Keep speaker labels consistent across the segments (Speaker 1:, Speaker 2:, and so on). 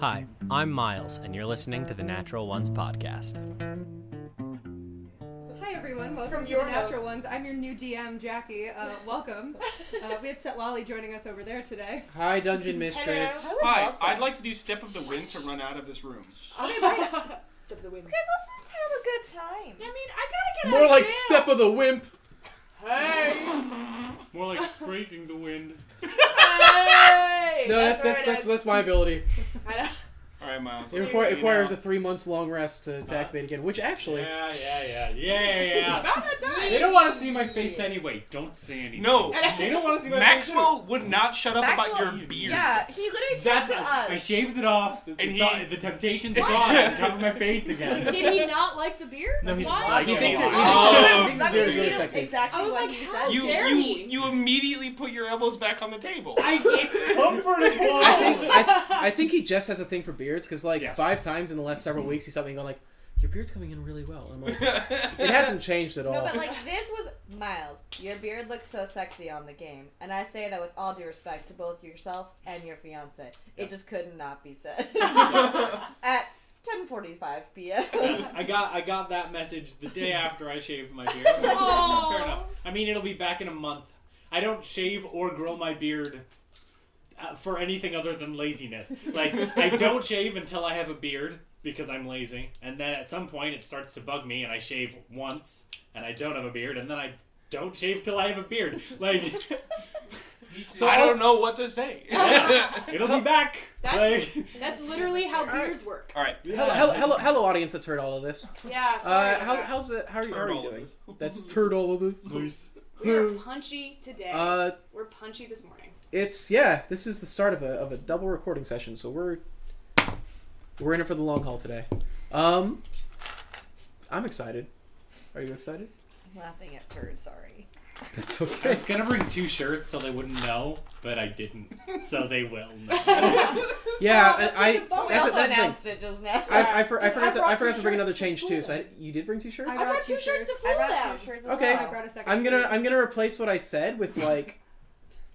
Speaker 1: Hi, I'm Miles, and you're listening to the Natural Ones Podcast.
Speaker 2: Hi everyone, welcome
Speaker 3: From
Speaker 2: to
Speaker 3: your
Speaker 2: the Natural
Speaker 3: notes.
Speaker 2: Ones. I'm your new DM, Jackie. Uh, welcome. Uh, we have Set Lolly joining us over there today.
Speaker 4: Hi, Dungeon Mistress.
Speaker 3: Hello.
Speaker 5: Hi,
Speaker 3: love that.
Speaker 5: I'd like to do Step of the Wind to run out of this room.
Speaker 2: Okay, bye.
Speaker 3: Step of the wind.
Speaker 6: Guys, let's just have a good time.
Speaker 3: I mean, I gotta get
Speaker 4: More
Speaker 3: out
Speaker 4: like
Speaker 3: of jail.
Speaker 4: Step of the Wimp.
Speaker 3: Hey!
Speaker 5: More like breaking the wind.
Speaker 3: hey!
Speaker 4: No, that's that's
Speaker 3: what
Speaker 4: that's,
Speaker 3: it
Speaker 4: that's my ability.
Speaker 3: is. I know.
Speaker 5: All right, Miles.
Speaker 4: It
Speaker 5: let's
Speaker 4: require,
Speaker 5: continue
Speaker 4: requires
Speaker 5: now.
Speaker 4: a three months long rest to, to
Speaker 5: Huh?
Speaker 4: activate again, which actually.
Speaker 5: Yeah, yeah, yeah, yeah, yeah.
Speaker 3: About that time.
Speaker 7: They don't want to see my face anyway. Don't say anything.
Speaker 5: no,
Speaker 7: They don't want to see my face.
Speaker 5: Maxwell would not shut up about
Speaker 2: Maxwell-
Speaker 5: your beard.
Speaker 2: Yeah, he literally
Speaker 7: That's
Speaker 2: talked to us.
Speaker 7: I shaved it off. it's
Speaker 5: he-
Speaker 7: on, the temptation's
Speaker 5: What?
Speaker 7: gone. I cover my face again.
Speaker 3: Did he not like the beer?
Speaker 4: No, he
Speaker 3: Why?
Speaker 7: like
Speaker 4: he
Speaker 7: it.
Speaker 4: thinks it- he
Speaker 5: Oh.
Speaker 4: thinks it- he thinks his
Speaker 2: That
Speaker 4: beard
Speaker 2: means
Speaker 4: is
Speaker 2: we
Speaker 4: really
Speaker 2: knew
Speaker 4: sexy.
Speaker 2: exactly
Speaker 3: I was
Speaker 2: what
Speaker 3: like,
Speaker 2: he
Speaker 3: how
Speaker 2: said.
Speaker 5: you
Speaker 3: dare
Speaker 5: you
Speaker 3: he?
Speaker 5: you immediately put your elbows back on the table.
Speaker 7: I, it's comfortable.
Speaker 4: I think I, I think he just has a thing for beards because like
Speaker 7: Yeah.
Speaker 4: five times in the last several weeks he's something going like, "Your beard's coming in really well." And I'm like, it hasn't changed at all.
Speaker 6: No, but like this was Miles. Your beard looks so sexy on the game, and I say that with all due respect to both yourself and your fiance. It just could not be said at 10:45 p.m.
Speaker 7: Yes, I got I got that message the day after I shaved my beard.
Speaker 3: Oh.
Speaker 7: Fair enough. I mean, it'll be back in a month. I don't shave or grow my beard uh, for anything other than laziness. Like I don't shave until I have a beard because I'm lazy, and then at some point it starts to bug me, and I shave once, and I don't have a beard, and then I don't shave till I have a beard. Like
Speaker 4: so
Speaker 5: I don't know what to say.
Speaker 7: it'll be back.
Speaker 3: That's-
Speaker 7: like
Speaker 3: That's literally how beards work.
Speaker 5: All right.
Speaker 4: Hello, hello, hello, hello, audience that's heard all of this.
Speaker 3: Yeah, sorry.
Speaker 4: Uh,
Speaker 3: about
Speaker 4: how,
Speaker 3: that.
Speaker 4: how's it? How are you, how are
Speaker 5: Heard
Speaker 4: you
Speaker 5: all of
Speaker 4: doing?
Speaker 5: this.
Speaker 4: That's turd all of this.
Speaker 7: Nice.
Speaker 3: we are punchy today.
Speaker 4: Uh,
Speaker 3: We're punchy this morning.
Speaker 4: it's yeah. This is the start of a of a double recording session, so we're we're in it for the long haul today. Um, I'm excited. Are you excited?
Speaker 6: I'm laughing at turd. Sorry.
Speaker 4: That's
Speaker 7: I
Speaker 4: okay.
Speaker 7: was gonna bring two shirts so they wouldn't know, but I didn't. So they will know.
Speaker 4: Yeah,
Speaker 3: Oh,
Speaker 4: and
Speaker 3: that's
Speaker 4: I
Speaker 3: such a bummer.
Speaker 6: We
Speaker 4: that's, the-
Speaker 6: also
Speaker 4: that's the
Speaker 6: announced
Speaker 4: thing.
Speaker 6: it just now.
Speaker 4: I, I, for, I
Speaker 3: Because I
Speaker 4: forgot to
Speaker 3: brought
Speaker 4: I
Speaker 3: two
Speaker 4: forgot to bring another
Speaker 3: shirts to
Speaker 4: change too.
Speaker 3: school.
Speaker 4: So I, you did bring two shirts.
Speaker 2: I
Speaker 3: I brought
Speaker 2: brought
Speaker 3: two
Speaker 2: two
Speaker 3: shirts to
Speaker 2: shirts.
Speaker 3: fool them.
Speaker 6: shirts as
Speaker 4: Okay.
Speaker 2: I
Speaker 6: well.
Speaker 2: brought a 2nd
Speaker 4: I'm gonna I'm gonna replace what I said with
Speaker 3: Mm-hmm.
Speaker 4: like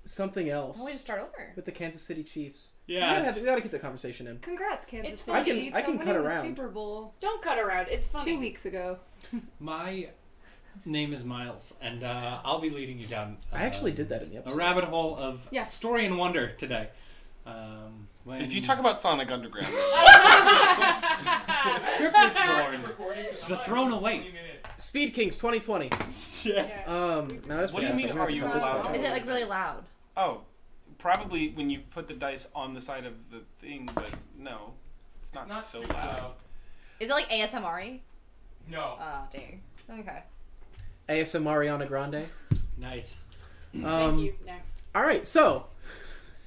Speaker 4: something else
Speaker 6: Can we just start over?
Speaker 4: with the Kansas City Chiefs. We gotta,
Speaker 7: yeah.
Speaker 4: have, we gotta keep the conversation in.
Speaker 2: Congrats, Kansas
Speaker 3: It's
Speaker 2: City
Speaker 3: fine. I
Speaker 4: can-
Speaker 2: Chiefs
Speaker 4: I can
Speaker 2: on
Speaker 4: cut
Speaker 2: winning
Speaker 4: around.
Speaker 2: The Super Bowl
Speaker 3: Don't cut around. It's funny.
Speaker 2: two weeks ago.
Speaker 7: My name is Miles, and uh, I'll be leading you down.
Speaker 4: I actually
Speaker 7: um,
Speaker 4: did that in the
Speaker 7: A
Speaker 4: episode.
Speaker 7: rabbit hole of
Speaker 2: Yeah.
Speaker 7: story and wonder today. Um, when
Speaker 5: If you talk about Sonic Underground,
Speaker 7: Trip was born, the throne awaits.
Speaker 4: Speed Kings 2020.
Speaker 7: Yes.
Speaker 4: Um, no, that's
Speaker 5: What do you
Speaker 4: badass.
Speaker 5: mean,
Speaker 4: I'm gonna have
Speaker 5: are
Speaker 4: to
Speaker 5: you
Speaker 4: cut this
Speaker 5: allowed?
Speaker 4: part out.
Speaker 6: Is it like really loud?
Speaker 5: oh, probably when you put the dice on the side of the thing, but no, it's not, so loud.
Speaker 6: Is it like ASMR?
Speaker 7: No.
Speaker 6: Oh dang. Okay.
Speaker 4: ASM Mariana Grande.
Speaker 7: Nice.
Speaker 3: Thank
Speaker 4: Um,
Speaker 3: you. Next.
Speaker 4: all right, so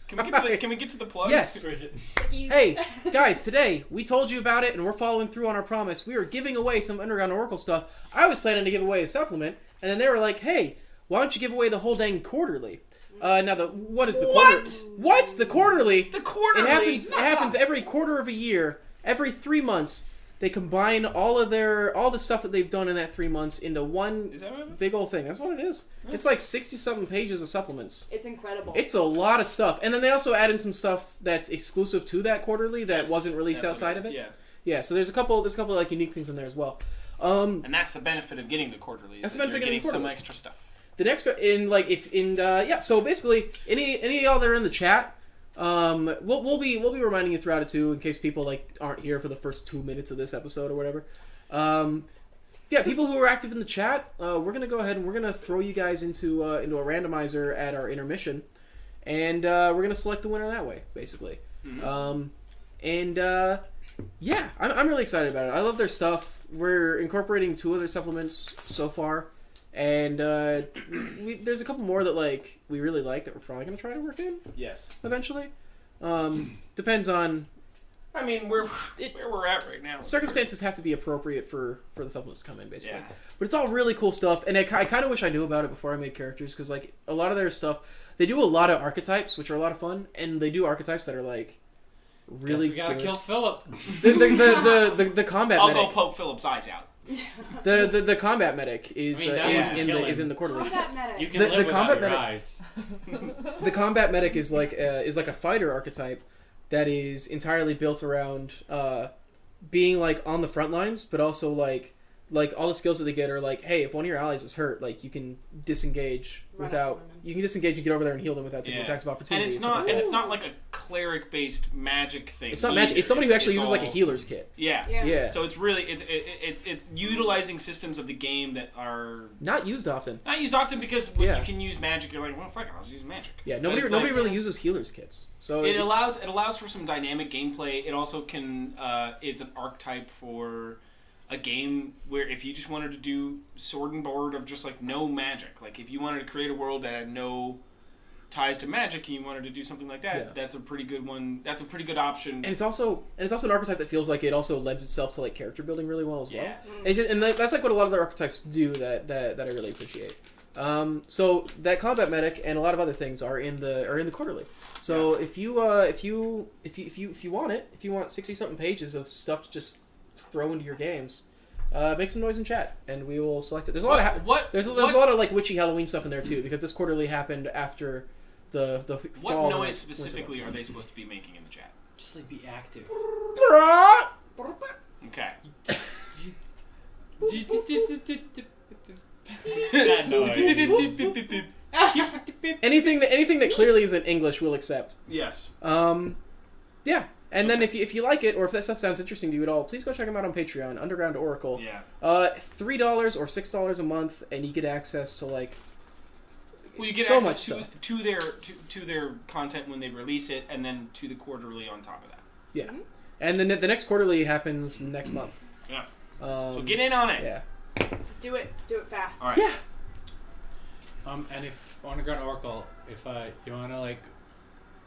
Speaker 5: Can we get to the, can we get to the plug?
Speaker 4: yes,
Speaker 7: Bridget.
Speaker 4: hey guys, today we told you about it, and we're following through on our promise. We were giving away some Underground Oracle stuff. I was planning to give away a supplement, and then they were like, "Hey, why don't you give away the whole dang quarterly?" Uh, now the what is the quarter?
Speaker 5: What?
Speaker 4: What's the quarterly?
Speaker 5: The quarterly.
Speaker 4: It happens. It happens every quarter of a year. Every three months, they combine all of their all the stuff that they've done in that three months into one
Speaker 5: Is that what it is?
Speaker 4: big old thing. That's what it is. It's like sixty-seven pages of supplements.
Speaker 3: It's incredible.
Speaker 4: It's a lot of stuff, and then they also add in some stuff that's exclusive to that quarterly that wasn't released
Speaker 5: That's what
Speaker 4: outside of it.
Speaker 5: is, Yeah.
Speaker 4: Yeah, so there's a couple, there's a couple like unique things in there as well. Um,
Speaker 5: And that's the benefit of getting the quarterly. is
Speaker 4: That's the
Speaker 5: that
Speaker 4: benefit of
Speaker 5: you're
Speaker 4: getting
Speaker 5: getting some
Speaker 4: quarterly.
Speaker 5: extra stuff.
Speaker 4: the next in like if in uh, yeah, so basically any any of y'all that are in the chat, um, we'll, we'll be we'll be reminding you throughout it too in case people like aren't here for the first two minutes of this episode or whatever. Um, yeah, people who are active in the chat, uh, we're gonna go ahead and we're gonna throw you guys into uh, into a randomizer at our intermission, and uh, we're gonna select the winner that way, basically. Um, and uh, yeah, I'm, I'm really excited about it. I love their stuff. We're incorporating two of their supplements so far, and uh, we, there's a couple more that like we really like that we're probably gonna try to work in
Speaker 5: Yes.
Speaker 4: eventually. Um, depends on
Speaker 5: I mean, we're
Speaker 4: It-
Speaker 5: where we're at right now.
Speaker 4: circumstances have to be appropriate for for the supplements to come in basically.
Speaker 5: Yeah.
Speaker 4: But it's all really cool stuff, and I, kind of wish I knew about it before I made characters because like a lot of their stuff, they do a lot of archetypes, which are a lot of fun, and they do archetypes that are like
Speaker 7: Guess
Speaker 4: really
Speaker 7: we gotta
Speaker 4: good.
Speaker 7: kill Philip.
Speaker 4: the, the, the, the, the, the combat
Speaker 5: I'll go
Speaker 4: medic,
Speaker 5: poke Philip's eyes out.
Speaker 4: the, the the combat medic is
Speaker 7: I mean,
Speaker 4: uh,
Speaker 7: that
Speaker 4: is
Speaker 7: would
Speaker 4: in
Speaker 7: kill
Speaker 4: the
Speaker 7: him.
Speaker 4: is in the quarterly.
Speaker 3: Combat medic.
Speaker 7: You can
Speaker 4: The-
Speaker 7: live
Speaker 4: the
Speaker 7: without
Speaker 4: combat
Speaker 7: your
Speaker 4: medic-
Speaker 7: eyes.
Speaker 4: The combat medic is like uh, is like a fighter archetype, that is entirely built around uh, being like on the front lines, but also like like all the skills that they get are like, hey, if one of your allies is hurt, like you can disengage
Speaker 3: Run up
Speaker 4: without
Speaker 3: on them.
Speaker 4: you can disengage and get over there and heal them without taking
Speaker 5: Yeah.
Speaker 4: attacks of opportunity.
Speaker 5: And it's
Speaker 4: stuff like
Speaker 5: not
Speaker 4: that.
Speaker 5: and it's not like a cleric based magic thing.
Speaker 4: It's not magic.
Speaker 5: either.
Speaker 4: It's somebody who actually
Speaker 5: it's
Speaker 4: uses like a
Speaker 5: all-
Speaker 4: healer's kit.
Speaker 5: Yeah.
Speaker 3: Yeah.
Speaker 4: Yeah.
Speaker 5: So it's really it's it, it's it's utilizing systems of the game that are
Speaker 4: Not used often.
Speaker 5: not used often because when
Speaker 4: Yeah.
Speaker 5: you can use magic, you're like, well, fuck, it, I'll just use magic.
Speaker 4: Yeah,
Speaker 5: But
Speaker 4: nobody
Speaker 5: it's
Speaker 4: nobody
Speaker 5: like-
Speaker 4: really uses healer's kits. So
Speaker 5: it
Speaker 4: it's-
Speaker 5: allows it allows for some dynamic gameplay. It also can uh, it's an archetype for a game where if you just wanted to do sword and board of just like no magic, like if you wanted to create a world that had no ties to magic and you wanted to do something like that,
Speaker 4: Yeah.
Speaker 5: that's a pretty good one. That's a pretty good option.
Speaker 4: and it's also and it's also an archetype that feels like it also lends itself to like character building really well as well.
Speaker 5: yeah.
Speaker 4: It's just, and that- that's like what a lot of the archetypes do that that, that I really appreciate. Um, so that combat medic and a lot of other things are in the are in the quarterly. So if you uh, if you if you if you if you want it, if you want sixty something pages of stuff to just throw into your games, uh, make some noise in chat and we will select it. There's a lot of ha-
Speaker 5: what
Speaker 4: there's a, there's
Speaker 5: what,
Speaker 4: a lot of like witchy Halloween stuff in there too because this quarterly happened after the the
Speaker 5: what
Speaker 4: fall and
Speaker 5: noise
Speaker 4: winter months.
Speaker 5: specifically are they supposed to be making in the chat?
Speaker 7: Just like be active.
Speaker 5: Okay.
Speaker 7: That noise.
Speaker 4: Anything that anything that clearly isn't English, we'll accept.
Speaker 5: yes.
Speaker 4: Um, yeah. And then if you, if you like it, or if that stuff sounds interesting to you at all, please go check them out on Patreon, Underground Oracle.
Speaker 5: Yeah.
Speaker 4: Uh, three dollars or six dollars a month, and you get access to like
Speaker 5: Well, you get
Speaker 4: So much
Speaker 5: access to,
Speaker 4: stuff.
Speaker 5: to their to, to their content when they release it, and then to the quarterly on top of that.
Speaker 4: and then the next quarterly happens next month.
Speaker 5: Yeah.
Speaker 4: Um,
Speaker 5: So get in on it.
Speaker 4: Yeah.
Speaker 3: Do it. Do it fast.
Speaker 5: All right.
Speaker 4: Yeah.
Speaker 7: Um, and if Underground Oracle, if uh, you want to like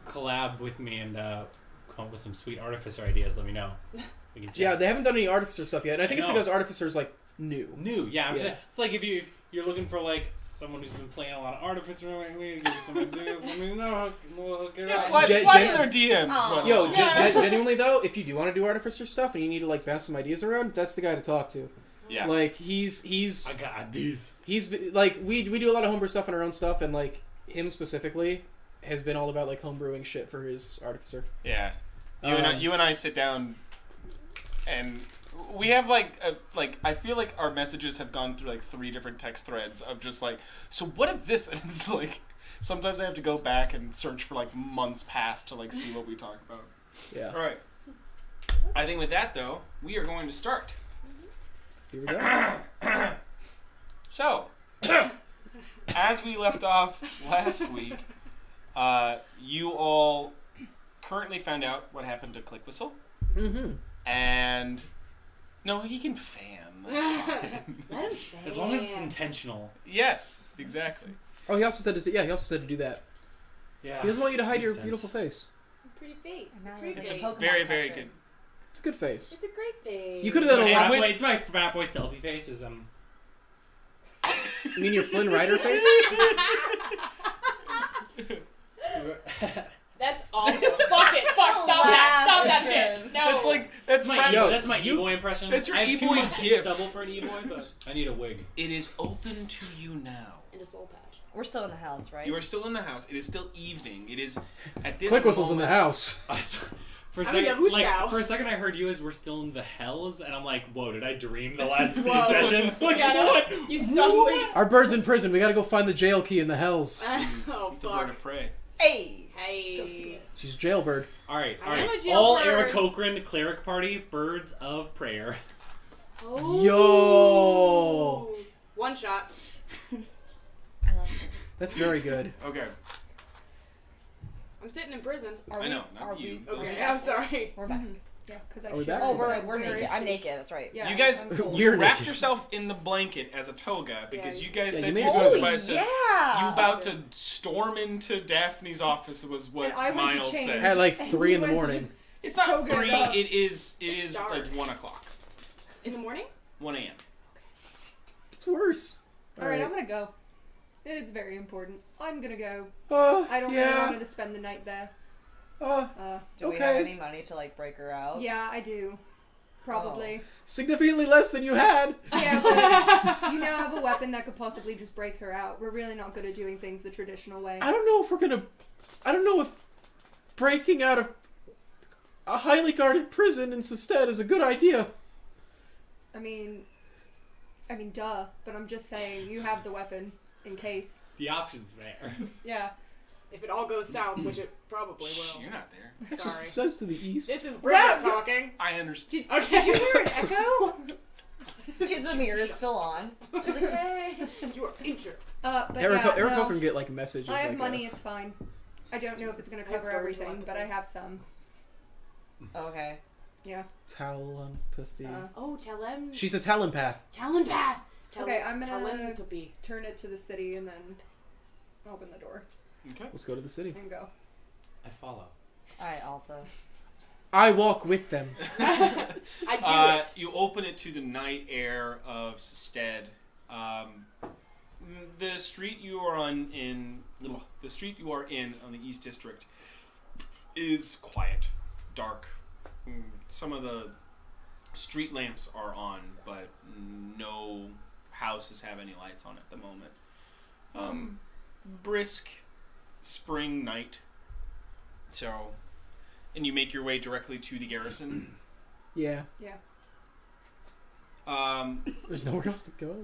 Speaker 7: collab with me and uh, come up with some sweet artificer ideas, let me know. We can
Speaker 4: Yeah.
Speaker 7: chat.
Speaker 4: They haven't done any artificer stuff yet, and I think
Speaker 7: I
Speaker 4: it's
Speaker 7: know.
Speaker 4: because artificer's like new.
Speaker 7: new. Yeah, I'm
Speaker 4: Yeah.
Speaker 7: Saying, it's like if you if you're looking for like someone who's been playing a lot of artificer, like we need to give you some ideas. Let me know. We'll hook it
Speaker 5: Yeah,
Speaker 7: up.
Speaker 5: slide,
Speaker 4: Gen-
Speaker 5: slide
Speaker 4: gen-
Speaker 5: in their DMs.
Speaker 6: Aw.
Speaker 5: Well,
Speaker 4: Yo,
Speaker 5: it's
Speaker 4: gen-
Speaker 5: just-
Speaker 4: gen- genuinely though, if you do want to do artificer stuff and you need to like bounce some ideas around, that's the guy to talk to.
Speaker 5: Yeah.
Speaker 4: Like he's he's
Speaker 7: I got ideas.
Speaker 4: he's been- like we we do a lot of homebrew stuff on our own stuff and like him specifically has been all about like homebrewing shit for his artificer
Speaker 5: yeah. You and I,
Speaker 4: Um,
Speaker 5: you and I sit down, and we have like a, like I feel like our messages have gone through like three different text threads of just like, so what if this? And it's like sometimes I have to go back and search for like months past to like see what we talk about.
Speaker 4: yeah
Speaker 5: All right. I think with that though, we are going to start.
Speaker 4: here we go
Speaker 5: So, as we left off last week, uh, you all currently found out what happened to Click Whistle,
Speaker 4: mm-hmm
Speaker 5: and no, he can fan. That's fine.
Speaker 3: Let him
Speaker 7: As long as it's intentional.
Speaker 5: yes, exactly.
Speaker 4: oh he also said to yeah he also said to do that
Speaker 7: Yeah.
Speaker 4: he doesn't want you to hide
Speaker 7: Makes
Speaker 4: your
Speaker 7: sense.
Speaker 4: beautiful face
Speaker 3: Pretty face.
Speaker 6: And now
Speaker 3: Pretty
Speaker 6: you have
Speaker 3: face.
Speaker 6: to
Speaker 3: It's
Speaker 6: poke
Speaker 3: a,
Speaker 6: Pokemon
Speaker 5: Very, very
Speaker 6: catcher.
Speaker 5: good.
Speaker 4: it's a good face
Speaker 3: great face.
Speaker 4: you could have done a
Speaker 5: Hey,
Speaker 7: Frat
Speaker 4: lot
Speaker 5: wait.
Speaker 7: boy- it's my frat boy selfie face. Is um.
Speaker 4: i mean your flynn rider face
Speaker 3: That's awful. fuck it. Fuck.
Speaker 6: Oh,
Speaker 3: Stop that. Stop that
Speaker 6: wow.
Speaker 3: shit. No.
Speaker 5: That's like that's
Speaker 7: That's my e,
Speaker 5: frat-
Speaker 4: Yo,
Speaker 7: that's my
Speaker 4: you-
Speaker 7: e-boy impression.
Speaker 5: that's your
Speaker 7: I have too
Speaker 5: e-boy
Speaker 7: much
Speaker 5: gift.
Speaker 7: stubble for an e-boy, but I need a wig.
Speaker 5: It is open to you now.
Speaker 3: in a soul patch.
Speaker 6: We're still in the house, right?
Speaker 5: You are still in the house. It is still evening. It is at this.
Speaker 4: click whistles in the
Speaker 5: moment-
Speaker 4: house
Speaker 7: For a
Speaker 3: I don't know
Speaker 7: second,
Speaker 3: who's
Speaker 7: like
Speaker 3: now.
Speaker 7: for a second, I heard you as we're still in the hells, and I'm like, whoa, did I dream the last few
Speaker 3: Whoa.
Speaker 7: sessions? Like
Speaker 3: Yeah, no.
Speaker 7: what?
Speaker 3: You suddenly.
Speaker 4: our bird's in prison we gotta go find the jail key in the hells
Speaker 3: oh
Speaker 5: The word
Speaker 3: fuck.
Speaker 5: of prey.
Speaker 6: Hey.
Speaker 3: Hey.
Speaker 6: Go see it.
Speaker 4: she's a jailbird
Speaker 7: All right,
Speaker 3: I
Speaker 7: all
Speaker 3: am
Speaker 7: right.
Speaker 3: a jailbird.
Speaker 7: All Eric Cochran cleric party, birds of prayer.
Speaker 3: Oh.
Speaker 4: Yo.
Speaker 3: One shot.
Speaker 6: I love it.
Speaker 4: that's very good
Speaker 5: Okay,
Speaker 3: I'm sitting in prison.
Speaker 6: Are
Speaker 5: I
Speaker 6: we-
Speaker 5: know. Not
Speaker 6: are
Speaker 5: you.
Speaker 6: we-
Speaker 3: Okay. I'm sorry.
Speaker 6: We're back.
Speaker 2: Yeah, because I
Speaker 4: Are we
Speaker 2: shared
Speaker 4: back?
Speaker 6: Oh,
Speaker 2: it.
Speaker 6: we're, we're
Speaker 2: Where
Speaker 6: naked.
Speaker 2: is
Speaker 6: I'm
Speaker 2: she?
Speaker 6: naked. That's right.
Speaker 2: Yeah,
Speaker 5: You guys-
Speaker 2: I'm cold.
Speaker 4: We're
Speaker 5: wrap
Speaker 4: naked.
Speaker 5: yourself in the blanket as a toga because
Speaker 3: Yeah.
Speaker 5: you guys
Speaker 4: Yeah, you
Speaker 5: said
Speaker 4: made
Speaker 5: you
Speaker 4: it
Speaker 5: were
Speaker 6: Oh
Speaker 4: sound-
Speaker 5: about to
Speaker 6: yeah.
Speaker 5: you about to storm into Daphne's office was what
Speaker 2: And I went to
Speaker 5: Miles
Speaker 2: change.
Speaker 5: said.
Speaker 4: at like
Speaker 2: And
Speaker 4: three
Speaker 2: we
Speaker 4: in the
Speaker 2: went to
Speaker 4: morning
Speaker 2: just-
Speaker 5: It's not
Speaker 2: Toga
Speaker 5: three.
Speaker 2: it up.
Speaker 5: It is. It
Speaker 3: It's
Speaker 5: is
Speaker 3: dark.
Speaker 5: like one o'clock.
Speaker 3: In the morning?
Speaker 5: One a.m.
Speaker 4: it's worse
Speaker 2: All right, I'm gonna go. It's very important. I'm gonna go.
Speaker 4: Uh,
Speaker 2: I don't really
Speaker 4: yeah.
Speaker 2: wanted to spend the night there.
Speaker 4: Uh,
Speaker 2: Uh,
Speaker 6: Do we have
Speaker 4: Okay.
Speaker 6: any money to like break her out?
Speaker 2: yeah, I do. Probably.
Speaker 4: significantly less than you had.
Speaker 2: Yeah, but you now have a weapon that could possibly just break her out. We're really not good at doing things the traditional way.
Speaker 4: I don't know if we're gonna. I don't know if breaking out of a highly guarded prison instead is a good idea.
Speaker 2: I mean, I mean, duh. But I'm just saying, you have the weapon in case.
Speaker 7: The option's there.
Speaker 2: Yeah.
Speaker 3: If it all goes south, which it probably
Speaker 5: Shh,
Speaker 3: will.
Speaker 5: you're not there.
Speaker 3: Sorry.
Speaker 4: Just says to the east.
Speaker 3: This is Bridget
Speaker 2: No, you-
Speaker 3: talking.
Speaker 5: I understand.
Speaker 2: Did,
Speaker 3: Okay.
Speaker 2: did you hear an echo?
Speaker 6: She, the mirror's still on. She's like, hey.
Speaker 3: You are injured.
Speaker 2: Uh, but
Speaker 4: Erica,
Speaker 2: yeah,
Speaker 4: Erica
Speaker 2: no.
Speaker 4: can get like messages.
Speaker 2: I have
Speaker 4: like, uh,
Speaker 2: money. It's fine. I don't know if it's gonna
Speaker 3: I have
Speaker 2: cover
Speaker 3: third
Speaker 2: everything,
Speaker 3: telepathy.
Speaker 2: but I have some.
Speaker 6: Okay.
Speaker 2: Yeah.
Speaker 4: A telepathy.
Speaker 2: Uh,
Speaker 3: Oh, tell him.
Speaker 4: She's a telepath.
Speaker 3: Talenbath.
Speaker 2: Okay, I'm gonna-
Speaker 3: puppy.
Speaker 2: turn it to the city and then open the door
Speaker 5: Okay.
Speaker 4: Let's go to the city.
Speaker 2: and go.
Speaker 7: I follow.
Speaker 6: I also.
Speaker 4: I walk with them.
Speaker 3: I do
Speaker 5: Uh,
Speaker 3: it.
Speaker 5: you open it to the night air of Stead. Um, mm, the street you are on in ugh, the street you are in on the East District is quiet, dark. Mm, Some of the street lamps are on, but no houses have any lights on at the moment. Um, brisk spring night. So, and you make your way directly to the garrison.
Speaker 4: Yeah.
Speaker 5: Um,
Speaker 4: There's nowhere else to go.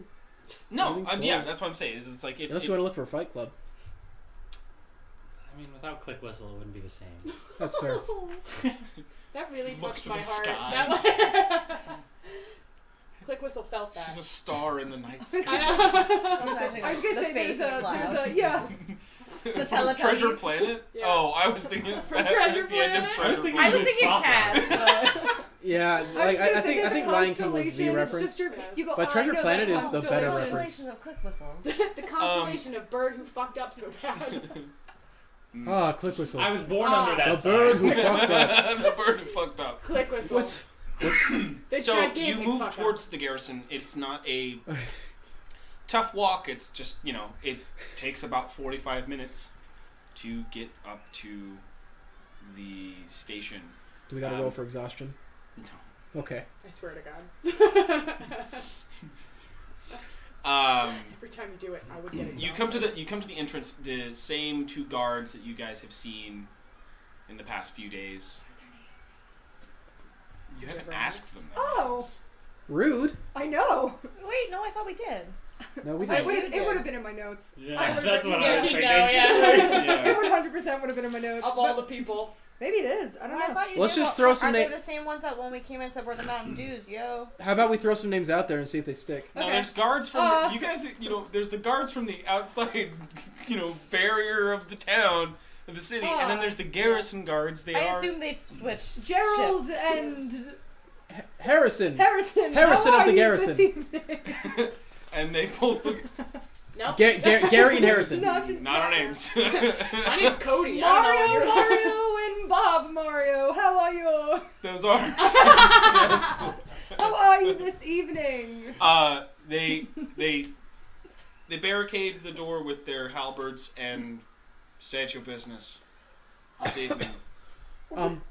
Speaker 5: no,
Speaker 4: Everything's
Speaker 5: um, yeah,
Speaker 4: closed.
Speaker 5: that's what I'm saying. Is it's like if,
Speaker 4: Unless
Speaker 5: if-
Speaker 4: you want to look for a fight club.
Speaker 7: I mean, without Click Whistle, it wouldn't be the same.
Speaker 4: That's fair.
Speaker 3: That really
Speaker 5: Uh, Look
Speaker 3: touched
Speaker 5: to
Speaker 3: my
Speaker 5: the
Speaker 3: heart.
Speaker 5: sky.
Speaker 3: That was... Click whistle felt that.
Speaker 5: she's a star in the night
Speaker 3: I
Speaker 5: sky.
Speaker 3: know.
Speaker 6: I'm imagining
Speaker 2: I was gonna
Speaker 6: the
Speaker 2: say
Speaker 6: face
Speaker 2: there's
Speaker 6: of
Speaker 2: a,
Speaker 6: cloud.
Speaker 2: there's a yeah.
Speaker 6: the Teletubbies.
Speaker 5: Treasure Planet.
Speaker 3: Yeah.
Speaker 5: Oh, I was thinking of
Speaker 3: From
Speaker 5: that
Speaker 3: Treasure
Speaker 5: at the end of
Speaker 3: Planet?
Speaker 5: Treasure
Speaker 7: I was thinking
Speaker 6: I
Speaker 5: Planet.
Speaker 6: was thinking
Speaker 7: Mufasa.
Speaker 6: cats. but-
Speaker 4: Yeah,
Speaker 2: I, was
Speaker 4: like
Speaker 2: gonna
Speaker 4: I,
Speaker 2: say
Speaker 4: I think I
Speaker 2: there's
Speaker 4: think
Speaker 2: a
Speaker 4: Lion King was the
Speaker 2: constellation, it's
Speaker 4: reference.
Speaker 2: just your- you go,
Speaker 4: But
Speaker 2: "Oh, I
Speaker 4: Treasure
Speaker 2: know that
Speaker 4: Planet is the
Speaker 2: constellation."
Speaker 4: better reference.
Speaker 6: Translation of Click Whistle.
Speaker 3: the
Speaker 5: Um,
Speaker 3: constellation of bird who fucked up so bad.
Speaker 4: Ah, click whistle.
Speaker 7: I was born
Speaker 3: Ah.
Speaker 7: under
Speaker 4: the
Speaker 7: that.
Speaker 4: bird
Speaker 7: sign.
Speaker 4: who fucked up.
Speaker 5: the bird who fucked up.
Speaker 3: Click whistle.
Speaker 4: What's what's
Speaker 3: the
Speaker 5: So
Speaker 3: gigantic
Speaker 5: you move
Speaker 3: fuck up.
Speaker 5: towards the garrison. It's not a tough walk. It's just you know it takes about forty-five minutes to get up to the station.
Speaker 4: do we got to
Speaker 5: Um,
Speaker 4: roll for exhaustion? Okay.
Speaker 3: I swear to God.
Speaker 5: Um,
Speaker 3: Every time you do it, I would get it.
Speaker 5: You come to the you come to the entrance. The same two guards that you guys have seen in the past few days. You haven't asked them. That
Speaker 2: Oh.
Speaker 4: Rude.
Speaker 2: I know.
Speaker 6: Wait, no, I thought we did.
Speaker 4: No, we
Speaker 2: I
Speaker 4: didn't.
Speaker 2: would, it would have been in my notes. I
Speaker 7: Yeah,
Speaker 2: would've
Speaker 7: that's what
Speaker 2: written
Speaker 7: I was
Speaker 2: it.
Speaker 3: Did you
Speaker 7: thinking.
Speaker 3: know, yeah.
Speaker 2: It would 100 percent would have been in my notes.
Speaker 3: of all
Speaker 2: but
Speaker 3: the people.
Speaker 2: maybe it is. I don't
Speaker 6: I
Speaker 2: know.
Speaker 6: thought you
Speaker 4: Let's
Speaker 6: knew
Speaker 4: just
Speaker 6: about-
Speaker 4: throw some
Speaker 6: Are they
Speaker 4: na-
Speaker 6: the same ones that when we came in said were the Mountain Dews, yo?
Speaker 4: How about we throw some names out there and see if they stick?
Speaker 5: No,
Speaker 2: Okay.
Speaker 5: there's guards from
Speaker 2: Uh.
Speaker 5: the, you guys. You know, there's the guards from the outside, you know, barrier of the town of the city, and then
Speaker 2: Uh.
Speaker 5: there's the garrison guards. They
Speaker 6: I
Speaker 5: are.
Speaker 6: assume they switched.
Speaker 2: Gerald
Speaker 6: shifts.
Speaker 2: and
Speaker 4: Harrison.
Speaker 2: Harrison.
Speaker 4: Harrison
Speaker 2: how
Speaker 4: of
Speaker 2: are
Speaker 4: the
Speaker 2: you
Speaker 4: garrison.
Speaker 2: this evening?
Speaker 5: and they both look.
Speaker 3: Nope.
Speaker 4: Ga- Ga- Gary and Harrison.
Speaker 2: Not to-
Speaker 5: Not our names.
Speaker 3: My name's Cody. I
Speaker 2: Mario,
Speaker 3: don't know what
Speaker 2: Mario,
Speaker 3: you're-
Speaker 2: and Bob Mario. How are you?
Speaker 5: Those are.
Speaker 2: How are you this evening?
Speaker 5: Uh, they they they barricade the door with their halberds and statue business. This evening.
Speaker 4: Um,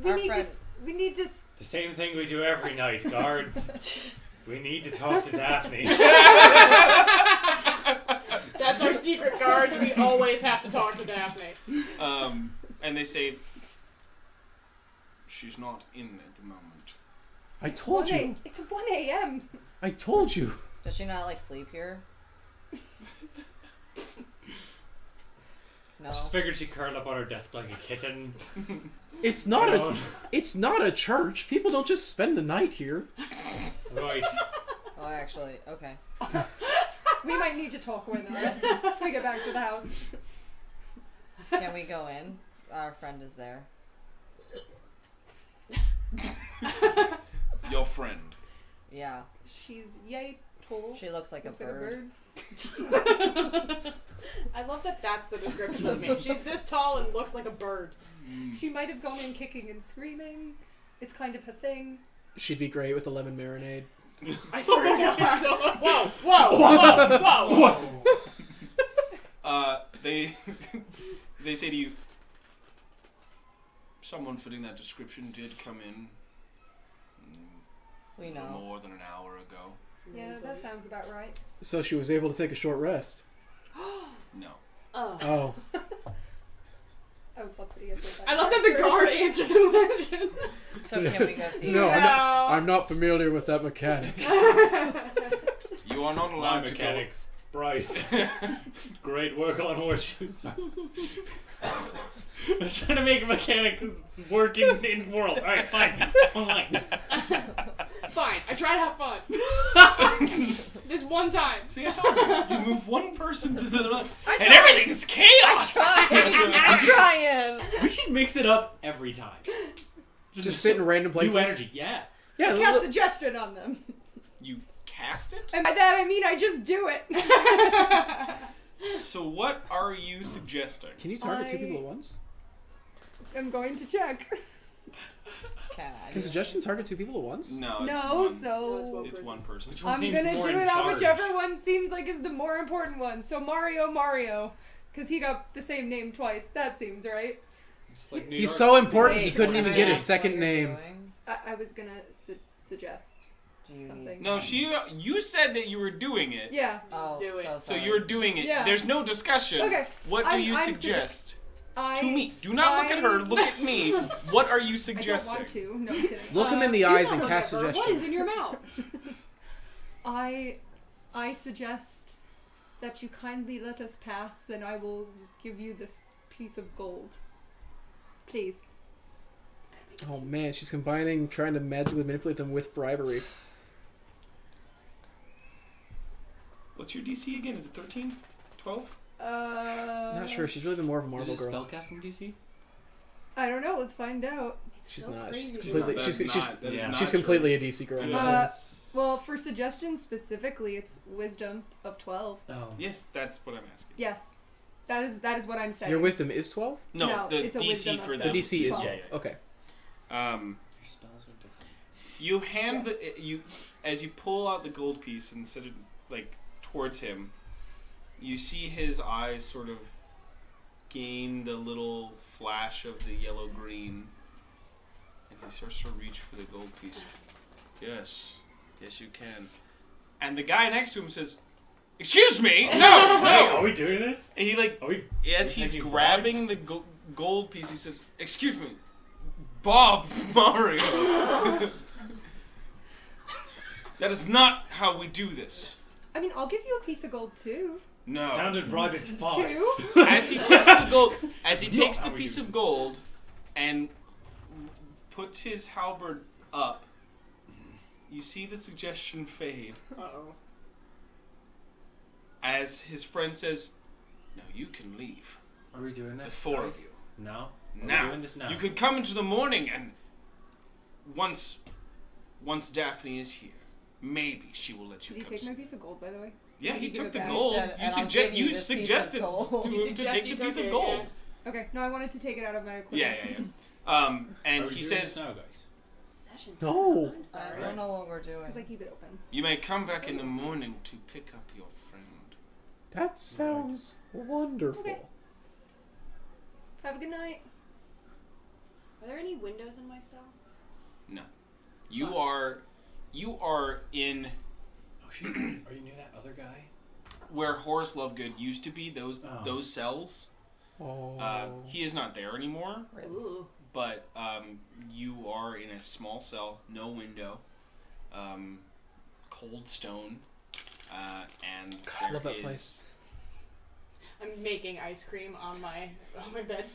Speaker 2: We
Speaker 6: Our
Speaker 2: need to.
Speaker 6: friend.
Speaker 2: s- We need to. s-
Speaker 7: The same thing we do every night, guards. we need to talk to Daphne.
Speaker 3: That's our secret guards. We always have to talk to Daphne.
Speaker 5: Um, and they say she's not in at the moment.
Speaker 4: I told
Speaker 2: 1 a-
Speaker 4: you.
Speaker 2: It's 1 a.m.
Speaker 4: I told you.
Speaker 6: Does she not like sleep here?
Speaker 7: I
Speaker 6: no.
Speaker 7: just figured she curled up on her desk like a kitten.
Speaker 4: It's not a.
Speaker 7: alone.
Speaker 4: It's not a church. People don't just spend the night here.
Speaker 7: Right.
Speaker 6: Oh, actually, okay.
Speaker 2: We might need to talk when uh, we get back to the house.
Speaker 6: Can we go in? Our friend is there.
Speaker 5: Your friend.
Speaker 6: Yeah,
Speaker 2: She's yay tall.
Speaker 6: she looks like,
Speaker 2: looks
Speaker 6: a,
Speaker 2: like
Speaker 6: bird.
Speaker 2: a bird.
Speaker 3: I love that that's the description of me. She's this tall and looks like a bird.
Speaker 6: Mm.
Speaker 2: She might have gone in kicking and screaming. It's kind of her thing.
Speaker 4: She'd be great with a lemon marinade.
Speaker 3: I swear to God. Whoa, whoa, whoa, whoa.
Speaker 5: Uh, they they say to you, someone fitting that description did come in. mm,
Speaker 6: We know.
Speaker 5: More than an hour ago.
Speaker 2: Yeah, that sounds about right.
Speaker 4: So she was able to take a short rest.
Speaker 5: No.
Speaker 3: Oh.
Speaker 4: Oh,
Speaker 2: Oh, what video did
Speaker 3: I love that the guard answered the legend.
Speaker 6: So can we go see?
Speaker 4: No,
Speaker 6: it?
Speaker 4: I'm not, I'm not familiar with that mechanic.
Speaker 5: You are not
Speaker 7: My
Speaker 5: allowed to go.
Speaker 7: mechanics. Bryce, great work on horseshoes. I was trying to make a mechanic who's working in world. All right, fine, online.
Speaker 3: Fine, I try to have fun. this one time.
Speaker 5: See, I told you. You move one person to the other, and
Speaker 6: tried.
Speaker 5: everything's chaos.
Speaker 6: I'm trying.
Speaker 7: We should mix it up every time.
Speaker 4: Just sit in random places.
Speaker 7: New energy, yeah.
Speaker 4: Yeah,
Speaker 2: Cast
Speaker 4: li-
Speaker 2: suggestion on them.
Speaker 5: you cast it.
Speaker 2: And by that I mean I just do it.
Speaker 5: So what are you suggesting?
Speaker 4: can you target two
Speaker 2: I-
Speaker 4: people at once?
Speaker 2: I'm going to check.
Speaker 6: Can I?
Speaker 4: Can suggestion target two people at once?
Speaker 5: No, Oh, it's
Speaker 2: no,
Speaker 5: one,
Speaker 2: so
Speaker 3: No, it's one.
Speaker 5: it's one person.
Speaker 7: Which one
Speaker 2: I'm
Speaker 7: seems
Speaker 2: gonna
Speaker 7: more
Speaker 2: do
Speaker 7: in
Speaker 2: it on
Speaker 7: charge?
Speaker 2: whichever one seems like is the more important one. So Mario, Mario, because he got the same name twice. That seems right.
Speaker 7: It's like New
Speaker 4: He's
Speaker 7: York.
Speaker 4: so important he couldn't
Speaker 6: can
Speaker 4: even
Speaker 6: I
Speaker 4: get
Speaker 6: ask
Speaker 4: his
Speaker 6: what
Speaker 4: second
Speaker 6: you're
Speaker 4: name.
Speaker 6: doing?
Speaker 2: I, I was gonna su- suggest.
Speaker 6: Do you
Speaker 2: Something.
Speaker 6: need-
Speaker 5: No, she. You said that you were doing it.
Speaker 2: Yeah.
Speaker 6: Oh,
Speaker 3: Do it.
Speaker 6: so,
Speaker 5: So
Speaker 6: sorry.
Speaker 5: you're doing it.
Speaker 2: Yeah.
Speaker 5: There's no discussion.
Speaker 2: Okay.
Speaker 5: What do
Speaker 2: I'm-
Speaker 5: you
Speaker 2: I'm
Speaker 5: suggest?
Speaker 2: I,
Speaker 5: to me. Do not look at her.
Speaker 2: I-
Speaker 5: Look at me. what are you
Speaker 2: I don't
Speaker 5: suggesting?
Speaker 2: want to. No I'm kidding. Uh,
Speaker 4: Look him in the
Speaker 2: do
Speaker 4: eyes
Speaker 2: not
Speaker 4: and cast
Speaker 2: remember What
Speaker 4: suggestion.
Speaker 2: is in your mouth? I, I suggest that you kindly let us pass, and I will give you this piece of gold. Please.
Speaker 4: Oh man, she's combining trying to magically manipulate them with bribery.
Speaker 5: What's your DC again? Is it 13? 12?
Speaker 2: Uh,
Speaker 4: Not sure. She's really the more of a
Speaker 7: Is
Speaker 4: Marvel
Speaker 7: it
Speaker 4: girl.
Speaker 7: spellcasting DC?
Speaker 2: I don't know. Let's find out. It's
Speaker 4: She's
Speaker 2: so
Speaker 4: not. She's
Speaker 2: Crazy.
Speaker 4: completely.
Speaker 5: That's
Speaker 4: She's
Speaker 5: not-
Speaker 4: she's,
Speaker 5: that is
Speaker 7: yeah.
Speaker 5: not
Speaker 4: she's
Speaker 5: true.
Speaker 4: completely a DC girl.
Speaker 2: Uh, Well, for suggestions specifically, it's wisdom of twelve.
Speaker 7: oh.
Speaker 5: yes, that's what I'm asking.
Speaker 2: Yes, that is that is what I'm saying.
Speaker 4: Your wisdom is twelve.
Speaker 5: No,
Speaker 2: No,
Speaker 5: the
Speaker 2: it's a wisdom
Speaker 5: DC
Speaker 2: of
Speaker 5: for
Speaker 2: seven.
Speaker 4: The
Speaker 5: that.
Speaker 4: DC is
Speaker 2: Twelve.
Speaker 4: twelve. Okay.
Speaker 5: Um,
Speaker 7: Your spells are different.
Speaker 5: you hand the you as you pull out the gold piece and set it like towards him. You see his eyes sort of gain the little flash of the yellow green, and he starts to reach for the gold piece. Yes, yes, you can. And the guy next to him says, "Excuse me, no,
Speaker 7: Wait, are
Speaker 5: no."
Speaker 7: we doing this?
Speaker 5: And he like
Speaker 7: Are we?
Speaker 5: As
Speaker 7: We're
Speaker 5: he's
Speaker 7: taking
Speaker 5: grabbing the go- gold piece, he says, "Excuse me, Bob Mario. that is not how we do this."
Speaker 2: I mean, I'll give you a piece of gold too.
Speaker 5: No.
Speaker 7: Standard bribe is
Speaker 4: Oh,
Speaker 7: five.
Speaker 2: Two.
Speaker 5: As he takes the gold, as he
Speaker 7: No,
Speaker 5: takes
Speaker 7: how
Speaker 5: the
Speaker 7: we
Speaker 5: piece
Speaker 7: do
Speaker 5: of
Speaker 7: this.
Speaker 5: gold, and puts his halberd up, you see the suggestion fade.
Speaker 3: Uh oh.
Speaker 5: As his friend says, "No, you can leave.
Speaker 7: Are we doing this?
Speaker 5: The four
Speaker 7: guys?
Speaker 5: of you."
Speaker 7: No. Are we
Speaker 5: now.
Speaker 7: doing this now?
Speaker 5: You can come into the morning and once once Daphne is here, maybe she will let you
Speaker 2: Did he
Speaker 5: come.
Speaker 2: take
Speaker 5: see-
Speaker 2: my piece of gold, by the way?
Speaker 5: yeah,
Speaker 2: did
Speaker 5: he
Speaker 2: he give
Speaker 5: took
Speaker 2: it
Speaker 5: the
Speaker 2: back?
Speaker 5: gold.
Speaker 6: He said,
Speaker 5: you
Speaker 6: "And I'll give
Speaker 5: suggested
Speaker 6: you
Speaker 5: you
Speaker 6: this piece
Speaker 5: suggested
Speaker 6: of gold."
Speaker 5: to,
Speaker 3: You
Speaker 5: him
Speaker 3: suggest
Speaker 5: to take the
Speaker 3: you took
Speaker 5: piece
Speaker 3: it,
Speaker 5: of
Speaker 3: yeah.
Speaker 5: gold.
Speaker 2: Okay, no, I wanted to take it out of my
Speaker 5: Yeah,
Speaker 2: equipment.
Speaker 5: yeah, yeah. Um,
Speaker 7: Are
Speaker 5: and
Speaker 7: we
Speaker 5: he
Speaker 7: doing
Speaker 5: says,
Speaker 7: this now, guys.
Speaker 3: Session.
Speaker 4: No.
Speaker 3: I'm
Speaker 6: I
Speaker 3: sorry.
Speaker 6: don't know what we're
Speaker 2: Because I
Speaker 6: doing.
Speaker 2: keep it open.
Speaker 5: "You may come back in the
Speaker 3: So-
Speaker 5: morning to pick up your friend."
Speaker 4: That sounds wonderful.
Speaker 2: Okay. Have a good night.
Speaker 3: Are there any windows in my cell?
Speaker 5: You
Speaker 3: Nice.
Speaker 5: are you are in
Speaker 7: Oh shoot! Are you near that other guy?
Speaker 5: where Horace Lovegood used to be, those
Speaker 7: Oh.
Speaker 5: those cells.
Speaker 4: Oh.
Speaker 5: Uh, he is not there anymore.
Speaker 3: Ooh.
Speaker 5: but um, you are in a small cell, no window, um, cold stone, uh, and
Speaker 4: God, I
Speaker 5: there
Speaker 4: love that
Speaker 5: is-
Speaker 4: place.
Speaker 3: I'm making ice cream on my on my bed,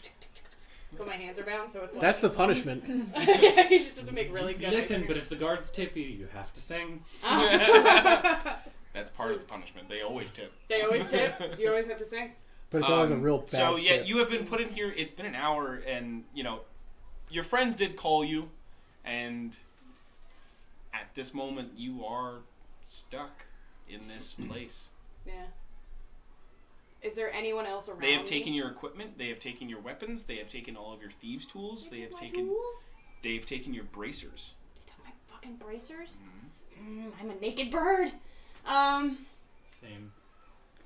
Speaker 3: but my hands are bound, so it's like
Speaker 4: That's the punishment.
Speaker 3: you just have to make really good.
Speaker 7: Listen,
Speaker 3: ice
Speaker 7: but
Speaker 3: cream.
Speaker 7: if the guards tip you, you have to sing.
Speaker 3: Ah.
Speaker 5: That's part of the punishment. They always tip.
Speaker 3: they always tip. You always have to sing.
Speaker 4: But it's always a
Speaker 5: Um,
Speaker 4: real bad
Speaker 5: So yeah,
Speaker 4: tip.
Speaker 5: you have been put in here. It's been an hour, and you know, your friends did call you, and at this moment you are stuck in this place.
Speaker 3: Yeah. Is there anyone else around?
Speaker 5: They have taken
Speaker 3: me?
Speaker 5: your equipment. They have taken your weapons. They have taken all of your thieves' tools. They
Speaker 3: took
Speaker 5: have
Speaker 3: my
Speaker 5: taken.
Speaker 3: Tools?
Speaker 5: They have taken your bracers.
Speaker 3: They took my fucking bracers.
Speaker 5: Mm-hmm.
Speaker 3: Mm, I'm a naked bird. Um.
Speaker 7: Same.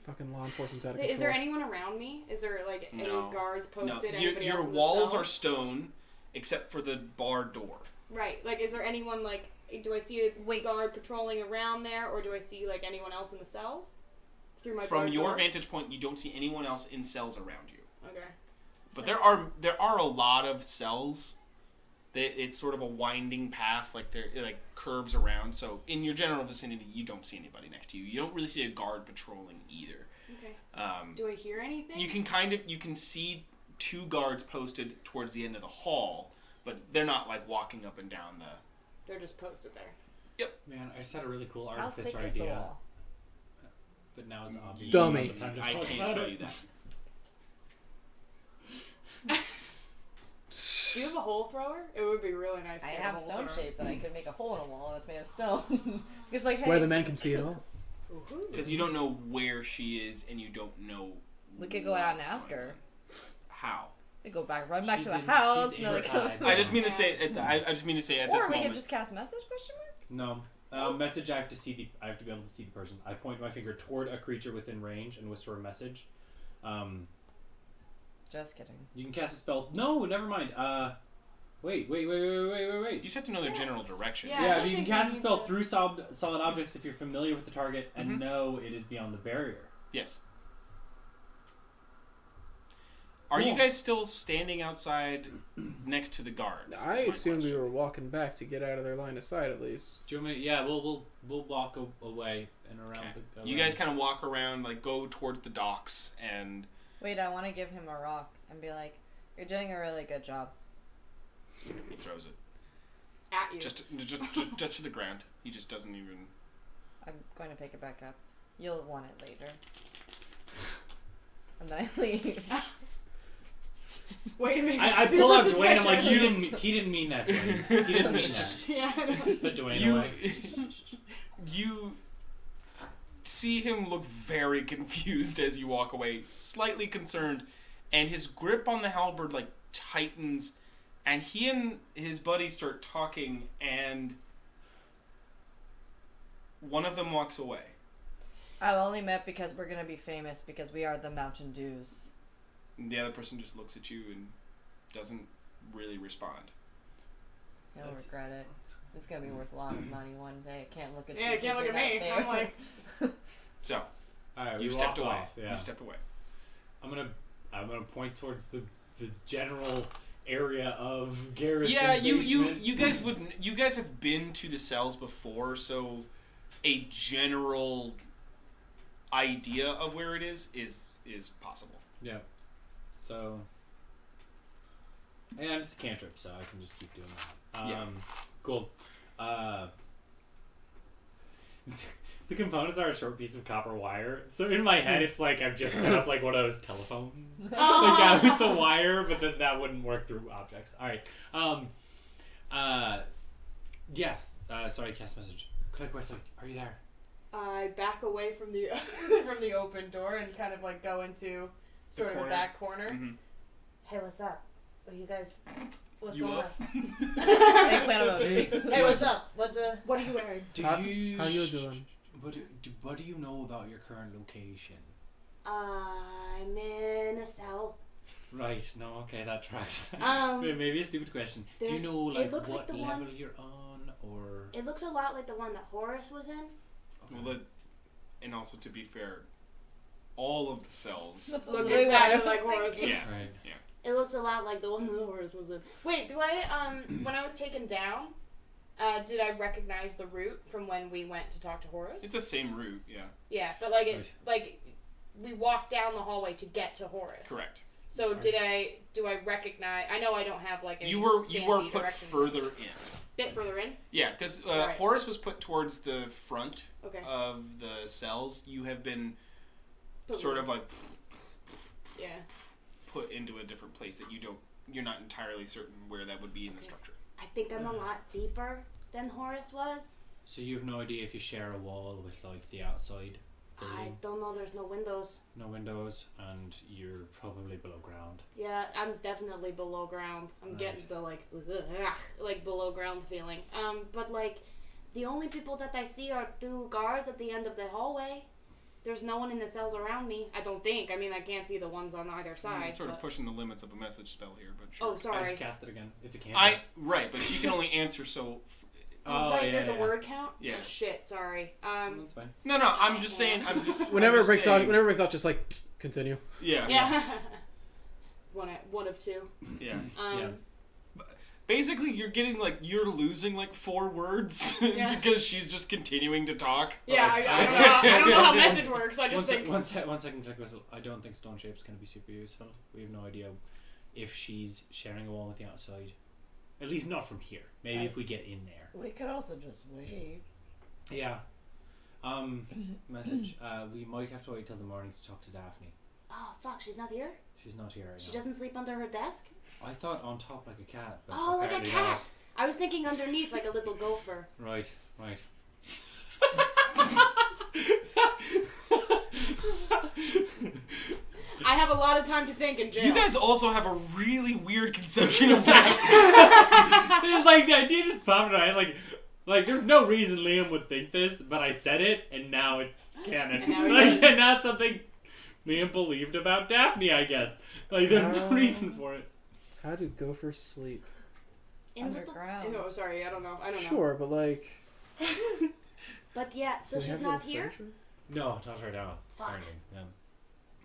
Speaker 4: Fucking law enforcement's out of control.
Speaker 3: Is there anyone around me? Is there like any
Speaker 5: No.
Speaker 3: guards posted?
Speaker 5: No, your,
Speaker 3: Anybody
Speaker 5: your
Speaker 3: else in the
Speaker 5: walls
Speaker 3: cell?
Speaker 5: are stone, except for the bar door.
Speaker 3: right. Like, is there anyone like? Do I see a
Speaker 6: Wait.
Speaker 3: guard patrolling around there, or do I see like anyone else in the cells? Through my
Speaker 5: From
Speaker 3: barred
Speaker 5: your
Speaker 3: door?
Speaker 5: vantage point, you don't see anyone else in cells around you.
Speaker 3: Okay.
Speaker 5: But there are there are a lot of cells They, it's sort of a winding path, like there it like curves around. So in your general vicinity, you don't see anybody next to you. You don't really see a guard patrolling either.
Speaker 3: Okay.
Speaker 5: Um,
Speaker 3: Do I hear anything?
Speaker 5: you can kind of you can see two guards posted towards the end of the hall, but they're not like walking up and down the.
Speaker 3: They're just posted there.
Speaker 7: Man, I just had a really cool
Speaker 6: How
Speaker 7: artificer
Speaker 6: thick is the
Speaker 7: idea,
Speaker 6: wall?
Speaker 7: but now it's obvious.
Speaker 4: Dummy.
Speaker 7: The time to
Speaker 5: I
Speaker 7: talk
Speaker 5: can't
Speaker 7: about
Speaker 5: tell
Speaker 7: it.
Speaker 5: you that.
Speaker 3: Do you have a hole thrower? It would be really nice.
Speaker 6: I
Speaker 3: to get a
Speaker 6: have
Speaker 3: hole
Speaker 6: stone
Speaker 3: thrower.
Speaker 6: shape that I could make a hole in a wall that's made of stone. Because like, hey,
Speaker 4: Where the men can see it all.
Speaker 3: Ooh.
Speaker 5: Because you don't know where she is, and you don't know.
Speaker 6: We could go out and
Speaker 5: what's
Speaker 6: ask
Speaker 5: going
Speaker 6: her.
Speaker 5: on. How?
Speaker 6: we go back, run back
Speaker 7: She's
Speaker 6: to the
Speaker 7: in-
Speaker 6: house.
Speaker 7: she's
Speaker 6: and then go-
Speaker 7: inside.
Speaker 5: I just mean to say. At the, I, I just mean to say at this
Speaker 6: or we
Speaker 5: moment.
Speaker 6: can just cast message question mark.
Speaker 7: No. Uh, message. I have to see the. I have to be able to see the person. I point my finger toward a creature within range and whisper a message. Um,
Speaker 6: Just kidding.
Speaker 7: you can cast a spell. No, never mind. Uh, wait, wait, wait, wait, wait, wait,
Speaker 5: You
Speaker 7: wait.
Speaker 5: just have to know their general direction.
Speaker 3: Yeah.
Speaker 7: Yeah,
Speaker 3: just
Speaker 7: you can
Speaker 3: like
Speaker 7: cast a
Speaker 3: you
Speaker 7: spell
Speaker 3: need to-
Speaker 7: through solid, solid objects if you're familiar with the target and
Speaker 5: Mhm.
Speaker 6: Mm-hmm.
Speaker 7: know it is beyond the barrier.
Speaker 5: Yes. Are you
Speaker 7: Cool.
Speaker 5: guys still standing outside next to the guards?
Speaker 4: I
Speaker 5: That's my
Speaker 4: assumed we
Speaker 5: question.
Speaker 4: were walking back to get out of their line of sight at least.
Speaker 7: Do you want me? Yeah, we'll we'll we'll walk a- away and around
Speaker 5: Okay.
Speaker 7: the.
Speaker 5: You
Speaker 7: around-
Speaker 5: guys kind of walk around, like go towards the docks, and
Speaker 6: Wait, I want to give him a rock and be like, "You're doing a really good job."
Speaker 5: he throws it
Speaker 3: At you.
Speaker 5: just, just, just, just to the ground. He just doesn't even.
Speaker 6: I'm going to pick it back up. You'll want it later. And then I leave.
Speaker 3: Wait a minute.
Speaker 7: I, I
Speaker 3: super
Speaker 7: pull out Dwayne. I'm like,
Speaker 3: suspicious.
Speaker 7: you didn't. mean- He didn't mean that. Dwayne. He didn't mean that.
Speaker 3: Yeah. I know.
Speaker 7: Put Dwayne
Speaker 5: you,
Speaker 7: away.
Speaker 5: you see him look very confused as you walk away, slightly concerned, and his grip on the halberd like tightens, and he and his buddy start talking, and one of them walks away.
Speaker 6: I've only met because we're gonna be famous because we are the Mountain Dews.
Speaker 5: And the other person just looks at you and doesn't really respond.
Speaker 6: You'll
Speaker 7: That's-
Speaker 6: regret it. It's gonna be worth a lot of money one day. I can't look at
Speaker 3: Yeah,
Speaker 6: you.
Speaker 3: can't
Speaker 6: 'cause
Speaker 3: look at
Speaker 6: you're
Speaker 3: me.
Speaker 6: not
Speaker 3: I'm
Speaker 6: there.
Speaker 3: like,
Speaker 5: So
Speaker 7: All right, we
Speaker 5: you've
Speaker 7: walk
Speaker 5: stepped away.
Speaker 7: off, Yeah.
Speaker 5: You've stepped away.
Speaker 7: I'm gonna I'm gonna point towards the the general area of Garrison.
Speaker 5: yeah you you
Speaker 7: basement.
Speaker 5: you guys would you guys have been to the cells before so a general idea of where it is is is possible
Speaker 7: yeah. So yeah, it's a cantrip, so I can just keep doing that. Um,
Speaker 5: Yeah.
Speaker 7: Cool. Uh, the components are a short piece of copper wire. So in my head,
Speaker 4: Hmm.
Speaker 7: it's like I've just set up like one of those telephones. the guy with the wire, but then that wouldn't work through objects. All right. Um, uh, yeah. Uh, sorry, cast message. Click Wesley. Are you there?
Speaker 3: I back away from the from the open door and kind of like go into sort of
Speaker 5: corner.
Speaker 3: a back corner.
Speaker 5: Mhm.
Speaker 6: Hey, what's up? Are you guys? What's
Speaker 5: You
Speaker 6: going
Speaker 5: up?
Speaker 6: on? Hey, plan on those. Hey, what's up? What's uh?
Speaker 2: What are you wearing?
Speaker 7: Do
Speaker 4: How- how you doing?
Speaker 7: What do, do- what do you know about your current location?
Speaker 3: I'm in a cell.
Speaker 7: Right. No. Okay, that tracks.
Speaker 3: Um,
Speaker 7: May- Maybe a stupid question. Do you
Speaker 3: there's-
Speaker 7: know
Speaker 3: it
Speaker 7: like
Speaker 3: looks like
Speaker 7: what
Speaker 3: the one-
Speaker 7: level you're on, or
Speaker 3: It looks a lot like the one that Horace was in.
Speaker 5: well that and also to be fair all of the cells
Speaker 6: That's
Speaker 3: Looks
Speaker 6: literally what I
Speaker 3: exactly
Speaker 6: was
Speaker 3: like Horace.
Speaker 6: thinking.
Speaker 5: yeah
Speaker 7: right?
Speaker 3: It looks a lot like the one that Horace was in. Wait, do I um when I was taken down, uh, did I recognize the route from when we went to talk to Horace?
Speaker 5: it's the same route yeah
Speaker 3: yeah, but like it
Speaker 7: Right.
Speaker 3: like we walked down the hallway to get to Horace.
Speaker 5: correct
Speaker 3: So did I? Do I recognize? I know I don't have like any
Speaker 5: you were you
Speaker 3: fancy
Speaker 5: were put
Speaker 3: direction.
Speaker 5: further in
Speaker 3: bit further in.
Speaker 5: yeah because uh,
Speaker 3: Right.
Speaker 5: horace was put towards the front
Speaker 3: Okay.
Speaker 5: of the cells you have been
Speaker 3: Put-
Speaker 5: sort of like
Speaker 3: Yeah.
Speaker 5: put into a different place that you don't you're not entirely certain where that would be in the
Speaker 3: Okay.
Speaker 5: structure
Speaker 8: I think I'm a lot deeper than Horace was.
Speaker 7: So you have no idea if you share a wall with like the outside
Speaker 8: I
Speaker 7: building,
Speaker 8: don't know, there's no windows.
Speaker 7: no windows, and you're probably below ground.
Speaker 3: Yeah, I'm definitely below ground. I'm
Speaker 7: Right.
Speaker 3: getting the like ugh, like below ground feeling. Um, but like the only people that I see are two guards at the end of the hallway. There's no one in the cells around me. I don't think. I mean, I can't see the ones on either
Speaker 5: I'm
Speaker 3: side.
Speaker 5: sort of
Speaker 3: but-
Speaker 5: pushing the limits of a message spell here, but sure.
Speaker 3: Oh,
Speaker 7: I
Speaker 3: sorry.
Speaker 7: just cast it again. It's a cantrip.
Speaker 5: I right, but she can only answer so.
Speaker 3: Oh, right, there's a
Speaker 7: yeah.
Speaker 3: word count.
Speaker 5: Yeah.
Speaker 3: Shit, sorry. Um.
Speaker 7: That's fine.
Speaker 5: No, no, I'm just saying. I'm just.
Speaker 4: Whenever it
Speaker 5: I'm just
Speaker 4: breaks
Speaker 5: saying,
Speaker 4: off, whenever it breaks off, just like psst, continue.
Speaker 5: Yeah,
Speaker 3: Yeah. one. One of two.
Speaker 5: yeah.
Speaker 3: Um.
Speaker 7: Yeah.
Speaker 5: Basically, you're getting like you're losing like four words
Speaker 3: Yeah.
Speaker 5: because she's just continuing to talk.
Speaker 3: Yeah, I, I don't know. How, I don't know how message works. I just
Speaker 7: One, sec-
Speaker 3: think.
Speaker 7: one, sec- one second, click whistle. I don't think Stone Shape's going to be super useful. We have no idea if she's sharing a wall with the outside. At least not from here. Maybe if we get in there.
Speaker 6: We could also just wait.
Speaker 7: Yeah. Um, message. Uh, we might have to wait till the morning to talk to Daphne.
Speaker 3: Oh fuck, she's not here.
Speaker 7: She's not here right
Speaker 3: She
Speaker 7: now.
Speaker 3: doesn't sleep under her desk.
Speaker 7: I thought on top like a cat. But
Speaker 3: Oh, like a
Speaker 7: apparently
Speaker 3: cat.
Speaker 7: not.
Speaker 3: I was thinking underneath, like a little gopher.
Speaker 7: Right, right.
Speaker 3: I have a lot of time to think in jail.
Speaker 5: You guys also have a really weird conception of death.
Speaker 7: it's like the idea just popped in my head. Like, like there's no reason Liam would think this, but I said it, and now it's canon.
Speaker 3: And now he
Speaker 7: like,
Speaker 3: does.
Speaker 7: and not something Liam believed about Daphne. I guess. Like, there's no
Speaker 4: Ah.
Speaker 7: reason for it.
Speaker 4: How do gophers sleep?
Speaker 3: in the
Speaker 6: Underground.
Speaker 3: No, Oh, sorry, I don't know. I don't know.
Speaker 4: Sure, but like.
Speaker 3: But yeah, so
Speaker 4: do they
Speaker 3: she's
Speaker 4: have
Speaker 3: not
Speaker 4: little
Speaker 3: here.
Speaker 4: furniture?
Speaker 7: No, not right now.
Speaker 3: Fuck.
Speaker 7: Apparently, yeah.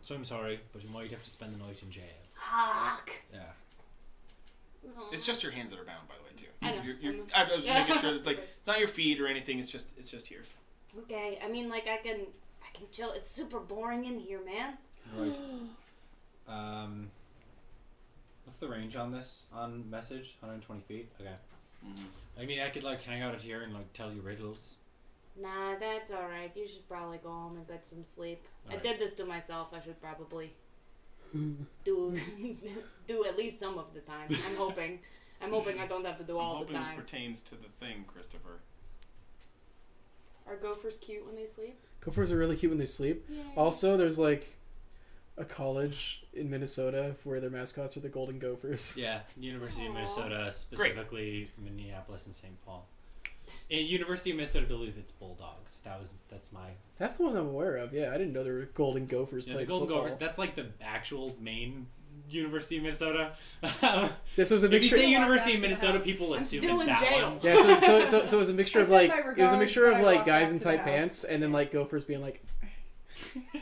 Speaker 7: So I'm sorry, but you might have to spend the night in jail.
Speaker 3: Fuck.
Speaker 7: Yeah.
Speaker 5: It's just your hands that are bound, by the way, too.
Speaker 3: I know.
Speaker 5: You're- you're- I I was just making sure it's like it's not your feet or anything. It's just it's just here.
Speaker 3: Okay, I mean, like I can, I can chill. It's super boring in here, man.
Speaker 7: Right. um. What's the range on this? On message, 120 feet. Okay. I mean, I could like hang out at here and like tell you riddles.
Speaker 3: Nah, that's all right. You should probably go home and get some sleep. I
Speaker 7: Alright.
Speaker 3: did this to myself. I should probably do do at least some of the time. I'm hoping. I'm hoping I don't have to do
Speaker 5: I'm
Speaker 3: all the
Speaker 5: hoping this
Speaker 3: time.
Speaker 5: pertains to the thing, Christopher.
Speaker 3: Are gophers cute when they sleep?
Speaker 4: Gophers are really cute when they sleep. Also, there's like a college in Minnesota where their mascots are the Golden Gophers.
Speaker 7: Yeah, University of
Speaker 3: Aw.
Speaker 7: Minnesota, specifically Minneapolis and St. Paul. And University of Minnesota Duluth, it's Bulldogs. That was that's my
Speaker 4: That's the one I'm aware of. Yeah, I didn't know there were Golden Gophers
Speaker 7: yeah, the
Speaker 4: playing
Speaker 7: Golden
Speaker 4: football.
Speaker 7: Gophers. That's like the actual main University of Minnesota. if
Speaker 4: This was a
Speaker 7: you
Speaker 4: mixture.
Speaker 7: say
Speaker 6: walk
Speaker 7: University
Speaker 6: down
Speaker 7: of
Speaker 6: to the
Speaker 7: Minnesota,
Speaker 6: house.
Speaker 7: people
Speaker 3: I'm
Speaker 7: assume
Speaker 3: still
Speaker 7: it's
Speaker 3: in
Speaker 7: that
Speaker 3: jail.
Speaker 7: one.
Speaker 4: Yeah, so, so, so, so it was a mixture
Speaker 2: I
Speaker 4: of
Speaker 2: said
Speaker 4: like
Speaker 2: my
Speaker 4: it was a
Speaker 2: regards
Speaker 4: mixture
Speaker 2: when
Speaker 4: of
Speaker 2: I
Speaker 4: like
Speaker 2: walked
Speaker 4: guys
Speaker 2: back
Speaker 4: in
Speaker 2: to the
Speaker 4: tight
Speaker 2: house.
Speaker 4: pants and then like gophers being like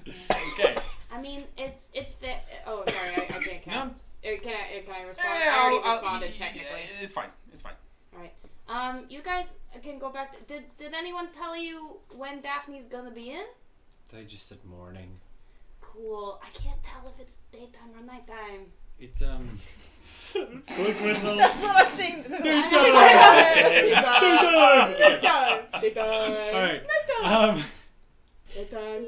Speaker 5: Okay.
Speaker 3: I mean, it's it's fit. Oh, sorry, I, I can't
Speaker 5: No.
Speaker 3: cast. Uh, Can I uh, can I respond?
Speaker 5: Yeah,
Speaker 3: I already
Speaker 5: I'll- I'll-
Speaker 3: responded
Speaker 5: yeah,
Speaker 3: technically.
Speaker 5: It's fine. It's fine.
Speaker 3: Um, you guys can go back. did did anyone tell you when Daphne's gonna be in?
Speaker 7: They just said morning.
Speaker 3: Cool. I can't tell if it's daytime or nighttime.
Speaker 7: It's um. Look, Whistle.
Speaker 6: That's what I'm saying. To the
Speaker 7: All right. Um,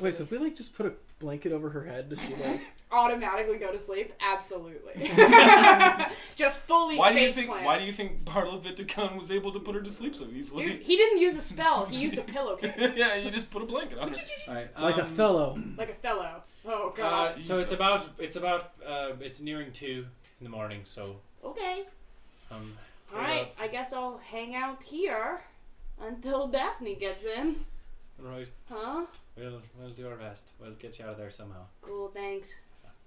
Speaker 4: wait so if we like just put a blanket over her head does she like
Speaker 3: Automatically go to sleep. Absolutely. Just fully
Speaker 5: Why do you
Speaker 3: face
Speaker 5: think?
Speaker 3: plant.
Speaker 5: Why do you think Bartle Vitacan was able to put her to sleep so easily?
Speaker 3: Dude, he didn't use a spell. He used a pillowcase,
Speaker 5: yeah, you just put a blanket on her.
Speaker 7: all right.
Speaker 4: like a
Speaker 7: um,
Speaker 4: fellow
Speaker 3: like a fellow. Oh
Speaker 7: Uh,
Speaker 3: god.
Speaker 7: so it's
Speaker 5: Jesus.
Speaker 7: about it's about uh, it's nearing two in the morning. So
Speaker 3: okay.
Speaker 7: um.
Speaker 3: All right. I guess I'll hang out here until Daphne gets in.
Speaker 7: Right.
Speaker 3: Huh?
Speaker 7: We'll we'll do our best. We'll get you out of there somehow.
Speaker 3: Cool. Thanks.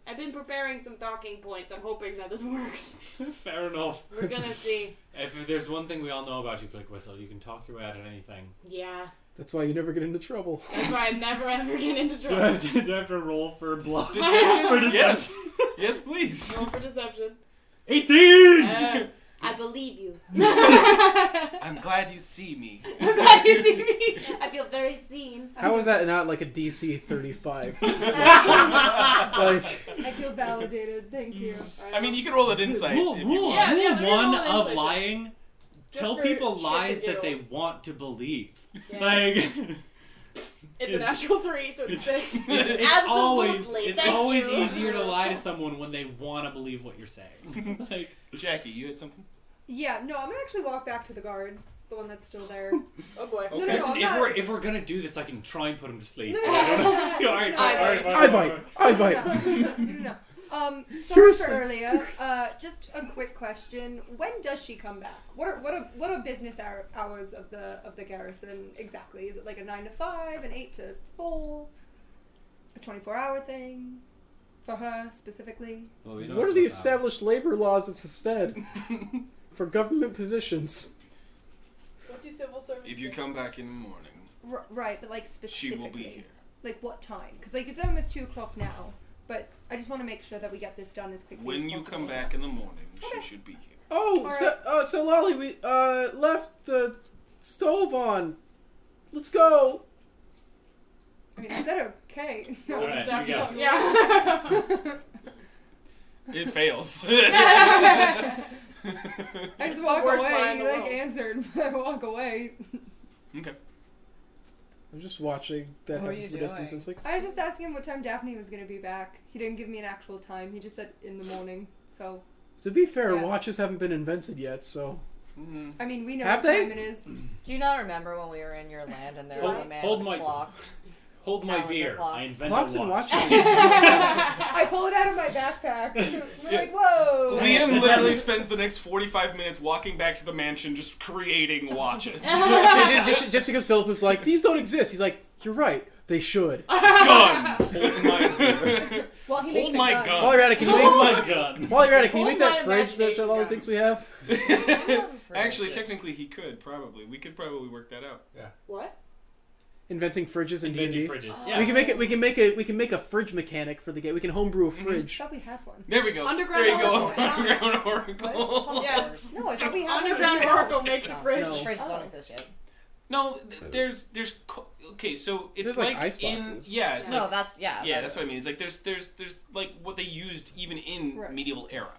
Speaker 3: I've been preparing some talking points. I'm hoping that it works.
Speaker 7: Fair enough.
Speaker 3: We're gonna see.
Speaker 7: If there's one thing we all know about you, Click Whistle, you can talk your way out of anything.
Speaker 3: Yeah.
Speaker 4: that's why you never get into trouble
Speaker 3: That's why I never ever get into
Speaker 7: Do I
Speaker 3: trouble.
Speaker 7: have to, do I have to roll for blood?
Speaker 5: Deception?
Speaker 7: for deception?
Speaker 5: yes. Yes, please.
Speaker 3: Roll for deception.
Speaker 7: 18!
Speaker 3: Uh, I believe you.
Speaker 5: I'm glad you see me.
Speaker 3: Glad you see me. I feel very seen.
Speaker 4: how is that not like a dc 35 like
Speaker 2: I feel validated. Thank you.
Speaker 5: I mean, you can roll an insight.
Speaker 7: rule
Speaker 5: if you
Speaker 7: rule,
Speaker 5: want.
Speaker 3: Yeah, yeah,
Speaker 7: rule
Speaker 3: let me roll
Speaker 7: one
Speaker 3: an
Speaker 7: of
Speaker 3: insight.
Speaker 7: lying.
Speaker 3: Just
Speaker 7: tell
Speaker 3: for shits
Speaker 7: people
Speaker 3: and
Speaker 7: lies that they
Speaker 3: giggles.
Speaker 7: want to believe.
Speaker 3: Yeah.
Speaker 7: Like,
Speaker 3: it's a natural three, so it's six.
Speaker 7: it's, it's always,
Speaker 3: Absolutely.
Speaker 7: it's
Speaker 3: Thank
Speaker 7: always
Speaker 3: you.
Speaker 7: easier to lie to someone when they want to believe what you're saying. like,
Speaker 5: Jackie, you had something.
Speaker 2: Yeah, no, I'm gonna actually walk back to the guard, the one that's still there.
Speaker 3: Oh boy.
Speaker 2: no, no,
Speaker 7: Listen,
Speaker 2: I'm
Speaker 7: if
Speaker 2: not-
Speaker 7: we're if we're gonna do this, I can try and put him to sleep.
Speaker 2: No, no, no, no, no,
Speaker 7: Yeah, all right,
Speaker 2: no,
Speaker 7: fine,
Speaker 3: no,
Speaker 7: all right,
Speaker 3: no,
Speaker 7: fine,
Speaker 4: i
Speaker 7: fine,
Speaker 4: bite
Speaker 7: fine.
Speaker 4: i
Speaker 2: No,
Speaker 4: bite
Speaker 2: no, no, no. Um,
Speaker 4: You're
Speaker 2: sorry for
Speaker 4: asleep.
Speaker 2: earlier. Uh, just a quick question: When does she come back? What are what are what are business hour, hours of the of the garrison exactly? Is it like a nine to five, an eight to four, a twenty four hour thing for her specifically?
Speaker 7: Well, we know
Speaker 4: what
Speaker 7: it's
Speaker 4: are the
Speaker 7: about that.
Speaker 4: established labor laws of Sestead for government positions
Speaker 3: What do civil servants
Speaker 5: If you
Speaker 3: do?
Speaker 5: come back in the morning,
Speaker 2: R- right, but like
Speaker 5: she
Speaker 2: specifically,
Speaker 5: will be here.
Speaker 2: like what time? Because like it's almost two o'clock now. But I just want to make sure that we get this done as quickly as
Speaker 5: When you
Speaker 2: possible.
Speaker 5: come back in the morning,
Speaker 2: Okay.
Speaker 5: she should be here.
Speaker 4: Oh,
Speaker 2: All
Speaker 4: so
Speaker 2: right.
Speaker 4: uh, so Lolly, we uh left the stove on. Let's go.
Speaker 2: I mean, I said okay.
Speaker 7: All right, you got
Speaker 3: Yeah.
Speaker 5: It fails.
Speaker 2: I just
Speaker 3: the
Speaker 2: walk
Speaker 3: worst lie in
Speaker 2: away.
Speaker 3: the
Speaker 2: You like
Speaker 3: world.
Speaker 2: answered, but I walk away.
Speaker 5: okay.
Speaker 4: I'm just watching that
Speaker 6: What are
Speaker 4: happen
Speaker 6: you
Speaker 4: from distance.
Speaker 6: doing?
Speaker 4: I was like,
Speaker 2: I was just asking him what time Daphne was gonna be back. He didn't give me an actual time. He just said in the morning. So
Speaker 4: to be fair,
Speaker 2: Yeah.
Speaker 4: watches haven't been invented yet, so
Speaker 5: Mm.
Speaker 2: I mean, we know
Speaker 4: Have
Speaker 2: what
Speaker 4: they?
Speaker 2: time it is.
Speaker 6: Do you not remember when we were in your land and there
Speaker 7: Hold-
Speaker 6: was a man
Speaker 7: hold
Speaker 6: with a
Speaker 7: my-
Speaker 6: clock?
Speaker 7: Hold my
Speaker 6: Calendar
Speaker 7: beer.
Speaker 6: clock.
Speaker 7: I invented
Speaker 4: clocks
Speaker 7: a
Speaker 4: and
Speaker 7: watch.
Speaker 4: watches.
Speaker 2: I pull it out of my backpack. We're like, whoa.
Speaker 5: Liam literally spends the next 45 minutes walking back to the mansion just creating watches.
Speaker 4: just, just, just because Philip was like, these don't exist. He's like, you're right, they should.
Speaker 5: Gun!
Speaker 7: Hold my beer.
Speaker 2: Well, he
Speaker 5: Hold
Speaker 2: makes a
Speaker 5: my
Speaker 2: gun.
Speaker 5: gun.
Speaker 4: While you're at it, can you make
Speaker 7: Hold my gun.
Speaker 4: while you're at it, can you
Speaker 3: Hold
Speaker 4: make
Speaker 3: my
Speaker 4: that fridge that so Lolly
Speaker 3: imagination
Speaker 4: thinks we have?
Speaker 5: Actually, technically, he could probably. We could probably work that out.
Speaker 3: what?
Speaker 4: Inventing fridges in D and
Speaker 7: Inventing
Speaker 4: D.
Speaker 7: fridges.
Speaker 4: We
Speaker 7: Yeah.
Speaker 4: can make it. We can make a. We can make a fridge mechanic for the game. We can homebrew a fridge.
Speaker 2: Thought we had one.
Speaker 5: There we go.
Speaker 3: Underground
Speaker 5: there you go.
Speaker 3: Oracle.
Speaker 5: Underground Oracle.
Speaker 3: Yeah.
Speaker 2: No, I thought we had
Speaker 3: Underground
Speaker 2: one.
Speaker 3: Oracle makes a fridge.
Speaker 4: No.
Speaker 6: Fridges
Speaker 2: Oh.
Speaker 6: don't exist yet.
Speaker 5: No, th- there's there's co- okay. So it's
Speaker 4: There's, like,
Speaker 5: like
Speaker 4: ice
Speaker 5: in
Speaker 4: boxes.
Speaker 5: yeah. It's
Speaker 6: No,
Speaker 5: like,
Speaker 6: that's yeah.
Speaker 5: yeah, that's what I mean. It's like there's there's there's like what they used even in
Speaker 2: Right.
Speaker 5: medieval era.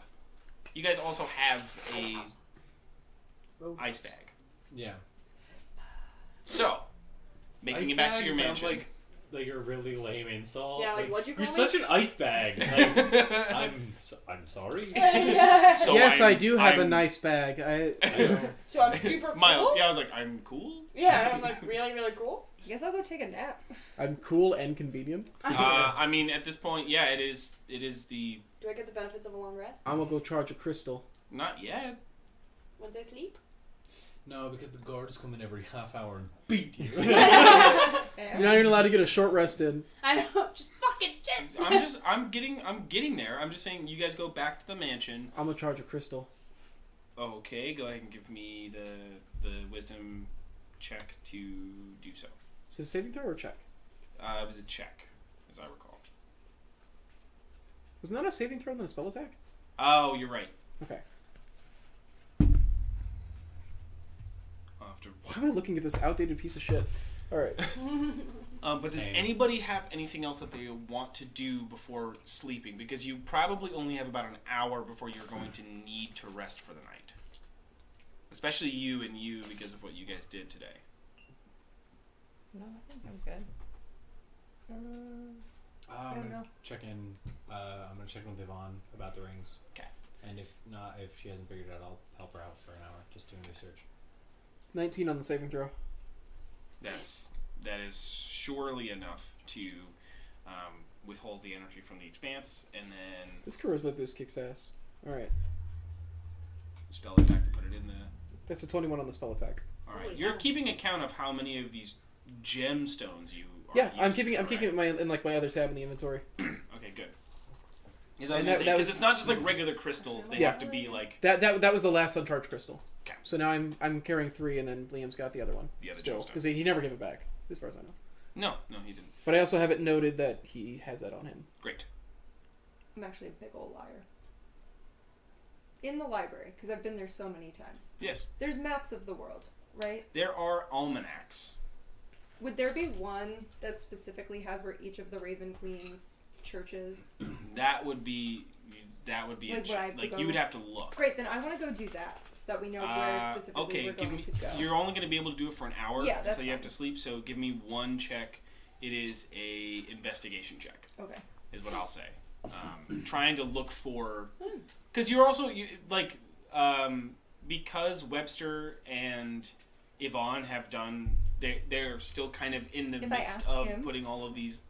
Speaker 5: You guys also have a ice bag.
Speaker 7: Yeah.
Speaker 5: So making it back to your
Speaker 7: sounds
Speaker 5: mansion.
Speaker 7: like like a really lame insult.
Speaker 3: Yeah, like, what'd you
Speaker 7: You're
Speaker 3: call me?
Speaker 7: such an ice bag. Like, I'm so, I'm sorry.
Speaker 5: so
Speaker 4: yes, i
Speaker 5: I'm-
Speaker 4: do have a
Speaker 5: I'm-
Speaker 4: nice bag. I
Speaker 7: I know.
Speaker 3: So I'm super
Speaker 5: Miles.
Speaker 3: cool.
Speaker 5: Yeah, I was like, I'm cool.
Speaker 3: Yeah, I'm like really, really cool.
Speaker 2: I guess I'll go take a nap.
Speaker 4: I'm cool and convenient.
Speaker 5: Uh, I mean, at this point, yeah, it is. It is the
Speaker 3: Do I get the benefits of a long rest
Speaker 4: I'm gonna go charge a crystal.
Speaker 5: not yet.
Speaker 3: once I sleep?
Speaker 7: No, because the guards come in every half hour and beat you.
Speaker 2: Eh.
Speaker 4: You're not even allowed to get a short rest in.
Speaker 3: I know, just fucking shit.
Speaker 5: I'm just. I'm getting. I'm getting there. I'm just saying. You guys go back to the mansion.
Speaker 4: I'm gonna charge a crystal.
Speaker 5: Okay, go ahead and give me the the wisdom check to do so.
Speaker 4: So saving throw or check?
Speaker 5: Uh, it was a check, as I recall.
Speaker 4: Wasn't that a saving throw than a spell attack?
Speaker 5: Oh, you're right.
Speaker 4: Okay.
Speaker 5: I'll have to-
Speaker 4: Why am I looking at this outdated piece of shit? All right.
Speaker 5: Um, but does
Speaker 7: Same.
Speaker 5: anybody have anything else that they want to do before sleeping? Because you probably only have about an hour before you're going to need to rest for the night. Especially you and you because of what you guys did today.
Speaker 6: No, I think I'm good.
Speaker 7: Uh, I'm
Speaker 2: don't
Speaker 7: gonna
Speaker 2: know.
Speaker 7: check in. Uh, I'm gonna check in with Yvonne about the rings.
Speaker 5: 'Kay.
Speaker 7: And if not, if she hasn't figured it out, I'll help her out for an hour, just doing research.
Speaker 4: 19 on the saving throw.
Speaker 5: That's that is surely enough to um, withhold the energy from the expanse and then
Speaker 4: This charisma boost kicks ass. All right.
Speaker 5: spell attack to put it in the
Speaker 4: That's a 21 on the spell attack.
Speaker 5: All right,
Speaker 3: Holy
Speaker 5: you're
Speaker 3: cow.
Speaker 5: keeping account of how many of these gemstones you. Are
Speaker 4: Yeah, I'm
Speaker 5: using,
Speaker 4: keeping. I'm keeping it in
Speaker 5: correct?
Speaker 4: my in like my other tab in the inventory.
Speaker 5: Okay, good. Because I
Speaker 4: And
Speaker 5: was gonna
Speaker 4: that-
Speaker 5: say,
Speaker 4: that
Speaker 5: 'cause
Speaker 4: was-
Speaker 5: it's not just like regular crystals; they
Speaker 4: Yeah.
Speaker 5: have to be like
Speaker 4: That that that was the last uncharged crystal.
Speaker 5: Okay.
Speaker 4: So now I'm I'm carrying three, and then Liam's got the other one.
Speaker 5: The other
Speaker 4: still,
Speaker 5: gemstone.
Speaker 4: because he, he never gave it back, as far as I know.
Speaker 5: no, no, he didn't.
Speaker 4: But I also have it noted that he has that on him.
Speaker 5: Great.
Speaker 2: I'm actually a big old liar. In the library, because I've been there so many times.
Speaker 5: Yes,
Speaker 2: There's maps of the world, right?
Speaker 5: there are almanacs.
Speaker 2: Would there be one that specifically has where each of the Raven Queen's churches?
Speaker 5: That would be that would be a
Speaker 2: Like, would I have
Speaker 5: ch-
Speaker 2: to
Speaker 5: like
Speaker 2: go-
Speaker 5: you would have to look.
Speaker 2: Great, then I want to go do that so that we know where
Speaker 5: Uh,
Speaker 2: specifically
Speaker 5: okay,
Speaker 2: we're
Speaker 5: give
Speaker 2: going
Speaker 5: me.
Speaker 2: to go.
Speaker 5: You're only going to be able to do it for an hour
Speaker 2: Yeah,
Speaker 5: until
Speaker 2: that's
Speaker 5: you have
Speaker 2: fine.
Speaker 5: to sleep. So give me one check. It is a investigation check.
Speaker 2: Okay.
Speaker 5: is what I'll say. Um, trying to look for because you're also you, like um, because Webster and Yvonne have done they they're still kind of in the
Speaker 2: If I
Speaker 5: midst
Speaker 2: ask
Speaker 5: of
Speaker 2: him.
Speaker 5: putting all of these.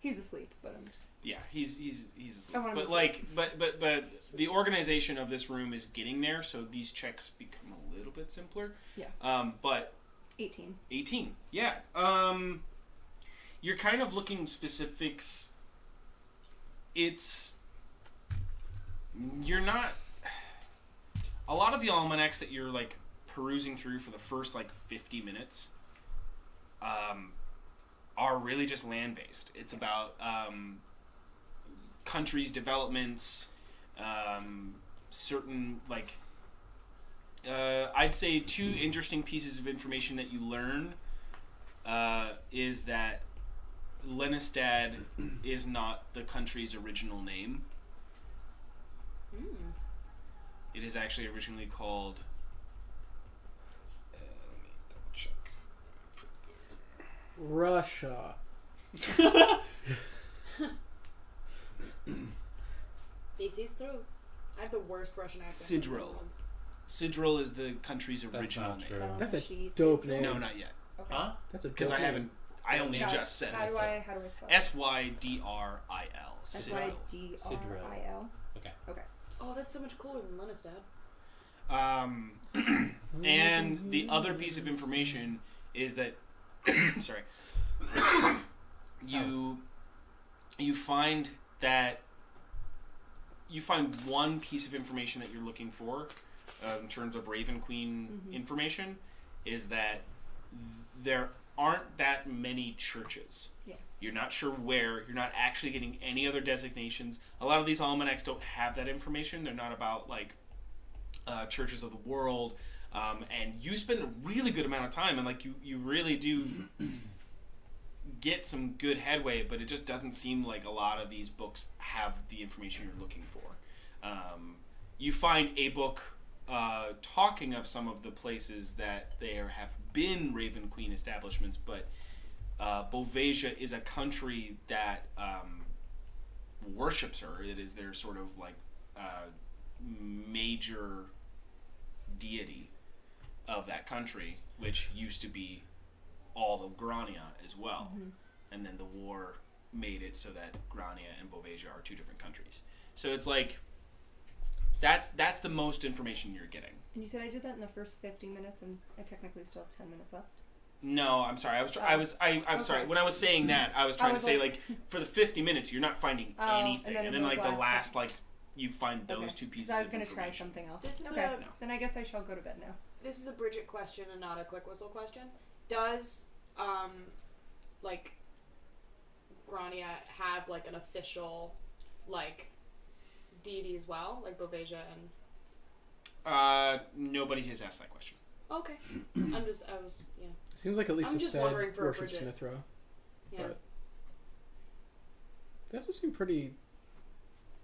Speaker 2: He's asleep, but I'm just.
Speaker 5: Yeah, he's he's he's
Speaker 2: I
Speaker 5: asleep.
Speaker 2: want him
Speaker 5: But
Speaker 2: to
Speaker 5: like, but but but the organization of this room is getting there, so these checks become a little bit simpler.
Speaker 2: Yeah.
Speaker 5: Um, but
Speaker 2: 18.
Speaker 5: 18 yeah um you're kind of looking specifics it's you're not a lot of the almanacs that you're like perusing through for the first like 50 minutes um are really just land based it's about um countries' developments, um, certain like uh, I'd say two interesting pieces of information that you learn uh, is that Lenistad is not the country's original name.
Speaker 2: Hmm.
Speaker 3: Mm.
Speaker 5: It is actually originally called. Uh, let me double check.
Speaker 4: Russia.
Speaker 3: This is true. I have the worst Russian accent. in the
Speaker 5: Sidril.
Speaker 3: world.
Speaker 5: Sidril is the country's original
Speaker 7: not
Speaker 5: name.
Speaker 7: true.
Speaker 4: That's a
Speaker 2: She's-
Speaker 4: dope name.
Speaker 5: No, not yet.
Speaker 2: Okay.
Speaker 7: Huh?
Speaker 4: That's a dope
Speaker 5: Because I
Speaker 4: name.
Speaker 5: haven't. I only
Speaker 2: Got it.
Speaker 5: just said
Speaker 2: How do
Speaker 5: it.
Speaker 2: I how do I spell it?
Speaker 5: S Y D R I L.
Speaker 2: S
Speaker 5: Sidril.
Speaker 2: Y D R I L.
Speaker 3: Oh, that's so much cooler than Lenistad.
Speaker 5: Um, and the other piece of information is that, sorry, you you find that you find one piece of information that you're looking for uh, in terms of Raven Queen information is that there aren't that many churches.
Speaker 2: Yeah.
Speaker 5: You're not sure where. You're not actually getting any other designations. A lot of these almanacs don't have that information. They're not about like uh, churches of the world, um, and you spend a really good amount of time, and like you, you really do get some good headway, but it just doesn't seem like a lot of these books have the information you're looking for. Um, you find a book uh, talking of some of the places that there have been Raven Queen establishments, but uh, Bovasia is a country that um, worships her. It is their sort of like uh, major deity of that country, which used to be all of Grania as well.
Speaker 2: Mm-hmm.
Speaker 5: And then the war made it so that Grania and Bovasia are two different countries. So it's like that's that's the most information you're getting.
Speaker 2: And you said I did that in the first 50 minutes, and I technically still have 10 minutes left.
Speaker 5: No, I'm sorry. I was tr- I was I I'm sorry. When I was saying that, I was trying
Speaker 2: was
Speaker 5: to say
Speaker 2: like-
Speaker 5: like for the 50 minutes you're not finding
Speaker 2: Oh, and
Speaker 5: anything. And
Speaker 2: then
Speaker 5: then,
Speaker 2: it goes
Speaker 5: like the
Speaker 2: last
Speaker 5: last like you find those
Speaker 2: Okay.
Speaker 5: two
Speaker 2: 'Cause
Speaker 5: pieces.
Speaker 2: I was
Speaker 5: of
Speaker 2: gonna try
Speaker 5: information.
Speaker 2: something else.
Speaker 3: This is
Speaker 2: okay.
Speaker 3: a-
Speaker 2: Then I guess I shall go to bed now.
Speaker 3: This is a Bridget question and not a click whistle question. Does um like Grania have like an official like deity as well, like Bovasia and
Speaker 5: Uh nobody has asked that question.
Speaker 3: Okay. I'm just I was yeah.
Speaker 4: Seems like at least
Speaker 3: I'm
Speaker 4: a
Speaker 3: just
Speaker 4: stat
Speaker 3: wondering for a
Speaker 4: worships
Speaker 3: Bridget.
Speaker 4: Mithra.
Speaker 3: Yeah.
Speaker 4: But they also seem pretty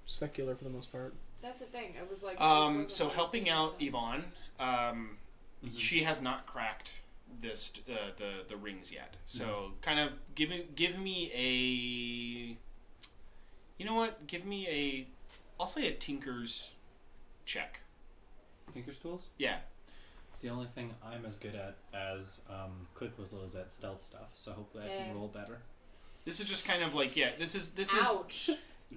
Speaker 4: secular for the most part.
Speaker 3: That's the thing. I was like
Speaker 5: Um,
Speaker 3: wasn't
Speaker 5: so
Speaker 3: really
Speaker 5: helping
Speaker 3: seeing
Speaker 5: out
Speaker 3: it.
Speaker 5: Yvonne, um, she has not cracked this uh, the the rings yet. So kind of give me give me a, you know what? Give me a, I'll say a tinker's check.
Speaker 7: Tinker's tools.
Speaker 5: Yeah.
Speaker 7: It's the only thing I'm as good at as um, Click Whistle is at stealth stuff. So hopefully I
Speaker 3: Yeah.
Speaker 7: can roll better.
Speaker 5: This is just kind of like yeah. This is this is
Speaker 3: Ouch.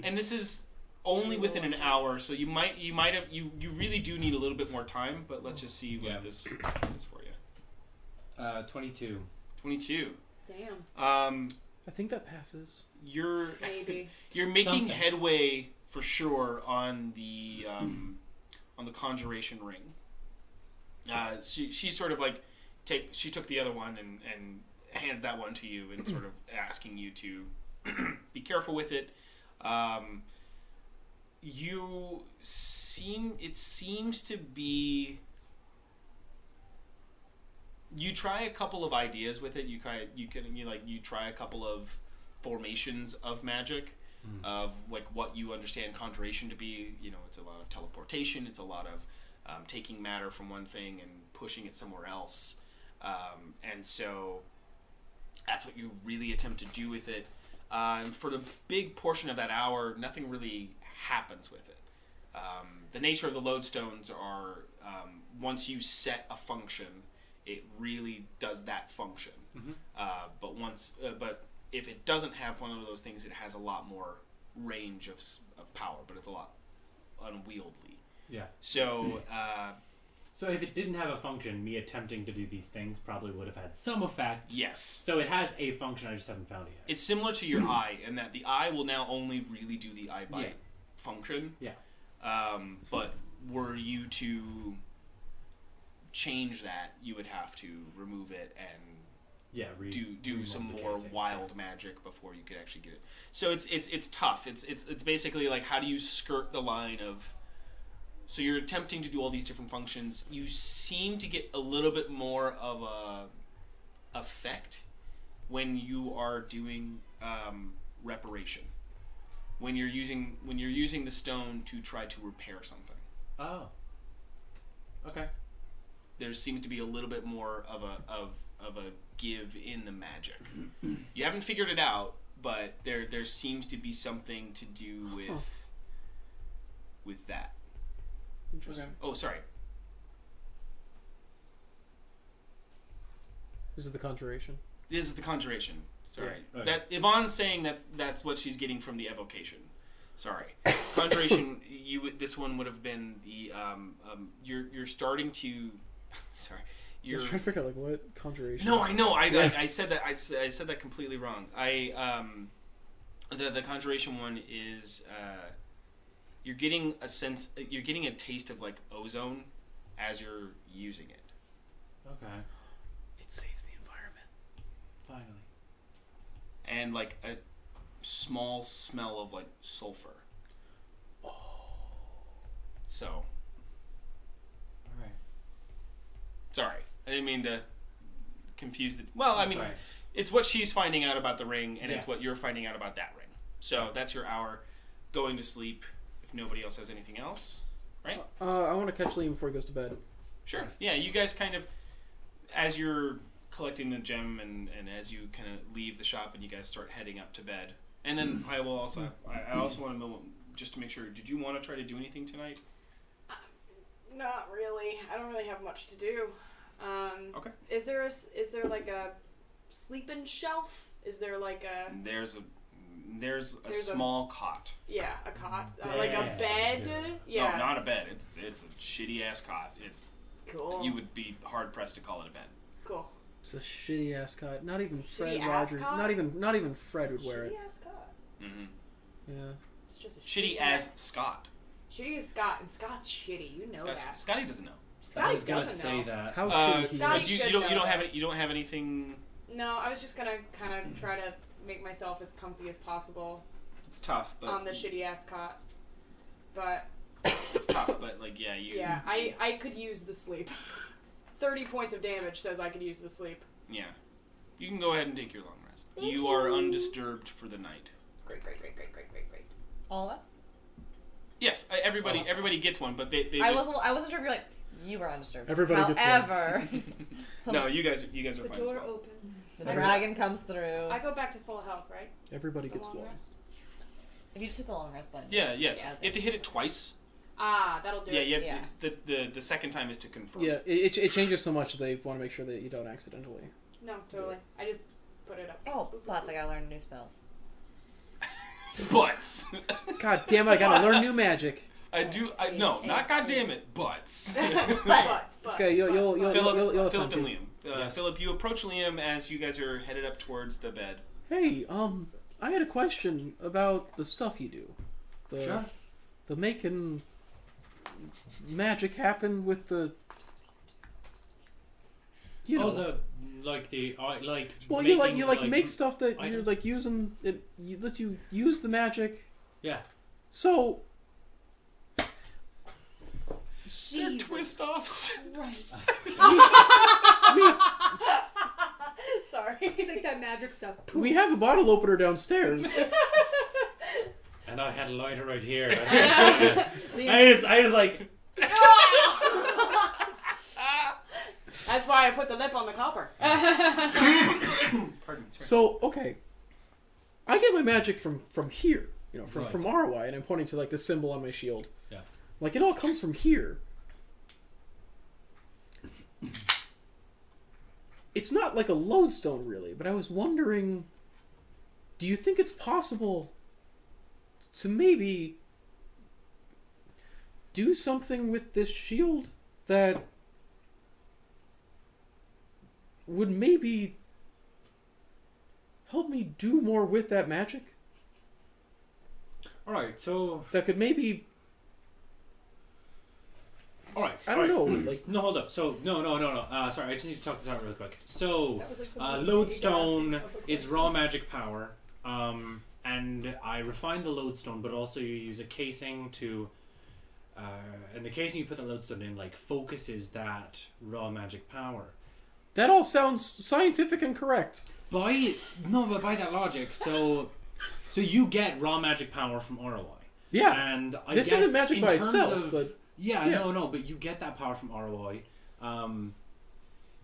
Speaker 5: and this is only within an hour. So you might you might have you you really do need a little bit more time. But let's just see what
Speaker 7: Yeah.
Speaker 5: this is for you.
Speaker 7: Uh, 22.
Speaker 5: Twenty two.
Speaker 3: Damn.
Speaker 5: Um,
Speaker 4: I think that passes.
Speaker 5: you're
Speaker 3: Maybe.
Speaker 5: You're making
Speaker 7: Something.
Speaker 5: headway for sure on the um, on the conjuration ring. Uh, she she sort of like take she took the other one and and hands that one to you and sort of asking you to be careful with it. Um, you seem it seems to be you try a couple of ideas with it. You kind you can you like you try a couple of formations of magic of like what you understand conjuration to be. You know, it's a lot of teleportation. It's a lot of um, taking matter from one thing and pushing it somewhere else. Um, and so that's what you really attempt to do with it. Um, for the big portion of that hour, nothing really happens with it. Um, the nature of the lodestones are um, once you set a function, it really does that function. Uh, but once, uh, but if it doesn't have one of those things, it has a lot more range of, s- of power, but it's a lot unwieldy.
Speaker 7: Yeah.
Speaker 5: So uh,
Speaker 7: So if it didn't have a function, me attempting to do these things probably would have had some effect.
Speaker 5: yes,
Speaker 7: So it has a function. I just haven't found it yet.
Speaker 5: it's similar to your eye in that the eye will now only really do the eye bite
Speaker 7: Yeah.
Speaker 5: function.
Speaker 7: Yeah.
Speaker 5: Um, but were you to change that, you would have to remove it and
Speaker 7: Yeah, re-
Speaker 5: do do
Speaker 7: reload
Speaker 5: some
Speaker 7: the
Speaker 5: more
Speaker 7: casing.
Speaker 5: wild magic before you could actually get it. So it's it's it's tough. It's it's it's basically like how do you skirt the line of so you're attempting to do all these different functions. You seem to get a little bit more of a effect when you are doing um, reparation. When you're using when you're using the stone to try to repair something.
Speaker 7: Oh. Okay.
Speaker 5: there seems to be a little bit more of a of of a give in the magic. you haven't figured it out, but there there seems to be something to do with
Speaker 4: Huh.
Speaker 5: with that.
Speaker 4: Interesting.
Speaker 5: Oh, sorry.
Speaker 4: This is the conjuration.
Speaker 5: This is the conjuration. Sorry.
Speaker 7: Yeah.
Speaker 5: That Yvonne's saying that's that's what she's getting from the evocation. Sorry. Conjuration you would this one would have been the um, um you're you're starting to sorry.
Speaker 4: You're
Speaker 5: You're
Speaker 4: trying to figure out like what conjuration.
Speaker 5: No, I know. I,
Speaker 4: Yeah.
Speaker 5: I, I said that. I, s- I said that completely wrong. I um, the the conjuration one is uh, you're getting a sense. You're getting a taste of like ozone as you're using it.
Speaker 7: Okay.
Speaker 5: It saves the environment.
Speaker 7: Finally.
Speaker 5: And like a small smell of like sulfur. Oh. So
Speaker 7: All right.
Speaker 5: sorry. I didn't mean to confuse the. Well, I mean,
Speaker 7: Sorry.
Speaker 5: it's what she's finding out about the ring and it's
Speaker 7: Yeah.
Speaker 5: what you're finding out about that ring so that's your hour going to sleep if nobody else has anything else
Speaker 4: Uh, I want to catch Liam before he goes to bed.
Speaker 5: sure yeah you guys kind of as you're collecting the gem and, and as you kind of leave the shop and you guys start heading up to bed and then i will also i, I also want to know just to make sure did you want to try to do anything tonight
Speaker 3: Not really. I don't really have much to do. Um,
Speaker 5: Okay.
Speaker 3: Is there a s is there like a sleeping shelf? Is there like
Speaker 5: Mm.
Speaker 3: a
Speaker 5: there's a there's a
Speaker 3: Uh. There's a-
Speaker 5: small cot
Speaker 3: yeah a cot uh, like a
Speaker 7: Bed.
Speaker 3: bed?
Speaker 5: no
Speaker 3: Yeah.
Speaker 5: not a bed it's it's a shitty ass cot it's
Speaker 3: cool.
Speaker 5: you would be hard pressed to call it a bed
Speaker 3: cool.
Speaker 4: It's a shitty ass cot. Not even Fred
Speaker 3: Shitty ass
Speaker 4: Rogers.
Speaker 3: cot?
Speaker 4: Not even not even Fred would wear
Speaker 3: Shitty
Speaker 4: it.
Speaker 3: ass cot.
Speaker 5: mm-hmm.
Speaker 4: Yeah.
Speaker 3: It's just a
Speaker 5: shitty ass Scott.
Speaker 3: Shitty is Scott, and Scott's shitty. You know
Speaker 5: Scott's-
Speaker 3: that.
Speaker 5: Scotty doesn't know.
Speaker 3: Scotty
Speaker 7: I was gonna
Speaker 3: doesn't
Speaker 7: say
Speaker 3: know.
Speaker 7: that.
Speaker 4: How
Speaker 7: Oh,
Speaker 5: Uh,
Speaker 4: shitty Oh, he
Speaker 3: Scotty
Speaker 5: But
Speaker 4: is.
Speaker 5: you,
Speaker 3: should
Speaker 5: you don't. You
Speaker 3: know
Speaker 5: don't have
Speaker 3: that.
Speaker 5: any. You don't have anything.
Speaker 3: No, I was just gonna kind of try to make myself as comfy as possible
Speaker 5: It's tough, but
Speaker 3: on the shitty ass cot. But
Speaker 5: it's tough, but like yeah, you.
Speaker 3: yeah, I I could use the sleep. Thirty points of damage says I could use the sleep.
Speaker 5: yeah. You can go ahead and take your long rest.
Speaker 3: Thank
Speaker 5: you are
Speaker 3: you.
Speaker 5: undisturbed for the night.
Speaker 3: Great, great, great, great, great, great, great.
Speaker 6: All of us.
Speaker 5: Yes, I- everybody.
Speaker 4: Uh-huh.
Speaker 6: Well-
Speaker 5: everybody gets one, but they. they
Speaker 6: I
Speaker 5: just,
Speaker 6: wasn't. I wasn't sure if you're like you were undisturbed.
Speaker 4: Everybody gets one.
Speaker 6: However,
Speaker 5: no, you guys. You guys are
Speaker 2: The
Speaker 5: fine. as
Speaker 2: door
Speaker 5: well.
Speaker 2: opens.
Speaker 6: the dragon comes through.
Speaker 3: I go back to full health, right?
Speaker 4: Everybody
Speaker 3: The
Speaker 4: gets
Speaker 3: long
Speaker 4: one.
Speaker 3: rest?
Speaker 6: if you just hit the long rest button.
Speaker 5: Yeah, yeah.
Speaker 6: Yeah,
Speaker 5: you have to hit it twice.
Speaker 3: Ah, that'll do
Speaker 5: Yeah,
Speaker 3: it.
Speaker 5: yeah.
Speaker 6: Yeah.
Speaker 5: The, the the second time is to confirm.
Speaker 4: Yeah, it, it, it changes so much they want to make sure that you don't accidentally.
Speaker 3: No, totally. I just put it up.
Speaker 6: Oh, plots! I gotta learn new spells.
Speaker 5: But
Speaker 4: God damn it! I gotta learn new magic.
Speaker 5: I do. I no, not. God damn it. But
Speaker 3: Butts, butts,
Speaker 4: Okay, you'll you'll
Speaker 3: butts,
Speaker 4: you'll,
Speaker 3: butts.
Speaker 4: you'll, you'll, you'll have time
Speaker 5: Philip and
Speaker 4: to.
Speaker 5: Liam. Uh,
Speaker 7: Yes.
Speaker 5: Philip, you approach Liam as you guys are headed up towards the bed.
Speaker 4: Hey, um, I had a question about the stuff you do. The,
Speaker 7: Sure.
Speaker 4: The making magic happen with the. You know.
Speaker 7: Oh, the like the I like.
Speaker 4: well,
Speaker 7: making,
Speaker 4: you like you like, make stuff that you're
Speaker 7: items.
Speaker 4: like using it you, lets you use the magic.
Speaker 7: Yeah.
Speaker 4: So
Speaker 5: They're twist offs.
Speaker 2: Sorry. He's like that magic stuff.
Speaker 4: we have a bottle opener downstairs.
Speaker 7: And I had a lighter right here. I was I was like
Speaker 3: That's why I put the lip on the copper.
Speaker 5: Pardon me. Sorry.
Speaker 4: so okay, I get my magic from from here, you know, from
Speaker 7: Right.
Speaker 4: from RY, and I'm pointing to like the symbol on my shield.
Speaker 7: Yeah.
Speaker 4: Like it all comes from here. It's not like a lodestone really, but I was wondering do you think it's possible to maybe do something with this shield that would maybe help me do more with that magic?
Speaker 7: All right, so
Speaker 4: that could maybe
Speaker 7: All right.
Speaker 4: I don't know. Like,
Speaker 7: No, hold up. So, no, no, no, no. Uh, sorry, I just need to talk this out really quick. So,
Speaker 2: That was, like, the
Speaker 7: uh,
Speaker 2: most
Speaker 7: lodestone
Speaker 2: basic of a
Speaker 7: is
Speaker 2: question.
Speaker 7: raw magic power, um, and I refine the lodestone, but also you use a casing to, uh, and the casing you put the lodestone in like focuses that raw magic power.
Speaker 4: that all sounds scientific and correct.
Speaker 7: By no, but by that logic, so so you get raw magic power from Oraloi.
Speaker 4: Yeah.
Speaker 7: And I
Speaker 4: This
Speaker 7: guess
Speaker 4: isn't magic
Speaker 7: in
Speaker 4: by
Speaker 7: terms
Speaker 4: itself,
Speaker 7: of,
Speaker 4: but-
Speaker 7: yeah,
Speaker 4: yeah.
Speaker 7: no, no, but you get that power from Araloi. Um,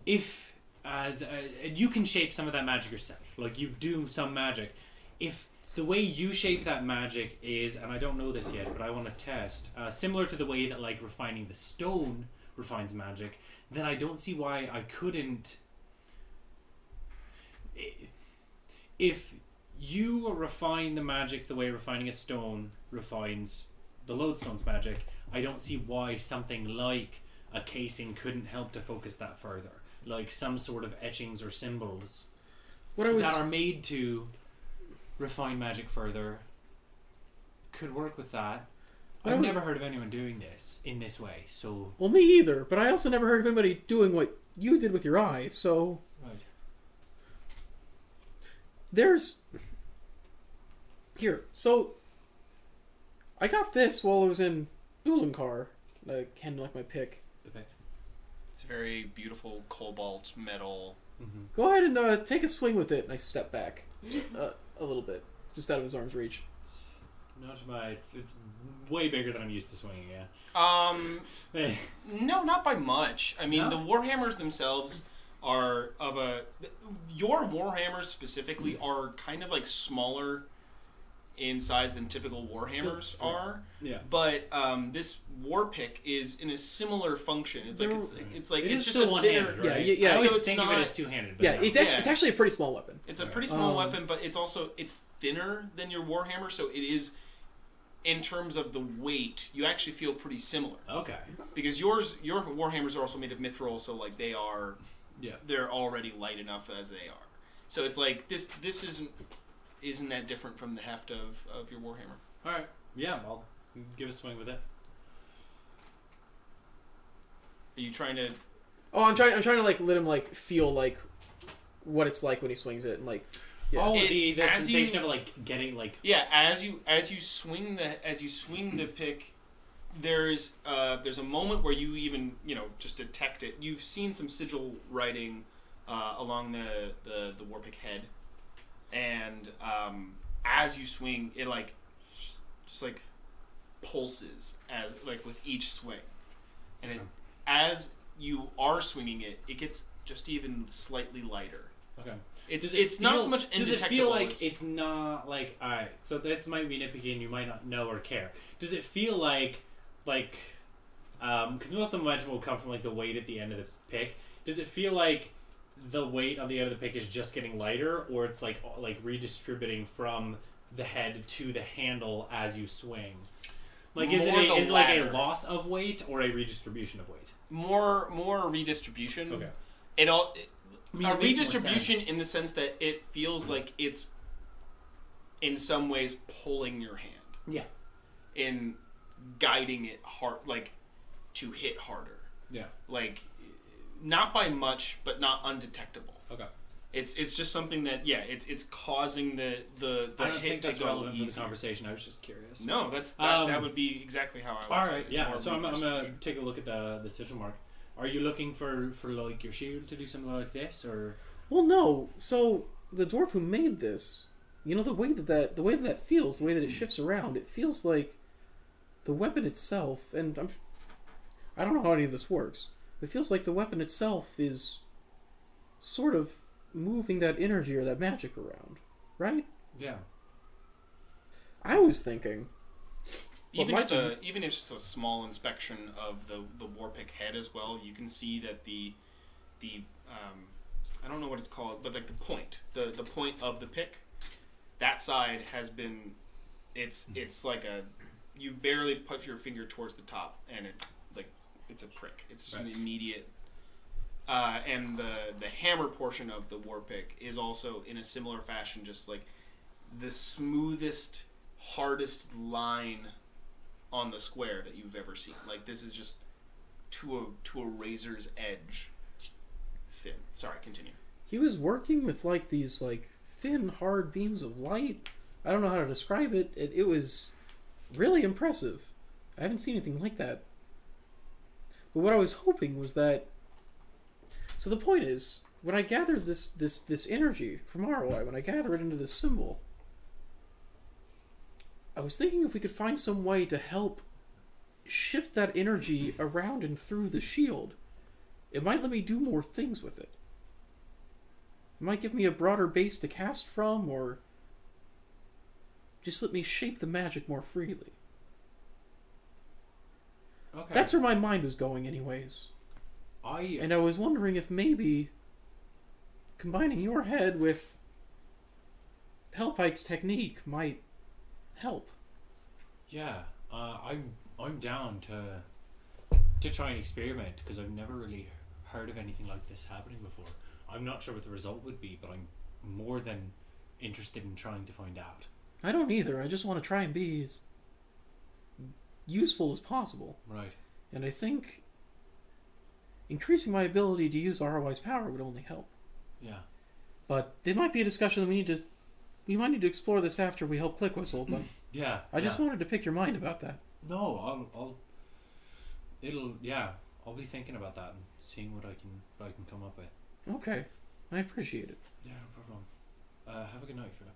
Speaker 7: if uh, th- uh, and you can shape some of that magic yourself, like you do some magic. If the way you shape that magic is, and I don't know this yet, but I want to test, uh, similar to the way that like refining the stone refines magic, then I don't see why I couldn't. I- If you refine the magic the way refining a stone refines the lodestone's magic, I don't see why something like a casing couldn't help to focus that further. Like some sort of etchings or symbols
Speaker 4: What I was
Speaker 7: that are made to refine magic further could work with that.
Speaker 4: What I
Speaker 7: I've
Speaker 4: would-
Speaker 7: never heard of anyone doing this in this way, so
Speaker 4: well, me either. But I also never heard of anybody doing what you did with your eye. So
Speaker 7: right.
Speaker 4: there's here. So I got this while I was in Ulinkar. I kind of like my pick.
Speaker 7: The pick.
Speaker 5: It's very beautiful cobalt metal.
Speaker 4: Go ahead and uh, take a swing with it. And I step back uh, a little bit, just out of his arm's reach.
Speaker 7: Not my. It's it's way bigger than I'm used to swinging.
Speaker 5: Um,
Speaker 7: Yeah.
Speaker 5: no, not by much. I mean,
Speaker 7: No?
Speaker 5: the warhammers themselves are of a. Your warhammers specifically are kind of like smaller in size than typical warhammers
Speaker 7: Built for-
Speaker 5: are.
Speaker 7: yeah.
Speaker 5: But um, this war pick is in a similar function. It's like
Speaker 4: They're-
Speaker 5: it's, it's like
Speaker 7: It
Speaker 5: it's
Speaker 7: is
Speaker 5: just
Speaker 7: still
Speaker 5: a
Speaker 7: one
Speaker 5: thinner-
Speaker 7: handed,
Speaker 4: Yeah,
Speaker 7: right?
Speaker 4: yeah, yeah.
Speaker 7: I always
Speaker 5: So it's
Speaker 7: think of
Speaker 5: not-
Speaker 7: it as two handed, but
Speaker 4: Yeah,
Speaker 7: no.
Speaker 4: it's actually
Speaker 5: Yeah.
Speaker 4: it's actually a pretty small weapon.
Speaker 5: It's a
Speaker 7: Right.
Speaker 5: pretty small
Speaker 4: Um,
Speaker 5: weapon, but it's also it's thinner than your warhammer, so it is in terms of the weight, you actually feel pretty similar
Speaker 7: okay.
Speaker 5: because yours your warhammers are also made of mithril, so like they are
Speaker 7: Yeah.
Speaker 5: they're already light enough as they are. So it's like this this isn't isn't that different from the heft of of your warhammer.
Speaker 7: All right. Yeah, I'll give a swing with it.
Speaker 5: Are you trying to?
Speaker 4: Oh, I'm trying. I'm trying to like let him like feel like what it's like when he swings it, and like Yeah.
Speaker 7: Oh,
Speaker 5: It-
Speaker 7: the, the
Speaker 5: as you-
Speaker 7: sensation of like getting like
Speaker 5: Yeah, as you as you swing the as you swing the pick, there's uh, there's a moment where you even you know just detect it. You've seen some sigil writing uh, along the the the war pick head, and um, as you swing, it like just like pulses as like with each swing, and it, as you are swinging it, it gets just even slightly lighter.
Speaker 7: okay.
Speaker 5: It's
Speaker 7: Does it
Speaker 5: it's not
Speaker 7: feel-
Speaker 5: so much
Speaker 7: Does it
Speaker 5: indetectable.
Speaker 7: feel like
Speaker 5: as-
Speaker 7: it's not like all right? So that's might be nitpicky, and you might not know or care. Does it feel like like um? Because most of the momentum will come from like the weight at the end of the pick. Does it feel like the weight on the end of the pick is just getting lighter, or it's like like redistributing from the head to the handle as you swing? Like is it
Speaker 5: More
Speaker 7: a,
Speaker 5: the
Speaker 7: is it like a
Speaker 5: latter.
Speaker 7: loss of weight or a redistribution of weight?
Speaker 5: more more redistribution. It all
Speaker 7: I mean,
Speaker 5: Mm. a
Speaker 7: it makes more
Speaker 5: redistribution
Speaker 7: sense.
Speaker 5: in the sense that it feels like it's in some ways pulling your hand
Speaker 7: Yeah.
Speaker 5: and guiding it hard like to hit harder
Speaker 7: Yeah.
Speaker 5: like not by much but not undetectable
Speaker 7: Okay.
Speaker 5: it's it's just something that yeah it's it's causing the the, the
Speaker 7: I don't
Speaker 5: hit
Speaker 7: think
Speaker 5: to
Speaker 7: that's
Speaker 5: go
Speaker 7: relevant for the
Speaker 5: easier.
Speaker 7: conversation. I was just curious.
Speaker 5: no that's that, that
Speaker 7: Um,
Speaker 5: would be exactly how i would
Speaker 7: All
Speaker 5: say it.
Speaker 7: right,
Speaker 5: It's
Speaker 7: yeah.
Speaker 5: more
Speaker 7: So I'm, I'm gonna
Speaker 5: redistribution.
Speaker 7: take a look at the the sigil mark. Are you looking for for like your shield to do something like this, or
Speaker 4: Well, no. So the dwarf who made this, you know, the way that, that the way that that feels, the way that it shifts around, it feels like the weapon itself. And I'm, I don't know how any of this works. It feels like the weapon itself is sort of moving that energy or that magic around, right?
Speaker 7: yeah?
Speaker 4: I was thinking. Well,
Speaker 5: even
Speaker 4: my
Speaker 5: just a, even if it's just a small inspection of the the warpick head as well, you can see that the the um, I don't know what it's called, but like the point, the the point of the pick, that side has been, it's
Speaker 4: Hmm.
Speaker 5: it's like a you barely put your finger towards the top, and it like it's a prick. It's just
Speaker 7: Right.
Speaker 5: an immediate. Uh, and the the hammer portion of the war pick is also in a similar fashion, just like the smoothest, hardest line on the square that you've ever seen. Like this is just to a to a razor's edge thin. Sorry, continue.
Speaker 4: He was working with like these like thin, hard beams of light. I don't know how to describe it. It, it was really impressive. I haven't seen anything like that. But what I was hoping was that. So the point is, when I gathered this this this energy from ROI, when I gather it into this symbol, I was thinking if we could find some way to help shift that energy around and through the shield, it might let me do more things with it. It might give me a broader base to cast from, or just let me shape the magic more freely.
Speaker 7: Okay.
Speaker 4: That's where my mind was going, anyways.
Speaker 7: I
Speaker 4: And I was wondering if maybe combining your head with Hellpike's technique might help.
Speaker 7: yeah. Uh, I'm I'm down to to try and experiment because I've never really heard of anything like this happening before. I'm not sure what the result would be, but I'm more than interested in trying to find out.
Speaker 4: I don't either. I just want to try and be as useful as possible.
Speaker 7: Right.
Speaker 4: And I think increasing my ability to use ROI's power would only help.
Speaker 7: Yeah.
Speaker 4: But it might be a discussion that we need to we might need to explore this after we help Click Whistle, but
Speaker 7: Yeah.
Speaker 4: I just
Speaker 7: yeah.
Speaker 4: wanted to pick your mind about that.
Speaker 7: no. I'll I'll it'll yeah. I'll be thinking about that and seeing what I can what I can come up with.
Speaker 4: Okay. I appreciate it.
Speaker 7: Yeah, no problem. Uh, have a good night, Philip.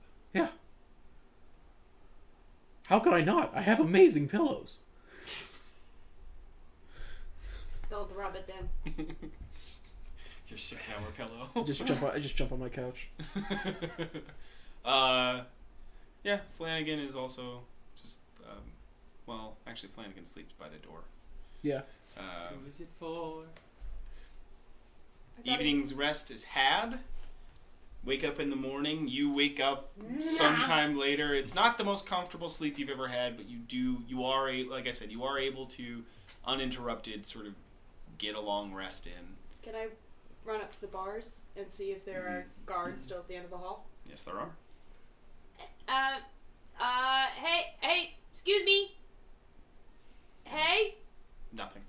Speaker 4: How could I not? I have amazing pillows.
Speaker 3: Don't rub it then.
Speaker 5: Your six hour pillow.
Speaker 4: Just jump on, I just jump on my couch.
Speaker 5: uh, yeah, Flanagan is also just um, well, actually Flanagan sleeps by the door.
Speaker 4: Yeah.
Speaker 5: Uh,
Speaker 7: Who is it for?
Speaker 2: I thought it-
Speaker 5: evening's rest is had. Wake up in the morning. You wake up sometime later. It's not the most comfortable sleep you've ever had, but you do. You are a, like I said. You are able to uninterrupted sort of get a long rest in.
Speaker 3: Can I run up to the bars and see if there are guards still at the end of the hall?
Speaker 5: Yes, there are.
Speaker 3: Uh, uh, hey, hey, excuse me. Hey,
Speaker 5: Nothing.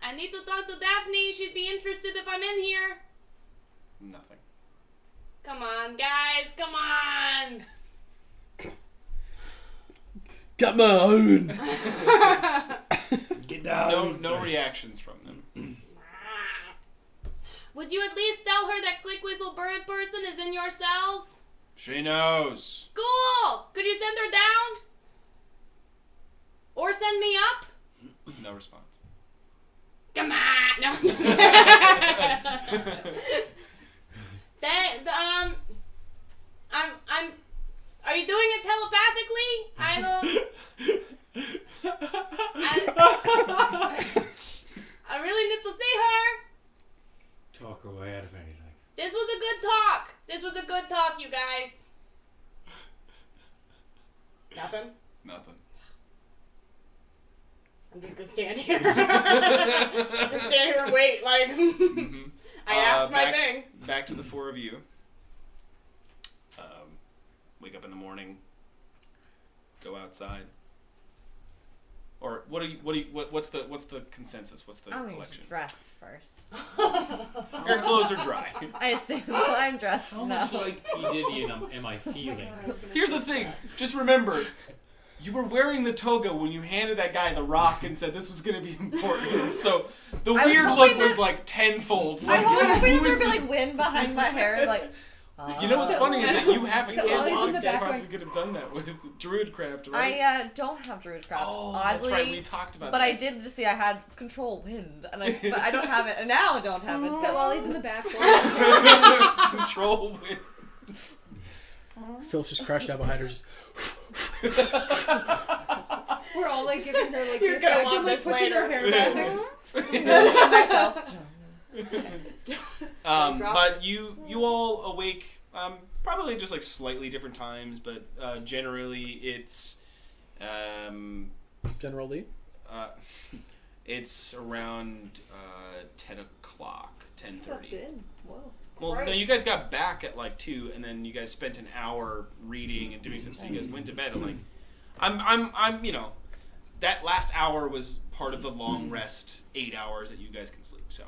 Speaker 3: I need to talk to Daphne. She'd be interested if I'm in here.
Speaker 5: Nothing.
Speaker 3: Come on, guys, come on.
Speaker 4: Got my own
Speaker 7: Get down.
Speaker 5: No, no reactions from them.
Speaker 3: Would you at least tell her that Click Whistle Bird Person is in your cells?
Speaker 5: She knows.
Speaker 3: Cool! Could you send her down? Or send me up?
Speaker 5: No response.
Speaker 3: Come on! No. that, um, I'm, I'm, are you doing it telepathically? I don't, I, I really need to see her.
Speaker 7: Talk her way out of anything.
Speaker 3: This was a good talk. This was a good talk, you guys. Nothing.
Speaker 5: Nothing.
Speaker 3: I'm just gonna stand here. Just stand here and wait. Like
Speaker 5: Mhm.
Speaker 3: Mm-hmm. I
Speaker 5: Uh,
Speaker 3: asked my
Speaker 5: back,
Speaker 3: thing.
Speaker 5: Back to the four of you. Um, wake up in the morning. Go outside. Or what are you? What are you? What, what's the? What's the consensus? What's the
Speaker 6: I'm going
Speaker 5: collection?
Speaker 6: to dress first.
Speaker 5: Your clothes are dry.
Speaker 6: I assume so. I'm dressed
Speaker 7: How
Speaker 6: now.
Speaker 7: much like P Diddy and am, am I feeling?
Speaker 5: Oh Here's the thing. Just remember, you were wearing the toga when you handed that guy the rock and said this was going to be important. So the
Speaker 6: I was
Speaker 5: weird
Speaker 6: hoping
Speaker 5: look
Speaker 6: that-
Speaker 5: was like tenfold.
Speaker 6: I
Speaker 5: Like,
Speaker 6: was hoping that
Speaker 5: who
Speaker 6: there'd
Speaker 5: is
Speaker 6: be
Speaker 5: this?
Speaker 6: like wind behind my hair, and, like.
Speaker 5: You know what's
Speaker 6: uh,
Speaker 5: funny is that you have a
Speaker 2: So
Speaker 5: kid
Speaker 2: Ollie's in the
Speaker 5: that you
Speaker 2: back
Speaker 5: probably
Speaker 2: like-
Speaker 5: could have done that with druidcraft, right?
Speaker 6: I uh, don't have druidcraft,
Speaker 5: Oh,
Speaker 6: oddly.
Speaker 5: that's right. We talked about
Speaker 6: But
Speaker 5: that.
Speaker 6: I did just see I had control wind, and I but I don't have it, and now I don't have it.
Speaker 2: So
Speaker 6: So
Speaker 2: while he's in the back, what-
Speaker 5: Control wind.
Speaker 4: Phil's just crashed out behind her just
Speaker 2: we're all like giving her like
Speaker 3: You're
Speaker 2: gift
Speaker 3: gonna
Speaker 2: cards
Speaker 3: want
Speaker 2: and, like,
Speaker 3: this
Speaker 2: pushing her
Speaker 3: later.
Speaker 2: hair back.
Speaker 6: I'll myself.
Speaker 5: Um,
Speaker 3: Drop
Speaker 5: but you you all awake um, probably just like slightly different times, but uh, generally it's um,
Speaker 4: General Lee.
Speaker 5: uh, it's around uh, ten o'clock, ten
Speaker 2: He slept
Speaker 5: thirty.
Speaker 2: in. Whoa.
Speaker 5: Well, no,
Speaker 3: Right.
Speaker 5: you guys got back at like two, and then you guys spent an hour reading and doing something. So you guys went to bed. and like, I'm I'm I'm you know, that last hour was part of the
Speaker 6: Mm-hmm.
Speaker 5: long rest eight hours that you guys can sleep. So,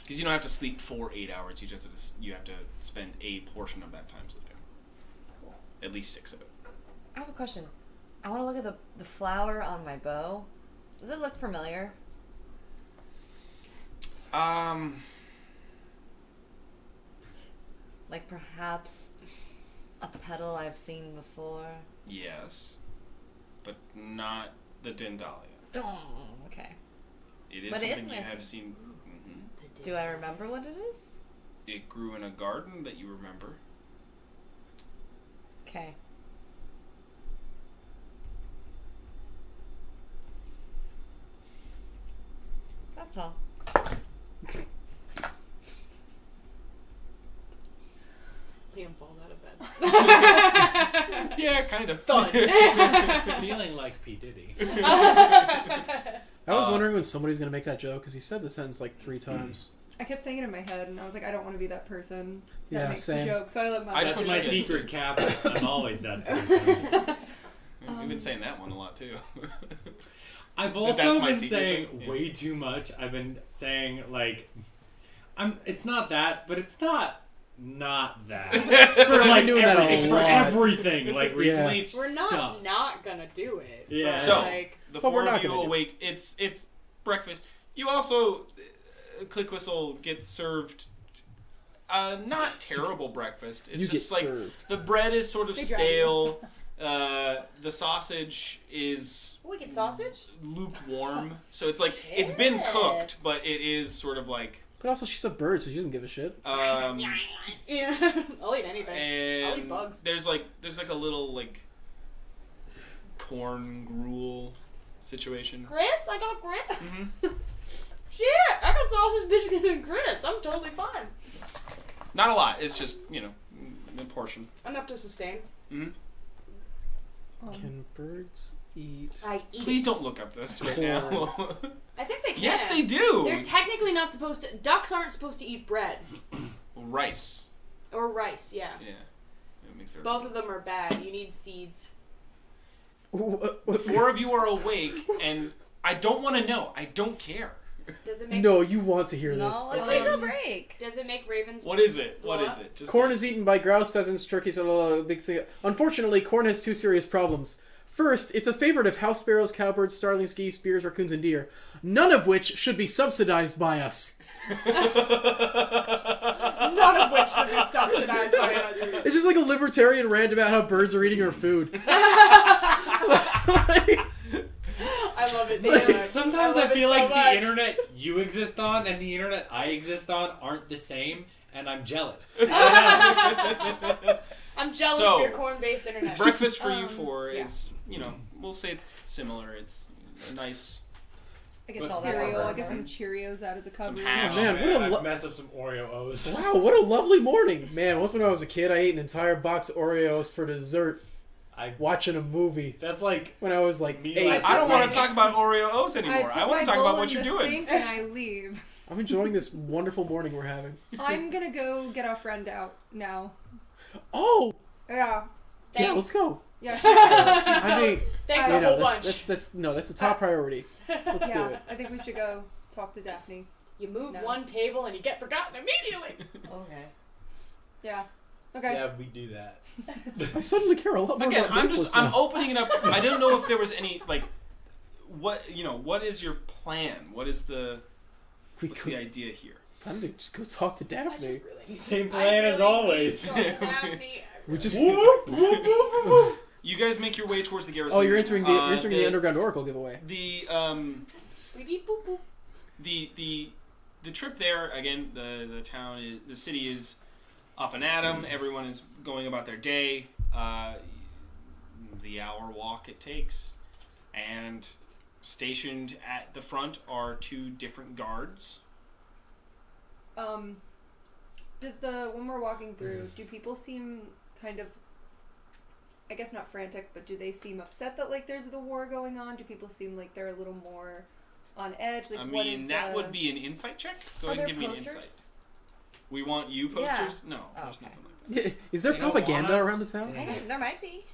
Speaker 5: because you don't have to sleep for eight hours, you just have to you have to spend a portion of that time sleeping.
Speaker 2: Cool.
Speaker 5: At least six of it.
Speaker 6: I have a question. I want to look at the the flower on my bow. Does it look familiar?
Speaker 5: Um,
Speaker 6: Like perhaps a petal I've seen before.
Speaker 5: yes, but not the Dendalia.
Speaker 6: Oh, okay.
Speaker 5: It is
Speaker 6: But it is
Speaker 5: something you
Speaker 6: messy.
Speaker 5: have seen. hmm
Speaker 6: Do I remember what it is?
Speaker 5: It grew in a garden that you remember.
Speaker 6: Okay. That's all.
Speaker 3: Liam falls out of bed.
Speaker 5: Yeah, kind of.
Speaker 7: Feeling like P Diddy.
Speaker 4: I was
Speaker 5: Uh, mm,
Speaker 4: wondering when somebody's gonna make that joke because he said the sentence like three times.
Speaker 2: I kept saying it in my head, and I was like, I don't want to be that person that
Speaker 4: Yeah,
Speaker 2: makes
Speaker 4: same.
Speaker 2: the joke, so I let my.
Speaker 5: I just want
Speaker 7: That's my
Speaker 5: you guys to-
Speaker 7: secret cap. I'm always that person.
Speaker 5: We've been saying that one a lot too.
Speaker 7: I've
Speaker 5: That's
Speaker 7: also
Speaker 5: my
Speaker 7: been
Speaker 5: secret
Speaker 7: saying
Speaker 5: thing, yeah.
Speaker 7: way too much. I've been saying like, I'm. It's not that, but it's not not that for
Speaker 4: I've been
Speaker 7: like
Speaker 4: doing that a
Speaker 7: everything, for
Speaker 4: lot.
Speaker 7: everything. Like recently, it's
Speaker 3: We're not
Speaker 7: stuff.
Speaker 3: not gonna do it.
Speaker 7: Yeah.
Speaker 3: but,
Speaker 5: So-
Speaker 3: like,
Speaker 5: the
Speaker 4: But we're
Speaker 5: four
Speaker 4: not
Speaker 5: of you
Speaker 4: gonna do-
Speaker 5: awake. It's it's breakfast. You also, uh, click whistle gets served. Uh, not terrible breakfast. It's
Speaker 4: you get
Speaker 5: just like
Speaker 4: served.
Speaker 5: the bread is sort of
Speaker 2: They drive you.
Speaker 5: stale. Uh, the sausage is
Speaker 3: wicked sausage.
Speaker 5: lukewarm, so it's like it's been cooked, but it is sort of like
Speaker 4: But also, she's a bird, so she doesn't give a shit.
Speaker 5: um,
Speaker 3: Yeah, I'll eat anything.
Speaker 5: and
Speaker 3: eat bugs.
Speaker 5: there's like there's like a little like corn gruel situation.
Speaker 3: Grits? I got grits.
Speaker 5: hmm
Speaker 3: Shit, I got sausage, biscuits, and grits. I'm totally fine.
Speaker 5: Not a lot. It's just you know Mm-hmm. a portion.
Speaker 3: Enough to sustain.
Speaker 2: um,
Speaker 4: Can birds eat?
Speaker 3: I eat.
Speaker 5: Please don't look up this right now.
Speaker 3: I think they can.
Speaker 5: yes, they do.
Speaker 3: They're technically not supposed to. Ducks aren't supposed to eat bread
Speaker 5: Rice.
Speaker 3: or rice. Yeah.
Speaker 5: Yeah. It makes their-
Speaker 3: Both of them are bad. You need seeds.
Speaker 4: What- what-
Speaker 5: Four of you are awake, and I don't want to know. I don't care.
Speaker 3: Does it make
Speaker 4: No, you want to hear
Speaker 6: No,
Speaker 4: this.
Speaker 6: let's wait till
Speaker 3: Um,
Speaker 6: break.
Speaker 3: Does it make ravens?
Speaker 5: What is it? What is it? Just
Speaker 4: Corn is eaten by grouse, pheasants, turkeys, and a big thing. Unfortunately, corn has two serious problems. First, it's a favorite of house sparrows, cowbirds, starlings, geese, bears, raccoons, and deer, none of which should be subsidized by us.
Speaker 3: None of which should be subsidized by us.
Speaker 4: It's just like a libertarian rant about how birds are eating our food. Like,
Speaker 3: I love it. So
Speaker 7: Like,
Speaker 3: much.
Speaker 7: Sometimes
Speaker 3: I,
Speaker 7: I,
Speaker 3: love it
Speaker 7: feel
Speaker 3: so
Speaker 7: like
Speaker 3: much.
Speaker 7: the internet you exist on and the internet I exist on aren't the same, and I'm jealous.
Speaker 3: I'm jealous
Speaker 5: So-
Speaker 3: of your corn-based internet.
Speaker 5: breakfast for you
Speaker 3: Um,
Speaker 5: four
Speaker 3: yeah.
Speaker 5: is you know we'll say it's similar. It's a nice.
Speaker 2: I get
Speaker 7: What's
Speaker 2: some
Speaker 7: that
Speaker 2: cereal. I
Speaker 6: word?
Speaker 2: get some Cheerios out of the
Speaker 5: Some
Speaker 2: cupboard.
Speaker 7: Oh,
Speaker 5: hash.
Speaker 4: man, what a
Speaker 7: I'd
Speaker 4: lo-
Speaker 7: mess up some Oreo O's.
Speaker 4: wow, what a lovely morning. Man, once when I was a kid, I ate an entire box of Oreos for dessert
Speaker 7: I,
Speaker 4: watching a movie
Speaker 7: that's like
Speaker 4: when I was like
Speaker 7: Me
Speaker 4: eight.
Speaker 7: like-
Speaker 5: I don't want
Speaker 7: Right.
Speaker 5: to talk about Oreo O's
Speaker 2: I
Speaker 5: anymore.
Speaker 2: put
Speaker 5: I, want
Speaker 2: my
Speaker 5: to talk
Speaker 2: bowl
Speaker 5: about what
Speaker 2: in
Speaker 5: you're
Speaker 2: the
Speaker 5: doing.
Speaker 2: Sink and I leave.
Speaker 4: I'm enjoying this wonderful morning we're having.
Speaker 2: I'm gonna go get our friend out now.
Speaker 4: Oh,
Speaker 2: Yeah,
Speaker 4: yeah, let's go.
Speaker 2: yeah. she's- she's
Speaker 4: I mean,
Speaker 3: Thanks
Speaker 4: you
Speaker 3: a
Speaker 4: know,
Speaker 3: whole
Speaker 4: that's,
Speaker 3: bunch.
Speaker 4: that's that's no, that's the top priority. Let's do
Speaker 2: yeah,
Speaker 4: it.
Speaker 2: I think we should go talk to Daphne.
Speaker 3: You move
Speaker 2: No.
Speaker 3: one table and you get forgotten immediately.
Speaker 6: Okay.
Speaker 2: Yeah. Okay.
Speaker 7: yeah, we do that.
Speaker 4: I suddenly care a lot more
Speaker 5: Again,
Speaker 4: about
Speaker 5: I'm
Speaker 4: Nicholas
Speaker 5: just I'm
Speaker 4: now.
Speaker 5: opening it up. I don't know if there was any like what you know what is your plan? What is the
Speaker 4: we
Speaker 5: what's the
Speaker 4: could,
Speaker 5: idea here?
Speaker 4: I'm gonna just go talk to
Speaker 3: I just
Speaker 4: Daphne.
Speaker 3: really
Speaker 7: It's the same
Speaker 3: I
Speaker 7: plan as
Speaker 3: really
Speaker 7: always.
Speaker 3: need some Daphne.
Speaker 4: We just
Speaker 7: Whoop, whoop, whoop, whoop, whoop.
Speaker 5: You guys make your way towards the garrison.
Speaker 4: oh, you're entering the
Speaker 5: Uh,
Speaker 4: you're entering the underground oracle giveaway.
Speaker 5: the um
Speaker 3: We beep boop boop.
Speaker 5: the the the trip there again the the town is the city is up and at 'em. everyone is going about their day uh, the hour walk it takes and stationed at the front are two different guards
Speaker 2: Um, does the when we're
Speaker 4: Mm-hmm.
Speaker 2: walking through, do people seem kind of, I guess not frantic, but do they seem upset that like there's the war going on? Do people seem like they're a little more on edge? Like,
Speaker 5: i
Speaker 2: what is
Speaker 5: mean that
Speaker 2: the-
Speaker 5: would be an insight check go
Speaker 6: Are
Speaker 5: ahead and
Speaker 6: there
Speaker 5: give me an insight
Speaker 6: posters?
Speaker 5: we want you
Speaker 6: Yeah.
Speaker 5: posters no
Speaker 6: Oh,
Speaker 5: there's
Speaker 6: okay.
Speaker 5: nothing like that
Speaker 4: Is there
Speaker 7: They don't want
Speaker 4: propaganda
Speaker 7: us.
Speaker 4: around the town?
Speaker 6: I don't, there might be.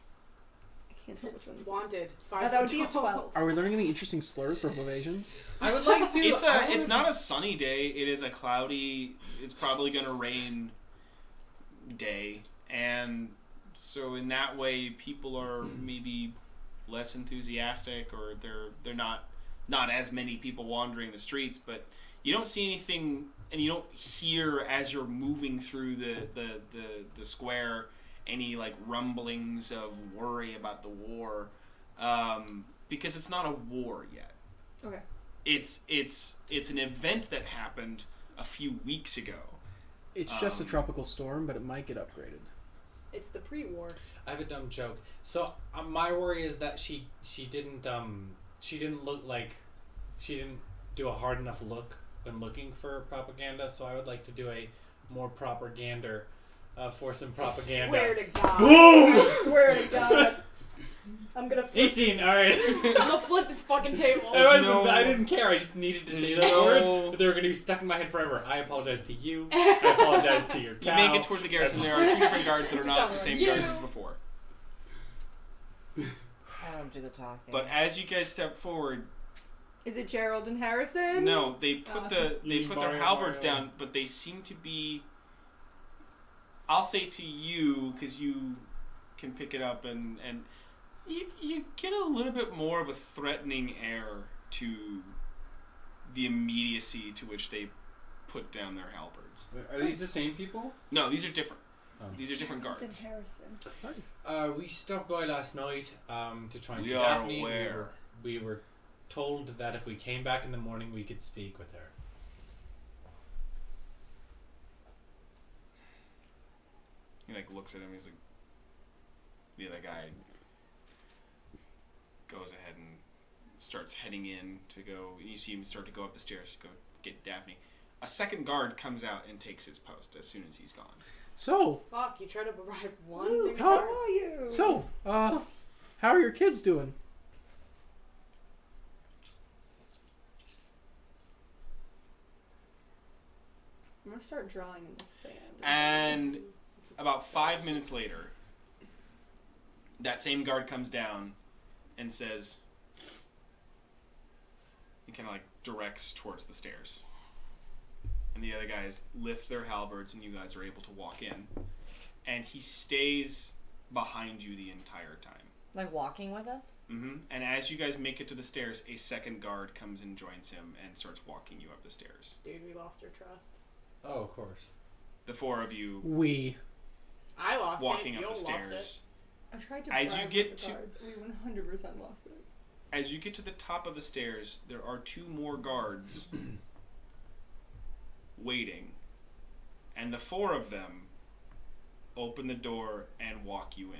Speaker 6: I
Speaker 2: can't tell which one this is.
Speaker 3: Wanted. Five
Speaker 2: No, that would
Speaker 3: for
Speaker 2: be a 12.
Speaker 4: Are we learning any interesting slurs from evasions?
Speaker 7: I would like to.
Speaker 5: It's
Speaker 7: I
Speaker 5: a.
Speaker 7: wanna-
Speaker 5: It's not a sunny day. It is a cloudy. It's probably gonna rain. Day and so in that way, people are maybe less enthusiastic, or they're they're not not as many people wandering the streets. But you don't see anything, and you don't hear as you're moving through the the the, the square any like rumblings of worry about the war, um, because it's not a war yet
Speaker 2: Okay.
Speaker 5: it's it's it's an event that happened a few weeks ago.
Speaker 4: It's just a
Speaker 5: Um,
Speaker 4: tropical storm, but it might get upgraded.
Speaker 3: It's the pre-war.
Speaker 7: I have a dumb joke. So uh, my worry is that she she didn't um she didn't look like she didn't do a hard enough look when looking for propaganda. So I would like to do a more propaganda uh, for some propaganda.
Speaker 3: Swear to God.
Speaker 7: Boom!
Speaker 3: I swear to God. I'm gonna flip.
Speaker 7: Eighteen. All right.
Speaker 3: I'm gonna flip this fucking table.
Speaker 7: I, wasn't,
Speaker 5: no-
Speaker 7: I didn't care. I just needed to say
Speaker 5: There's
Speaker 7: those
Speaker 5: no-
Speaker 7: words. But they were going to be stuck in my head forever. I apologize to you. I apologize to your
Speaker 5: You
Speaker 7: cow.
Speaker 5: make it towards the garrison. There are two different guards that are not the same
Speaker 3: You.
Speaker 5: guards as before.
Speaker 6: I don't do the talking.
Speaker 5: But as you guys step forward,
Speaker 2: Is it Gerald and Harrison?
Speaker 5: no, they put the they
Speaker 7: He's
Speaker 5: put their
Speaker 7: Mario
Speaker 5: halberds
Speaker 7: Mario.
Speaker 5: down, but they seem to be. I'll say to you because you can pick it up and and you, you get a little bit more of a threatening air to the immediacy to which they put down their halberds.
Speaker 7: Are these the same people?
Speaker 5: No, these are different.
Speaker 7: Oh.
Speaker 5: These are different
Speaker 2: Gerald and
Speaker 5: guards.
Speaker 2: Harrison.
Speaker 7: Uh, we stopped by last night um, to try and
Speaker 5: We
Speaker 7: see
Speaker 5: are
Speaker 7: Daphne.
Speaker 5: aware.
Speaker 7: We were, we were told that if we came back in the morning, we could speak with her.
Speaker 5: He like looks at him. He's like, the other guy goes ahead and starts heading in to go. And you see him start to go up the stairs to go get Daphne. A second guard comes out and takes his post as soon as he's gone.
Speaker 4: So,
Speaker 3: Fuck, you tried to bribe one
Speaker 2: Luke,
Speaker 3: big
Speaker 2: how
Speaker 3: bird.
Speaker 2: are you?
Speaker 4: so, uh, how are your kids doing?
Speaker 2: I'm gonna start drawing in the sand.
Speaker 5: And about five minutes later, that same guard comes down and says, he kind of like directs towards the stairs. And the other guys lift their halberds, and you guys are able to walk in. And he stays behind you the entire time.
Speaker 6: like walking with us?
Speaker 5: hmm And as you guys make it to the stairs, a second guard comes and joins him and starts walking you up the stairs.
Speaker 3: Dude, we lost your trust.
Speaker 7: Oh, of course.
Speaker 5: The four of you
Speaker 4: We.
Speaker 3: I lost
Speaker 5: walking
Speaker 3: it.
Speaker 5: up
Speaker 3: you
Speaker 5: the
Speaker 3: lost it.
Speaker 5: stairs.
Speaker 2: I tried to
Speaker 5: As
Speaker 2: bribe
Speaker 5: you get
Speaker 2: the
Speaker 5: to-
Speaker 2: guards. We 100 percent lost it.
Speaker 5: As you get to the top of the stairs, there are two more guards waiting, and the four of them open the door and walk you in.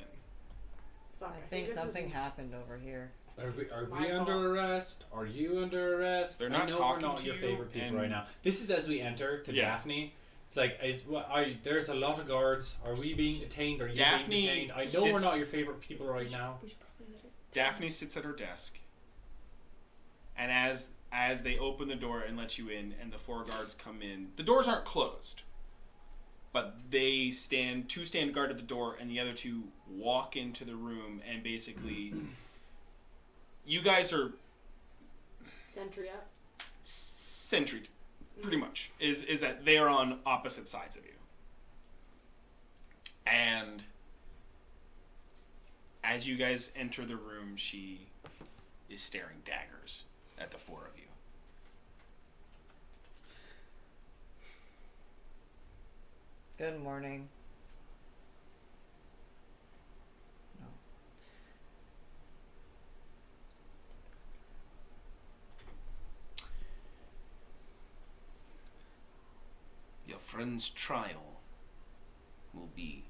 Speaker 3: Fuck,
Speaker 6: I think
Speaker 3: this is-
Speaker 6: something happened over here.
Speaker 7: Are we, are
Speaker 3: It's my
Speaker 7: we under arrest? Are you under arrest?
Speaker 5: They're
Speaker 7: I
Speaker 5: not
Speaker 7: know
Speaker 5: talking
Speaker 7: we're not
Speaker 5: to
Speaker 7: your
Speaker 5: you,
Speaker 7: favorite people
Speaker 5: and-
Speaker 7: right now. This is as we enter to
Speaker 5: Yeah.
Speaker 7: Daphne. It's like, is, what, are you, there's a lot of guards. Are we being detained? Are you
Speaker 5: Daphne
Speaker 7: being detained? I know we're
Speaker 5: sits-
Speaker 7: not your favorite people right now.
Speaker 2: We should probably let her.
Speaker 5: Daphne sits at her desk, and as as they open the door and let you in, and the four guards come in, the doors aren't closed, but they stand two stand guard at the door, and the other two walk into the room, and basically, you guys are
Speaker 3: Sentry up.
Speaker 5: sentry pretty much is is that they are on opposite sides of you and as you guys enter the room she is staring daggers at the four of you
Speaker 6: Good morning.
Speaker 5: your friend's trial will be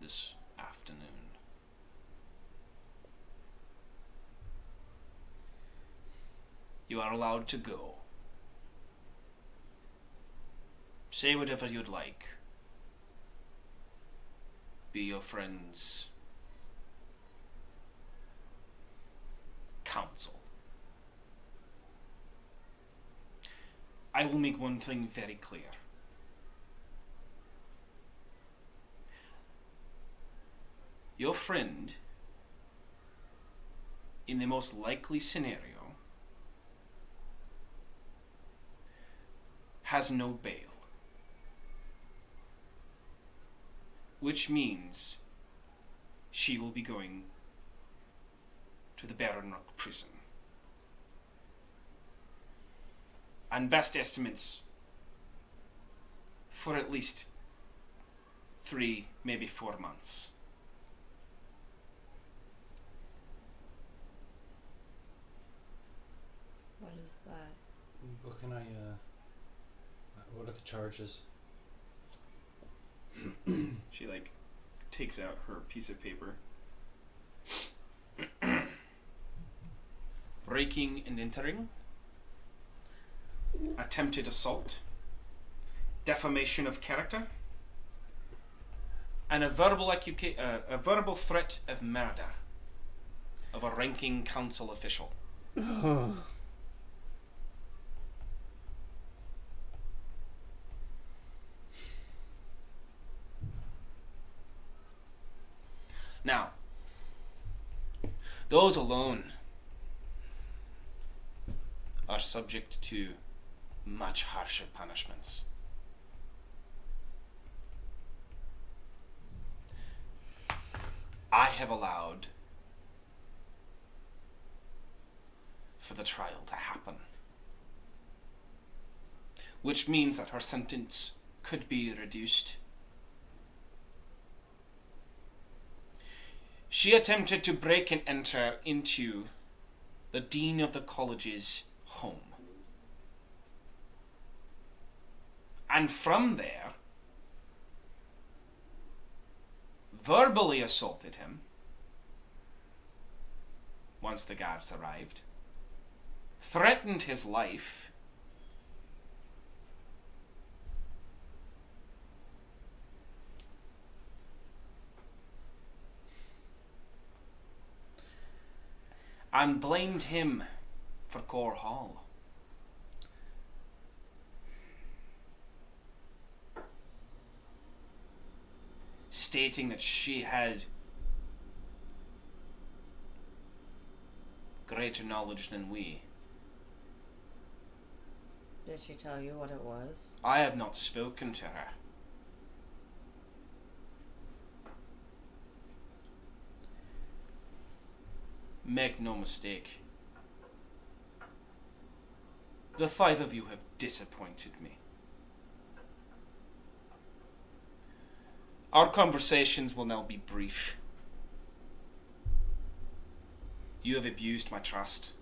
Speaker 5: this afternoon you are allowed to go say whatever you'd like be your friend's counsel I will make one thing very clear. Your friend in the most likely scenario, has no bail. Which means she will be going to the Baron Rock prison. And best estimates for at least three, maybe four months.
Speaker 6: What is that?
Speaker 7: What can I? Uh, what are the charges?
Speaker 5: She like takes out her piece of paper. Breaking and entering. Attempted assault. Defamation of character. And a verbal accuca- uh, a verbal threat of murder of a ranking council official. Now, those alone are subject to much harsher punishments. I have allowed for the trial to happen, which means that her sentence could be reduced. She attempted to break and enter into the dean of the college's home. And from there, verbally assaulted him once the guards arrived, threatened his life. and blamed him for Core Hall. Stating that she had greater knowledge than we.
Speaker 6: Did she tell you what it was?
Speaker 5: I have not spoken to her. Make no mistake. The five of you have disappointed me. Our conversations will now be brief. You have abused my trust.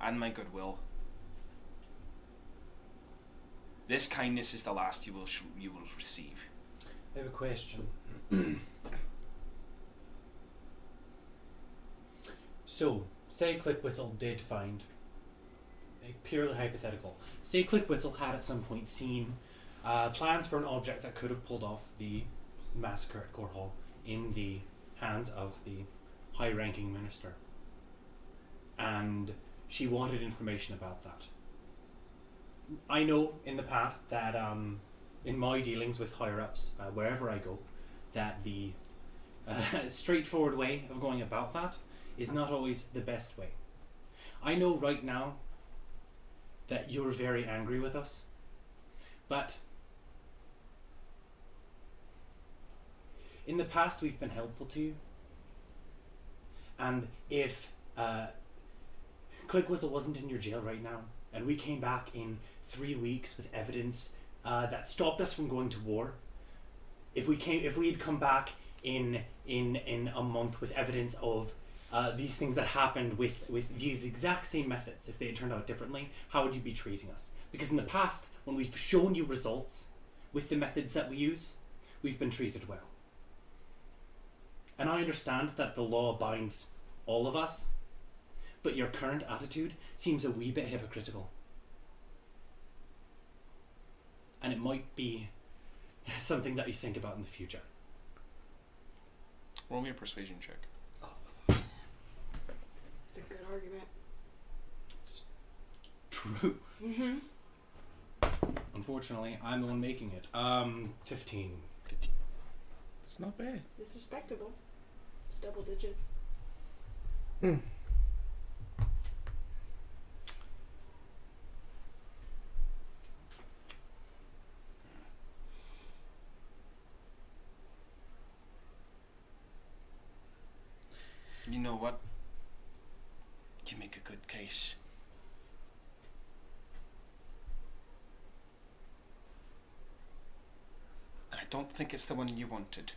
Speaker 5: And my goodwill. This kindness is the last you will sh- you will receive.
Speaker 7: I have a question. so, say Clickwhistle did find, a purely hypothetical, say Clickwhistle had at some point seen uh, plans for an object that could have pulled off the massacre at Gore Hall in the hands of the high ranking minister. And she wanted information about that. I know in the past that um, in my dealings with higher ups, uh, wherever I go, that the uh, straightforward way of going about that is not always the best way. I know right now that you're very angry with us, but in the past we've been helpful to you, and if uh, Click Whistle wasn't in your jail right now, and we came back in three weeks with evidence uh, that stopped us from going to war. If we came, if we had come back in in in a month with evidence of uh, these things that happened with with these exact same methods, if they had turned out differently, how would you be treating us? Because in the past, when we've shown you results with the methods that we use, we've been treated well. And I understand that the law binds all of us, but your current attitude seems a wee bit hypocritical and it might be something that you think about in the future.
Speaker 5: Roll me a persuasion check.
Speaker 3: It's a good argument.
Speaker 7: True.
Speaker 5: Mm-hmm.
Speaker 7: Unfortunately, I'm the one making it. Um, 15.
Speaker 5: It's
Speaker 4: It's not bad.
Speaker 2: It's respectable. It's double digits.
Speaker 5: You know what? You make a good case. And I don't think it's the one you wanted.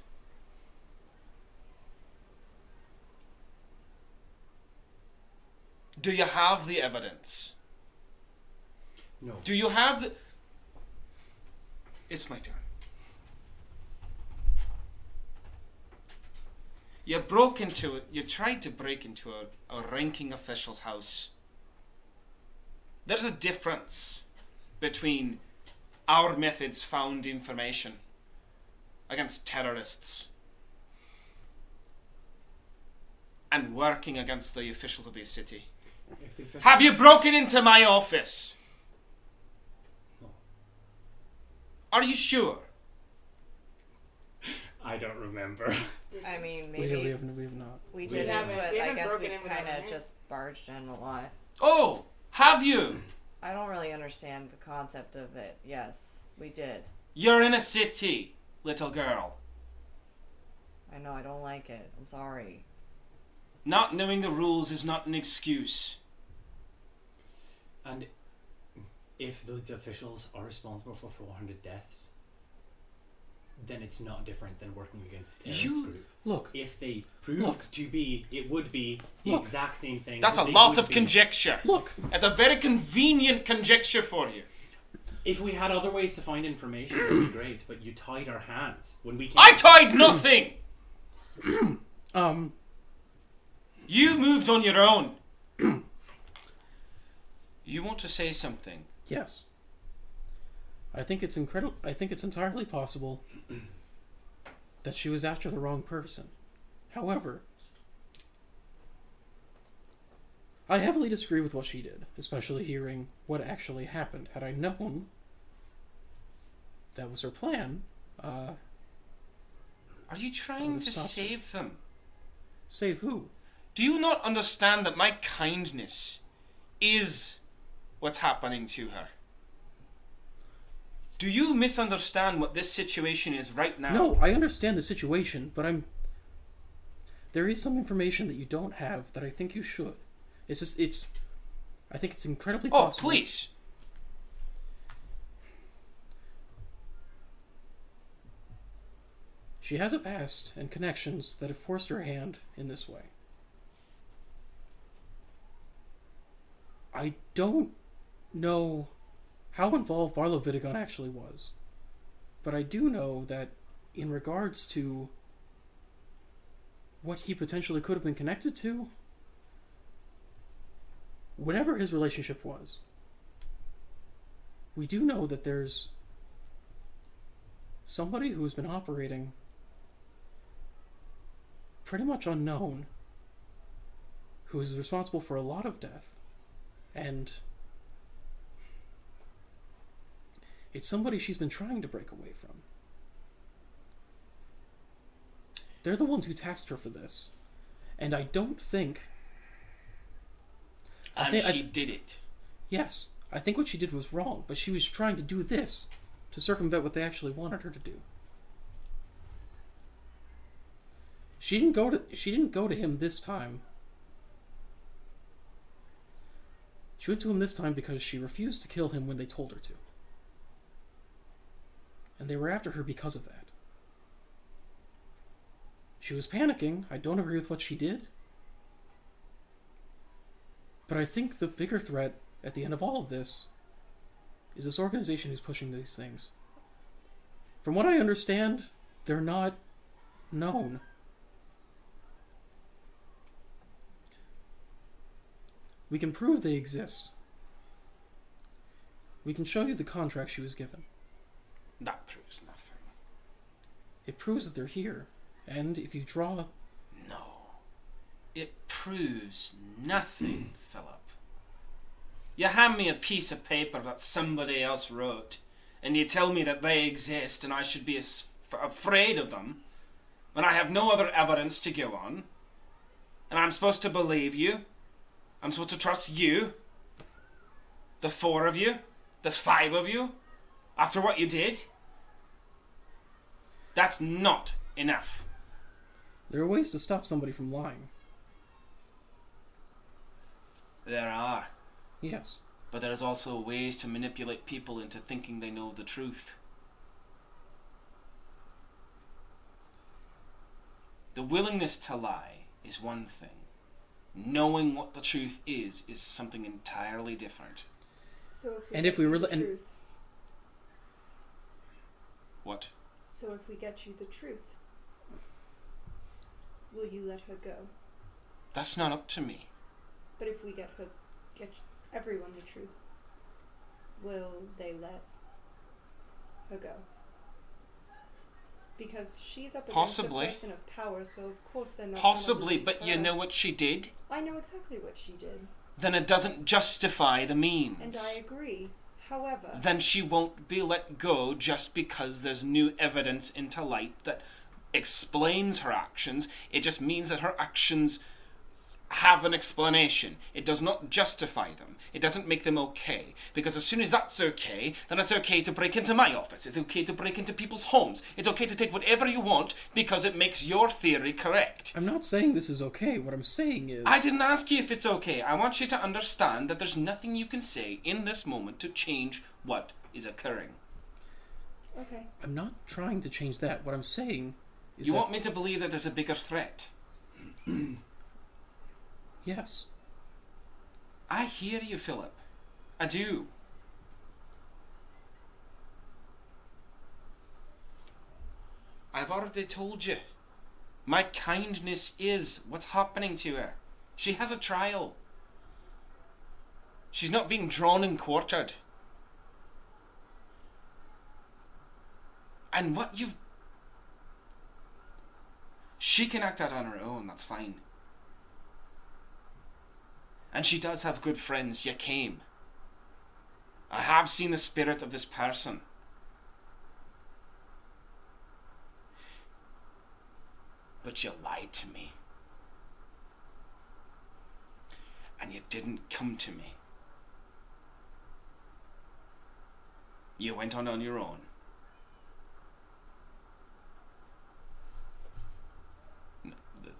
Speaker 5: Do you have the evidence?
Speaker 9: No.
Speaker 5: Do you have the. It's my turn. You broke into it. You tried to break into a, a ranking official's house. There's a difference between our methods found information against terrorists and working against the officials of this city.
Speaker 9: If the official-
Speaker 5: Have you broken into my office?
Speaker 9: No.
Speaker 5: Are you sure?
Speaker 9: I don't remember.
Speaker 6: I mean,
Speaker 4: We,
Speaker 6: maybe
Speaker 4: we
Speaker 6: we,
Speaker 4: have we have not.
Speaker 6: didn't,
Speaker 3: haven't-
Speaker 6: but
Speaker 3: we
Speaker 6: I
Speaker 3: haven't
Speaker 6: guess we
Speaker 3: broken in with
Speaker 6: kind
Speaker 3: that,
Speaker 6: of
Speaker 3: right?
Speaker 6: just barged in a lot.
Speaker 5: Oh, have you?
Speaker 6: I don't really understand the concept of it. Yes, we did.
Speaker 5: You're in a city, little girl.
Speaker 6: I know. I don't like it. I'm sorry.
Speaker 5: Not knowing the rules is not an excuse.
Speaker 9: And if those officials are responsible for 400 deaths, then it's not different than working against a terrorist
Speaker 5: You-
Speaker 9: group.
Speaker 4: Look,
Speaker 9: If they proved
Speaker 4: Look.
Speaker 9: to be, it would be the
Speaker 4: Look.
Speaker 9: exact same thing.
Speaker 5: That's a
Speaker 9: They
Speaker 5: lot
Speaker 9: would
Speaker 5: of
Speaker 9: be-
Speaker 5: conjecture.
Speaker 4: look.
Speaker 5: It's a very convenient conjecture for you.
Speaker 9: If we had other ways to find information, it would be great. But you tied our hands when we came.
Speaker 5: I tied nothing!
Speaker 4: Um,
Speaker 5: You moved on your own. you want to say something?
Speaker 4: Yes. I think it's incredible. I think it's entirely possible that she was after the wrong person. However, I heavily disagree with what she did, especially hearing what actually happened. Had I known that was her plan, uh,
Speaker 5: Are you trying to
Speaker 4: Stop.
Speaker 5: save them?
Speaker 4: save who?
Speaker 5: Do you not understand that my kindness is what's happening to her? Do you misunderstand what this situation is right now?
Speaker 4: No, I understand the situation, but I'm. There is some information that you don't have that I think you should. It's just it's. I think it's incredibly
Speaker 5: Oh,
Speaker 4: possible.
Speaker 5: please.
Speaker 4: She has a past and connections that have forced her hand in this way. I don't know how involved Barlow Vitagon actually was, but I do know that in regards to what he potentially could have been connected to, whatever his relationship was, we do know that there's somebody who's been operating pretty much unknown who is responsible for a lot of death and it's somebody she's been trying to break away from they're the ones who tasked her for this and i don't think I
Speaker 5: And
Speaker 4: think I-
Speaker 5: she did it.
Speaker 4: yes i think what she did was wrong but she was trying to do this to circumvent what they actually wanted her to do she didn't go to she didn't go to him this time She went to him this time because she refused to kill him when they told her to. And they were after her because of that. She was panicking. I don't agree with what she did. But I think the bigger threat at the end of all of this is this organization who's pushing these things. From what I understand, they're not known. We can prove they exist. We can show you the contract she was given.
Speaker 5: That proves nothing.
Speaker 4: It proves that they're here. And if you draw.
Speaker 5: No. It proves nothing, Philip. You hand me a piece of paper that somebody else wrote, and you tell me that they exist and I should be as- f- afraid of them. when I have no other evidence to go on, and I'm supposed to believe you, I'm supposed to trust you, the four of you, the five of you, after what you did. That's not enough.
Speaker 4: There are ways to stop somebody from lying.
Speaker 5: There are,
Speaker 4: Yes.
Speaker 5: but there's also ways to manipulate people into thinking they know the truth. The willingness to lie is one thing. Knowing what the truth is is something entirely different.
Speaker 2: So if we
Speaker 4: And
Speaker 2: get
Speaker 4: if we
Speaker 2: you
Speaker 4: were
Speaker 2: the
Speaker 4: li- and-
Speaker 2: truth,
Speaker 5: What?
Speaker 2: so if we get you the truth, will you let her go?
Speaker 5: That's not up to me.
Speaker 2: But if we get her, get everyone the truth, will they let her go? Because she's up against
Speaker 5: Possibly.
Speaker 2: a person of power, so of course they're not. gonna
Speaker 5: Possibly,
Speaker 2: believe
Speaker 5: but you
Speaker 2: her.
Speaker 5: know what she did?
Speaker 2: I know exactly what she did,
Speaker 5: Then it doesn't justify the means.
Speaker 2: and I agree. However,
Speaker 5: Then she won't be let go just because there's new evidence into light that explains her actions. It just means that her actions have an explanation. It does not justify them. It doesn't make them okay. Because as soon as that's okay, then it's okay to break into my office. It's okay to break into people's homes. It's okay to take whatever you want because it makes your theory correct.
Speaker 4: I'm not saying this is okay. What I'm saying is.
Speaker 5: I didn't ask you if it's okay. I want you to understand that there's nothing you can say in this moment to change what is occurring.
Speaker 2: okay,
Speaker 4: I'm not trying to change that. What I'm saying is.
Speaker 5: you
Speaker 4: that,
Speaker 5: want me to believe that there's a bigger threat?
Speaker 4: Yes.
Speaker 5: I hear you, Philip. I do. I've already told you. My kindness is what's happening to her. She has a trial. She's not being drawn and quartered. And what you've. She can act out on her own, that's fine. And she does have good friends, you came. I have seen the spirit of this person. But you lied to me. And you didn't come to me. You went on on your own. N- th-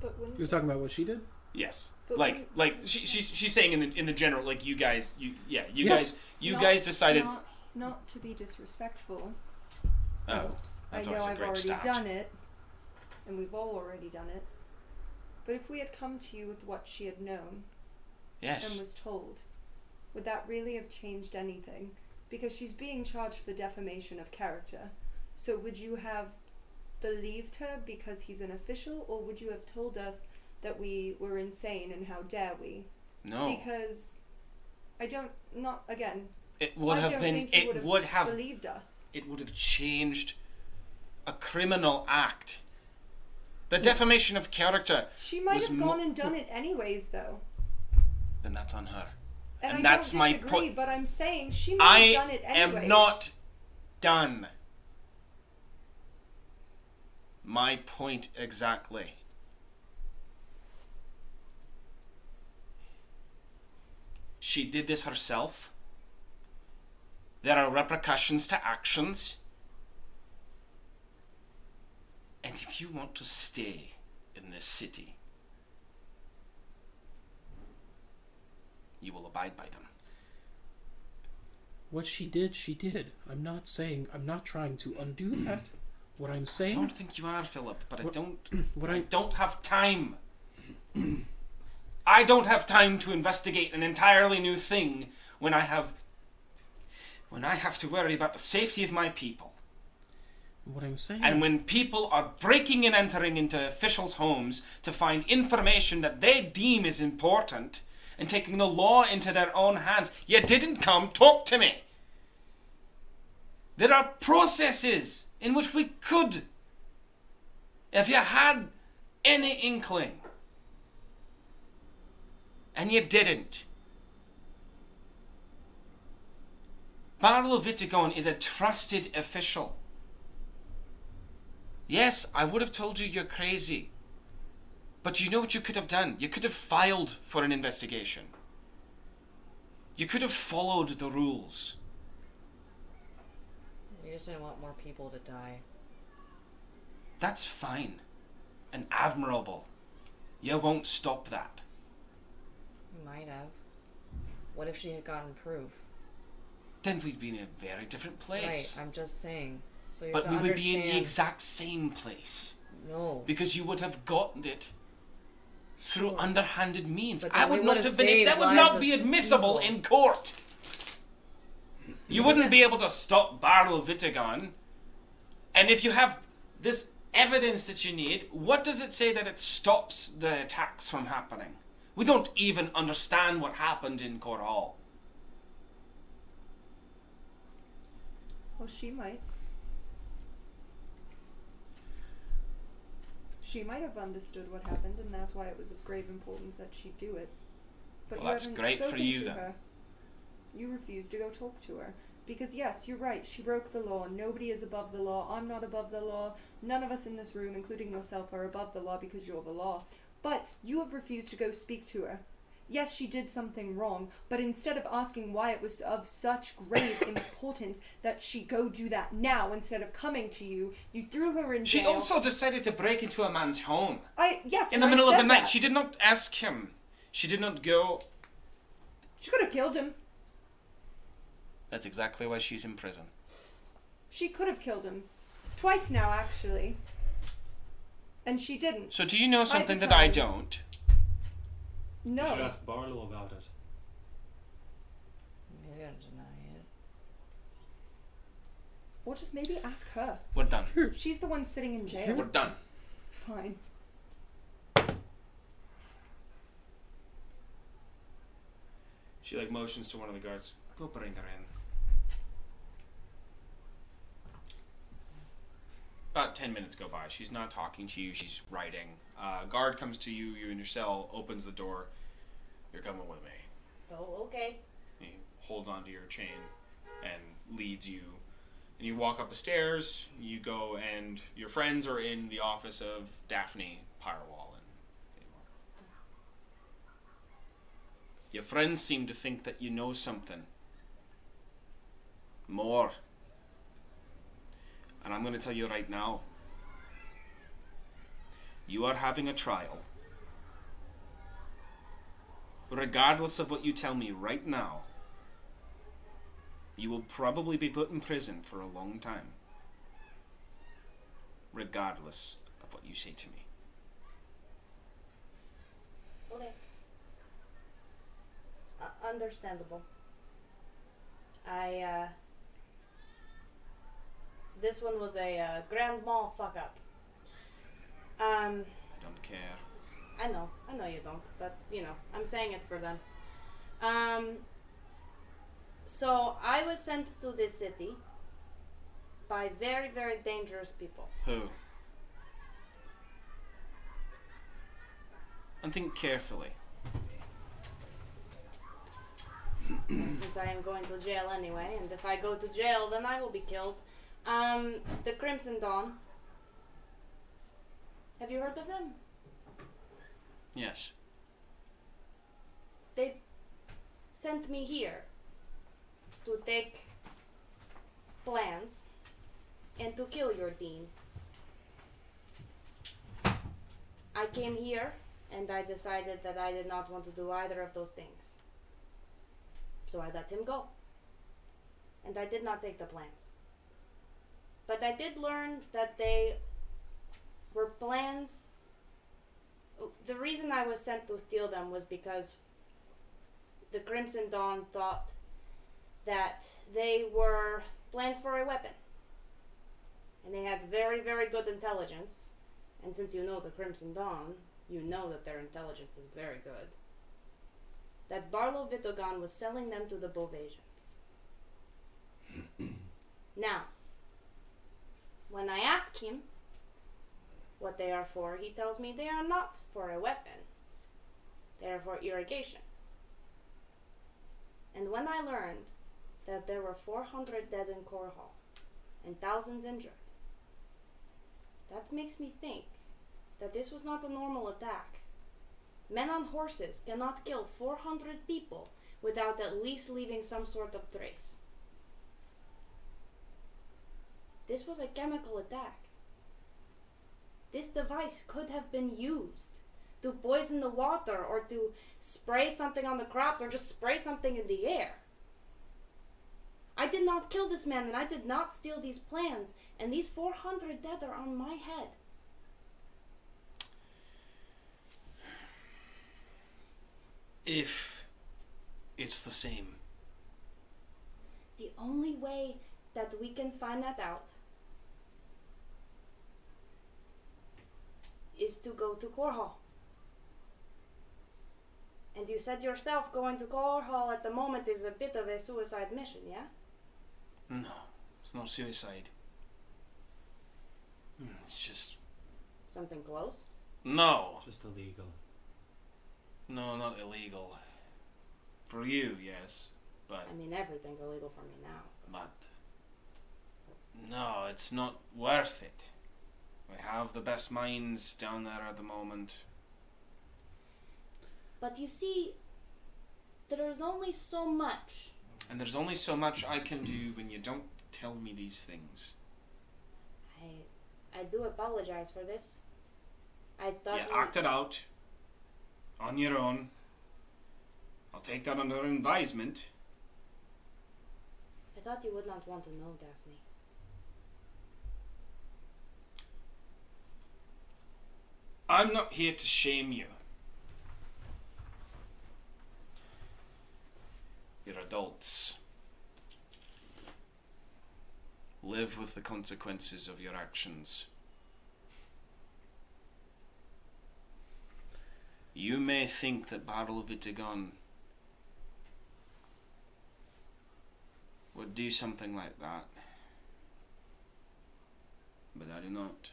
Speaker 2: but when
Speaker 4: You're talking about what she did?
Speaker 5: Yes.
Speaker 2: But
Speaker 5: like
Speaker 2: we-
Speaker 5: like she, she's she's saying in the in the general like you guys you yeah you
Speaker 4: Yes.
Speaker 5: guys you
Speaker 2: Not-
Speaker 5: guys decided
Speaker 2: Not, not to be disrespectful.
Speaker 5: oh that's
Speaker 2: I know
Speaker 5: always a
Speaker 2: I've
Speaker 5: great
Speaker 2: already
Speaker 5: start.
Speaker 2: done it, and we've all already done it. But if we had come to you with what she had known, and
Speaker 5: yes
Speaker 2: was told. Would that really have changed anything? Because she's being charged for defamation of character. So would you have believed her because he's an official, or would you have told us that we were insane and how dare we?
Speaker 5: no
Speaker 2: Because I don't not again.
Speaker 5: it would
Speaker 2: I
Speaker 5: have
Speaker 2: don't
Speaker 5: been
Speaker 2: think you
Speaker 5: it would have
Speaker 2: believed us.
Speaker 5: it would have changed a criminal act. The defamation of character
Speaker 2: She might
Speaker 5: was
Speaker 2: have
Speaker 5: mo-
Speaker 2: gone and done it anyways, though.
Speaker 5: then that's on her.
Speaker 2: And,
Speaker 5: And
Speaker 2: I
Speaker 5: that's
Speaker 2: don't
Speaker 5: my
Speaker 2: disagree,
Speaker 5: point.
Speaker 2: But I'm saying she might
Speaker 5: I
Speaker 2: have done it anyways.
Speaker 5: am not done. My point exactly. She did this herself. There are repercussions to actions. And if you want to stay in this city, you will abide by them.
Speaker 4: What she did, she did. I'm not saying. I'm not trying to undo that. What I'm
Speaker 5: I
Speaker 4: saying.
Speaker 5: don't think you are, Philip, but I
Speaker 4: What-
Speaker 5: don't.
Speaker 4: What
Speaker 5: I
Speaker 4: I.
Speaker 5: don't have time. I don't have time to investigate an entirely new thing when I have. When I have to worry about the safety of my people.
Speaker 4: What I'm saying.
Speaker 5: And when people are breaking and entering into officials' homes to find information that they deem is important and taking the law into their own hands, you didn't come talk to me. There are processes in which we could, if you had any inkling, and you didn't. Barlow Vitagon is a trusted official. Yes, I would have told you you're crazy. But you know what you could have done? You could have filed for an investigation. You could have followed the rules.
Speaker 6: You just didn't want more people to die.
Speaker 5: That's fine and admirable. You won't stop that.
Speaker 6: You might have. What if she had gotten proof?
Speaker 5: Then we'd be in a very different place.
Speaker 6: Right, I'm just saying. So you have
Speaker 5: but
Speaker 6: to
Speaker 5: we would
Speaker 6: understand.
Speaker 5: be in the exact same place.
Speaker 6: no.
Speaker 5: because you would have gotten it through
Speaker 6: Sure.
Speaker 5: underhanded means.
Speaker 6: But
Speaker 5: I
Speaker 6: then we
Speaker 5: would
Speaker 6: would
Speaker 5: not
Speaker 6: have
Speaker 5: have been.
Speaker 6: saved
Speaker 5: That would
Speaker 6: lives
Speaker 5: not
Speaker 6: of
Speaker 5: be admissible
Speaker 6: people.
Speaker 5: in court. You wouldn't be able to stop Barrel Vitagon. And if you have this evidence that you need, what does it say that it stops the attacks from happening? We don't even understand what happened in Coral.
Speaker 2: Well, she might. She might have understood what happened, and that's why it was of grave importance that she do it. But
Speaker 5: Well,
Speaker 2: you
Speaker 5: that's
Speaker 2: haven't
Speaker 5: great for
Speaker 2: spoken
Speaker 5: you,
Speaker 2: to
Speaker 5: then.
Speaker 2: her. You refuse to go talk to her. Because, yes, you're right, she broke the law. Nobody is above the law. I'm not above the law. None of us in this room, including yourself, are above the law because you're the law. But you have refused to go speak to her. Yes, she did something wrong, but instead of asking why it was of such grave importance that she go do that now instead of coming to you, you threw her in
Speaker 5: She
Speaker 2: jail.
Speaker 5: also decided to break into a man's home.
Speaker 2: I yes,
Speaker 5: In the
Speaker 2: and I
Speaker 5: middle of
Speaker 2: said
Speaker 5: the night,
Speaker 2: that.
Speaker 5: she did not ask him. She did not go.
Speaker 2: she could have killed him.
Speaker 5: That's exactly why she's in prison.
Speaker 2: She could have killed him twice now, actually, and she didn't.
Speaker 5: So, do you know
Speaker 2: the
Speaker 5: something that I
Speaker 2: time.
Speaker 5: don't?
Speaker 9: You should
Speaker 2: No,
Speaker 9: ask Barlow about it.
Speaker 6: You're gonna deny it.
Speaker 2: or just maybe ask her.
Speaker 5: We're done.
Speaker 2: She's the one sitting in
Speaker 5: We're
Speaker 2: jail.
Speaker 5: done.
Speaker 2: Fine.
Speaker 5: She like motions to one of the guards. Go bring her in. About ten minutes go by. She's not talking to you. She's writing. Uh, guard comes to you. You're in your cell. Opens the door. You're coming with me.
Speaker 3: Oh, okay.
Speaker 5: He holds onto your chain and leads you. And you walk up the stairs. You go, and your friends are in the office of Daphne Pyrewall. And your friends seem to think that you know something more. And I'm going to tell you right now. You are having a trial. Regardless of what you tell me right now, you will probably be put in prison for a long time. Regardless of what you say to me.
Speaker 3: Okay. Uh, understandable. I, uh. This one was a uh, grand mal fuck up. Um,
Speaker 5: I don't care.
Speaker 3: I know, I know you don't, but you know, I'm saying it for them. Um, so I was sent to this city by very, very dangerous people.
Speaker 5: Who? And think carefully.
Speaker 3: And since I am going to jail anyway, and if I go to jail, then I will be killed. Um, the Crimson Dawn. Have you heard of them?
Speaker 5: Yes.
Speaker 3: They sent me here to take plans and to kill your dean. I came here and I decided that I did not want to do either of those things. So I let him go. And I did not take the plans. But I did learn that they were plans. The reason I was sent to steal them was because the Crimson Dawn thought that they were plans for a weapon. And they had very, very good intelligence. And since you know the Crimson Dawn, you know that their intelligence is very good. That Barlow Vitogon was selling them to the Bovasians. now, when I ask him what they are for, he tells me they are not for a weapon, they are for irrigation. And when I learned that there were 400 dead in Korhal and thousands injured,
Speaker 8: That makes me think that this was not a normal attack. Men on horses cannot kill 400 people without at least leaving some sort of trace. This was a chemical attack. This device could have been used to poison the water or to spray something on the crops or just spray something in the air. I did not kill this man and I did not steal these plans, and these 400 dead are on my head.
Speaker 5: If it's the same.
Speaker 8: The only way that we can find that out is to go to Core Hall. And you said yourself going to Core Hall at the moment is a bit of a suicide mission, yeah?
Speaker 5: No, it's not suicide. Mm, It's just.
Speaker 8: Something close?
Speaker 5: No,
Speaker 7: Just illegal.
Speaker 5: no, not illegal. For you, yes. But.
Speaker 8: I mean, everything's illegal for me now.
Speaker 5: But. No, it's not worth it. We have the best minds down there at the moment.
Speaker 8: But you see, there's only so much.
Speaker 5: And there's only so much I can do when you don't tell me these things.
Speaker 8: I, I do apologize for this. I thought
Speaker 5: You
Speaker 8: you-
Speaker 5: act it out. On your own. I'll take that under advisement.
Speaker 8: I thought you would not want to know, Daphne.
Speaker 5: I'm not here to shame you. You're adults. Live with the consequences of your actions. You may think that Battle of Vitagon would do something like that, but I do not.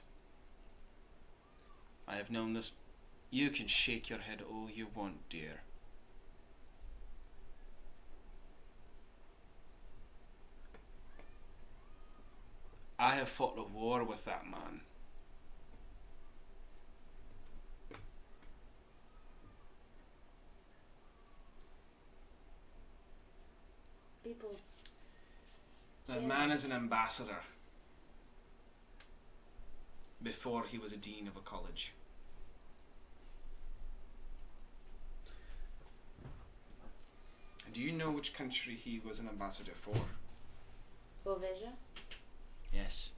Speaker 5: I have known this. You can shake your head all you want, dear. I have fought a war with that man.
Speaker 8: People.
Speaker 5: That
Speaker 8: Yeah.
Speaker 5: man is an ambassador. Before he was a dean of a college. Do you know which country he was an ambassador for?
Speaker 8: Boveja?
Speaker 5: Yes.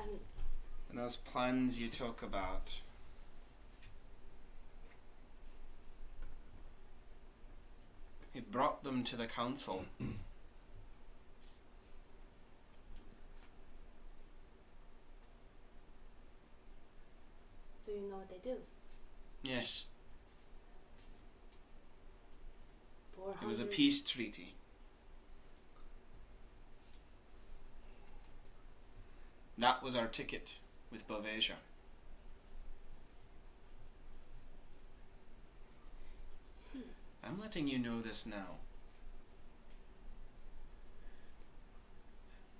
Speaker 8: Um,
Speaker 5: And those plans you talk about. He brought them to the council.
Speaker 8: so you know what they do.
Speaker 5: Yes, it
Speaker 8: 400.
Speaker 5: was a peace treaty. That was our ticket with Bovasia. I'm letting you know this now.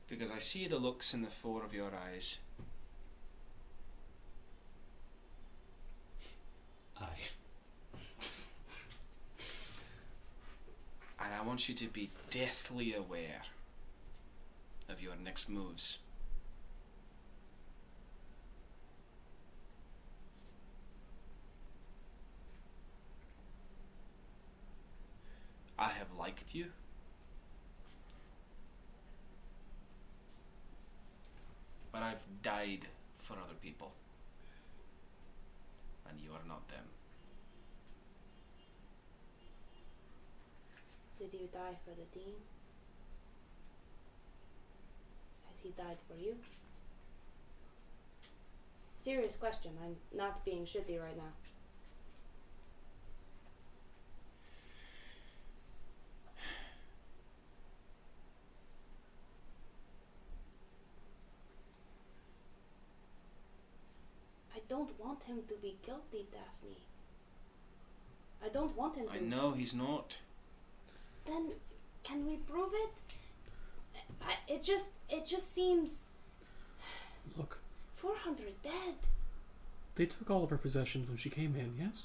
Speaker 5: Because I see the looks in the four of your eyes.
Speaker 7: Aye.
Speaker 5: and I want you to be deathly aware of your next moves. I have liked you. But I've died for other people. And you are not them.
Speaker 8: Did you die for the dean? Has he died for you? Serious question. I'm not being shitty right now. I don't want him to be guilty, Daphne. I don't want him to.
Speaker 5: I know he's not.
Speaker 8: Then Can we prove it? I- It just it just seems
Speaker 4: Look,
Speaker 8: 400 dead.
Speaker 4: they took all of her possessions when she came in, yes?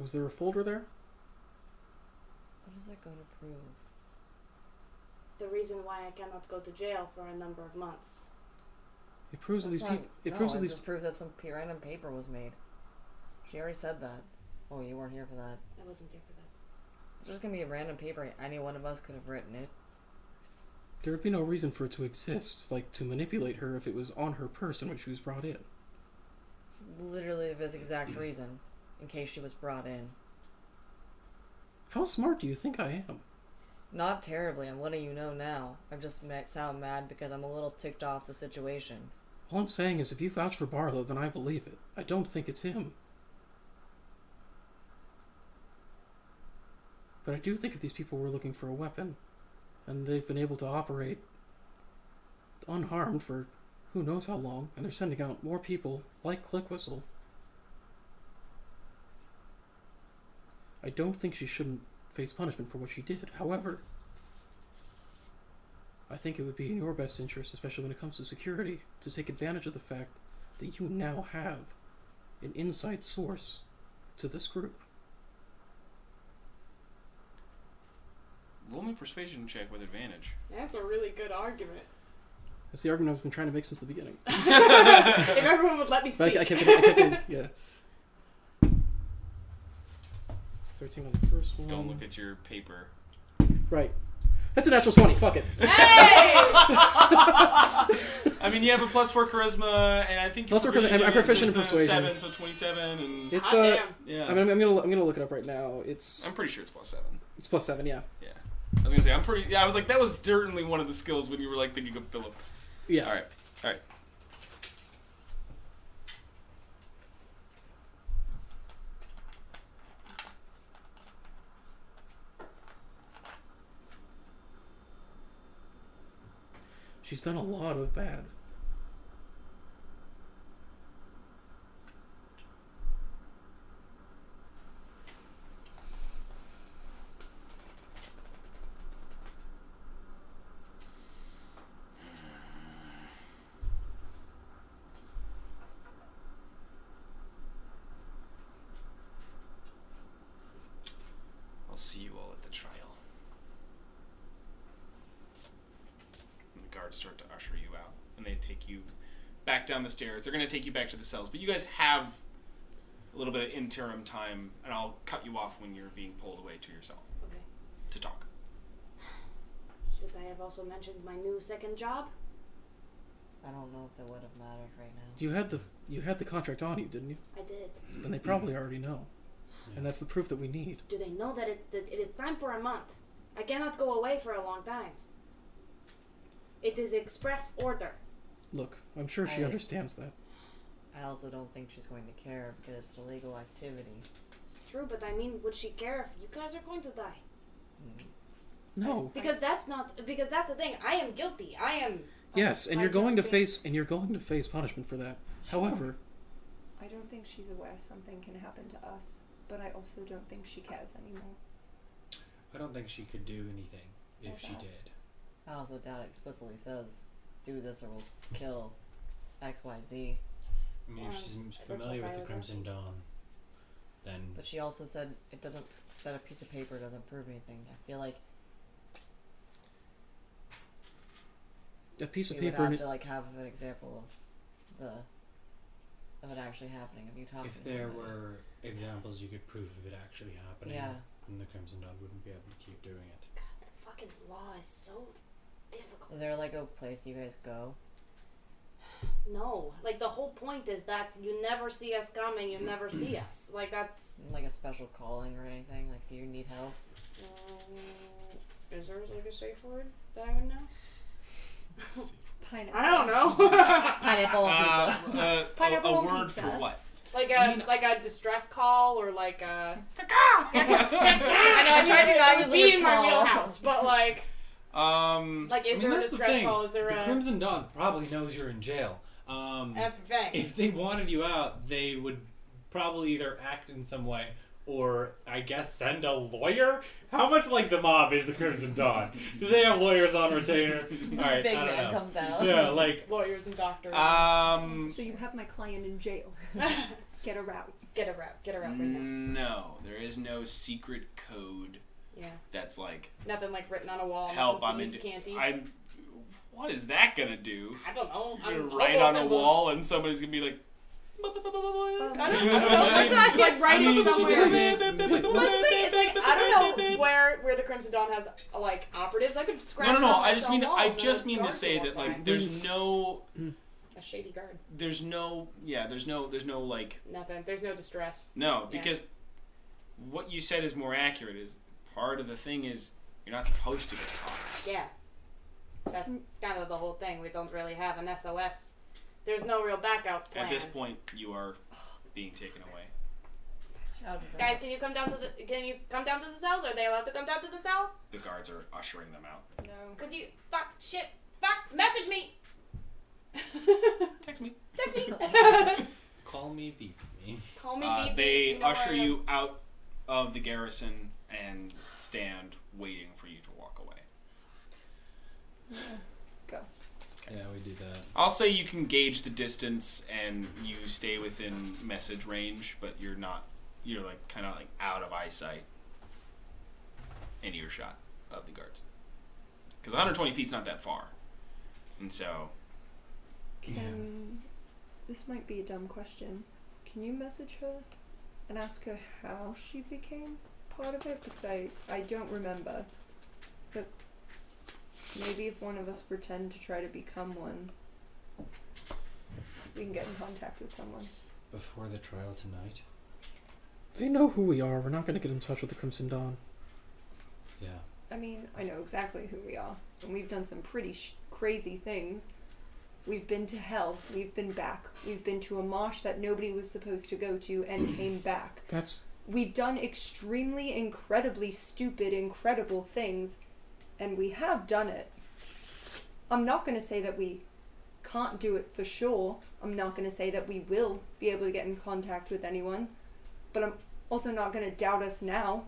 Speaker 4: Was there a folder there?
Speaker 6: What is that going to prove?
Speaker 8: The reason why I cannot go to jail for a number of months.
Speaker 4: It proves that these
Speaker 6: That's
Speaker 4: people.
Speaker 6: not-
Speaker 4: It
Speaker 6: no,
Speaker 4: proves that
Speaker 6: it
Speaker 4: these.
Speaker 6: just proves that some p- random paper was made. She already said that. Oh, you weren't here for that.
Speaker 8: I wasn't there for that.
Speaker 6: It's just gonna be a random paper. Any one of us could have written it.
Speaker 4: There would be no reason for it to exist, like to manipulate her if it was on her person when she was brought in.
Speaker 6: Literally this exact reason, in case she was brought in.
Speaker 4: How smart do you think I am?
Speaker 6: Not terribly. I'm letting you know now. I'm just ma- sound mad because I'm a little ticked off the situation.
Speaker 4: All I'm saying is, if you vouch for Barlow, then I believe it. I don't think it's him. But I do think if these people were looking for a weapon, and they've been able to operate unharmed for who knows how long, and they're sending out more people like Click Whistle, I don't think she shouldn't face punishment for what she did. However, I think it would be in your best interest, especially when it comes to security, to take advantage of the fact that you now have an inside source to this group.
Speaker 5: Roll me a persuasion check with advantage.
Speaker 3: That's a really good argument.
Speaker 4: That's the argument I've been trying to make since the beginning.
Speaker 3: if everyone would let me
Speaker 4: But
Speaker 3: speak.
Speaker 4: I, I kept, I kept on- yeah. 13 on the first one.
Speaker 5: Don't look at your paper.
Speaker 4: Right. That's a natural 20, fuck it.
Speaker 3: hey!
Speaker 5: I mean, you have a plus four charisma, and I think you're
Speaker 4: Plus four charisma, I'm- I'm proficient in
Speaker 5: so it's, uh,
Speaker 4: persuasion.
Speaker 5: Seven, so twenty-seven, and
Speaker 4: It's,
Speaker 3: Hot
Speaker 4: uh,
Speaker 3: Ah, damn.
Speaker 5: yeah,
Speaker 4: I mean, I'm, I'm gonna, I'm gonna look it up right now. It's,
Speaker 5: I'm pretty sure it's plus seven.
Speaker 4: it's plus seven, yeah.
Speaker 5: Yeah, I was gonna say I'm pretty. Yeah, I was like that was certainly one of the skills when you were like thinking of Philip.
Speaker 4: Yeah.
Speaker 5: All right, all right.
Speaker 4: She's done a lot of bad.
Speaker 5: I'll see you all at the trial. And the guards start to usher you out, and they take you back down the stairs. They're going to take you back to the cells, but you guys have a little bit of interim time, and I'll cut you off when you're being pulled away to your cell
Speaker 8: Okay.
Speaker 5: to talk.
Speaker 8: Should I have also mentioned my new second job?
Speaker 6: I don't know if that would have mattered right now.
Speaker 4: You had the, you had the contract on you, didn't you?
Speaker 8: I did.
Speaker 4: Then they probably already know. And that's the proof that we need.
Speaker 8: Do they know that it, that it is time for a month? I cannot go away for a long time. It is express order.
Speaker 4: Look, I'm sure she
Speaker 6: I-
Speaker 4: understands that.
Speaker 6: I also don't think she's going to care because it's illegal activity.
Speaker 8: True, but I mean, would she care if you guys are going to die?
Speaker 4: No.
Speaker 8: Because that's not. Because that's the thing. I am guilty. I am.
Speaker 4: Yes, and
Speaker 8: I
Speaker 4: you're going to
Speaker 8: don't
Speaker 4: face and you're going to face punishment for that. However,
Speaker 2: I don't think she's aware something can happen to us, but I also don't think she cares anymore.
Speaker 9: I don't think she could do anything if she did.
Speaker 6: I also doubt it explicitly says, do this or we'll kill XYZ.
Speaker 9: I mean,
Speaker 8: Yeah,
Speaker 9: if she's
Speaker 8: that's- that's what
Speaker 9: familiar with
Speaker 8: I
Speaker 9: the
Speaker 8: was
Speaker 9: Crimson Dawn, then
Speaker 6: But she also said it doesn't, that a piece of paper doesn't prove anything. I feel like
Speaker 4: a piece of
Speaker 6: we would
Speaker 4: paper.
Speaker 6: have
Speaker 4: And
Speaker 6: to like have an example of the, of it actually happening. Of you talking
Speaker 9: if
Speaker 6: to
Speaker 9: there
Speaker 6: somebody.
Speaker 9: were examples you could prove of it actually happening,
Speaker 6: Yeah.
Speaker 9: then the Crimson Dawn wouldn't be able to keep doing it.
Speaker 8: God, the fucking law is so difficult.
Speaker 6: Is there like a place you guys go?
Speaker 8: No, like the whole point is that you never see us coming. You never see us. Like that's.
Speaker 6: Like a special calling or anything? Like if you need help?
Speaker 3: Um, is there like a safe word that I would know?
Speaker 2: Pineapple.
Speaker 3: I don't know.
Speaker 8: Oh,
Speaker 6: Pineapple
Speaker 5: Uh,
Speaker 6: pizza.
Speaker 5: uh, a,
Speaker 2: Pineapple
Speaker 5: a
Speaker 2: on
Speaker 5: word
Speaker 2: pizza.
Speaker 5: for what?
Speaker 3: like a
Speaker 5: I mean-
Speaker 3: like a distress call or like a.
Speaker 6: I know, I tried to not
Speaker 3: It
Speaker 6: use
Speaker 3: would
Speaker 6: the
Speaker 3: be
Speaker 6: word
Speaker 3: in my
Speaker 6: call.
Speaker 3: wheelhouse, but like
Speaker 5: Um,
Speaker 3: like is
Speaker 9: I mean,
Speaker 3: there a
Speaker 9: that's the
Speaker 3: distress
Speaker 9: thing.
Speaker 3: call? Is there
Speaker 9: the
Speaker 3: a
Speaker 9: Crimson Dawn probably knows you're in jail. Um,
Speaker 3: everything?
Speaker 9: if they wanted you out, they would probably either act in some way
Speaker 7: or I guess send a lawyer. How much like the mob is the Crimson Dawn? Do they have lawyers on retainer? All
Speaker 6: Just
Speaker 7: right,
Speaker 6: big
Speaker 7: I don't
Speaker 6: man
Speaker 7: know.
Speaker 6: comes out.
Speaker 7: Yeah, like
Speaker 6: Lawyers and doctors.
Speaker 5: Um,
Speaker 2: So you have my client in jail. Get a route.
Speaker 8: Get a route. Get a route right
Speaker 5: Mm.
Speaker 8: now.
Speaker 5: no, there is no secret code
Speaker 8: Yeah.
Speaker 5: that's like
Speaker 8: Nothing like written on a wall.
Speaker 5: help. I'm
Speaker 8: nothing thieves
Speaker 5: in.
Speaker 8: Can't eat.
Speaker 5: I'm. What is that gonna do?
Speaker 8: I don't know.
Speaker 5: You're
Speaker 8: I'm
Speaker 5: right
Speaker 8: hobo
Speaker 5: on a
Speaker 8: symbols.
Speaker 5: wall, and somebody's gonna be like.
Speaker 8: Um, I don't, I don't know. Let's not like write
Speaker 7: I mean, she
Speaker 8: it somewhere.
Speaker 7: does it.
Speaker 8: Let's make it's like I don't know where where the Crimson Dawn has like operatives. I could scratch.
Speaker 5: No, no,
Speaker 8: it
Speaker 5: no.
Speaker 8: on
Speaker 5: I just
Speaker 8: myself
Speaker 5: mean
Speaker 8: wall
Speaker 5: I
Speaker 8: and then
Speaker 5: just
Speaker 8: a
Speaker 5: mean to
Speaker 8: guard
Speaker 5: say
Speaker 8: could
Speaker 5: that
Speaker 8: walk by.
Speaker 5: like there's no
Speaker 8: a shady guard.
Speaker 5: there's no yeah there's no there's no like
Speaker 8: Nothing. There's no distress.
Speaker 5: no
Speaker 8: Yeah.
Speaker 5: because what you said is more accurate is part of the thing is you're not supposed to get caught.
Speaker 8: Yeah, that's
Speaker 3: Mm.
Speaker 8: kind of the whole thing. We don't really have an SOS. There's no real backup plan.
Speaker 5: At this point, you are being taken away.
Speaker 6: Out of
Speaker 8: guys, can you come down to the? Can you come down to the cells? Are they allowed to come down to the cells?
Speaker 5: The guards are ushering them out.
Speaker 2: No.
Speaker 8: Could you? Fuck. Shit. Fuck. Message me.
Speaker 5: Text me.
Speaker 8: Text me.
Speaker 7: call me, beep me.
Speaker 8: Call me.
Speaker 5: Uh,
Speaker 8: beep,
Speaker 5: they
Speaker 8: beep, know where
Speaker 5: usher
Speaker 8: I am.
Speaker 5: you out of the garrison and stand waiting for you to walk away.
Speaker 7: Yeah, we do that.
Speaker 5: I'll say you can gauge the distance and you stay within message range, but you're not. You're like kind of like out of eyesight and earshot of the guards. Because 120 feet's not that far, and so
Speaker 2: Can this might be a dumb question. Can you message her and ask her how she became part of it? Because I, I don't remember. But maybe if one of us pretend to try to become one, we can get in contact with someone.
Speaker 7: Before the trial tonight.
Speaker 4: They know who we are. We're not going to get in touch with the Crimson Dawn.
Speaker 7: Yeah.
Speaker 2: I mean, I know exactly who we are, and we've done some pretty sh- crazy things. We've been to hell. We've been back. We've been to a marsh that nobody was supposed to go to and came back.
Speaker 4: That's
Speaker 2: We've done extremely, incredibly stupid, incredible things, and we have done it. I'm not going to say that we can't do it for sure. I'm not going to say that we will be able to get in contact with anyone, but I'm also not going to doubt us now.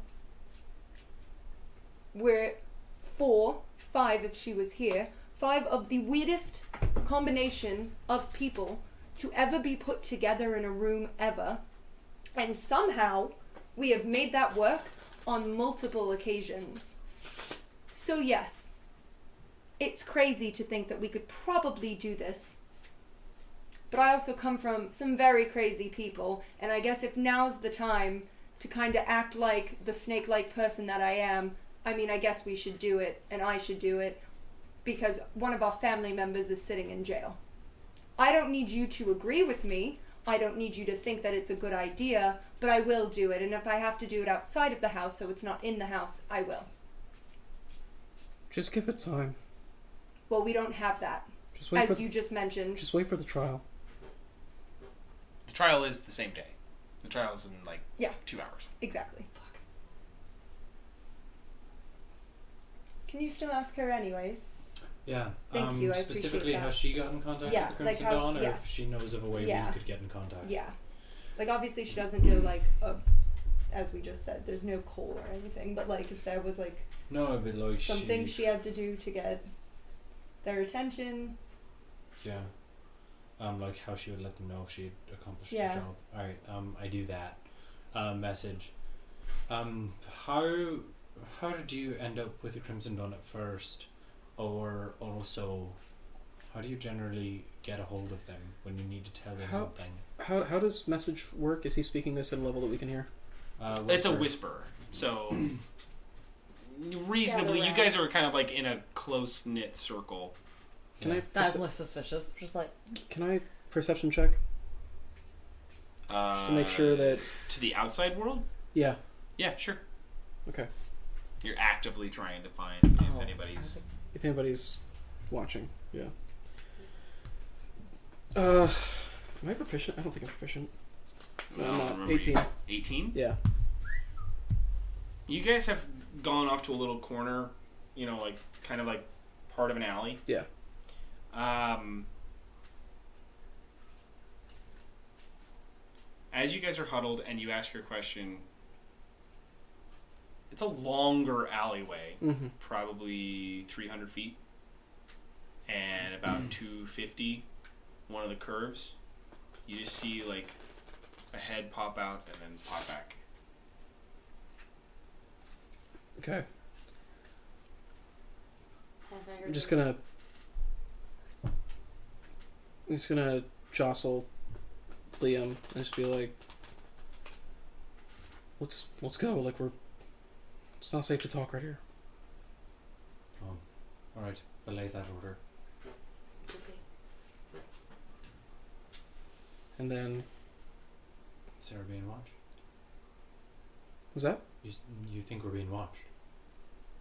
Speaker 2: We're four, five if she was here, five of the weirdest combination of people to ever be put together in a room ever. And somehow we have made that work on multiple occasions. So, yes, it's crazy to think that we could probably do this. But I also come from some very crazy people, and I guess if now's the time to kind of act like the snake like person that I am, I mean, I guess we should do it, and I should do it, because one of our family members is sitting in jail. I don't need you to agree with me. I don't need you to think that it's a good idea, but I will do it. And if I have to do it outside of the house so it's not in the house, I will.
Speaker 4: just give it time.
Speaker 2: Well, we don't have that,
Speaker 4: Just wait
Speaker 2: as
Speaker 4: for
Speaker 2: you just mentioned.
Speaker 4: just wait for the trial.
Speaker 5: the trial is the same day. The trial is in like
Speaker 2: Yeah.
Speaker 5: two hours.
Speaker 2: Exactly. Fuck. Can you still ask her, anyways?
Speaker 7: Yeah.
Speaker 2: Thank
Speaker 7: um,
Speaker 2: you, I appreciate
Speaker 7: specifically how
Speaker 2: that.
Speaker 7: she got in contact
Speaker 2: Yeah,
Speaker 7: with the
Speaker 2: like
Speaker 7: Crimson
Speaker 2: how-
Speaker 7: Dawn, or
Speaker 2: yes.
Speaker 7: if she knows of a way
Speaker 2: Yeah.
Speaker 7: we could get in contact.
Speaker 2: Yeah. Like, obviously, she doesn't know, like, a, as we just said, there's no call or anything, but, like, if there was, like,
Speaker 7: No, but
Speaker 4: Oh,
Speaker 7: like
Speaker 2: something
Speaker 7: she.
Speaker 2: she had to do to get their attention.
Speaker 7: Yeah. Um, like how she would let them know if she had accomplished
Speaker 2: Yeah.
Speaker 7: her job. All right. Um, I do that. Uh, message. Um, how how did you end up with the Crimson Dawn at first, or also, how do you generally get a hold of them when you need to tell them
Speaker 4: How-
Speaker 7: something?
Speaker 4: How, how does message work? Is he speaking this at a level that we can hear?
Speaker 7: Uh,
Speaker 5: It's a
Speaker 7: whisper.
Speaker 5: whisper, so reasonably, you
Speaker 8: around.
Speaker 5: guys are kind of like in a close knit circle.
Speaker 4: Can I
Speaker 6: That
Speaker 4: perce-
Speaker 6: looks suspicious. Just like
Speaker 4: can I perception check
Speaker 5: Uh,
Speaker 4: just to make sure that
Speaker 5: to the outside world.
Speaker 4: yeah
Speaker 5: Yeah, sure.
Speaker 4: Okay.
Speaker 5: You're actively trying to find if
Speaker 6: oh, I was
Speaker 5: anybody's.
Speaker 6: like,
Speaker 4: if anybody's watching yeah. Uh, am I proficient? I don't think I'm proficient. No, I'm
Speaker 5: I don't
Speaker 4: not.
Speaker 5: remember you-
Speaker 4: 18.
Speaker 5: 18?
Speaker 4: Yeah.
Speaker 5: You guys have gone off to a little corner, you know, like kind of like part of an alley.
Speaker 4: Yeah.
Speaker 5: Um, as you guys are huddled and you ask your question, It's a longer alleyway,
Speaker 4: Mhm.
Speaker 5: probably 300 feet, and about 250. One of the curves, you just see like a head pop out and then pop back.
Speaker 4: Okay.
Speaker 3: Half-hanger
Speaker 4: I'm just
Speaker 3: thing.
Speaker 4: gonna. I'm just gonna jostle Liam and just be like, "Let's let's go. Like we're. It's not safe to talk right here.
Speaker 9: All right, belay that order.
Speaker 3: Okay.
Speaker 4: And then
Speaker 9: Sarah being watched.
Speaker 4: was that?
Speaker 9: You s- you think we're being watched?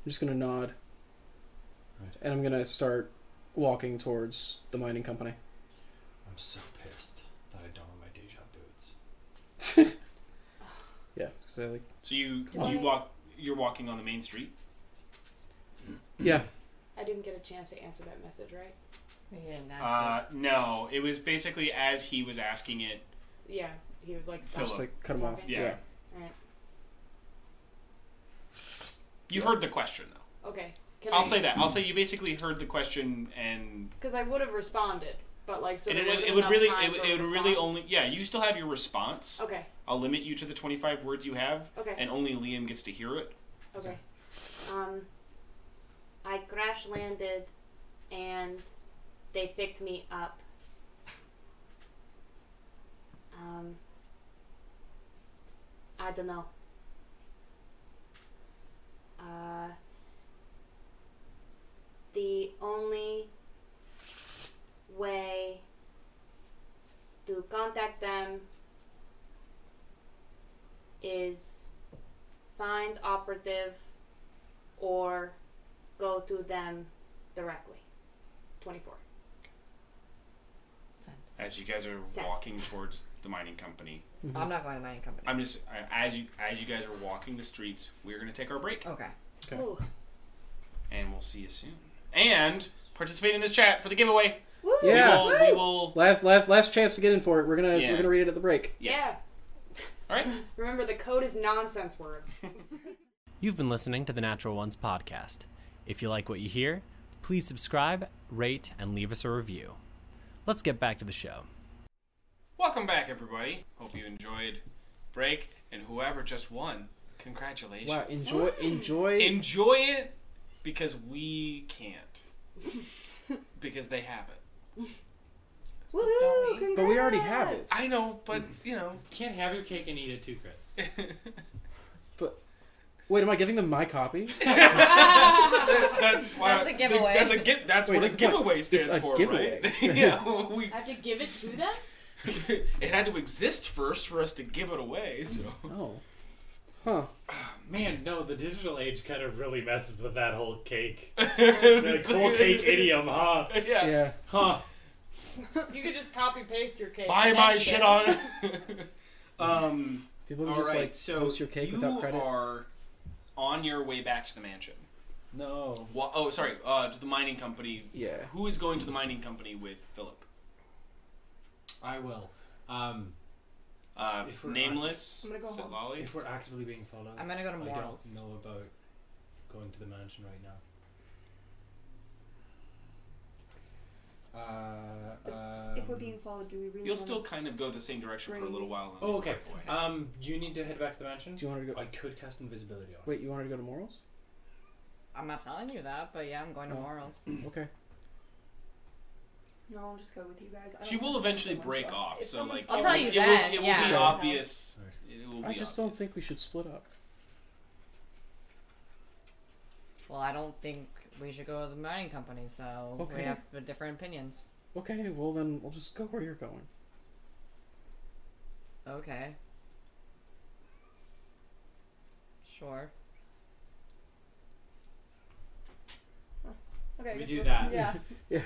Speaker 4: I'm just gonna nod.
Speaker 9: Right.
Speaker 4: And I'm gonna start walking towards the mining company.
Speaker 9: I'm so pissed that I don't have my deja boots.
Speaker 4: Yeah, 'cause I like.
Speaker 5: So you
Speaker 3: Did
Speaker 5: you
Speaker 3: I-
Speaker 5: walk. You're walking on the main street.
Speaker 4: Yeah.
Speaker 3: I didn't get a chance to answer that message, right?
Speaker 6: He didn't ask
Speaker 5: Uh, no, it was basically as he was asking it.
Speaker 3: Yeah. He was like,
Speaker 5: Philip.
Speaker 4: Just like cut him off.
Speaker 3: Talking.
Speaker 5: Yeah.
Speaker 4: Yeah.
Speaker 5: You heard the question though.
Speaker 3: okay. Can
Speaker 5: I'll say that. I'll say you basically heard the question and
Speaker 3: Because I would have responded, but like, so
Speaker 5: and
Speaker 3: there
Speaker 5: it,
Speaker 3: wasn't
Speaker 5: it would
Speaker 3: enough
Speaker 5: really
Speaker 3: time
Speaker 5: it,
Speaker 3: for
Speaker 5: it would really
Speaker 3: response.
Speaker 5: only yeah, you still have your response.
Speaker 3: Okay.
Speaker 5: I'll limit you to the 25 words you have
Speaker 3: Okay.
Speaker 5: and only Liam gets to hear it.
Speaker 3: Okay.
Speaker 8: Um, I crash landed and they picked me up. Um, I don't know. Uh, the only way to contact them is find operative or go to them directly. 24.
Speaker 5: As you guys are
Speaker 8: Set.
Speaker 5: walking towards the mining company.
Speaker 6: that. I'm not going to mining company.
Speaker 5: I'm just I- as you as you guys are walking the streets, we're going to take our break
Speaker 6: okay.
Speaker 4: Okay.
Speaker 3: Ooh.
Speaker 5: and we'll see you soon. And participate in this chat for the giveaway.
Speaker 2: Woo!
Speaker 4: Yeah.
Speaker 5: We will, we will
Speaker 4: Last last last chance to get in for it. We're gonna
Speaker 5: Yeah.
Speaker 4: we're gonna read it at the break.
Speaker 5: yes.
Speaker 3: Yeah.
Speaker 5: All right.
Speaker 3: Remember, the code is nonsense words.
Speaker 1: You've been listening to the Natural Ones podcast. If you like what you hear, please subscribe, rate, and leave us a review. Let's get back to the show.
Speaker 5: Welcome back, everybody. Hope you enjoyed break, and whoever just won, congratulations.
Speaker 4: Wow. Enjoy enjoy.
Speaker 5: Enjoy it because we can't. because they have it.
Speaker 2: Woohoo! Congrats.
Speaker 4: but we already have it.
Speaker 5: I know, but you know.
Speaker 7: You can't have your cake and eat it too, Chris.
Speaker 4: Wait, am I giving them my copy?
Speaker 5: that's why
Speaker 6: That's a giveaway.
Speaker 5: That's a gi- that's
Speaker 4: Wait,
Speaker 5: what
Speaker 4: that's the point.
Speaker 5: a giveaway
Speaker 4: It's
Speaker 5: stands
Speaker 4: a
Speaker 5: for,
Speaker 4: giveaway.
Speaker 5: right? yeah. We,
Speaker 3: I have to give it to them?
Speaker 5: it had to exist first for us to give it away, so
Speaker 4: Oh. Huh.
Speaker 7: Man, no, the digital age kind of really messes with that whole cake. like, whole cake idiom, huh?
Speaker 5: yeah.
Speaker 4: Yeah.
Speaker 7: Huh.
Speaker 3: You could just copy paste your cake.
Speaker 5: Buy
Speaker 3: and
Speaker 5: my
Speaker 3: eat
Speaker 5: shit
Speaker 3: it.
Speaker 5: on Um
Speaker 4: People can
Speaker 5: All
Speaker 4: just
Speaker 5: right,
Speaker 4: like post your cake
Speaker 5: you
Speaker 4: without credit.
Speaker 5: are on your way back to the mansion.
Speaker 7: No.
Speaker 5: Well, oh, sorry, uh, to the mining company.
Speaker 4: Yeah.
Speaker 5: Who is going to the mining company with Philip?
Speaker 9: I will. Um,
Speaker 5: Uh,
Speaker 9: If we're
Speaker 5: nameless.
Speaker 2: I'm gonna go home.
Speaker 5: Lolly?
Speaker 9: if we're actively being followed,
Speaker 6: I'm going to go to
Speaker 9: I
Speaker 6: Morals.
Speaker 9: don't know about going to the mansion right now. Uh, um,
Speaker 2: If we're being followed, do we really?
Speaker 5: You'll
Speaker 2: wanna-
Speaker 5: still kind of go the same direction for a
Speaker 2: Right.
Speaker 5: little while. and then
Speaker 9: Oh, okay.
Speaker 5: back away.
Speaker 9: Um, you need to head back to the mansion.
Speaker 4: Do you want her to go?
Speaker 9: I could cast invisibility on.
Speaker 4: Wait, you want her to go to morals?
Speaker 6: I'm not telling you that, but yeah, I'm going to
Speaker 4: Oh.
Speaker 6: Morals.
Speaker 5: Mm-hmm.
Speaker 4: Okay.
Speaker 2: No, I'll just go with you guys. I don't
Speaker 5: She
Speaker 2: wanna
Speaker 5: will
Speaker 2: see
Speaker 5: eventually
Speaker 2: someone's
Speaker 5: break
Speaker 2: butt.
Speaker 5: off,
Speaker 3: If
Speaker 5: so like
Speaker 3: someone's
Speaker 5: it
Speaker 6: I'll
Speaker 5: will,
Speaker 6: tell you
Speaker 5: it
Speaker 6: then,
Speaker 5: will, it will
Speaker 6: yeah.
Speaker 5: be
Speaker 4: Yeah.
Speaker 5: obvious. It will be
Speaker 4: I just don't
Speaker 5: obvious.
Speaker 4: think we should split up.
Speaker 6: Well, I don't think we should go to the mining company, so
Speaker 4: Okay.
Speaker 6: we have the different opinions.
Speaker 4: Okay, well then we'll just go where you're going.
Speaker 6: Okay. Sure.
Speaker 2: Okay, I
Speaker 7: We
Speaker 2: guess
Speaker 7: do
Speaker 2: we're-
Speaker 7: that.
Speaker 2: Yeah.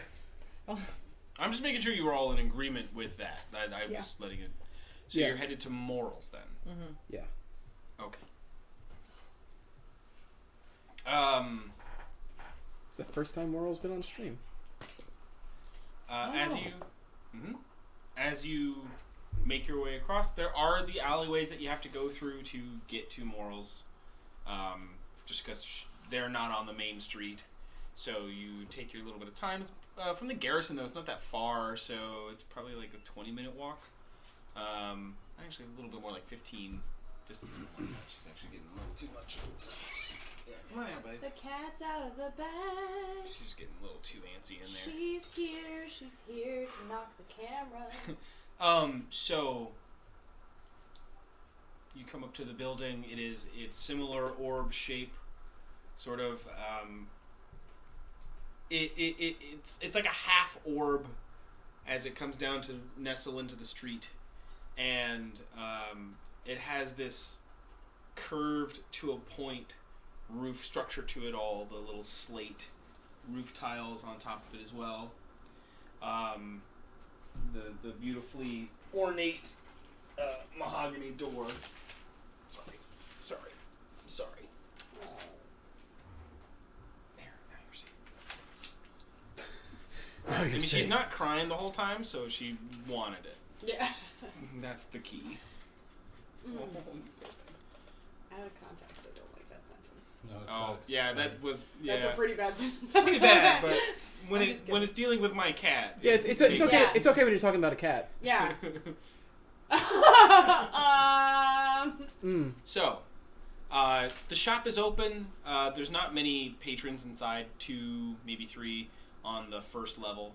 Speaker 5: I'm just making sure you were all in agreement with that. I, I was
Speaker 2: Yeah.
Speaker 5: letting it. So
Speaker 4: Yeah.
Speaker 5: you're headed to morals then.
Speaker 6: Mhm.
Speaker 4: Yeah.
Speaker 5: Okay. Um.
Speaker 4: It's the first time morals been on stream.
Speaker 5: Uh, As
Speaker 4: Oh.
Speaker 5: you, mhm. as you make your way across, there are the alleyways that you have to go through to get to Morals. Um, just because sh- they're not on the main street. So you take your little bit of time. It's uh, from the garrison though. It's not that far, so it's probably like a twenty-minute walk. Um, actually, a little bit more like fifteen. Distance. from one. She's actually getting a little too much. Yeah, come on, out, babe.
Speaker 8: The cat's out of the bag.
Speaker 5: She's getting a little too antsy in there.
Speaker 8: She's here. She's here to knock the cameras.
Speaker 5: Um, so you come up to the building. It is it's similar orb shape, sort of. Um, it, it, it it's it's like a half orb as it comes down to nestle into the street, and um, it has this curved to a point roof structure to it all. The little slate roof tiles on top of it as well. Um, the the beautifully ornate uh, mahogany door. Sorry, sorry, sorry.
Speaker 3: Um,
Speaker 5: There, now you're safe.
Speaker 1: Oh,
Speaker 5: I mean, she's not crying the whole time, so she wanted it.
Speaker 3: Yeah.
Speaker 5: That's the key.
Speaker 3: Mm.
Speaker 5: Oh,
Speaker 3: Out of context, I don't like that sentence.
Speaker 9: No, it
Speaker 5: Oh,
Speaker 9: sucks.
Speaker 5: yeah, that was yeah.
Speaker 3: That's a pretty bad sentence.
Speaker 5: pretty bad, but when
Speaker 3: I'm
Speaker 5: it
Speaker 3: just
Speaker 5: when
Speaker 3: kidding.
Speaker 5: it's dealing with my cat.
Speaker 4: Yeah, it's, it's, it's
Speaker 5: makes
Speaker 4: okay.
Speaker 3: Yeah.
Speaker 4: It's okay when you're talking about a cat.
Speaker 3: yeah.
Speaker 5: sense.
Speaker 3: um.
Speaker 4: Mm.
Speaker 5: So, uh, the shop is open. Uh, there's not many patrons inside, two, maybe three on the first level.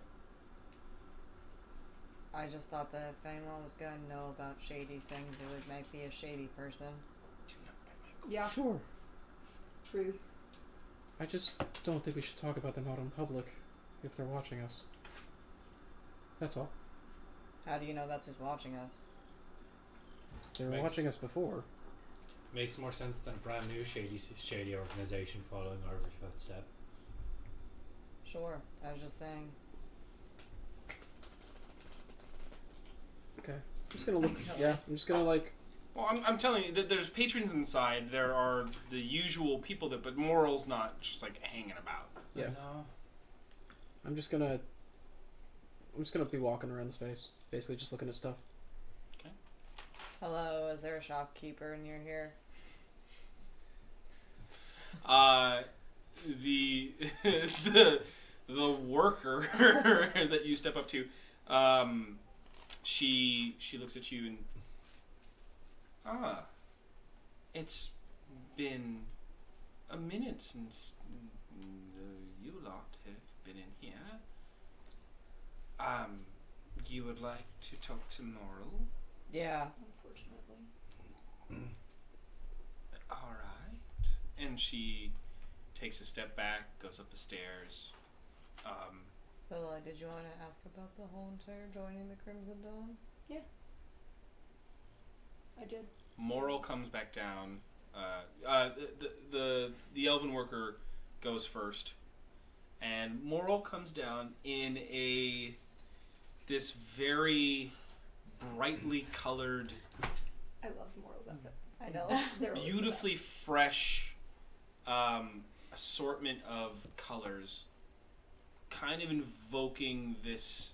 Speaker 6: I just thought that if anyone was going to know about shady things, it would might be a shady person.
Speaker 2: Yeah,
Speaker 4: Sure.
Speaker 2: true.
Speaker 4: I just don't think we should talk about them out in public if they're watching us. That's all.
Speaker 6: How do you know that's who's watching us?
Speaker 4: They were
Speaker 9: Thanks.
Speaker 4: watching us before.
Speaker 9: Makes more sense than a brand new shady shady organization following our footstep.
Speaker 6: Sure. I was just saying.
Speaker 4: Okay. I'm just gonna look. Yeah, I'm just gonna like.
Speaker 5: Well, I'm, I'm telling you that there's patrons inside. There are the usual people that, but morals not just like hanging about.
Speaker 4: Yeah.
Speaker 9: No.
Speaker 4: I'm just gonna. I'm just gonna be walking around the space, basically just looking at stuff.
Speaker 6: Hello, is there a shopkeeper and you're here?
Speaker 5: Uh, the the the worker that you step up to, um, she she looks at you and ah, it's been a minute since the- you lot have been in here. Um, you would like to talk to Moral?
Speaker 6: Yeah.
Speaker 2: Unfortunately.
Speaker 5: All right. And she takes a step back, goes up the stairs. Um,
Speaker 6: So, like, did you want to ask about the whole entire joining the Crimson Dawn?
Speaker 2: I did.
Speaker 5: Moral comes back down. Uh, uh, the, the the the elven worker goes first, and Moral comes down in a this very brightly colored,
Speaker 2: I love Moral's outfits.
Speaker 6: I know.
Speaker 2: They're always the
Speaker 5: beautifully
Speaker 2: best.
Speaker 5: fresh um, assortment of colors, kind of invoking this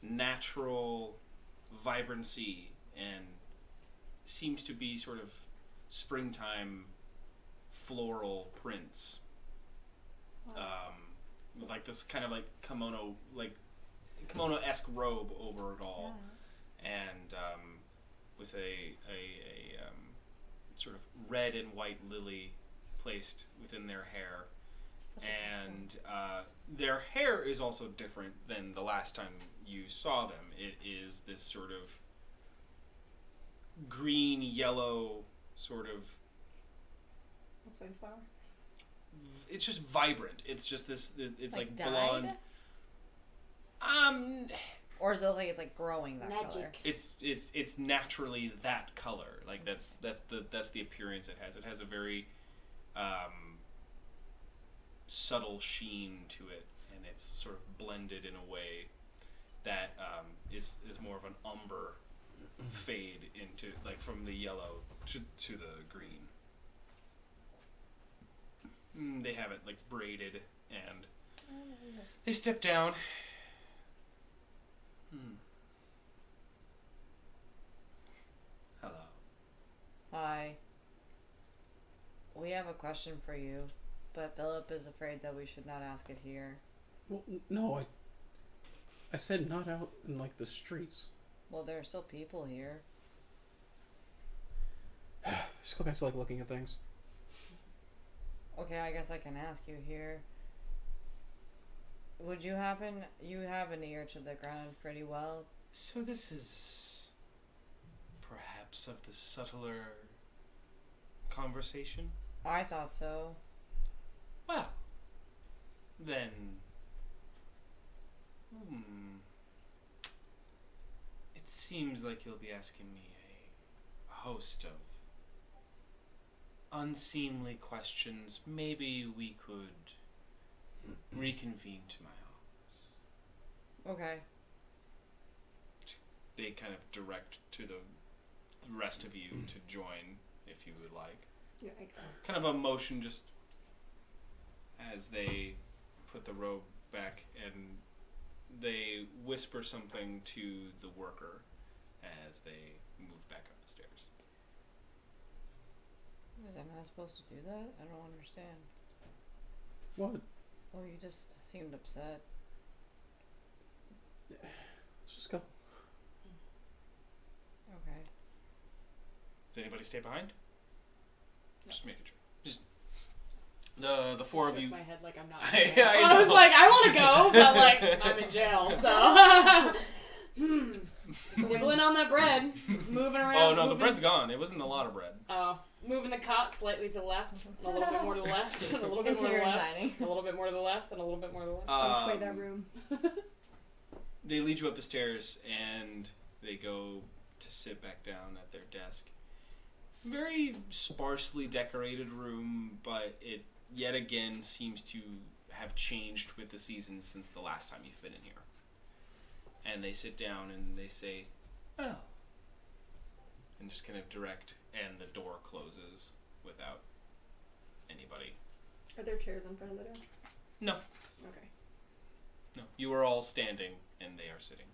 Speaker 5: natural vibrancy and seems to be sort of springtime floral prints. Um, with like this kind of like kimono, like kimono esque robe over it all, and um, with a a, a um, sort of red and white lily placed within their hair, and uh, their hair is also different than the last time you saw them. It is this sort of green yellow sort of
Speaker 2: What's sunflower?
Speaker 5: it's just vibrant. It's just this. it- It's like,
Speaker 6: Like dyed?
Speaker 5: blonde. Um,
Speaker 6: Or is it like it's like growing that color?
Speaker 3: Magic.
Speaker 5: it's it's it's naturally that color. Like that's that's the that's the appearance it has. It has a very um, subtle sheen to it, and it's sort of blended in a way that um, is is more of an umber fade into like from the yellow to to the green. Mm, they have it like braided, and they step down. Hmm. Hello.
Speaker 6: Hi. We have a question for you, but Philip is afraid that we should not ask it here.
Speaker 4: Well, n- no, I. I said not out in like the streets.
Speaker 6: Well, there are still people here.
Speaker 4: Just go back to like looking at things.
Speaker 6: Okay, I guess I can ask you here. Would you happen? You have an ear to the ground pretty well.
Speaker 5: So this is perhaps of the subtler conversation.
Speaker 6: I thought so.
Speaker 5: Well, then. Hmm. It seems like you'll be asking me a host of unseemly questions. Maybe we could reconvene to my office.
Speaker 6: Okay.
Speaker 5: They kind of direct to the, the rest of you to join if you would like.
Speaker 2: Yeah, I got
Speaker 5: kind of a motion just as they put the robe back and they whisper something to the worker as they move back up the stairs.
Speaker 6: Is am not supposed to do that? I don't understand.
Speaker 4: What?
Speaker 6: Well, you just seemed upset.
Speaker 4: Let's just go.
Speaker 6: Okay.
Speaker 5: Does anybody stay behind? Just make it true. Just the the four of
Speaker 3: Shook
Speaker 5: you.
Speaker 3: My head like I'm not.
Speaker 5: I-
Speaker 3: in jail.
Speaker 5: I
Speaker 3: I, was
Speaker 5: know.
Speaker 3: like, I want to go, but like I'm in jail, so. Hmm. Nibbling on that bread, moving around.
Speaker 5: Oh no, the
Speaker 3: moving,
Speaker 5: bread's gone. It wasn't a lot of bread.
Speaker 3: Oh, moving the cot slightly to the left, and a little bit more to the left, and a little bit
Speaker 6: And so
Speaker 3: more to the
Speaker 6: you're
Speaker 3: left,
Speaker 6: resigning.
Speaker 3: and a little bit more to the left, and a little bit more to the left.
Speaker 2: feng shui
Speaker 5: Um,
Speaker 2: that room.
Speaker 5: they lead you up the stairs and they go to sit back down at their desk. Very sparsely decorated room, but it yet again seems to have changed with the seasons since the last time you've been in here. And they sit down and they say, "Oh," and just kind of direct, and the door closes without anybody.
Speaker 2: Are there chairs in front of the desk?
Speaker 5: No.
Speaker 2: Okay.
Speaker 5: No, you are all standing and they are sitting.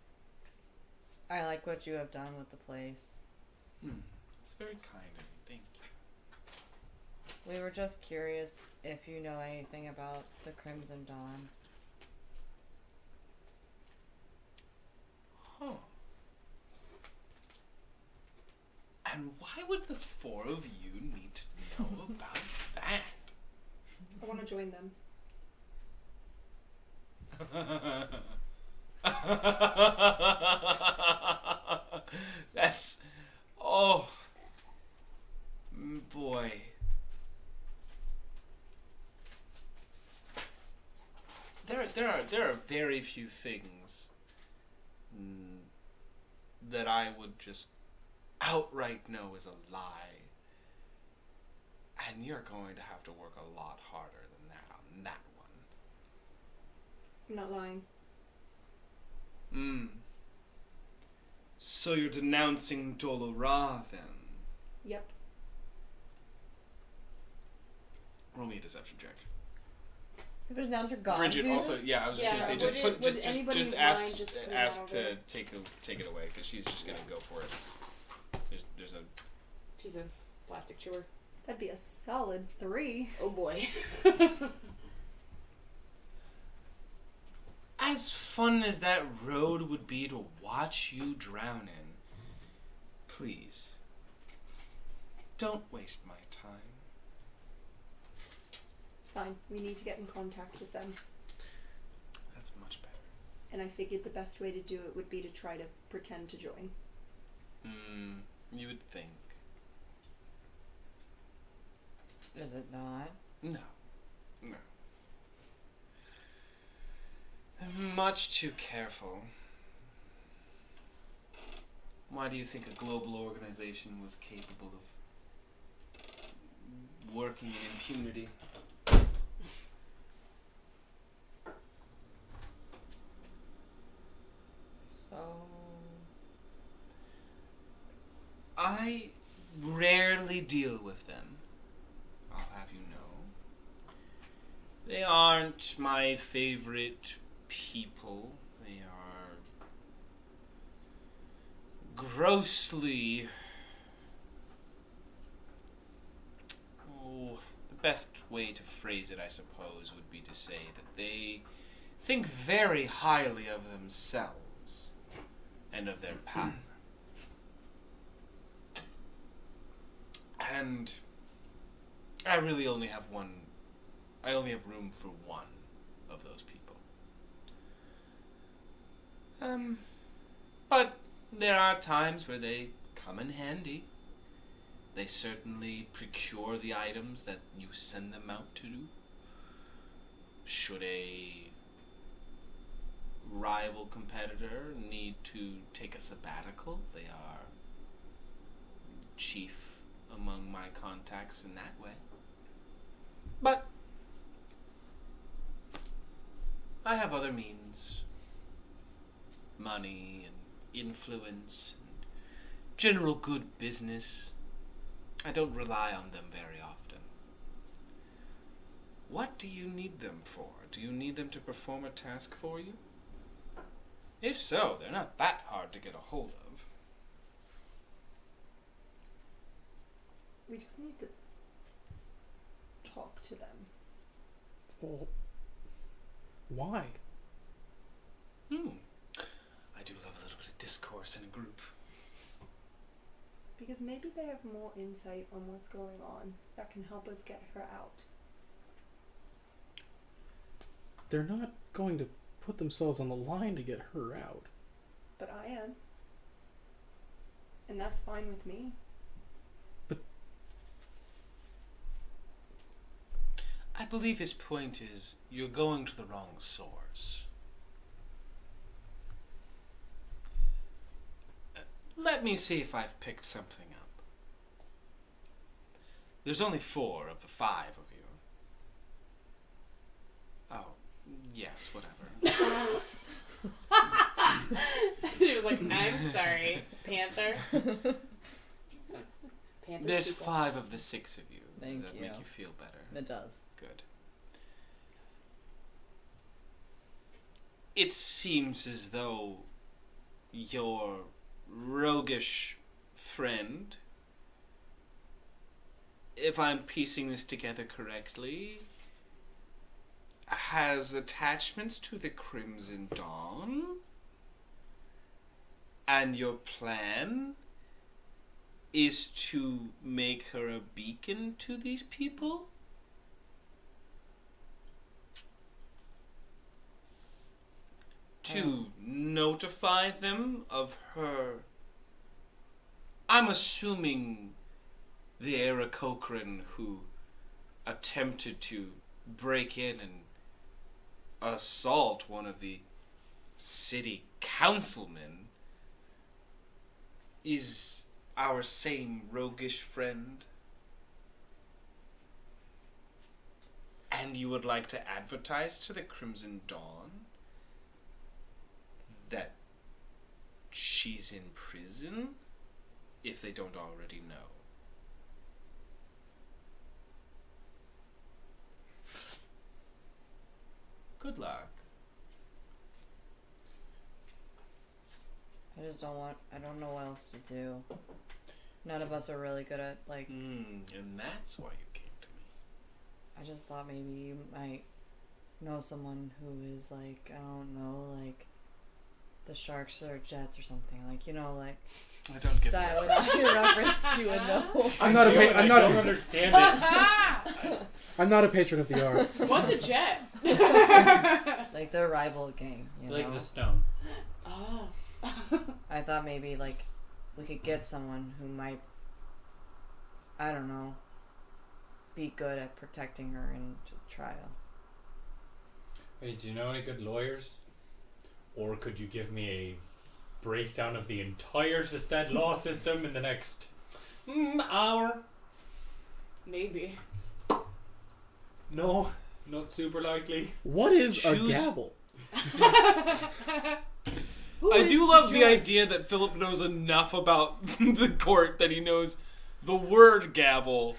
Speaker 6: I like what you have done with the place.
Speaker 5: Hmm. It's very kind of you. Thank you.
Speaker 6: We were just curious if you know anything about the Crimson Dawn.
Speaker 5: Huh. And why would the four of you need to know about
Speaker 2: I want to join them.
Speaker 5: that? That's. Oh. Mm, Boy. There, there are there are very few things mm, that I would just outright know is a lie. And you're going to have to work a lot harder than that on that one.
Speaker 2: I'm not lying.
Speaker 5: Mm. So you're denouncing Dolora then?
Speaker 2: Yep.
Speaker 5: Roll me a deception check.
Speaker 6: If it's not your God,
Speaker 5: Bridget
Speaker 6: do
Speaker 5: also,
Speaker 6: this?
Speaker 5: yeah, I was just
Speaker 3: Yeah,
Speaker 5: gonna say,
Speaker 3: would
Speaker 5: just
Speaker 3: it-
Speaker 5: put,
Speaker 3: would
Speaker 5: just just,
Speaker 3: anybody
Speaker 5: just
Speaker 3: mind
Speaker 5: ask
Speaker 3: just putting that
Speaker 5: ask
Speaker 3: over
Speaker 5: to
Speaker 3: it?
Speaker 5: take a, take it away because she's just gonna go for it. There's there's a
Speaker 3: She's a plastic chewer.
Speaker 2: That'd be a solid three.
Speaker 3: Oh boy.
Speaker 5: as fun as that road would be to watch you drown in. Please, don't waste my time.
Speaker 2: Fine. We need to get in contact with them.
Speaker 5: That's much better.
Speaker 2: And I figured the best way to do it would be to try to pretend to join.
Speaker 5: Mm, you would think.
Speaker 6: Is it not?
Speaker 5: No. No. They're much too careful. Why do you think a global organization was capable of working in impunity?
Speaker 6: So
Speaker 5: I rarely deal with them. I'll have you know. They aren't my favorite people. They are grossly. Oh, the best way to phrase it, I suppose, would be to say that they think very highly of themselves and of their power. and I really only have one. I only have room for one of those people. Um, but there are times where they come in handy. They certainly procure the items that you send them out to do. Should a rival competitor need to take a sabbatical, they are chief among my contacts in that way. But I have other means money and influence and general good business. I don't rely on them very often. What do you need them for? Do you need them to perform a task for you? If so, they're not that hard to get a hold of.
Speaker 2: We just need to talk to them.
Speaker 4: Well, why?
Speaker 5: Hmm. I do love a little bit of discourse in a group.
Speaker 2: Because maybe they have more insight on what's going on that can help us get her out.
Speaker 4: They're not going to put themselves on the line to get her out.
Speaker 2: But I am. And that's fine with me.
Speaker 5: I believe his point is you're going to the wrong source. Uh, Let me see if I've picked something up. There's only four of the five of you. Oh, yes, whatever.
Speaker 3: she was like, I'm sorry, Panther. Panther.
Speaker 5: There's
Speaker 3: people.
Speaker 5: five of the six of you.
Speaker 6: Thank
Speaker 5: Does that
Speaker 6: you.
Speaker 5: make you feel better?
Speaker 6: It does.
Speaker 5: Good. It seems as though your roguish friend, if I'm piecing this together correctly, has attachments to the Crimson Dawn. And your plan is to make her a beacon to these people? to notify them of her. I'm assuming the Era Cochran who attempted to break in and assault one of the city councilmen is our same roguish friend. And you would like to advertise to the Crimson Dawn that she's in prison if they don't already know. Good luck.
Speaker 6: I just don't want. I don't know what else to do. None of us are really good at like.
Speaker 5: Mm, and that's why you came to me.
Speaker 6: I just thought maybe you might know someone who is like I don't know like the sharks or jets or something like you know like
Speaker 5: I don't get
Speaker 6: that would not be a reference you would know.
Speaker 4: I'm not a
Speaker 7: Do it,
Speaker 4: pa- I'm
Speaker 7: I
Speaker 4: not
Speaker 7: don't
Speaker 4: a,
Speaker 7: understand it.
Speaker 4: I'm not a patron of the arts.
Speaker 3: Ah! What's a jet?
Speaker 6: Like their rival gang. You know?
Speaker 7: Like the stone.
Speaker 3: Oh.
Speaker 6: I thought maybe like we could get someone who might I don't know be good at protecting her in t- trial.
Speaker 9: Hey, do you know any good lawyers? Or could you give me a breakdown of the entire Sisted law system in the next
Speaker 5: Hmm,
Speaker 9: mm, hour?
Speaker 3: Maybe.
Speaker 9: No, not super likely.
Speaker 4: What is
Speaker 5: Choose-
Speaker 4: a gavel?
Speaker 5: I do love the idea that Philip knows enough about the court that he knows the word gavel,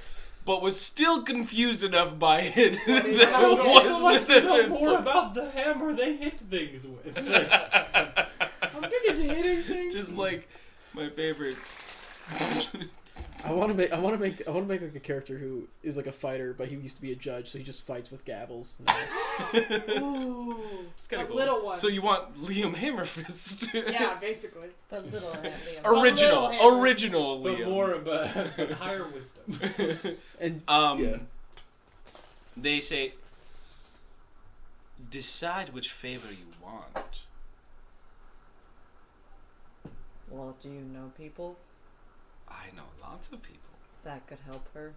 Speaker 5: but was still confused enough by it that it
Speaker 9: I'd also like
Speaker 5: wasn't
Speaker 9: to know more about the hammer they hit things with. I'm big into hitting things.
Speaker 5: Just like my favorite.
Speaker 4: I want to make I want to make I want to make like a character who is like a fighter, but he used to be a judge, so he just fights with gavels.
Speaker 3: Ooh,
Speaker 5: kinda
Speaker 3: like
Speaker 5: cool.
Speaker 3: little ones.
Speaker 5: So you want Liam Hammerfist?
Speaker 3: Yeah, basically.
Speaker 6: But little and Liam.
Speaker 5: original,
Speaker 3: But little
Speaker 5: original
Speaker 7: But
Speaker 5: Liam.
Speaker 7: more, but, but higher wisdom.
Speaker 4: And
Speaker 5: um,
Speaker 4: yeah,
Speaker 5: they say, decide which favor you want.
Speaker 6: Well, do you know people
Speaker 5: I know lots of people
Speaker 6: that could help her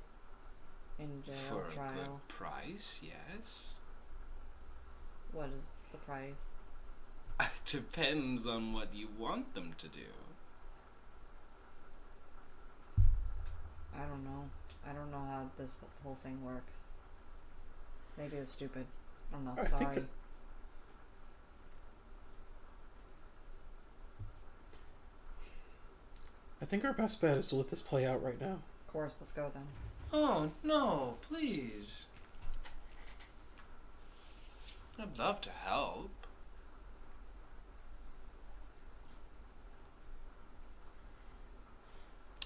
Speaker 6: in jail
Speaker 5: for a
Speaker 6: trial?
Speaker 5: good price. Yes,
Speaker 6: What is the price?
Speaker 5: depends on what you want them to do.
Speaker 6: I don't know. I don't know how this whole thing works. Maybe it's stupid. I'm not
Speaker 4: I think
Speaker 6: sorry.
Speaker 4: it- I think our best bet is to let this play out right now.
Speaker 6: Of course, let's go then.
Speaker 5: Oh no, please. I'd love to help.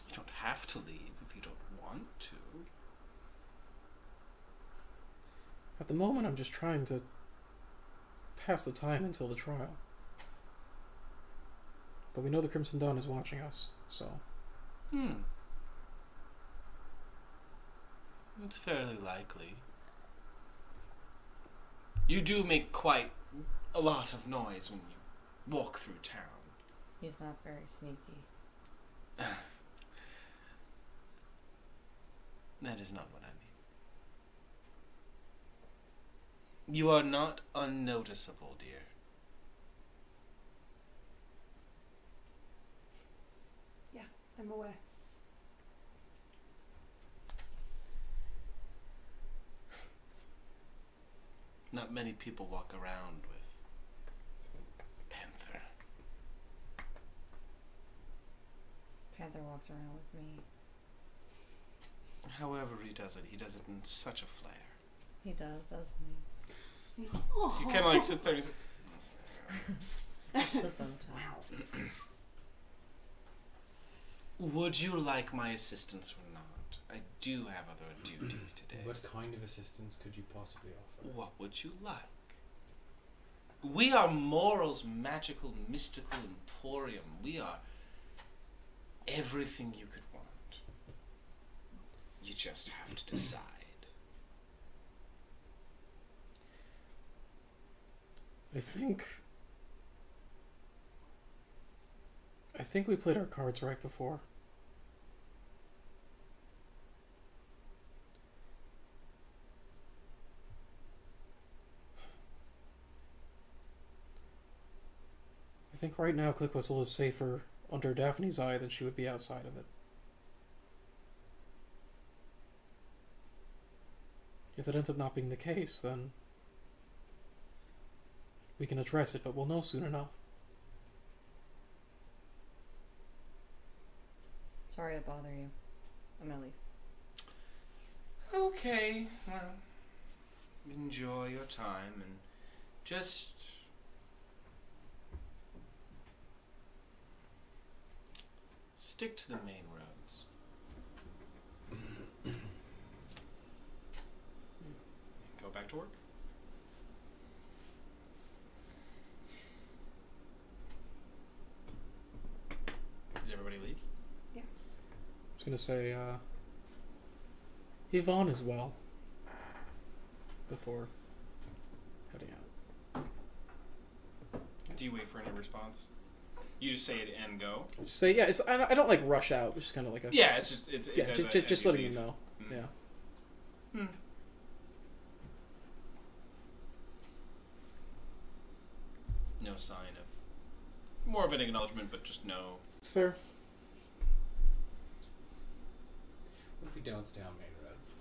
Speaker 5: You don't have to leave if you don't want to.
Speaker 4: At the moment, I'm just trying to pass the time until the trial. But we know the Crimson Dawn is watching us, so
Speaker 5: Hmm. It's fairly likely. You do make quite a lot of noise when you walk through town.
Speaker 6: He's not very sneaky.
Speaker 5: That is not what I mean. You are not unnoticeable, dear.
Speaker 2: I'm aware.
Speaker 5: Not many people walk around with Panther.
Speaker 6: Panther walks around with me.
Speaker 5: However he does it, he does it in such a flair.
Speaker 6: He does, doesn't he?
Speaker 5: You kind of like sit there and say,
Speaker 6: It's the bow tie.
Speaker 5: Would you like my assistance or not? I do have other duties today.
Speaker 9: What kind of assistance could you possibly offer?
Speaker 5: What would you like? We are morals, magical, mystical emporium. We are everything you could want. You just have to decide.
Speaker 4: I think I think we played our cards right before. I think right now Click Whistle is safer under Daphne's eye than she would be outside of it. If that ends up not being the case, then we can address it, but we'll know soon enough.
Speaker 6: Sorry to bother you. I'm gonna leave.
Speaker 5: Okay, well, enjoy your time and just. Stick to the main roads. Go back to work. Does everybody leave?
Speaker 4: I was gonna say, uh, Yvonne as well. Before heading out.
Speaker 5: Do you wait for any response? You just say it and go.
Speaker 4: Just say, yeah, it's, I, don't- I don't like rush out, which is kind of like a.
Speaker 5: Yeah, it's just it's, it's
Speaker 4: yeah
Speaker 5: as
Speaker 4: ju-
Speaker 5: I-
Speaker 4: ju-
Speaker 5: as
Speaker 4: just
Speaker 5: you
Speaker 4: letting
Speaker 5: leave.
Speaker 4: them know.
Speaker 5: Mm.
Speaker 4: Yeah.
Speaker 5: No sign of more of an acknowledgement, but just no.
Speaker 4: It's fair.
Speaker 9: What if we don't stay on main roads?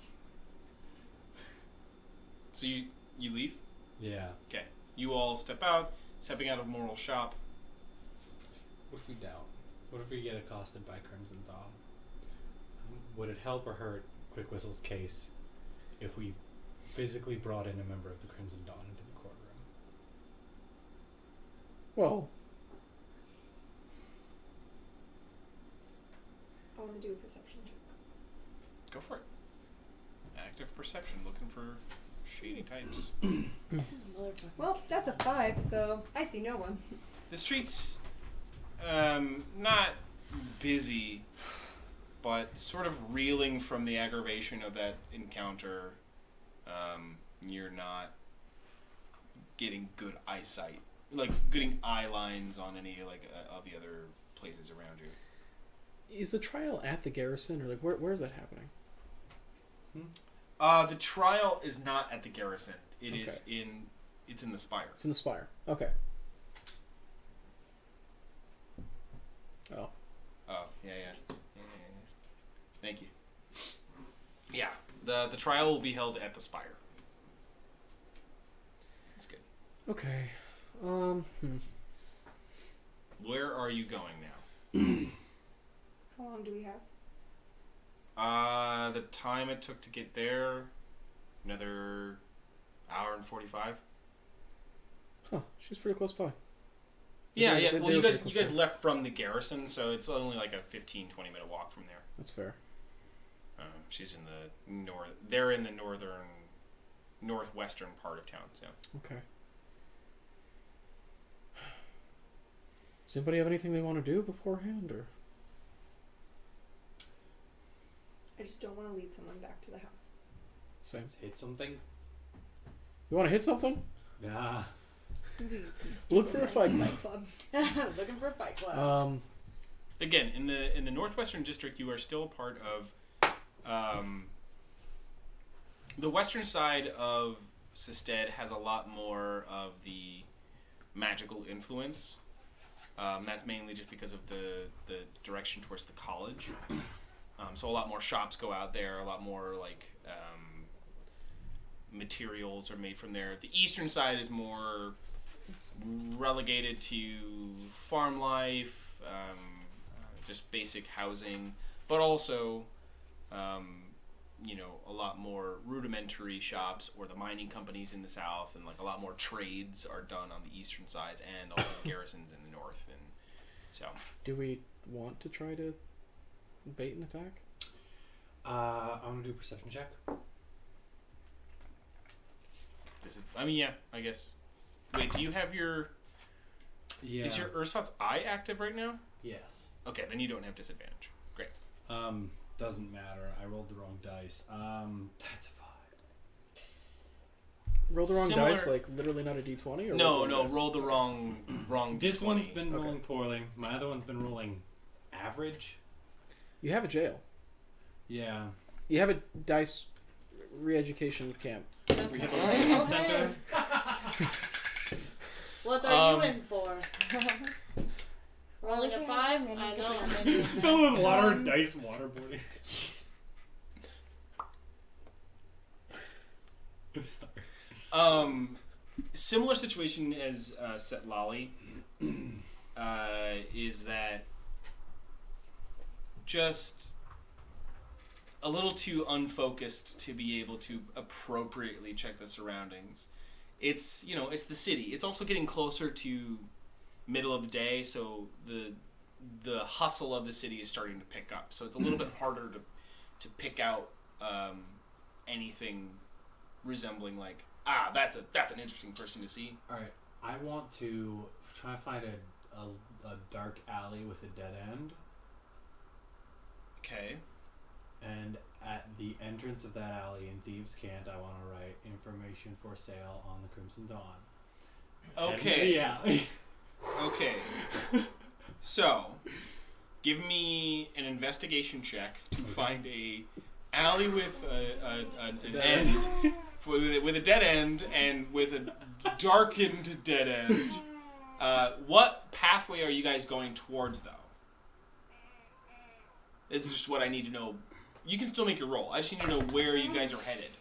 Speaker 5: So you you leave.
Speaker 9: Yeah.
Speaker 5: You all step out, stepping out of Moral Shop.
Speaker 9: What if we don't? What if we get accosted by Crimson Dawn? Would it help or hurt Click Whistle's case if we physically brought in a member of the Crimson Dawn into the courtroom?
Speaker 4: Well,
Speaker 2: I want to do a perception check.
Speaker 5: Go for it. Active perception, looking for shady types.
Speaker 8: Hmm.
Speaker 3: This is motherfucking.
Speaker 2: Well, that's a five, so I see no one.
Speaker 5: The streets, um, not busy, but sort of reeling from the aggravation of that encounter. Um, you're not getting good eyesight, like getting eye lines on any like uh, of the other places around you.
Speaker 4: Is the trial at the garrison, or like where, where is that happening?
Speaker 5: Uh, the trial is not at the garrison. It is in. It's in the spire.
Speaker 4: It's in the spire. Okay. Oh,
Speaker 5: Oh yeah, yeah, yeah, yeah, yeah. Thank you. Yeah, the the trial will be held at the Spire. That's good.
Speaker 4: okay. Um, hmm.
Speaker 5: Where are you going now?
Speaker 2: How long do we have?
Speaker 5: Uh, the time it took to get there, another hour and forty five.
Speaker 4: huh? She's pretty close by.
Speaker 5: Yeah,
Speaker 4: They-
Speaker 5: yeah.
Speaker 4: they-
Speaker 5: Well,
Speaker 4: they
Speaker 5: you
Speaker 4: were
Speaker 5: guys you
Speaker 4: pretty
Speaker 5: guys
Speaker 4: close
Speaker 5: left from the garrison, so it's only like a 15, 20 minute walk from there.
Speaker 4: That's fair.
Speaker 5: Um, she's in the north. They're in the northern, northwestern part of town. So
Speaker 4: Okay. Does anybody have anything they want to do beforehand, or
Speaker 2: I just don't want to lead someone back to the house.
Speaker 4: same?
Speaker 9: Let's hit something.
Speaker 4: You want to hit something?
Speaker 9: Yeah.
Speaker 4: Look for a fight.
Speaker 2: Club.
Speaker 3: Looking for a fight club.
Speaker 4: Um,
Speaker 5: again in the in the northwestern district you are still part of um, the western side of Sisted has a lot more of the magical influence um, that's mainly just because of the the direction towards the college um, so a lot more shops go out there a lot more like um, materials are made from there the eastern side is more relegated to farm life, um, uh, just basic housing, but also, um, you know, a lot more rudimentary shops or the mining companies in the south, and like a lot more trades are done on the eastern sides and also the garrisons in the north. And so,
Speaker 4: do we want to try to bait an attack?
Speaker 9: Uh, I'm gonna do a perception check.
Speaker 5: this is, I mean, yeah, I guess. Wait, do you have your
Speaker 9: Yeah.
Speaker 5: is your ersatz eye active right now?
Speaker 9: yes.
Speaker 5: Okay, then you don't have disadvantage. Great.
Speaker 9: Um, doesn't matter. I rolled the wrong dice. Um, that's a five.
Speaker 4: Roll the wrong
Speaker 5: Similar-
Speaker 4: dice, like literally not a d twenty, or
Speaker 5: No,
Speaker 4: roll the wrong
Speaker 5: no,
Speaker 4: dice?
Speaker 5: roll the wrong wrong.
Speaker 9: This
Speaker 5: d20.
Speaker 9: one's been
Speaker 4: Okay.
Speaker 9: rolling poorly. My other one's been rolling average.
Speaker 4: You have a jail.
Speaker 9: Yeah.
Speaker 4: You have a dice re-education camp.
Speaker 3: Okay.
Speaker 9: Center.
Speaker 3: What are
Speaker 5: Um,
Speaker 3: you in for? Rolling a five? I know.
Speaker 7: Fill with water and dice waterboarding. I'm sorry.
Speaker 5: Um, similar situation as uh, Set Lolly uh, is that just a little too unfocused to be able to appropriately check the surroundings. It's you know it's the city. It's also getting closer to middle of the day, so the the hustle of the city is starting to pick up. So it's a little bit harder to to pick out um, anything resembling like ah that's a that's an interesting person to see
Speaker 9: All right. I want to try to find a, a a dark alley with a dead end,
Speaker 5: okay
Speaker 9: and at the entrance of that alley in Thieves' Cant, I want to write information for sale on the Crimson Dawn.
Speaker 5: okay
Speaker 9: Yeah.
Speaker 5: okay so give me an investigation check to find a alley with a, a, a, an
Speaker 9: Dead
Speaker 5: end with a, with a dead end and with a darkened dead end uh, what pathway are you guys going towards though this is just what i need to know you can still make your roll i just need to know where you guys are headed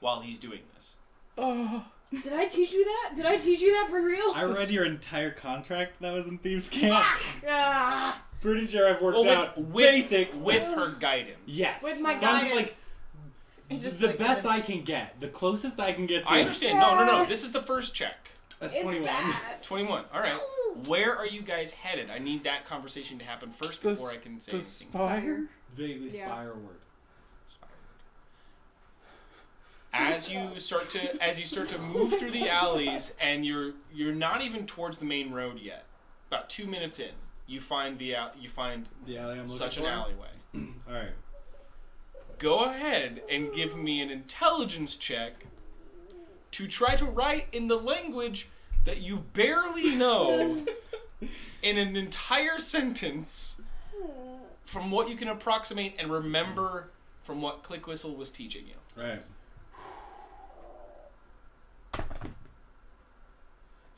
Speaker 5: while he's doing this
Speaker 4: Oh,
Speaker 3: Did I teach you that? Did I teach you that for real?
Speaker 7: I read your entire contract that was in Thieves' Camp.
Speaker 3: Ah,
Speaker 7: Pretty sure I've worked
Speaker 5: Well,
Speaker 7: out
Speaker 5: with, with,
Speaker 7: basics.
Speaker 5: with her guidance.
Speaker 7: yes.
Speaker 3: with my
Speaker 7: so I'm
Speaker 3: guidance.
Speaker 7: just like the best I can get, the closest I can get to.
Speaker 5: I understand. No, no, no. This is the first check.
Speaker 7: That's
Speaker 6: It's
Speaker 7: 21.
Speaker 6: bad.
Speaker 5: 21. All right. Where are you guys headed? I need that conversation to happen first
Speaker 4: The
Speaker 5: before I
Speaker 4: s-
Speaker 5: can say
Speaker 4: the
Speaker 5: anything.
Speaker 4: spire.
Speaker 9: Vaguely
Speaker 2: Yeah.
Speaker 9: spire word.
Speaker 5: Spire. as you start to as you start to move through the alleys and you're you're not even towards the main road yet. About two minutes in, you find the al- you find
Speaker 7: The alley I'm looking
Speaker 5: such an
Speaker 7: for?
Speaker 5: alleyway.
Speaker 7: All right.
Speaker 5: Go ahead and give me an intelligence check to try to write in the language that you barely know in an entire sentence from what you can approximate and remember from what Click Whistle was teaching you.
Speaker 7: Right.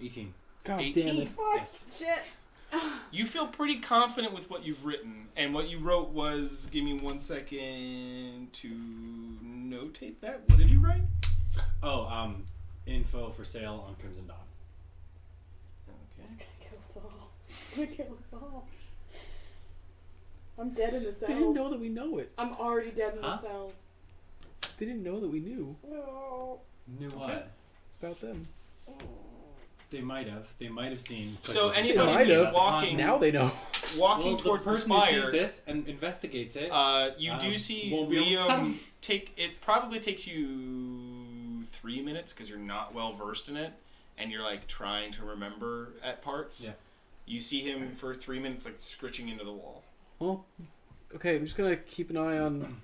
Speaker 7: 18.
Speaker 4: God
Speaker 5: 18.
Speaker 4: damn it.
Speaker 7: Yes.
Speaker 6: Shit.
Speaker 5: You feel pretty confident with what you've written, and what you wrote was give me one second to notate that. What did you write?
Speaker 7: Oh, um, info for sale on Crimson Dot.
Speaker 5: Okay.
Speaker 8: Kill us all. Gonna kill us all. I'm dead in the
Speaker 4: They didn't
Speaker 8: cells.
Speaker 4: know that we know it.
Speaker 8: I'm already dead in
Speaker 7: Huh?
Speaker 8: the cells.
Speaker 4: They didn't know that we knew
Speaker 7: Knew
Speaker 5: what?
Speaker 4: about them.
Speaker 7: They might have. They might have seen.
Speaker 5: So
Speaker 7: Click
Speaker 4: They might
Speaker 5: anybody who's
Speaker 4: have.
Speaker 5: walking,
Speaker 4: Now they know.
Speaker 5: walking
Speaker 7: Well,
Speaker 5: towards
Speaker 7: the
Speaker 5: the,
Speaker 7: person who sees
Speaker 5: spire,
Speaker 7: this and investigates it.
Speaker 5: uh, you
Speaker 7: um,
Speaker 5: do see
Speaker 7: won't be able to tell
Speaker 5: Liam
Speaker 7: them.
Speaker 5: take. It probably takes you three minutes because you're not well versed in it, and you're like trying to remember at parts.
Speaker 7: Yeah.
Speaker 5: You see him for three minutes like scritching into the wall.
Speaker 4: Well, okay, I'm just gonna keep an eye on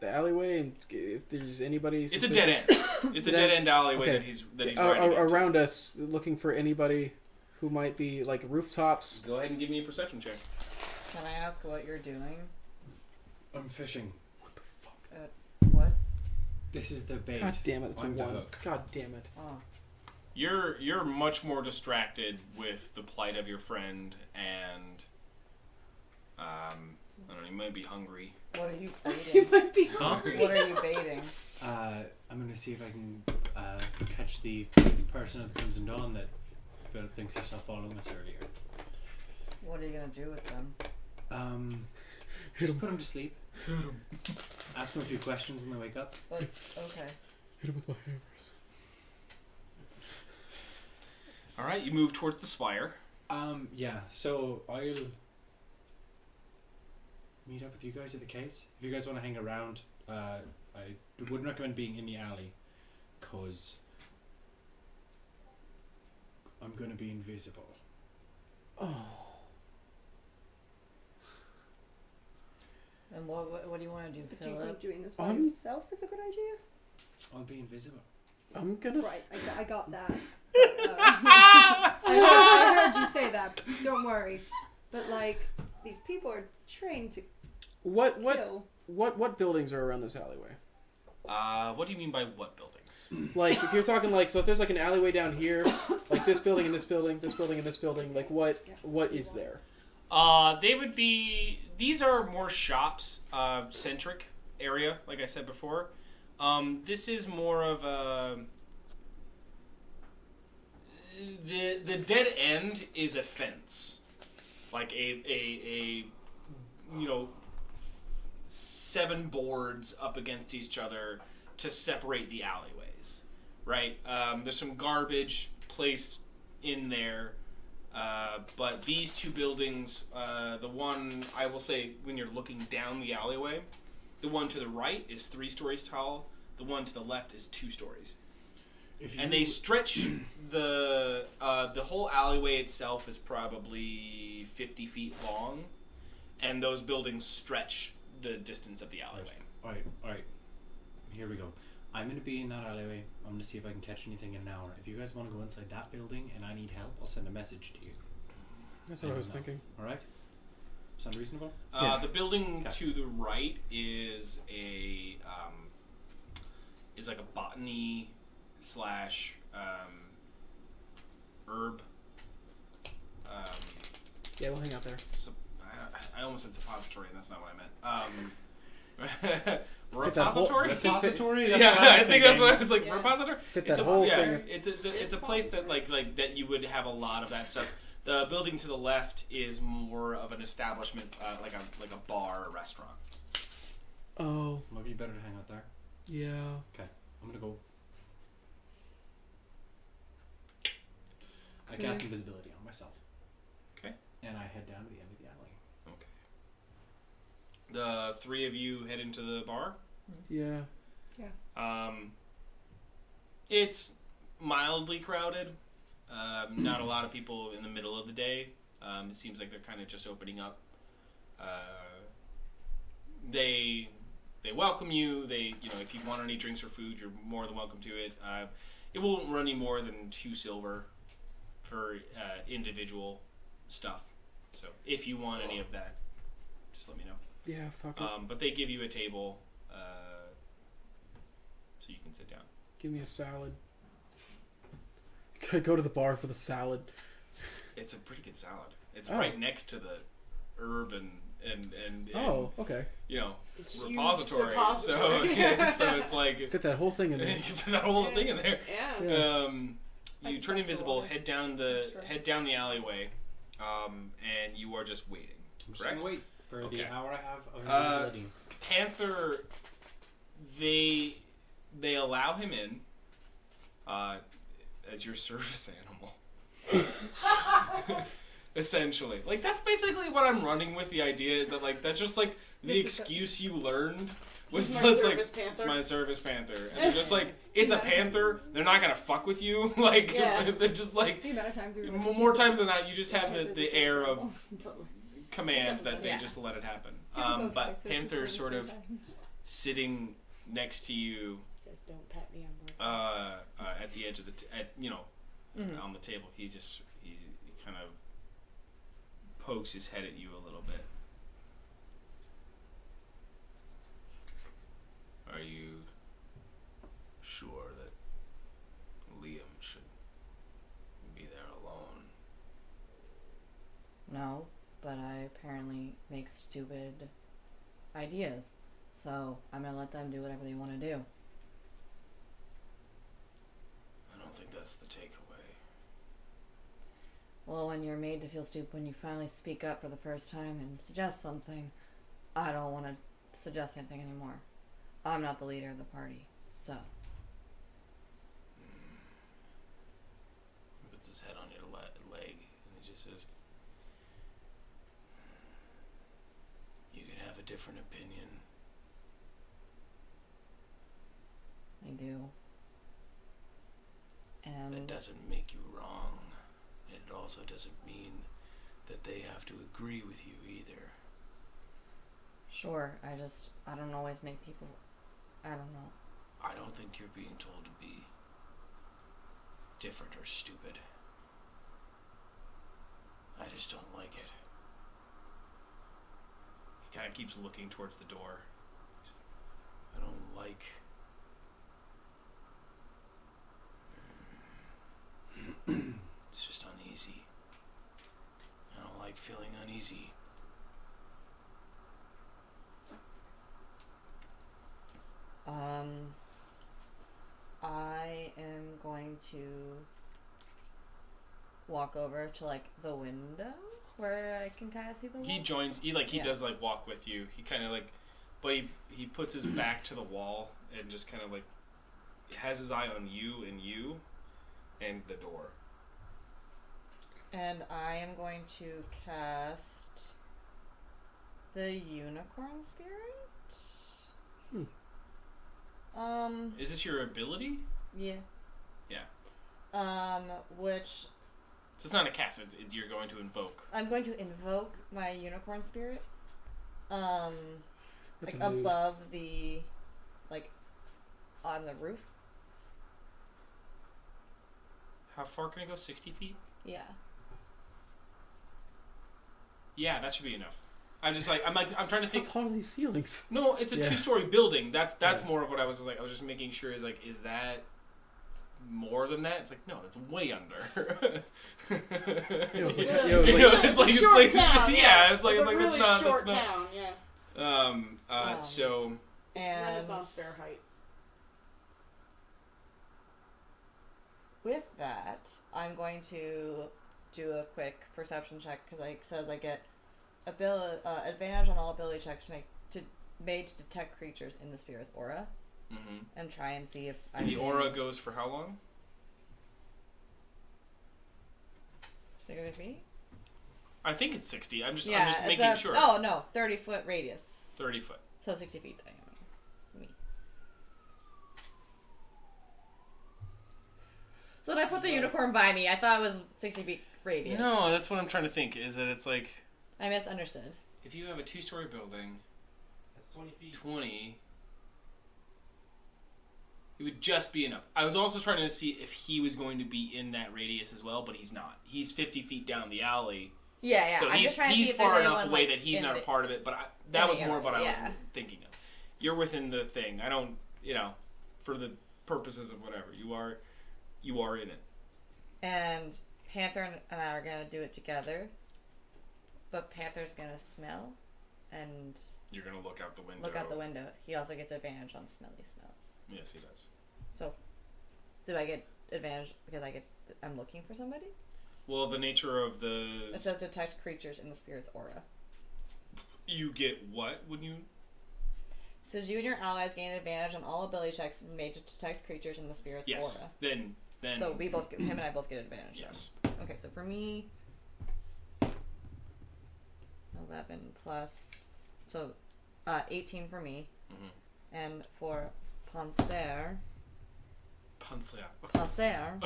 Speaker 4: the alleyway and if there's anybody.
Speaker 5: It's a dead end. It's a
Speaker 4: Dead
Speaker 5: dead
Speaker 4: end.
Speaker 5: end alleyway
Speaker 4: Okay.
Speaker 5: that he's that he's
Speaker 4: Ar-
Speaker 5: riding.
Speaker 4: ar-
Speaker 5: into.
Speaker 4: around us, looking for anybody who might be like rooftops.
Speaker 5: Go ahead and give me a perception check.
Speaker 6: Can I ask what you're doing?
Speaker 7: I'm fishing.
Speaker 6: What?
Speaker 7: This is the bait.
Speaker 4: God damn it! It's
Speaker 7: I'm
Speaker 4: a
Speaker 7: the
Speaker 4: one.
Speaker 7: hook.
Speaker 4: God damn it!
Speaker 6: Oh.
Speaker 5: You're you're much more distracted with the plight of your friend, and um, I don't know. You might be hungry.
Speaker 6: What are you baiting?
Speaker 7: Huh?
Speaker 6: what are you baiting?
Speaker 7: Uh, I'm gonna see if I can uh, catch the person at the Crimson Dawn that Philip thinks he saw following us earlier.
Speaker 6: What are you gonna do with them?
Speaker 7: Um, just put him to sleep. Ask him a few questions when they wake up.
Speaker 6: But okay.
Speaker 4: Hit him with my hammer.
Speaker 5: All right, you move towards the spire.
Speaker 7: Um, yeah, so I'll meet up with you guys at the case. If you guys want to hang around, uh, I wouldn't recommend being in the alley, because I'm going to be invisible.
Speaker 4: Oh,
Speaker 6: And what, what what do you want to do,
Speaker 2: But do you think
Speaker 6: Philip?
Speaker 2: doing this by
Speaker 4: I'm-
Speaker 2: yourself is a good idea?
Speaker 7: I'll be invisible.
Speaker 4: I'm gonna.
Speaker 2: Right, I got, I got that. But, uh, I, heard, I heard you say that. Don't worry. But like, these people are trained to
Speaker 4: What what
Speaker 2: kill.
Speaker 4: what what buildings are around this alleyway?
Speaker 5: Uh, what do you mean by what buildings?
Speaker 4: Like, if you're talking like, so if there's like an alleyway down here, like this building and this building, this building and this building, like what what is there?
Speaker 5: Uh, they would be. These are more shops uh, centric area, like I said before. Um, this is more of a. The the dead end is a fence, like a a, a you know seven boards up against each other to separate the alleyways, right? Um, there's some garbage placed in there. Uh, but these two buildings, uh, the one I will say when you're looking down the alleyway, the one to the right is three stories tall. The one to the left is two stories,
Speaker 7: If
Speaker 5: and they stretch the uh, the whole alleyway itself is probably fifty feet long, and those buildings stretch the distance of the alleyway.
Speaker 7: All right, all right. Here we go. I'm gonna be in that alleyway. I'm gonna see if I can catch anything in an hour. If you guys want to go inside that building and I need help, I'll send a message to you.
Speaker 4: That's what I was thinking.
Speaker 7: All right? Sound reasonable?
Speaker 5: Uh,
Speaker 4: Yeah.
Speaker 5: The building
Speaker 7: Okay.
Speaker 5: to the right is a um, is like a botany slash um, herb. Um,
Speaker 4: Yeah, we'll hang out there.
Speaker 5: sup- I, I almost said suppository, and that's not what I meant. Um,
Speaker 4: Fit that whole-
Speaker 5: repository.
Speaker 7: Repository?
Speaker 5: yeah, I think that's what I
Speaker 7: what.
Speaker 5: was like.
Speaker 8: Yeah.
Speaker 5: Repository.
Speaker 4: Fit
Speaker 5: it's
Speaker 4: that
Speaker 5: a,
Speaker 4: whole
Speaker 5: yeah,
Speaker 4: thing.
Speaker 5: It's a, it's a, it's a place that like like that you would have a lot of that stuff. The building to the left is more of an establishment, uh, like a like a bar or restaurant.
Speaker 4: Oh
Speaker 7: Might be better to hang out there.
Speaker 4: yeah.
Speaker 7: I'm gonna go. I cast invisibility on myself.
Speaker 5: 'Kay.
Speaker 7: And I head down to the end of the alley.
Speaker 5: The three of you head into the bar.
Speaker 4: Yeah.
Speaker 5: Um, It's mildly crowded. Um, not a lot of people in the middle of the day. Um, it seems like they're kind of just opening up. Uh, they they welcome you. They you know if you want any drinks or food, you're more than welcome to it. Uh, it won't run you more than two silver per uh, individual stuff. So if you want any of that, just let me know.
Speaker 4: Yeah, fuck it.
Speaker 5: Um, but they give you a table uh, so you can sit down.
Speaker 4: Give me a salad. Go to the bar for the salad.
Speaker 5: It's a pretty good salad. It's
Speaker 4: Oh.
Speaker 5: right next to the herb and and and, and
Speaker 4: Oh, okay.
Speaker 5: you know
Speaker 3: Huge
Speaker 5: repository. So
Speaker 3: suppository.
Speaker 5: yeah, so it's like
Speaker 4: Fit that whole thing in
Speaker 5: you
Speaker 4: there.
Speaker 5: put that whole thing in there.
Speaker 3: Yeah.
Speaker 4: Yeah.
Speaker 5: Um,
Speaker 2: I
Speaker 5: you
Speaker 2: just
Speaker 5: turn
Speaker 2: asked for
Speaker 5: invisible,
Speaker 2: water.
Speaker 5: head down the
Speaker 2: Stress.
Speaker 5: head down the alleyway, um, and you are just waiting.
Speaker 9: I'm just
Speaker 5: Correct.
Speaker 9: gonna wait for
Speaker 5: Okay.
Speaker 9: the hour I have of
Speaker 5: Uh,
Speaker 9: invisibility.
Speaker 5: Panther, they they allow him in uh, as your service animal. Essentially, like that's basically what I'm running with. The idea is that like that's just like the
Speaker 2: This is a-
Speaker 5: excuse you learned was
Speaker 3: He's my
Speaker 5: that's, like
Speaker 3: service panther.
Speaker 5: it's my service panther, and they're just like it's a panther. They're not gonna fuck with you. Like
Speaker 3: Yeah.
Speaker 5: they're just like
Speaker 2: The amount of times we were
Speaker 5: m- more times than not, you just have
Speaker 2: Yeah,
Speaker 5: the,
Speaker 2: this is
Speaker 5: the air of
Speaker 2: acceptable.
Speaker 3: Totally.
Speaker 5: command
Speaker 3: Acceptable.
Speaker 5: that they
Speaker 6: Yeah.
Speaker 5: just let it happen.
Speaker 2: He has a bow
Speaker 5: Um,
Speaker 2: tie,
Speaker 5: but
Speaker 2: so it's his
Speaker 5: Panther's
Speaker 2: service
Speaker 5: sort of
Speaker 2: bow tie.
Speaker 5: sitting next to you
Speaker 3: Says don't pat me on the
Speaker 5: uh, uh, at the edge of the t- at you know
Speaker 6: Mhm.
Speaker 5: on the table. He just he, he kind of pokes his head at you a little bit. Are you sure that Liam should be there alone?
Speaker 6: No, but I apparently make stupid ideas. So I'm gonna let them do whatever they want to do.
Speaker 5: I don't think that's the takeaway.
Speaker 6: Well, when you're made to feel stupid, when you finally speak up for the first time and suggest something, I don't want to suggest anything anymore. I'm not the leader of the party, so
Speaker 5: puts his head on your le- leg and he just says, You could have a different opinion.
Speaker 6: I do.
Speaker 5: That
Speaker 6: And
Speaker 5: doesn't make you wrong. and It also doesn't mean that they have to agree with you either.
Speaker 6: sure, I just I don't always make people. I don't know.
Speaker 5: I don't think you're being told to be different or stupid. I just don't like it. He kind of keeps looking towards the door. He's, I don't like. it's just uneasy. I don't like feeling uneasy.
Speaker 6: Um, I am going to walk over to like the window where I can kind of see the.
Speaker 5: He
Speaker 6: wall.
Speaker 5: joins. He like he
Speaker 6: Yeah.
Speaker 5: does like walk with you. He kind of like, but he he puts his back to the wall and just kind of like has his eye on you and you and the door.
Speaker 6: and I am going to cast the unicorn spirit.
Speaker 4: Hmm.
Speaker 6: Um.
Speaker 5: Is this your ability?
Speaker 6: Yeah.
Speaker 5: Yeah.
Speaker 6: Um, which
Speaker 5: So it's not a cast. It's, it, you're going to invoke.
Speaker 6: I'm going to invoke my unicorn spirit. Um.
Speaker 4: That's
Speaker 6: like
Speaker 4: a move.
Speaker 6: above the like on the roof
Speaker 5: How far can it go? Sixty feet.
Speaker 6: yeah
Speaker 5: Yeah, that should be enough. I'm just like I'm like I'm trying to
Speaker 4: How
Speaker 5: think.
Speaker 4: tall are these ceilings?
Speaker 5: No, it's a
Speaker 4: Yeah.
Speaker 5: two-story building. That's that's
Speaker 4: Yeah.
Speaker 5: more of what I was like. I was just making sure is like is that more than that? It's like no, that's way under.
Speaker 4: It was like,
Speaker 5: Yeah.
Speaker 4: it was
Speaker 5: You
Speaker 4: like-
Speaker 5: know, it's like
Speaker 3: a
Speaker 5: it's
Speaker 3: short
Speaker 5: like
Speaker 3: town,
Speaker 5: yeah, it's like
Speaker 3: It's
Speaker 5: it's
Speaker 3: a
Speaker 5: like that's
Speaker 3: really
Speaker 5: not
Speaker 3: short
Speaker 5: that's not.
Speaker 3: town, yeah.
Speaker 5: Um, uh,
Speaker 6: Um,
Speaker 5: so
Speaker 6: and
Speaker 3: Renaissance fair height.
Speaker 6: with that i'm going to do a quick perception check because like says i get ability uh, advantage on all ability checks to make to mage detect creatures in the spirit's aura
Speaker 5: mhm.
Speaker 6: and try and see if i
Speaker 5: the
Speaker 6: see
Speaker 5: aura goes for how long?
Speaker 6: stick with me
Speaker 5: I think it's sixty. I'm just
Speaker 6: yeah
Speaker 5: I'm just
Speaker 6: it's
Speaker 5: making
Speaker 6: a-
Speaker 5: sure.
Speaker 6: oh no 30 foot radius
Speaker 5: Thirty foot.
Speaker 6: so 60 feet diameter. me So when I put the unicorn by me, I thought it was 60 feet radius.
Speaker 5: No, that's what I'm trying to think. Is that it's like
Speaker 6: I misunderstood.
Speaker 5: if you have a two-story building,
Speaker 9: That's 20 feet.
Speaker 5: 20 it would just be enough i was also trying to see if he was going to be in that radius as well but he's not he's 50 feet down the alley
Speaker 6: Yeah, yeah.
Speaker 5: so
Speaker 6: I'm
Speaker 5: he's,
Speaker 6: just trying to
Speaker 5: he's
Speaker 6: see if
Speaker 5: far
Speaker 6: there's
Speaker 5: enough
Speaker 6: anyone,
Speaker 5: away
Speaker 6: like,
Speaker 5: that he's
Speaker 6: in
Speaker 5: not a
Speaker 6: the-
Speaker 5: part of it but I,
Speaker 6: the
Speaker 5: that was more
Speaker 6: area,
Speaker 5: what i
Speaker 6: yeah.
Speaker 5: was thinking of you're within the thing i don't you know for the purposes of whatever you are you are in it
Speaker 6: And Panther and- and I are gonna do it together. But Panther's gonna smell and
Speaker 5: you're gonna look out the window
Speaker 6: look out the window. He also gets advantage on smelly smells.
Speaker 5: yes he does
Speaker 6: So, do I get advantage because I get I'm looking for somebody?
Speaker 5: well the nature of
Speaker 6: It
Speaker 5: the
Speaker 6: says detect creatures in the spirit's aura.
Speaker 5: you get what when you
Speaker 6: It says you and your allies gain advantage on all ability checks made to detect creatures in the spirit's
Speaker 5: yes
Speaker 6: aura.
Speaker 5: then then
Speaker 6: So we both, get, him and I both get advantage. then.
Speaker 5: yes
Speaker 6: Okay, so for me, eleven plus so uh, eighteen for me,
Speaker 5: Mhm.
Speaker 6: and for Panzer,
Speaker 5: Panzer.
Speaker 6: Panzer,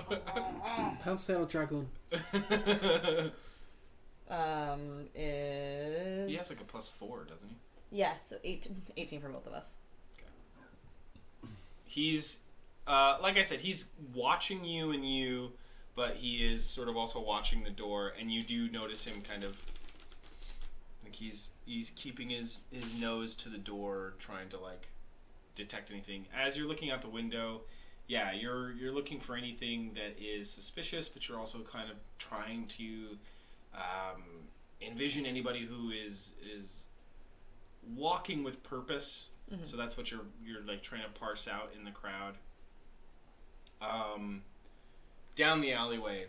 Speaker 4: Pancero Dragoon.
Speaker 6: um, is
Speaker 5: he has like a plus four, doesn't he?
Speaker 6: Yeah, so 18, 18 for both of us.
Speaker 5: He's, uh, like I said, he's watching you and you, but he is sort of also watching the door, and you do notice him kind of. Like he's he's keeping his his nose to the door, trying to like detect anything. As you're looking out the window, yeah, you're you're looking for anything that is suspicious, but you're also kind of trying to um, envision anybody who is is walking with purpose. So that's what you're you're like trying to parse out in the crowd. Um, down the alleyway,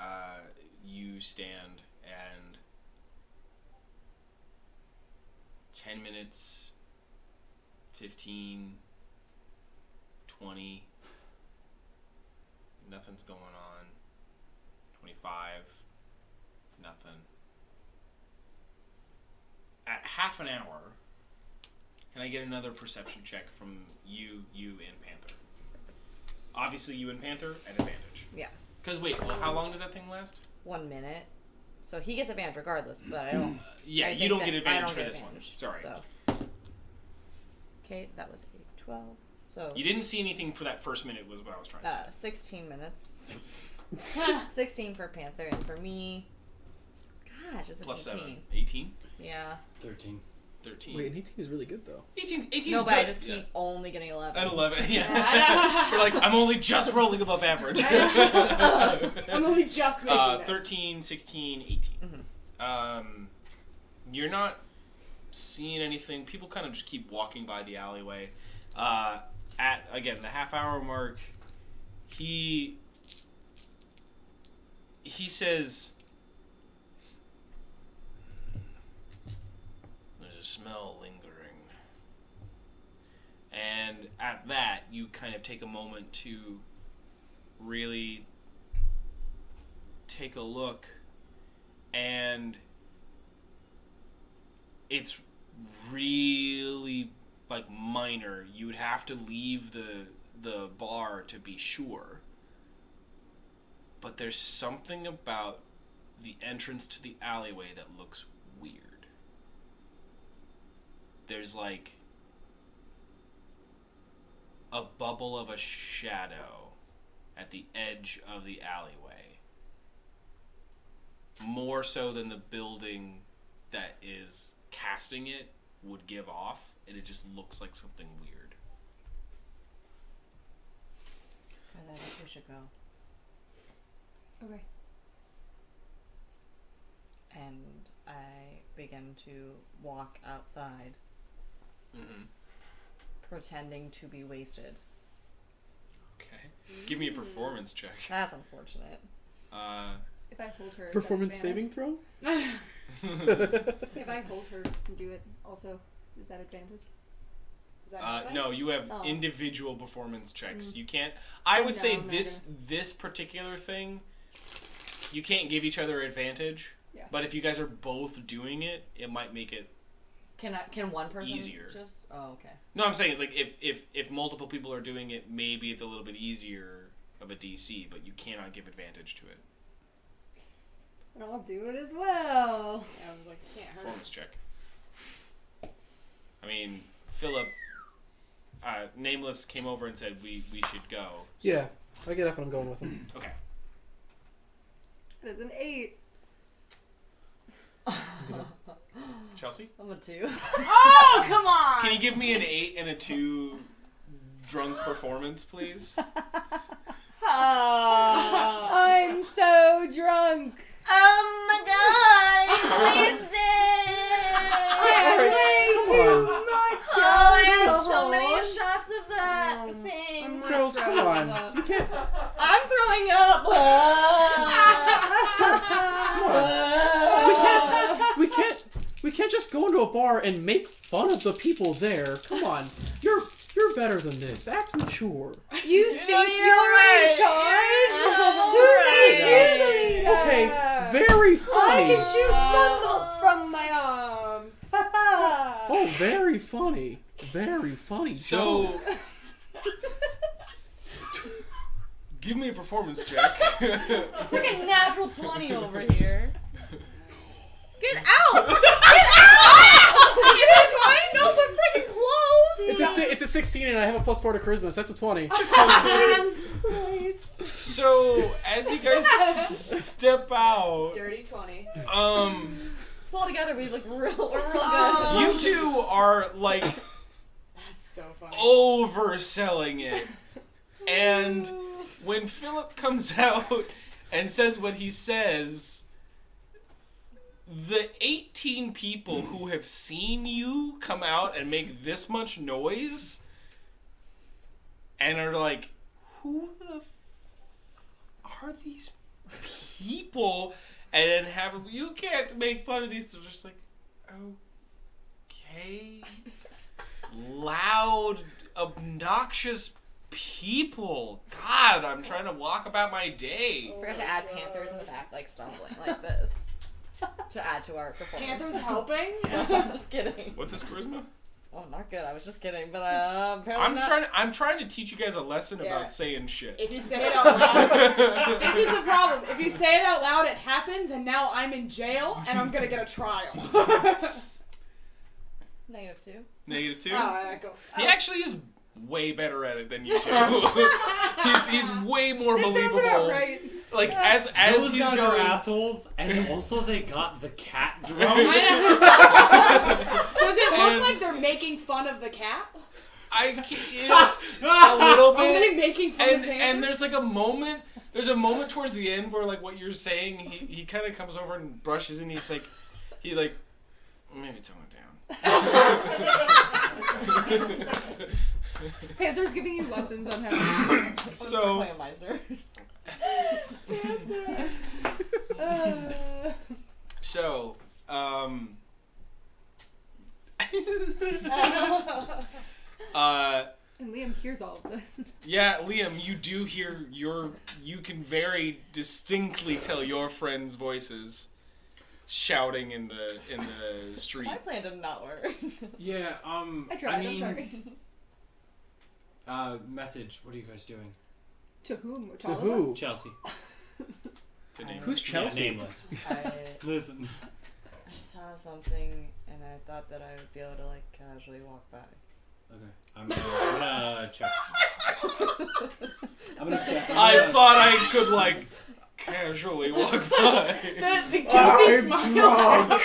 Speaker 5: uh, you stand and ten minutes, 15, 20, nothing's going on. Twenty five, nothing. At half an hour. Can I get another perception check from you, you, and Panther? Obviously, you and Panther at advantage.
Speaker 6: Yeah.
Speaker 5: Because wait, well, how long does that thing last?
Speaker 6: One minute, so he gets advantage regardless. But I don't.
Speaker 5: Yeah,
Speaker 6: I
Speaker 5: you
Speaker 6: think
Speaker 5: don't
Speaker 6: that
Speaker 5: get
Speaker 6: I
Speaker 5: advantage
Speaker 6: don't
Speaker 5: for
Speaker 6: get
Speaker 5: this
Speaker 6: advantage,
Speaker 5: one. Sorry.
Speaker 6: So. Okay, that was eight, 12. So
Speaker 5: You didn't see anything for that first minute, was what I was trying to
Speaker 6: Uh, 16 minutes. 16 for Panther and for me. Gosh, it's
Speaker 5: say.
Speaker 6: an
Speaker 5: Plus
Speaker 6: 18.
Speaker 5: 7. 18?
Speaker 6: Yeah.
Speaker 9: 13.
Speaker 5: 13.
Speaker 4: Wait, and 18 is really good though.
Speaker 5: 18 18 's
Speaker 6: No, but I
Speaker 5: good.
Speaker 6: just keep
Speaker 5: Yeah.
Speaker 6: only getting 11.
Speaker 5: At 11, yeah. You're like, I'm only just rolling above average.
Speaker 2: I'm only just making
Speaker 5: uh,
Speaker 2: this.
Speaker 5: 13, 16, 18. Um, you're not seeing anything. People kind of just keep walking by the alleyway. Uh, at, again, the half hour mark, he. He says. There's a smell lingering. And at that, you kind of take a moment to really take a look and it's really like minor you would have to leave the the bar to be sure but there's something about the entrance to the alleyway that looks weird there's like a bubble of a shadow at the edge of the alleyway more so than the building that is casting it would give off, and it just looks like something weird.
Speaker 6: God, I think we should go.
Speaker 2: Okay.
Speaker 6: And I begin to walk outside,
Speaker 5: Mm-hmm.
Speaker 6: pretending to be wasted.
Speaker 5: Okay. Give
Speaker 2: Mm.
Speaker 5: me a performance check.
Speaker 6: That's unfortunate.
Speaker 5: Uh,
Speaker 2: If I hold her. is that
Speaker 4: Performance saving
Speaker 2: advantage?
Speaker 4: throw?
Speaker 2: If I hold her and do it, also, is that advantage?
Speaker 5: uh, no, you have
Speaker 6: Oh.
Speaker 5: individual performance checks. You can't. I
Speaker 2: I
Speaker 5: would
Speaker 2: know,
Speaker 5: say
Speaker 2: Mm. I'm not
Speaker 5: this this particular thing, you can't give each other advantage.
Speaker 2: Yeah.
Speaker 5: But if you guys are both doing it, it might make it
Speaker 6: Can I, Can one person
Speaker 5: Easier.
Speaker 6: just? Oh, okay.
Speaker 5: No, I'm saying it's like if if if multiple people are doing it, maybe it's a little bit easier of a DC, but you cannot give advantage to it.
Speaker 2: And I'll do it as well.
Speaker 3: I was like, can't hurt.
Speaker 5: Performance check. I mean, Philip, uh, nameless, came over and said we we should go. So-
Speaker 4: Yeah, I get up and I'm going with him.
Speaker 5: Okay.
Speaker 2: That is an eight.
Speaker 5: Chelsea,
Speaker 6: I'm a two.
Speaker 3: Oh, come on!
Speaker 5: can you give me an eight and a two drunk performance, please?
Speaker 2: I'm so drunk.
Speaker 6: Oh my god! Please
Speaker 2: I'm
Speaker 6: do.
Speaker 2: way
Speaker 4: Come
Speaker 2: too
Speaker 4: on.
Speaker 2: much.
Speaker 6: Oh, I had
Speaker 2: alcohol.
Speaker 6: so many shots of that
Speaker 2: Um,
Speaker 4: Oh
Speaker 6: thing.
Speaker 2: not
Speaker 4: Girls, come
Speaker 2: throwing
Speaker 4: on.
Speaker 2: up.
Speaker 4: You can't.
Speaker 6: I'm throwing up.
Speaker 4: We can't. We can't. We can't just go into a bar and make fun of the people there. Come on, you're you're better than this. Act mature.
Speaker 2: You think you're, in charge? Who made you the leader?
Speaker 4: Okay, very
Speaker 2: I
Speaker 4: funny.
Speaker 2: can shoot sunbolts from my arms.
Speaker 4: Oh, very funny. Very funny.
Speaker 5: So, give me a performance check.
Speaker 6: It's like a natural 20 over here. Get out! Get out! Is it a 20? No, but freaking close!
Speaker 4: It's a si- it's a 16 and I have a plus four to charisma, so that's a 20.
Speaker 2: Christ.
Speaker 5: so as you guys s- step out,
Speaker 3: Dirty 20.
Speaker 5: um.
Speaker 6: It's all together, we look real, we're real good.
Speaker 5: You two are like
Speaker 3: That's so funny.
Speaker 5: Oh. overselling it. And when Philip comes out and says what he says, the 18 people who have seen you come out and make this much noise and are like, who the f- are these people? And then have you can't make fun of these. They're just like, okay loud, obnoxious people. God, I'm trying to walk about my day.
Speaker 6: We're going to add panthers in the back, like stumbling like this. To add to our performance.
Speaker 3: Panther's helping?
Speaker 6: I'm just kidding.
Speaker 5: What's this charisma?
Speaker 6: Oh, not good. I was just kidding, but uh, apparently
Speaker 5: I'm
Speaker 6: not.
Speaker 5: trying. I'm trying to teach you guys a lesson
Speaker 3: Yeah.
Speaker 5: about saying shit.
Speaker 3: If you say it out loud. this is the problem. If you say it out loud, it happens, and now I'm in jail, and I'm gonna get a trial.
Speaker 6: Negative two.
Speaker 5: Negative two.
Speaker 3: Oh, I go.
Speaker 5: He actually is way better at it than you two. he's, he's way more
Speaker 2: That sounds
Speaker 5: believable.
Speaker 2: about right.
Speaker 5: Like as as
Speaker 7: Those
Speaker 5: he's
Speaker 7: guys are
Speaker 5: going.
Speaker 7: assholes, and also they got the cat drunk.
Speaker 3: Does it
Speaker 5: And-
Speaker 3: look like they're making fun of the cat?
Speaker 5: I can't, you know, a little
Speaker 3: Are
Speaker 5: bit.
Speaker 3: they making fun
Speaker 5: and
Speaker 3: of Panther?
Speaker 5: and there's like a moment there's a moment towards the end where like what you're saying he, he kind of comes over and brushes and he's like he like maybe tone it down
Speaker 2: Panther's giving you lessons on how to.
Speaker 5: so
Speaker 6: Play a miser.
Speaker 2: Uh,
Speaker 5: so um uh
Speaker 2: and Liam hears all of this.
Speaker 5: yeah liam you do hear your you can very distinctly tell your friends voices shouting in the in the street
Speaker 6: My plan did not work.
Speaker 7: yeah, um,
Speaker 2: I tried.
Speaker 7: mean,
Speaker 2: I'm sorry.
Speaker 7: uh, message. What are you guys doing,
Speaker 2: To whom? To,
Speaker 4: To
Speaker 2: all
Speaker 4: who?
Speaker 2: Of us?
Speaker 7: Chelsea?
Speaker 5: Today.
Speaker 4: Who's Chelsea?
Speaker 7: Yeah, nameless.
Speaker 6: I,
Speaker 7: Listen,
Speaker 6: I saw something and I thought that I would be able to like casually walk by.
Speaker 7: okay, I'm gonna, I'm gonna check. I'm gonna check.
Speaker 5: I thought I could like casually walk by.
Speaker 2: The, the guilty
Speaker 4: I'm
Speaker 2: smile.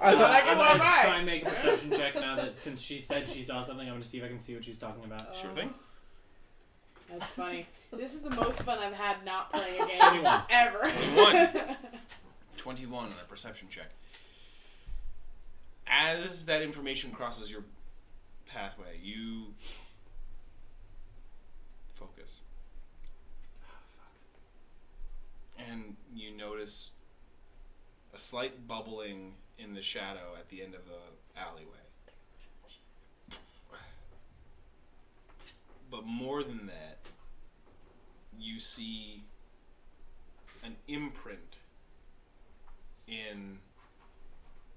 Speaker 4: I thought
Speaker 7: I'm gonna try and make a perception check now that since she said she saw something, I'm gonna see if I can see what she's talking about.
Speaker 5: Sure thing.
Speaker 3: That's funny. This is the most fun I've had not playing a game
Speaker 7: Anyone?
Speaker 3: ever.
Speaker 5: 21. 21 on that perception check. As that information crosses your pathway, you focus. And you notice a slight bubbling in the shadow at the end of the alleyway. But more than that, you see an imprint in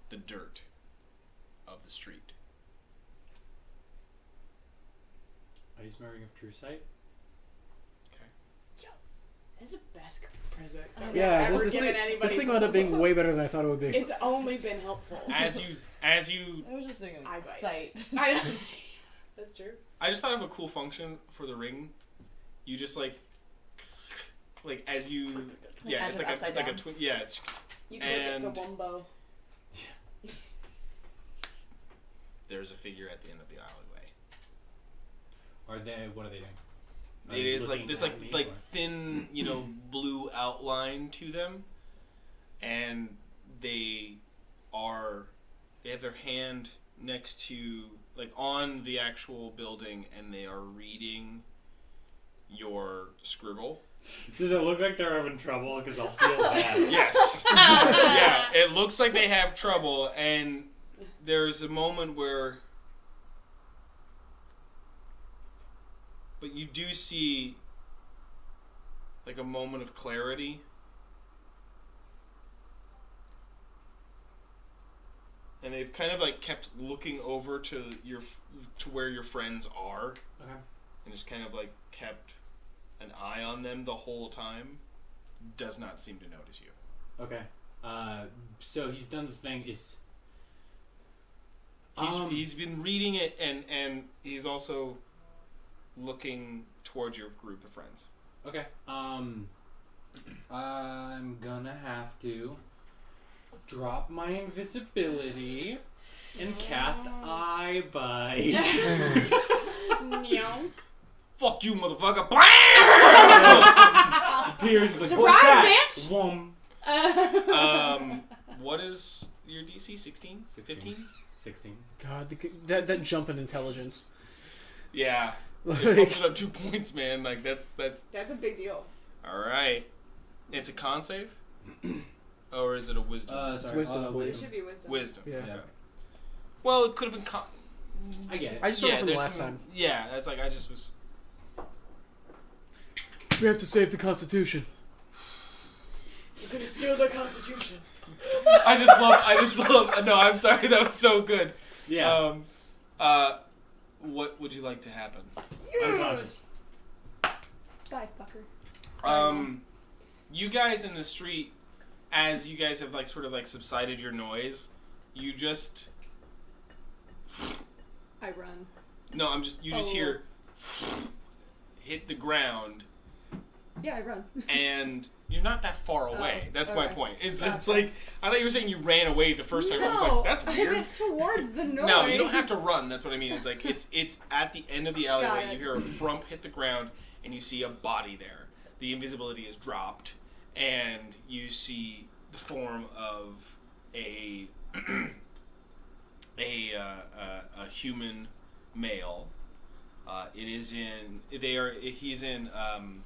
Speaker 5: the dirt of the street.
Speaker 7: Are you smearing of true sight?
Speaker 8: It's the best
Speaker 10: present.
Speaker 8: I
Speaker 10: I've
Speaker 8: know.
Speaker 4: Yeah,
Speaker 10: ever
Speaker 4: well, this,
Speaker 10: given
Speaker 4: thing,
Speaker 10: anybody
Speaker 4: this thing wound up being way better than I thought it would be.
Speaker 10: It's only been helpful.
Speaker 5: As you, as you,
Speaker 6: I was just thinking
Speaker 10: I
Speaker 6: of
Speaker 10: bite.
Speaker 6: sight.
Speaker 10: I know. That's true.
Speaker 5: I just thought of a cool function for the ring. You just like, like as you, yeah,
Speaker 6: Like,
Speaker 5: it's like a,
Speaker 6: upside
Speaker 5: it's like a
Speaker 6: down.
Speaker 5: twin, yeah,
Speaker 10: You click it to
Speaker 5: And-
Speaker 10: Wumbo.
Speaker 5: there's a figure at the end of the alleyway.
Speaker 9: Are they? What are they doing? Are
Speaker 5: It
Speaker 9: they
Speaker 5: is like
Speaker 9: looking
Speaker 5: this
Speaker 9: at
Speaker 5: like
Speaker 9: me
Speaker 5: like
Speaker 9: or-
Speaker 5: thin, you know, blue outline to them. And they are they have their hand next to like on the actual building and they are reading your scribble.
Speaker 7: Does it look like they're having trouble? Because I'll feel bad.
Speaker 5: Yes. yeah, it looks like they have trouble and there's a moment where but you do see like a moment of clarity and they've kind of like kept looking over to your to where your friends are
Speaker 7: Okay.
Speaker 5: and just kind of like kept an eye on them the whole time does not seem to notice you
Speaker 7: Okay. Uh, so he's done the thing. Is
Speaker 5: He's,
Speaker 7: Um,
Speaker 5: he's been reading it and and he's also looking towards your group of friends.
Speaker 7: okay. Um, I'm gonna have to drop my invisibility and cast
Speaker 8: Oh.
Speaker 7: eye bite.
Speaker 8: Meow.
Speaker 5: Fuck you, motherfucker! Blam!
Speaker 7: Appears the
Speaker 8: Surprise, bitch!
Speaker 7: Wom.
Speaker 5: um, what is your DC? 16? 15?
Speaker 7: Sixteen.
Speaker 4: God, the, that that jump in intelligence.
Speaker 5: Yeah. It
Speaker 4: Like,
Speaker 5: bumped it up two points, man. Like that's that's
Speaker 10: That's a big deal.
Speaker 5: all right. It's a con save, or is it a wisdom?
Speaker 7: Uh, sorry.
Speaker 4: wisdom,
Speaker 7: uh,
Speaker 4: I believe.
Speaker 10: It should be wisdom.
Speaker 5: wisdom.
Speaker 4: yeah.
Speaker 5: Okay. Well, it could have been con.
Speaker 7: I get it.
Speaker 4: I just remember from the
Speaker 5: there's
Speaker 4: last
Speaker 5: some-
Speaker 4: time.
Speaker 5: Yeah, that's like I just was.
Speaker 4: We have to save the Constitution.
Speaker 10: You're gonna steal the Constitution.
Speaker 5: I just love. I just love. No, I'm sorry. That was so good.
Speaker 7: Yes.
Speaker 5: Um, uh, what would you like to happen?
Speaker 7: Unconscious.
Speaker 2: Bye, fucker.
Speaker 5: Um, you guys in the street, as you guys have like sort of like subsided your noise, you just
Speaker 2: I run.
Speaker 5: no. I'm just you just
Speaker 2: Oh.
Speaker 5: hear hit the ground,
Speaker 2: Yeah, I run.
Speaker 5: and you're not that far away.
Speaker 2: Oh,
Speaker 5: That's my
Speaker 2: okay.
Speaker 5: point. It's, it's
Speaker 2: Gotcha.
Speaker 5: like I thought you were saying you ran away the first time. I was like, that's
Speaker 2: I
Speaker 5: weird.
Speaker 2: went towards the noise.
Speaker 5: No, you don't have to run. That's what I mean. It's like it's it's at the end of the alleyway.
Speaker 2: it.
Speaker 5: You hear a frump hit the ground, and you see a body there. The invisibility is dropped, and you see the form of a a uh, uh, a human male. Uh, it is in they are he's in um,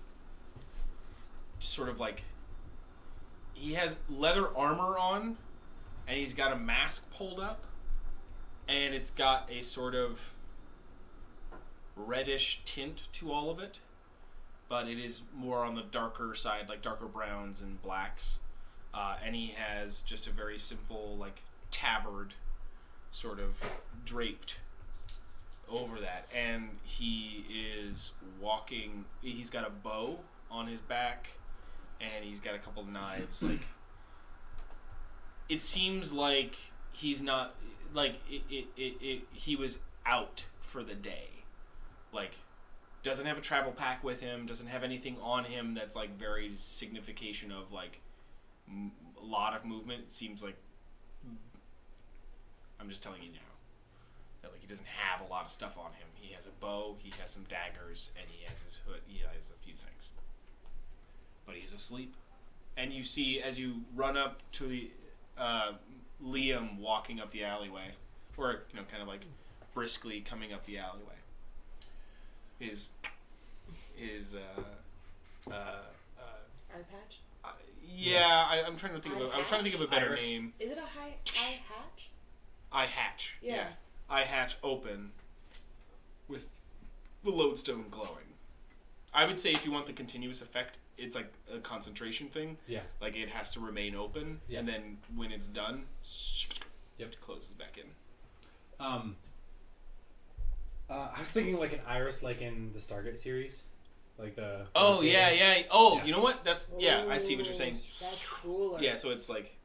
Speaker 5: sort of like he has leather armor on, and he's got a mask pulled up and it's got a sort of reddish tint to all of it, but it is more on the darker side, like darker browns and blacks. Uh, and he has just a very simple, like tabard, sort of draped over that. And he is walking. He's got a bow on his back, and he's got a couple knives. Like it seems like he's not like it, it, it, it he was out for the day like doesn't have a travel pack with him doesn't have anything on him that's like very signification of like m- a lot of movement seems like i'm just telling you now that like he doesn't have a lot of stuff on him he has a bow he has some daggers and he has his hood he has a few things but he's asleep and you see as you run up to the uh, Liam walking up the alleyway, or you know, kind of like briskly coming up the alleyway. His his uh, uh, uh,
Speaker 10: Eye patch?
Speaker 5: I- yeah, I, I'm trying to think of. A, I was trying to think of a better
Speaker 7: Iris.
Speaker 5: name.
Speaker 10: Is it a high eye hatch?
Speaker 5: I hatch.
Speaker 10: Yeah.
Speaker 5: I hatch open with the lodestone glowing. I would say if you want the continuous effect, it's like a concentration thing.
Speaker 7: Yeah.
Speaker 5: Like it has to remain open,
Speaker 7: Yeah.
Speaker 5: and then when it's done,
Speaker 7: Yep.
Speaker 5: it closes back in.
Speaker 7: Um, uh, I was thinking like an iris, like in the Stargate series,
Speaker 9: Like the.
Speaker 5: Oh yeah,
Speaker 9: rotating.
Speaker 5: yeah. Oh,
Speaker 7: Yeah.
Speaker 5: you know what? That's yeah. I see what you're saying.
Speaker 10: That's cooler.
Speaker 5: Yeah, so it's like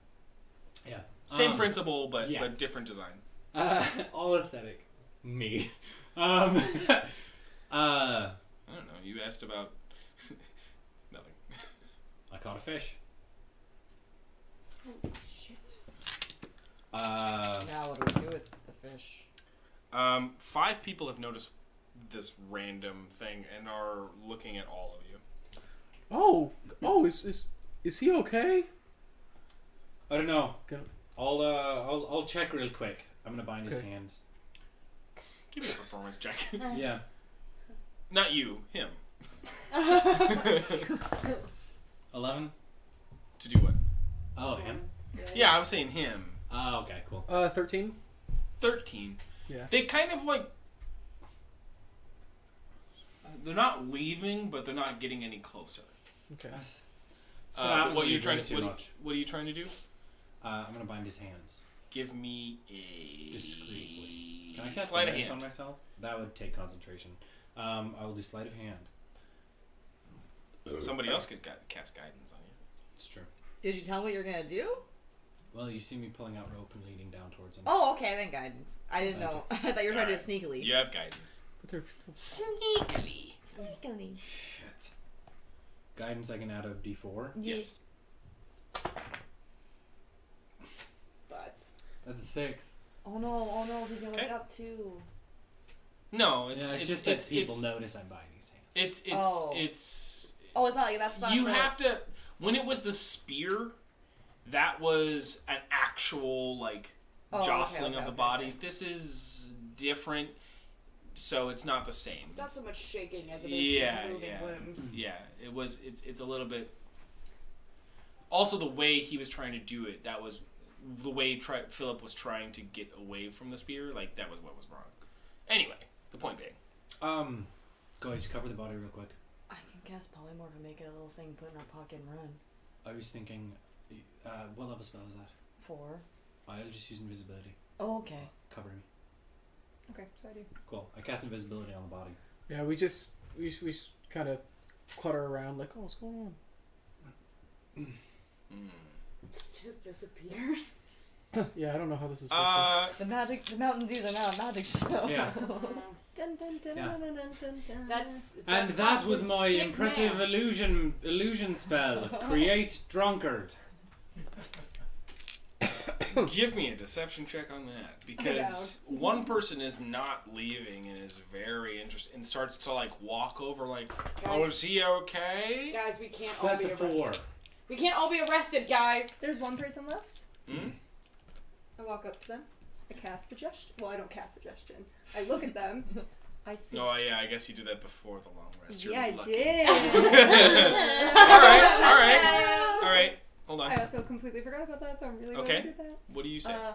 Speaker 7: Yeah.
Speaker 5: same
Speaker 7: Um,
Speaker 5: principle, but
Speaker 7: yeah.
Speaker 5: but different design.
Speaker 7: Uh, all aesthetic. Me. Um, uh,
Speaker 5: I don't know. You asked about nothing.
Speaker 7: I caught a fish. Uh,
Speaker 6: Now what do we do with the fish?
Speaker 5: Um, five people have noticed this random thing and are looking at all of you.
Speaker 4: Oh, oh, is is is he okay?
Speaker 7: I don't know.
Speaker 4: Go.
Speaker 7: I'll, uh, I'll I'll check real quick. I'm gonna bind his
Speaker 4: Okay.
Speaker 7: hands.
Speaker 5: Give me a performance check.
Speaker 7: Yeah.
Speaker 5: Not you, him.
Speaker 7: Eleven.
Speaker 5: to do what?
Speaker 7: Oh him.
Speaker 5: Yeah, I'm saying him.
Speaker 7: Oh okay cool.
Speaker 4: Uh, thirteen.
Speaker 5: Thirteen.
Speaker 4: Yeah.
Speaker 5: They kind of like. They're not leaving, but they're not getting any closer.
Speaker 4: Okay.
Speaker 7: That's-
Speaker 5: Uh,
Speaker 7: that was
Speaker 5: what
Speaker 7: me
Speaker 5: you're trying
Speaker 7: doing
Speaker 5: to
Speaker 7: too
Speaker 5: what, are you-
Speaker 7: much.
Speaker 5: what are you trying to do?
Speaker 7: Uh, I'm gonna bind his hands
Speaker 5: Give me a
Speaker 7: discreetly. Can I cast
Speaker 5: sleight of
Speaker 7: guidance
Speaker 5: hand?
Speaker 7: on myself? That would take concentration. Um, I will do sleight of hand.
Speaker 5: Somebody else could gu- cast guidance on you.
Speaker 7: It's true.
Speaker 6: Did you tell him what you're gonna do?
Speaker 7: Well, you see me pulling out rope and leading down towards him.
Speaker 6: Oh, okay. I meant guidance. I didn't
Speaker 7: Thank
Speaker 6: know. I thought you were trying to do it sneakily.
Speaker 5: You have guidance.
Speaker 4: But they're
Speaker 5: Sneakily.
Speaker 6: Sneakily.
Speaker 7: Shit. Guidance I can add a d4.
Speaker 6: Ye-
Speaker 5: Yes.
Speaker 6: Butts.
Speaker 7: That's a six.
Speaker 6: Oh no! Oh no! He's gonna
Speaker 5: Okay.
Speaker 6: wake up too.
Speaker 5: No, it's,
Speaker 7: yeah, it's,
Speaker 5: it's,
Speaker 7: just that
Speaker 5: it's,
Speaker 7: people
Speaker 5: it's,
Speaker 7: notice I'm buying these hands.
Speaker 5: It's it's
Speaker 6: Oh.
Speaker 5: it's.
Speaker 6: Oh, it's not like that's not.
Speaker 5: you
Speaker 6: the-
Speaker 5: have to. When it was the spear, that was an actual like
Speaker 6: Oh, okay,
Speaker 5: jostling
Speaker 6: okay,
Speaker 5: of the
Speaker 6: okay,
Speaker 5: body.
Speaker 6: okay.
Speaker 5: This is different, so it's not the same.
Speaker 8: It's not so much shaking as it is
Speaker 5: Yeah,
Speaker 8: just moving
Speaker 5: yeah.
Speaker 8: limbs.
Speaker 5: yeah, it was. It's it's a little bit. Also, the way he was trying to do it, that was the way tri- Philip was trying to get away from the spear. Like that was what was wrong. Anyway, the point being,
Speaker 7: Um, guys, cover the body real quick.
Speaker 6: I can cast polymorph and make it a little thing, put in our pocket and run.
Speaker 7: I was thinking, uh, what level spell is that?
Speaker 6: Four.
Speaker 7: I'll just use invisibility.
Speaker 6: Oh, okay.
Speaker 7: Cover me.
Speaker 2: Okay, so I do.
Speaker 7: Cool. I cast invisibility on the body.
Speaker 4: yeah. We just we s- we kind of clutter around like, oh, what's going on?
Speaker 8: Just disappears.
Speaker 4: yeah, I don't know how this is supposed
Speaker 5: uh,
Speaker 6: The magic, the Mountain Dews are now a magic show.
Speaker 7: Yeah.
Speaker 2: Dun, dun, dun,
Speaker 7: Yeah.
Speaker 2: dun, dun, dun, dun.
Speaker 8: That's
Speaker 7: And that was my
Speaker 8: sick
Speaker 7: impressive
Speaker 8: man.
Speaker 7: illusion illusion spell. Create drunkard.
Speaker 5: uh, give me a deception check on that because one person is not leaving and is very interested and starts to like walk over like, oh, is he okay?
Speaker 8: Guys, we can't all
Speaker 7: That's
Speaker 8: be
Speaker 7: a
Speaker 8: arrested.
Speaker 7: four.
Speaker 8: We can't all be arrested, guys.
Speaker 2: There's one person left.
Speaker 5: Hmm?
Speaker 2: I walk up to them. I cast suggestion. Well, I don't cast suggestion. I look at them. I see.
Speaker 5: No, oh, yeah, I guess you did that before the long rest. You're
Speaker 2: yeah, I
Speaker 5: lucky.
Speaker 2: did.
Speaker 5: all right, all right, all right. Hold
Speaker 2: I
Speaker 5: on.
Speaker 2: also completely forgot about that, so I'm really glad
Speaker 5: Okay.
Speaker 2: I did that.
Speaker 5: What do you say?
Speaker 2: Uh,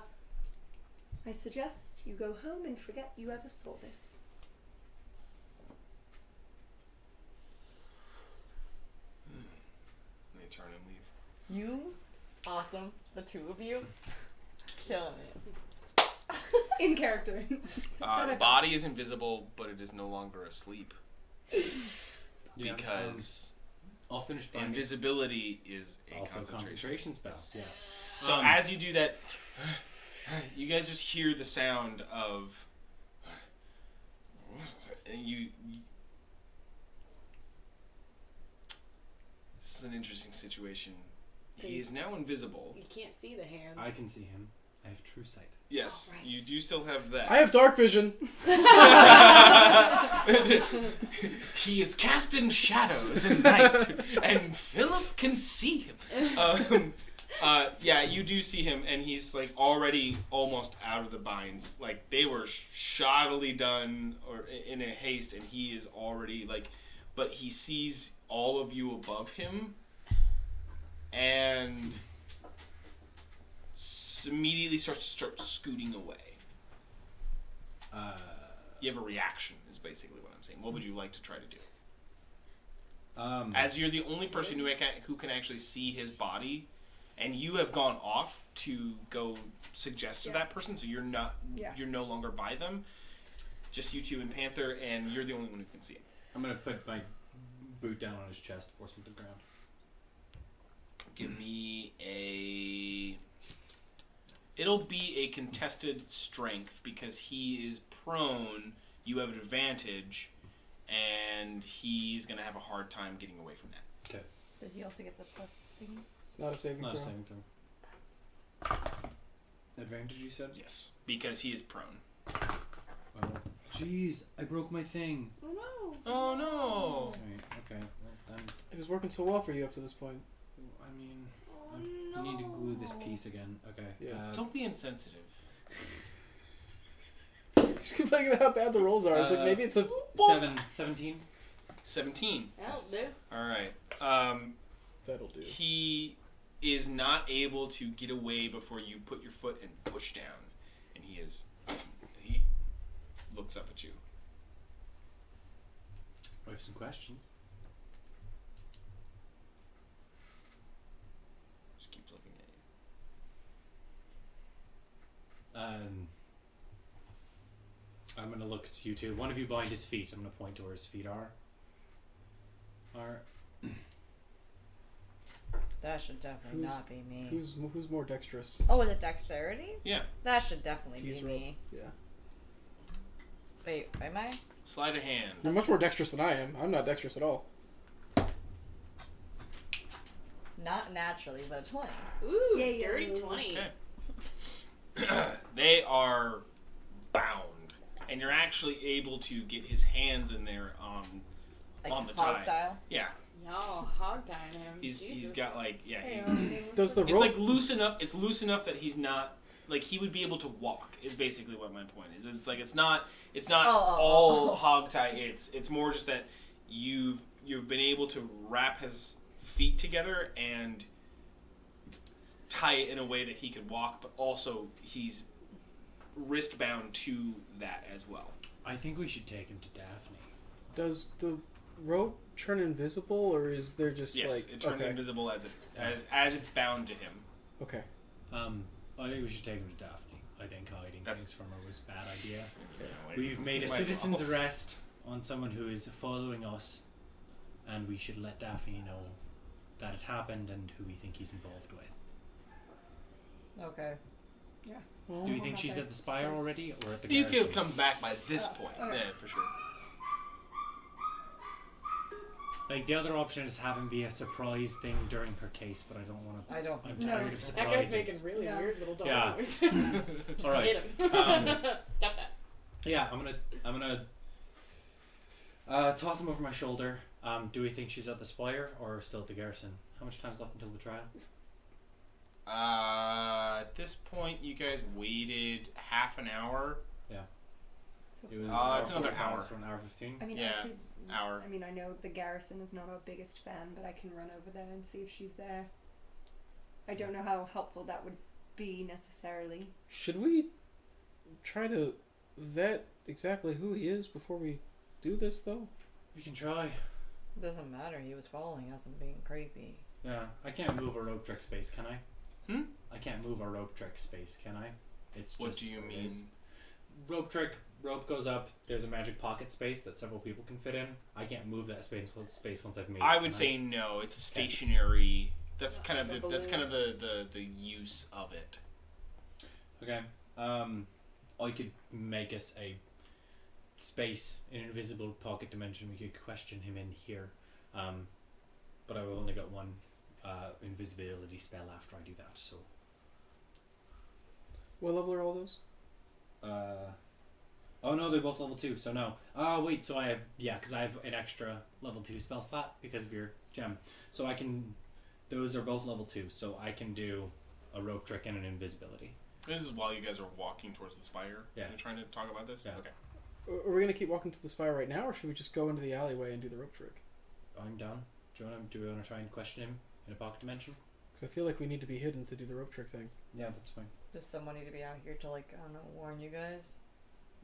Speaker 2: I suggest you go home and forget you ever saw this.
Speaker 5: they turn and leave.
Speaker 6: You, awesome. The two of you, killing it.
Speaker 2: In character.
Speaker 5: Uh, the body is invisible, but it is no longer asleep because
Speaker 7: I'll finish by
Speaker 5: invisibility is a
Speaker 7: also concentration spells. Yes.
Speaker 5: So
Speaker 7: Um,
Speaker 5: as you do that, you guys just hear the sound of, and you. This is an interesting situation. He is now invisible.
Speaker 8: You can't see the hands.
Speaker 7: I can see him. I have true sight.
Speaker 5: Yes,
Speaker 8: Alright.
Speaker 5: you do still have
Speaker 4: to.
Speaker 5: that.
Speaker 4: I have dark vision.
Speaker 5: he is cast in shadows in night, and Philip can see him. Um, uh, yeah, you do see him, and he's like already almost out of the binds. Like they were sh- shoddily done or i- in a haste, and he is already like, but he sees all of you above him, and s- immediately starts to start scooting away.
Speaker 7: Uh,
Speaker 5: You have a reaction, is basically what I'm saying. What would you like to try to do?
Speaker 7: um,
Speaker 5: As you're the only person who can, who can actually see his body, and you have gone off to go suggest to
Speaker 2: Yeah.
Speaker 5: that person, so you're not
Speaker 2: Yeah.
Speaker 5: you're no longer by them. Just you two and Panther, and you're the only one who can see him.
Speaker 7: I'm gonna put my boot down on his chest, force him to the ground.
Speaker 5: Give me a. It'll be a contested strength because he is prone. You have an advantage, and he's gonna have a hard time getting away from that.
Speaker 6: Does he also get the plus thing?
Speaker 4: It's not a
Speaker 7: It's
Speaker 4: saving
Speaker 7: not
Speaker 4: throw.
Speaker 7: a saving throw. Advantage, you said?
Speaker 5: Yes, because he is prone.
Speaker 7: Well, Jeez, I broke my thing.
Speaker 3: Oh no.
Speaker 5: Oh no!
Speaker 7: Sorry, okay, well then,
Speaker 4: It was working so well for you up to this point.
Speaker 7: I mean,
Speaker 3: Oh
Speaker 7: I
Speaker 3: no.
Speaker 7: need to glue this piece again. Okay.
Speaker 4: Yeah.
Speaker 7: Uh,
Speaker 5: Don't be insensitive.
Speaker 4: He's complaining about how bad the rolls are. It's like
Speaker 7: Uh,
Speaker 4: maybe it's a
Speaker 7: seven, 17.
Speaker 5: Seventeen.
Speaker 3: That'll
Speaker 5: Yes.
Speaker 3: do.
Speaker 5: All right. Um,
Speaker 4: That'll do.
Speaker 5: he is not able to get away before you put your foot and push down, and he is. He looks up at you.
Speaker 7: I have some questions.
Speaker 5: Just keeps looking at you.
Speaker 7: Um, I'm gonna look at you two. One of you behind his feet. I'm gonna point to where his feet are. Are
Speaker 6: That should definitely
Speaker 4: Who's-
Speaker 6: not be me.
Speaker 4: Who's who's more dexterous?
Speaker 6: Oh, with a dexterity?
Speaker 5: Yeah.
Speaker 6: That should definitely
Speaker 4: Tease
Speaker 6: be
Speaker 4: roll.
Speaker 6: me.
Speaker 4: Yeah,
Speaker 6: Wait, am I?
Speaker 5: Sleight of hand.
Speaker 4: you're much more dexterous than I am. I'm not dexterous at all.
Speaker 6: Not naturally, but a 20.
Speaker 3: Ooh,
Speaker 2: Yeah, yeah,
Speaker 3: dirty
Speaker 2: yeah.
Speaker 3: twenty.
Speaker 5: Okay. they are bound, and you're actually able to get his hands in there. Um,
Speaker 6: Like
Speaker 5: On the
Speaker 6: hog
Speaker 5: tie.
Speaker 6: style.
Speaker 5: yeah,
Speaker 3: Y'all hog time him.
Speaker 5: he's he's
Speaker 3: Jesus.
Speaker 5: got like yeah. He,
Speaker 4: Does the
Speaker 5: it's
Speaker 4: roll?
Speaker 5: like loose enough. It's loose enough that he's not like he would be able to walk. Is basically what my point is. It's like it's not it's not
Speaker 6: Oh, oh,
Speaker 5: all
Speaker 6: oh.
Speaker 5: hog tie. It's it's more just that you've you've been able to wrap his feet together and tie it in a way that he could walk, but also he's wrist bound to that as well.
Speaker 7: I think we should take him to Daphne.
Speaker 4: Does the rope turn invisible, or is there just
Speaker 5: yes,
Speaker 4: like
Speaker 5: it turns
Speaker 4: okay,
Speaker 5: invisible as it as as it's bound to him.
Speaker 4: okay?
Speaker 7: Um, I think we should take him to Daphne. I think hiding
Speaker 5: That's-
Speaker 7: things from her was a bad idea. We've made a citizen's arrest on someone who is following us, and we should let Daphne know that it happened and who we think he's involved with.
Speaker 6: Okay.
Speaker 7: Do you
Speaker 4: Well,
Speaker 7: think she's at the spire already or at the
Speaker 5: You
Speaker 7: garrison?
Speaker 5: could come back by this point,
Speaker 2: okay.
Speaker 5: yeah, for sure.
Speaker 7: Like the other option is having be a surprise thing during her case, but I don't want to.
Speaker 6: I don't
Speaker 7: I'm
Speaker 6: think
Speaker 7: tired
Speaker 2: No.
Speaker 10: That
Speaker 7: of
Speaker 10: guy's
Speaker 7: surprises.
Speaker 10: making really
Speaker 2: Yeah.
Speaker 10: weird little dog
Speaker 7: Yeah.
Speaker 10: noises.
Speaker 7: All right.
Speaker 10: Hit
Speaker 7: um,
Speaker 10: him.
Speaker 3: Stop that.
Speaker 7: Yeah, I'm gonna I'm gonna uh, toss him over my shoulder. Um, do we think she's at the spire or still at the garrison? How much time's left until the trial?
Speaker 5: Uh, at this point, you guys waited half an hour.
Speaker 7: It was
Speaker 5: Uh, it's another
Speaker 7: 45
Speaker 5: hour.
Speaker 7: so an hour fifteen.
Speaker 2: I mean,
Speaker 5: Yeah,
Speaker 2: I could.
Speaker 5: hour.
Speaker 2: I mean, I know the garrison is not our biggest fan, but I can run over there and see if she's there. I don't know how helpful that would be necessarily.
Speaker 4: Should we try to vet exactly who he is before we do this, though?
Speaker 7: We can try.
Speaker 6: Doesn't matter. He was following us and being creepy.
Speaker 7: Yeah, I can't move a rope trick space, can I?
Speaker 5: Hmm?
Speaker 7: I can't move a rope trick space, can I? It's
Speaker 5: What
Speaker 7: just
Speaker 5: do you
Speaker 7: what it is.
Speaker 5: mean?
Speaker 7: Rope trick. Rope goes up. There's a magic pocket space that several people can fit in. I can't move that space space once I've made. it,
Speaker 5: I
Speaker 7: can
Speaker 5: would say no. It's a stationary. That's kind of
Speaker 10: The
Speaker 5: the, that's
Speaker 10: balloon.
Speaker 5: kind of the, the the use of it.
Speaker 7: Okay. Um, I could make us a space, an invisible pocket dimension. We could question him in here. Um, but I've only got one uh, invisibility spell after I do that. So
Speaker 4: What level are all those?
Speaker 7: Uh, oh no, they're both level two, so no. Ah, wait, so I have yeah, because I have an extra level two spell slot because of your gem, so I can. Those are both level two, so I can do a rope trick and an invisibility.
Speaker 5: This is while you guys are walking towards the spire.
Speaker 7: Yeah.
Speaker 5: You're trying to talk about this.
Speaker 7: Yeah.
Speaker 5: Okay.
Speaker 4: Are are we gonna keep walking to the spire right now, or should we just go into the alleyway and do the rope trick?
Speaker 7: I'm down. Do you want to? Do we want to try and question him in a pocket dimension?
Speaker 4: Because I feel like we need to be hidden to do the rope trick thing.
Speaker 7: Yeah, that's fine.
Speaker 6: Does someone need to be out here to, like, I don't know, warn you guys?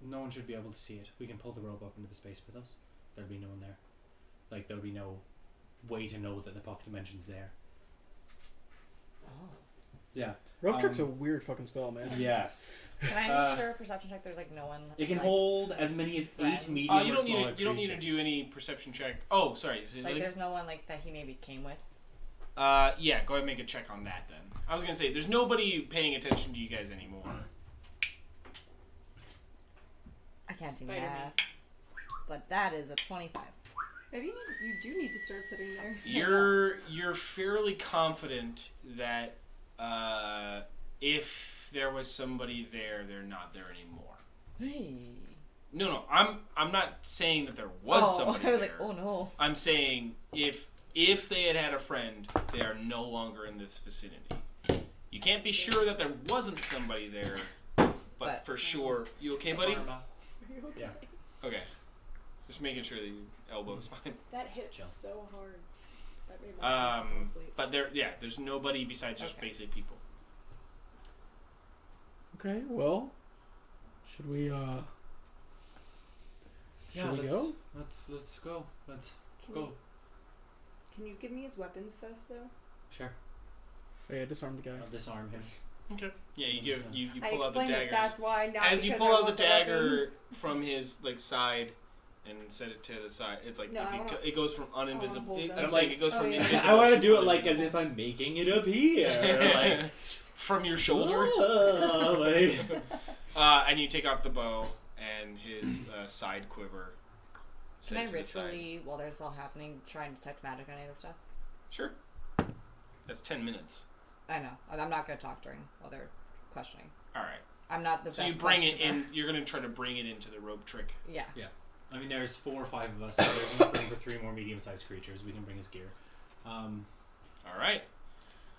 Speaker 7: No one should be able to see it. We can pull the rope up into the space with us. There'll be no one there. Like there'll be no way to know that the pocket dimension's there.
Speaker 6: Oh.
Speaker 9: Yeah.
Speaker 4: Rope
Speaker 9: Um,
Speaker 4: trick's a weird fucking spell, man.
Speaker 9: Yes.
Speaker 6: Can I make
Speaker 9: Uh,
Speaker 6: sure perception check? There's like no one.
Speaker 9: It can
Speaker 6: like,
Speaker 9: hold as many as
Speaker 6: friends?
Speaker 9: eight medium
Speaker 5: Uh, you
Speaker 9: or
Speaker 5: don't need
Speaker 9: smaller
Speaker 5: to, you don't need to
Speaker 9: creatures.
Speaker 5: do any perception check. Oh, sorry.
Speaker 6: Like there's no one like that he maybe came with.
Speaker 5: Uh, yeah, go ahead and make a check on that then. I was gonna say there's nobody paying attention to you guys anymore.
Speaker 6: I can't do
Speaker 3: Spider-Man.
Speaker 6: math. But that is a 25.
Speaker 2: Maybe you, need- you do need to start sitting there.
Speaker 5: You're you're fairly confident that uh, if there was somebody there, they're not there anymore.
Speaker 6: Hey.
Speaker 5: No, no, I'm I'm not saying that there was
Speaker 6: oh,
Speaker 5: somebody
Speaker 6: I was
Speaker 5: there.
Speaker 6: like, oh no.
Speaker 5: I'm saying if if they had had a friend, they are no longer in this vicinity. You can't be sure that there wasn't somebody there, but,
Speaker 6: But-
Speaker 5: for sure, you okay, buddy?
Speaker 9: Yeah.
Speaker 5: Okay, just making sure the elbow's fine.
Speaker 10: That hits
Speaker 9: chill.
Speaker 10: so hard. That made my um,
Speaker 5: Um,
Speaker 10: sleep.
Speaker 5: but there, yeah, there's nobody besides just
Speaker 6: Okay.
Speaker 5: basic people.
Speaker 4: Okay, well, should we uh
Speaker 7: Yeah,
Speaker 4: Should we
Speaker 7: let's,
Speaker 4: go?
Speaker 7: Let's let's go. Let's
Speaker 2: Can
Speaker 7: go.
Speaker 2: you, can you give me his weapons first, though?
Speaker 7: Sure.
Speaker 4: oh, yeah, disarm the guy.
Speaker 5: Um,
Speaker 7: I'll disarm him.
Speaker 5: Yeah, you give you, you
Speaker 2: I
Speaker 5: pull out the
Speaker 2: explained that
Speaker 5: daggers
Speaker 2: that's why not
Speaker 5: as you
Speaker 2: because
Speaker 5: pull
Speaker 2: I
Speaker 5: out the
Speaker 2: want
Speaker 5: dagger
Speaker 2: weapons.
Speaker 5: from his like side. And set it to the side. It's like
Speaker 2: No,
Speaker 5: it,
Speaker 2: I
Speaker 5: beco-
Speaker 2: wanna-
Speaker 5: it goes from
Speaker 2: hold
Speaker 5: uninvisible. It,
Speaker 2: that.
Speaker 5: I'm
Speaker 2: I'm
Speaker 5: saying
Speaker 7: like,
Speaker 5: it goes
Speaker 2: oh,
Speaker 5: from
Speaker 2: yeah.
Speaker 5: invisible.
Speaker 7: I want to
Speaker 5: to
Speaker 7: do it like as
Speaker 5: uninvisible.
Speaker 7: if I'm making it up here, like
Speaker 5: from your shoulder.
Speaker 7: "Oh," like-
Speaker 5: Uh, and you take off the bow and his uh, side quiver.
Speaker 6: Can
Speaker 5: set
Speaker 6: I
Speaker 5: to the side.
Speaker 6: ritually, while this is all happening, try and detect magic on any of this stuff?
Speaker 5: Sure. That's ten minutes.
Speaker 6: I know. I'm not going to talk during while they're questioning.
Speaker 5: All right.
Speaker 6: I'm not the
Speaker 5: So you
Speaker 6: best
Speaker 5: bring it
Speaker 6: questioner.
Speaker 5: in. You're gonna try to bring it into the rope trick.
Speaker 6: Yeah.
Speaker 7: I mean, there's four or five of us, so there's enough room for three more medium-sized creatures. We can bring his gear. Um,
Speaker 5: All right.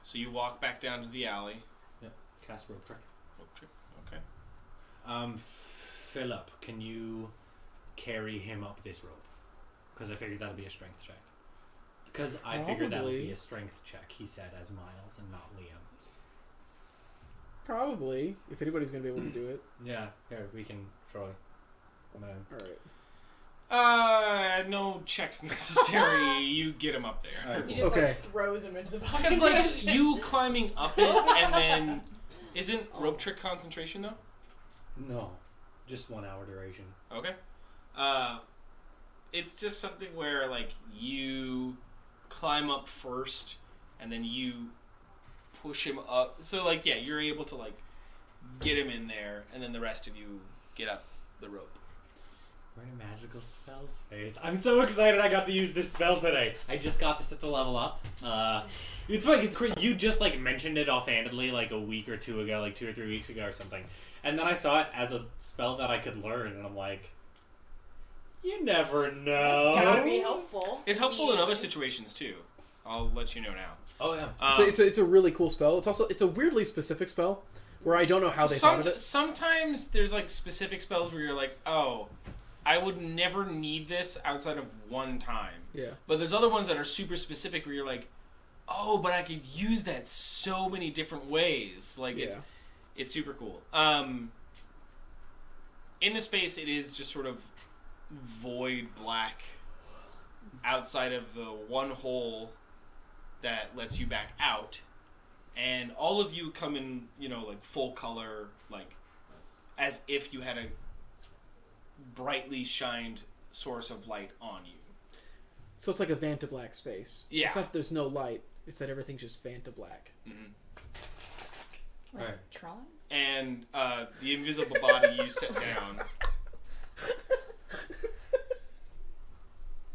Speaker 5: So you walk back down to the alley.
Speaker 7: cast rope trick.
Speaker 5: Rope trick. Okay.
Speaker 7: Um, Philip, can you carry him up this rope? Because I figured that'll be a strength check. Because I figured that would
Speaker 4: Probably.
Speaker 7: be a strength check. He said as Miles and not Liam.
Speaker 4: Probably, if anybody's gonna be able to do it.
Speaker 7: Yeah, here we can try. I'm gonna
Speaker 4: All right.
Speaker 5: Uh, no checks necessary. you get him up
Speaker 7: All
Speaker 5: there.
Speaker 7: right.
Speaker 10: he just
Speaker 4: Okay.
Speaker 10: like throws him into the box.
Speaker 5: Because like you climbing up it and then isn't rope trick concentration though?
Speaker 7: No, just one hour duration.
Speaker 5: Okay. Uh, it's just something where like you climb up first, and then you push him up. So like yeah, you're able to like get him in there, and then the rest of you get up the rope.
Speaker 7: We're in a magical spells phase. I'm so excited I got to use this spell today. I just got this at the level up. Uh, it's like it's great. You just like mentioned it offhandedly like a week or two ago, like two or three weeks ago or something, and then I saw it as a spell that I could learn, and I'm like, you never know.
Speaker 10: That's gotta be helpful.
Speaker 5: It's helpful in other
Speaker 10: situations.
Speaker 5: situations too. I'll let you know now.
Speaker 7: oh yeah.
Speaker 5: Um,
Speaker 4: It's, a, it's, a, it's a really cool spell. It's also it's a weirdly specific spell where I don't know how they thought
Speaker 5: Some,
Speaker 4: of it.
Speaker 5: sometimes there's like specific spells where you're like, oh, I would never need this outside of one time.
Speaker 4: Yeah.
Speaker 5: But there's other ones that are super specific where you're like, oh, but I could use that so many different ways. Like it's
Speaker 4: Yeah.
Speaker 5: it's super cool. Um, in the space, it is just sort of void black outside of the one hole that lets you back out, and all of you come in, you know, like full color, like as if you had a brightly shined source of light on you.
Speaker 4: So it's like a Vanta Black space.
Speaker 5: Yeah.
Speaker 4: It's not that there's no light. It's that everything's just Vanta Black.
Speaker 6: Like
Speaker 7: Alright.
Speaker 6: Tron?
Speaker 5: and uh, the invisible body you set down.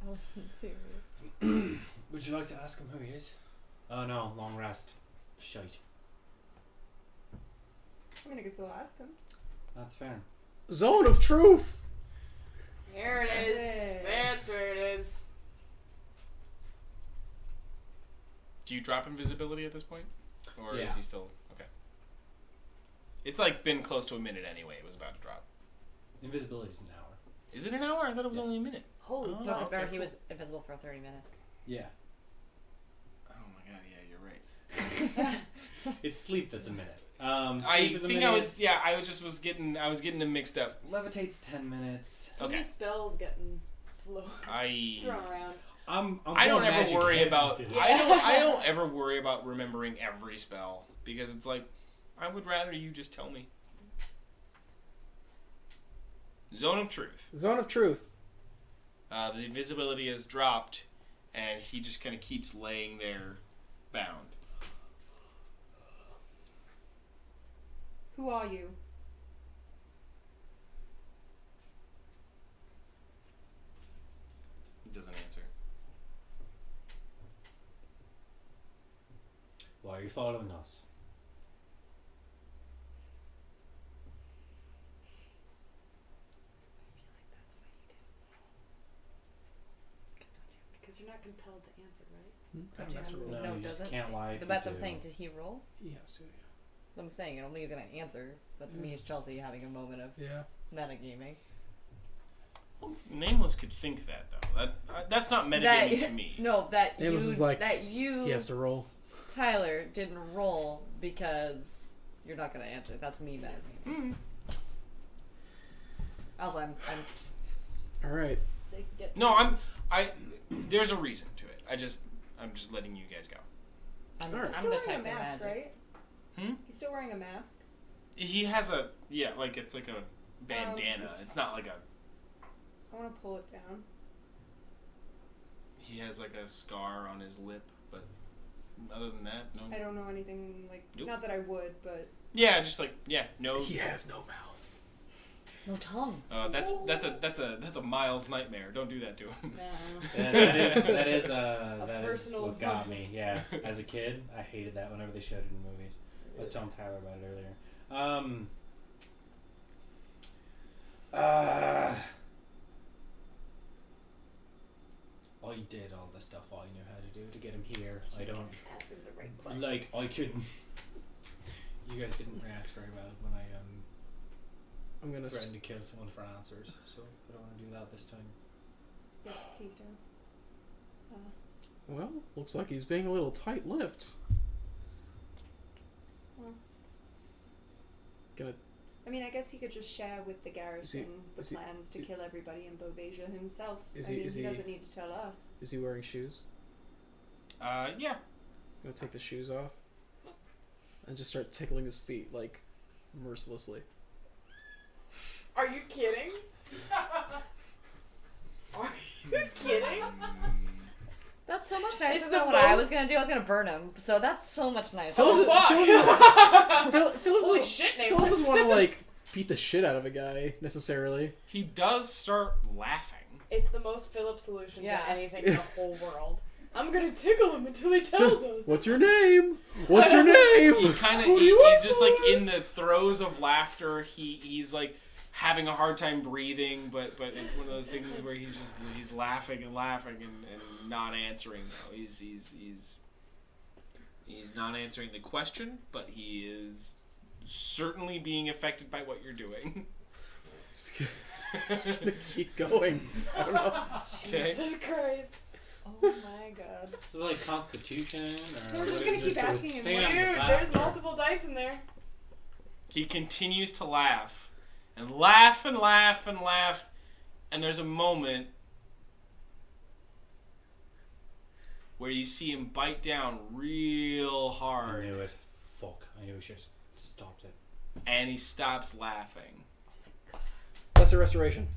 Speaker 6: I wasn't serious.
Speaker 7: Would you like to ask him who he is? Oh no, long rest. Shite.
Speaker 2: I mean, I can still ask him.
Speaker 7: That's fair.
Speaker 4: Zone of Truth.
Speaker 10: There it is.
Speaker 2: Hey.
Speaker 10: That's where it is.
Speaker 5: Do you drop invisibility at this point, or is
Speaker 7: Yeah.
Speaker 5: he still okay? It's like been close to a minute anyway. It was about to drop.
Speaker 7: Invisibility is an hour.
Speaker 5: Is it an hour? I thought it was
Speaker 7: Yes.
Speaker 5: only a minute.
Speaker 6: Holy
Speaker 5: Oh,
Speaker 6: no, 'cause
Speaker 5: okay,
Speaker 6: remember he
Speaker 5: cool.
Speaker 6: was invisible for 30 minutes.
Speaker 7: Yeah.
Speaker 5: Oh my god! Yeah, you're right.
Speaker 7: It's sleep that's a minute. Um, sleep
Speaker 5: I
Speaker 7: is a
Speaker 5: think
Speaker 7: minute.
Speaker 5: I was. Yeah, I was just was getting. I was getting them mixed up.
Speaker 7: levitates ten minutes.
Speaker 10: Too many
Speaker 5: Okay.
Speaker 10: spells getting flo-
Speaker 5: I.
Speaker 10: thrown around.
Speaker 7: I'm, I'm
Speaker 5: I don't
Speaker 7: going
Speaker 5: ever
Speaker 7: magic
Speaker 5: worry
Speaker 7: heavy
Speaker 5: about.
Speaker 7: today.
Speaker 5: I don't. I don't ever worry about remembering every spell because it's like, I would rather you just tell me. Zone of truth.
Speaker 4: Zone of truth.
Speaker 5: Uh, the invisibility has dropped, and he just kind of keeps laying there, bound.
Speaker 2: Who are you?
Speaker 5: He doesn't answer.
Speaker 7: Why are you following us?
Speaker 8: Because you're not compelled to answer, right?
Speaker 4: I'd have to roll.
Speaker 7: No,
Speaker 6: No,
Speaker 7: you
Speaker 6: it
Speaker 7: just
Speaker 6: doesn't.
Speaker 7: can't lie. if
Speaker 6: But
Speaker 7: you
Speaker 6: that's what I'm
Speaker 7: do.
Speaker 6: saying. Did he roll?
Speaker 4: He has to.
Speaker 6: That's what I'm saying. I don't think he's gonna answer. But to me, it's Chelsea having a moment of
Speaker 4: Yeah.
Speaker 6: metagaming.
Speaker 5: Nameless could think that though. That uh, that's not metagaming to me.
Speaker 6: No, that
Speaker 4: Amos
Speaker 6: you.
Speaker 4: is like,
Speaker 6: that you,
Speaker 4: He has to roll.
Speaker 6: Tyler, didn't roll because you're not gonna answer. That's me metagaming. Mm. Also, I'm. I'm
Speaker 4: All right.
Speaker 8: They can get
Speaker 5: No, I'm. I. There's a reason to it. I just. I'm just letting you guys go.
Speaker 6: I'm,
Speaker 4: Alright.
Speaker 6: I'm,
Speaker 2: He's
Speaker 6: I'm
Speaker 2: still
Speaker 6: gonna
Speaker 2: wearing
Speaker 6: type
Speaker 2: a
Speaker 6: in
Speaker 2: mask,
Speaker 6: magic.
Speaker 2: right?
Speaker 5: Hmm?
Speaker 2: He's still wearing a mask.
Speaker 5: He has a yeah, like it's like a bandana. it's not like a.
Speaker 2: I want to pull it down.
Speaker 5: He has like a scar on his lip, but other than that, no.
Speaker 2: I don't know anything like.
Speaker 5: Nope.
Speaker 2: Not that I would, but
Speaker 5: Yeah, just like yeah, no.
Speaker 4: He has no mouth.
Speaker 6: No tongue.
Speaker 5: Uh, that's that's a that's a that's a Miles nightmare. Don't do that to him.
Speaker 7: Yeah, that is that is uh,
Speaker 8: A
Speaker 7: that is
Speaker 8: personal
Speaker 7: what got
Speaker 8: vice.
Speaker 7: me. Yeah, as a kid, I hated that whenever they showed it in movies. I was telling Tyler about it earlier. Um, uh, I did all the stuff I knew how to do to get him here. I don't
Speaker 8: asking the right questions.
Speaker 7: like I couldn't. You guys didn't react very well when I um
Speaker 4: I'm gonna. s-
Speaker 7: threatened to kill someone for answers, so I don't want to do that this time.
Speaker 2: yeah, please don't. Uh,
Speaker 4: Well, looks like he's being a little tight-lipped.
Speaker 2: Well.
Speaker 4: Gonna
Speaker 2: I mean, I guess he could just share with the garrison the
Speaker 4: is he-
Speaker 2: plans to
Speaker 4: i-
Speaker 2: kill everybody in Bovasia himself.
Speaker 4: Is
Speaker 2: I
Speaker 4: he-
Speaker 2: mean,
Speaker 4: is
Speaker 2: he,
Speaker 4: he-
Speaker 2: doesn't need to tell us.
Speaker 4: is he wearing shoes?
Speaker 5: Uh, yeah.
Speaker 4: gonna take the shoes off and just start tickling his feet like mercilessly.
Speaker 3: Are you kidding? Are you kidding?
Speaker 6: That's so much nicer
Speaker 3: It's
Speaker 6: than
Speaker 3: the
Speaker 6: what I
Speaker 3: most-
Speaker 6: was gonna do. I was gonna burn him. So that's so much nicer.
Speaker 5: Oh,
Speaker 4: Phil-
Speaker 3: fuck!
Speaker 4: Phil- Philip's
Speaker 3: Holy
Speaker 4: like-
Speaker 3: shit,
Speaker 4: Phil doesn't
Speaker 3: Nameless.
Speaker 4: want to like beat the shit out of a guy necessarily.
Speaker 5: He does start laughing.
Speaker 3: It's the most Philip solution
Speaker 6: Yeah.
Speaker 3: to anything in the whole world. I'm gonna tickle him until he tells us.
Speaker 4: What's your name? What's your
Speaker 5: He
Speaker 4: name?
Speaker 5: kind of
Speaker 4: What do
Speaker 5: he,
Speaker 4: you want
Speaker 5: he's just like
Speaker 4: for it?
Speaker 5: in the throes of laughter. He he's like having a hard time breathing, but but it's one of those things where he's just he's laughing and laughing and, and not answering. Though he's he's he's he's not answering the question, but he is certainly being affected by what you're doing.
Speaker 4: Just gonna- just gonna keep going. I don't know.
Speaker 5: Okay.
Speaker 3: Jesus Christ. Oh my god.
Speaker 7: So like Constitution or
Speaker 5: Uh,
Speaker 2: we're just
Speaker 7: what
Speaker 2: gonna
Speaker 7: is
Speaker 2: keep
Speaker 7: it?
Speaker 2: asking him
Speaker 7: Stay
Speaker 3: Dude,
Speaker 7: on the
Speaker 3: there's
Speaker 7: back.
Speaker 3: multiple dice in there.
Speaker 5: He continues to laugh and laugh and laugh and laugh. And there's a moment where you see him bite down real
Speaker 7: I
Speaker 5: hard
Speaker 7: knew it. Fuck. I knew we should have stopped it.
Speaker 5: and he stops laughing.
Speaker 4: Lesser restoration.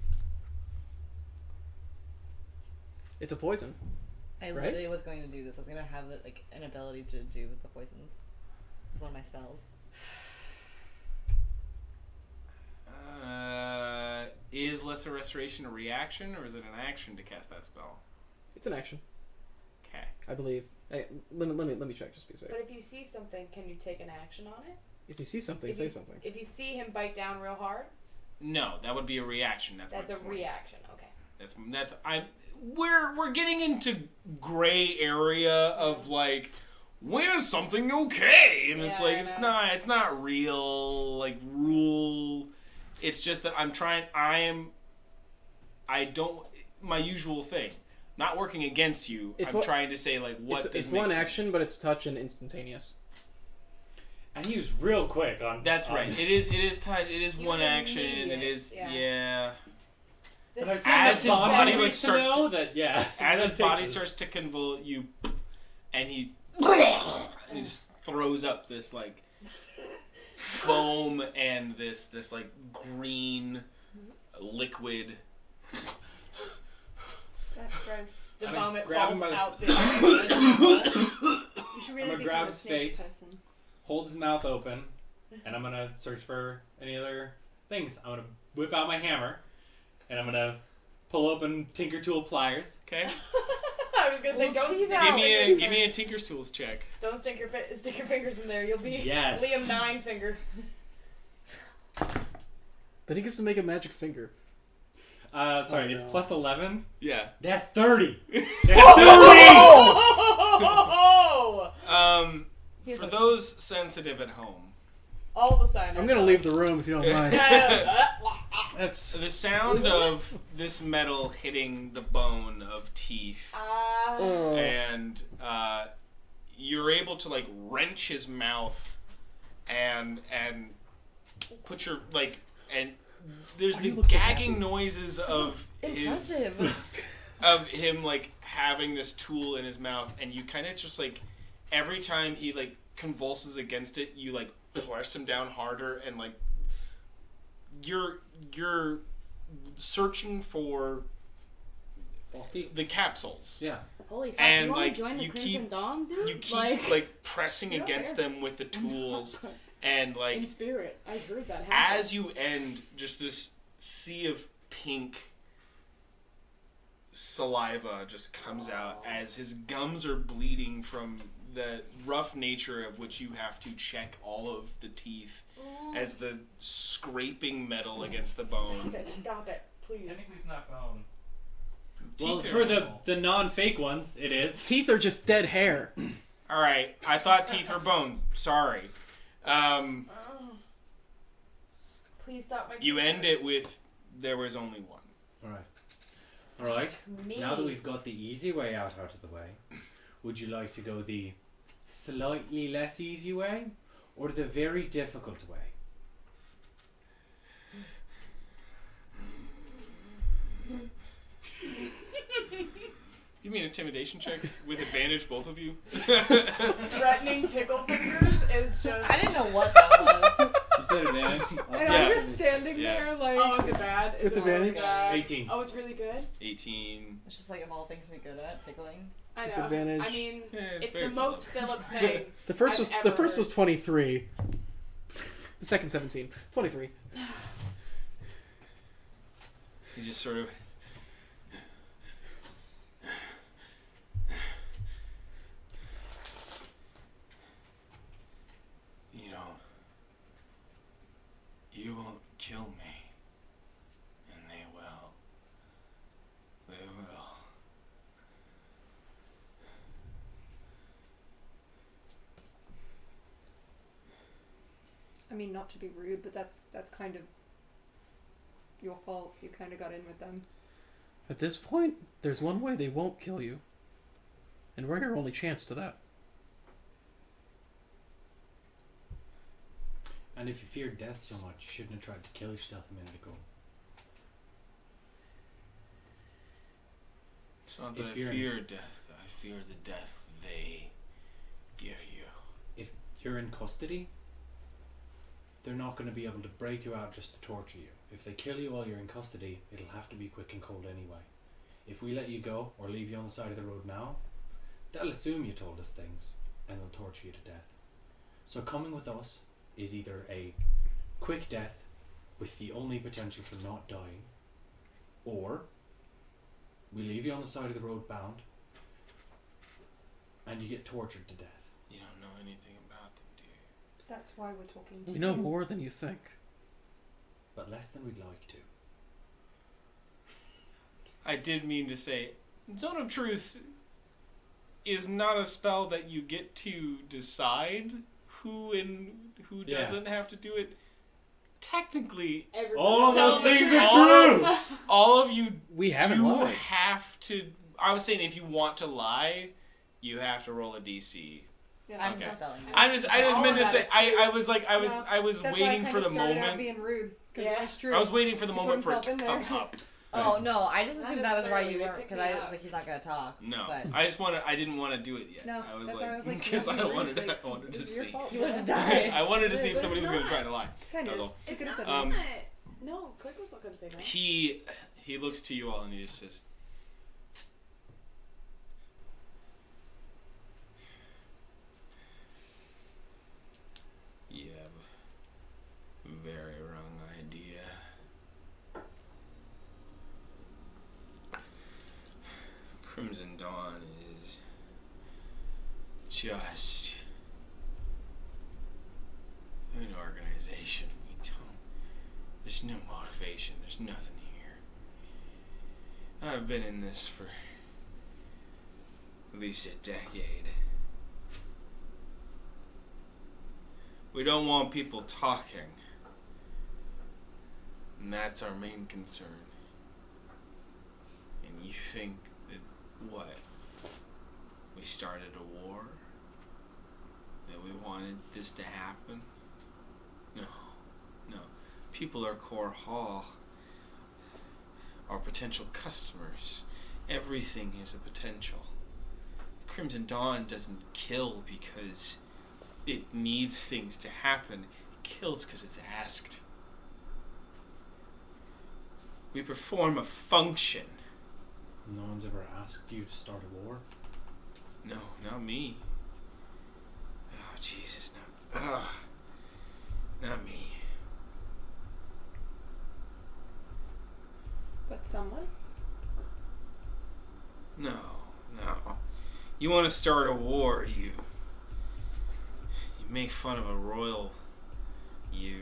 Speaker 4: It's a poison.
Speaker 6: I
Speaker 4: Right?
Speaker 6: literally was going to do this. I was gonna have it, like an ability to do with the poisons. It's one of my spells.
Speaker 5: Uh, is Lesser Restoration a reaction or is it an action to cast that spell?
Speaker 4: It's an action,
Speaker 5: Okay.
Speaker 4: I believe. Hey, let me let me let me check just to be safe.
Speaker 3: But if you see something, can you take an action on it?
Speaker 4: If you see something,
Speaker 3: if
Speaker 4: say
Speaker 3: you-
Speaker 4: something.
Speaker 3: If you see him bite down real hard,
Speaker 5: No, that would be a reaction. That's
Speaker 3: that's
Speaker 5: my
Speaker 3: a
Speaker 5: point.
Speaker 3: reaction. Okay.
Speaker 5: That's that's I'm we're we're getting into gray area of like when is something okay? And it's
Speaker 3: Yeah,
Speaker 5: like
Speaker 3: I
Speaker 5: it's
Speaker 3: know.
Speaker 5: not it's not real like rule. It's just that I'm trying I am I don't my usual thing. Not working against you.
Speaker 4: It's
Speaker 5: I'm
Speaker 4: what-
Speaker 5: trying to say like what
Speaker 4: it's
Speaker 5: does
Speaker 4: it's
Speaker 5: make
Speaker 4: one
Speaker 5: sense.
Speaker 4: action, but it's touch and instantaneous.
Speaker 7: And he was real quick on.
Speaker 5: that's
Speaker 7: on-
Speaker 5: right.
Speaker 4: Um,
Speaker 5: It is it is touch it is
Speaker 3: He
Speaker 5: one
Speaker 3: was
Speaker 5: action. It
Speaker 3: immediate,
Speaker 5: is
Speaker 3: yeah.
Speaker 5: yeah.
Speaker 3: This
Speaker 7: Like,
Speaker 3: is-
Speaker 5: as his body, like,
Speaker 7: needs to
Speaker 5: starts
Speaker 7: know that yeah.
Speaker 5: As
Speaker 7: that
Speaker 5: his body
Speaker 7: takes us-
Speaker 5: starts to convulse, you and he and he just throws up this like foam and this this like green liquid.
Speaker 2: That's gross.
Speaker 10: The
Speaker 5: I mean,
Speaker 10: vomit
Speaker 7: grab him
Speaker 10: falls
Speaker 7: by the-
Speaker 10: out. this-
Speaker 2: You should really
Speaker 7: I'ma
Speaker 2: become
Speaker 7: grab
Speaker 2: a
Speaker 7: his
Speaker 2: snake
Speaker 7: face.
Speaker 2: person.
Speaker 7: hold his mouth open, and I'm gonna search for any other things. I'm gonna whip out my hammer, and I'm gonna pull open Tinker Tool pliers.
Speaker 5: Okay,
Speaker 10: I was gonna say,
Speaker 8: Wolf
Speaker 10: don't
Speaker 8: teeth
Speaker 10: stick,
Speaker 5: give
Speaker 10: your
Speaker 5: me a
Speaker 10: fingers
Speaker 5: give
Speaker 10: in
Speaker 5: me
Speaker 10: there.
Speaker 5: a Tinker's Tools check.
Speaker 10: don't stick your fi- stick your fingers in there. You'll be
Speaker 7: Yes.
Speaker 10: Liam Nine Finger.
Speaker 4: Then he gets to make a magic finger.
Speaker 7: Uh, sorry,
Speaker 4: Oh,
Speaker 7: it's
Speaker 4: no.
Speaker 7: plus eleven.
Speaker 5: Yeah.
Speaker 7: That's thirty.
Speaker 10: Oh!
Speaker 5: Um,
Speaker 6: Here's
Speaker 5: for
Speaker 6: what-
Speaker 5: those sensitive at home,
Speaker 10: All the sign.
Speaker 4: I'm gonna leave the room if you don't mind. That's
Speaker 5: the sound of this metal hitting the bone of teeth,
Speaker 10: Uh,
Speaker 8: Mm.
Speaker 4: oh,
Speaker 5: and uh, you're able to like wrench his mouth, and and put your like and there's
Speaker 4: Why do
Speaker 5: the
Speaker 4: you look so
Speaker 5: gagging
Speaker 4: happy?
Speaker 5: noises of his
Speaker 6: Impressive.
Speaker 5: of him like having this tool in his mouth and you kind of just like every time he like convulses against it you like press him down harder and like you're you're searching for the capsules
Speaker 7: Yeah.
Speaker 3: Holy fuck!
Speaker 5: And,
Speaker 3: you want
Speaker 5: like,
Speaker 3: to join the
Speaker 5: you
Speaker 3: Crimson
Speaker 5: keep-
Speaker 3: Dawn, dude?
Speaker 5: you keep
Speaker 3: like,
Speaker 5: like, pressing
Speaker 10: You're
Speaker 5: against
Speaker 10: there.
Speaker 5: them with the tools and
Speaker 10: in
Speaker 5: like
Speaker 10: spirit, I heard that happen.
Speaker 5: as you end just this sea of pink saliva just comes out as his gums are bleeding from the rough nature of which you have to check all of the teeth as the scraping metal against the bone
Speaker 10: Stop it, please.
Speaker 11: Technically, it's not bone.
Speaker 7: Well,
Speaker 5: Teeth
Speaker 7: for
Speaker 5: are-
Speaker 7: the the non-fake ones, it is.
Speaker 4: teeth are just dead hair.
Speaker 5: all right i thought teeth were bones sorry um,
Speaker 10: Oh. Please stop my.
Speaker 5: you end it with there was only one
Speaker 7: All right. All right.
Speaker 10: Me.
Speaker 7: Now that we've got the easy way out out of the way, would you like to go the slightly less easy way or the very difficult way?
Speaker 5: give me an intimidation check with advantage both of you
Speaker 10: threatening tickle fingers is just.
Speaker 6: I didn't know what that was.
Speaker 7: Is that advantage?
Speaker 2: And
Speaker 5: Yeah.
Speaker 2: I'm just standing
Speaker 5: Yeah.
Speaker 2: there like.
Speaker 10: Oh, is it bad? Is
Speaker 4: With
Speaker 10: it really
Speaker 4: advantage?
Speaker 10: bad?
Speaker 7: 18.
Speaker 10: Oh, it's really good.
Speaker 5: 18
Speaker 6: It's just like of all things we good at, tickling.
Speaker 10: I
Speaker 4: With
Speaker 10: know.
Speaker 4: advantage.
Speaker 10: I mean,
Speaker 5: Yeah, it's
Speaker 10: it's, the
Speaker 5: very
Speaker 10: most Philip thing.
Speaker 4: The 1st
Speaker 10: I've
Speaker 4: was the
Speaker 10: ever
Speaker 4: first
Speaker 10: heard.
Speaker 4: was 23. The second 17. 23.
Speaker 5: He just sort of. You know, you won't kill me. And they will. They will.
Speaker 2: I mean, not to be rude, but that's that's kind of your fault. You kind of got in with them.
Speaker 4: At this point, there's one way they won't kill you. And we're your only chance to that.
Speaker 7: And if you feared death so much, you shouldn't have tried to kill yourself a minute ago.
Speaker 5: It's not
Speaker 7: If
Speaker 5: that I
Speaker 7: you're-
Speaker 5: fear death, I fear the death they give you.
Speaker 7: If you're in custody, they're not going to be able to break you out just to torture you. If they kill you while you're in custody, it'll have to be quick and cold anyway. If we let you go or leave you on the side of the road now, they'll assume you told us things and they'll torture you to death. So coming with us is either a quick death with the only potential for not dying, or we leave you on the side of the road bound and you get tortured to death.
Speaker 5: You don't know anything about them, do you?
Speaker 2: That's why we're talking to
Speaker 4: We know more than you think.
Speaker 7: but less than we'd like to.
Speaker 5: I did mean to say, Zone of Truth is not a spell that you get to decide who and who
Speaker 7: Yeah.
Speaker 5: doesn't have to do it. Technically,
Speaker 10: Everybody's
Speaker 7: All of
Speaker 10: telling
Speaker 7: those
Speaker 10: the
Speaker 7: things
Speaker 10: truth.
Speaker 7: are true.
Speaker 5: all of you
Speaker 4: We haven't
Speaker 5: do
Speaker 4: lied.
Speaker 5: have to. I was saying, if you want to lie, you have to roll a DC.
Speaker 6: I'm
Speaker 5: Okay.
Speaker 6: just spelling it.
Speaker 5: I just, I just
Speaker 10: All
Speaker 5: meant to
Speaker 10: of that
Speaker 5: say,
Speaker 10: is
Speaker 5: I, I was like, I was,
Speaker 2: Yeah.
Speaker 5: I was
Speaker 2: That's why I
Speaker 5: waiting
Speaker 2: kinda
Speaker 5: for the
Speaker 2: started out
Speaker 5: moment.
Speaker 2: being rude because
Speaker 10: Yeah.
Speaker 2: it was true.
Speaker 5: I was waiting for the
Speaker 2: He put
Speaker 5: moment for it to
Speaker 2: himself in
Speaker 5: come
Speaker 2: there.
Speaker 5: up.
Speaker 6: Oh no, I just
Speaker 3: Not
Speaker 6: assumed that was why
Speaker 3: necessarily,
Speaker 6: you
Speaker 3: they
Speaker 6: weren't
Speaker 3: picked
Speaker 6: because
Speaker 3: me
Speaker 6: I
Speaker 3: up.
Speaker 6: was like, he's not gonna talk.
Speaker 5: No,
Speaker 6: but
Speaker 5: I just wanted. I didn't want to do it yet.
Speaker 2: No,
Speaker 5: I was
Speaker 2: that's
Speaker 5: like,
Speaker 2: why I was like,
Speaker 5: because
Speaker 2: nothing
Speaker 5: I
Speaker 2: really,
Speaker 5: wanted,
Speaker 2: like,
Speaker 5: I wanted to
Speaker 2: it's your
Speaker 5: see.
Speaker 2: fault,
Speaker 6: you wanted
Speaker 2: yeah.
Speaker 6: to die.
Speaker 5: I wanted to see if
Speaker 8: It's
Speaker 5: somebody was going to
Speaker 8: not.
Speaker 5: try to lie.
Speaker 2: Kind
Speaker 5: That was
Speaker 2: of.
Speaker 5: all.
Speaker 2: You could have said
Speaker 4: Uh,
Speaker 5: Um,
Speaker 2: that.
Speaker 8: no, Click was not gonna say that.
Speaker 5: He he looks to you all and he just says, "You have a very wrong idea." Crimson Dawn is just an organization. We don't there's no motivation. There's nothing here. I've been in this for at least a decade. We don't want people talking. And that's our main concern. And you think that what? We started a war? That we wanted this to happen? No. No people are core hall are potential customers everything is a potential crimson dawn doesn't kill because it needs things to happen it kills because it's asked we perform a function
Speaker 9: No one's ever asked you to start a war.
Speaker 5: no not me oh jesus not, ah, not me
Speaker 2: But someone?
Speaker 5: No, no. You want to start a war, you. You make fun of a royal. You.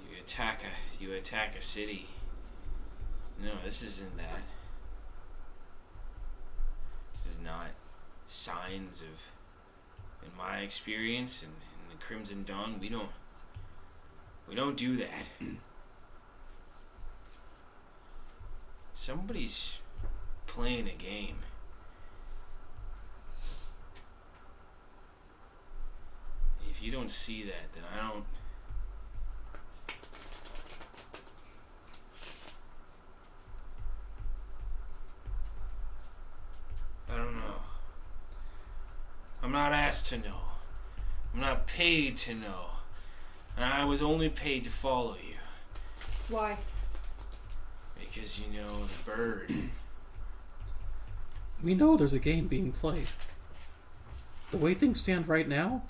Speaker 5: You attack a. You attack a city. No, this isn't that. This is not signs of. In my experience, and in, the Crimson Dawn, we don't. We don't do that. Somebody's playing a game. If you don't see that, then I don't. I don't know. I'm not asked to know. I'm not paid to know. And I was only paid to follow you.
Speaker 2: Why?
Speaker 5: Because you know the bird.
Speaker 4: We know there's a game being played. The way things stand right now,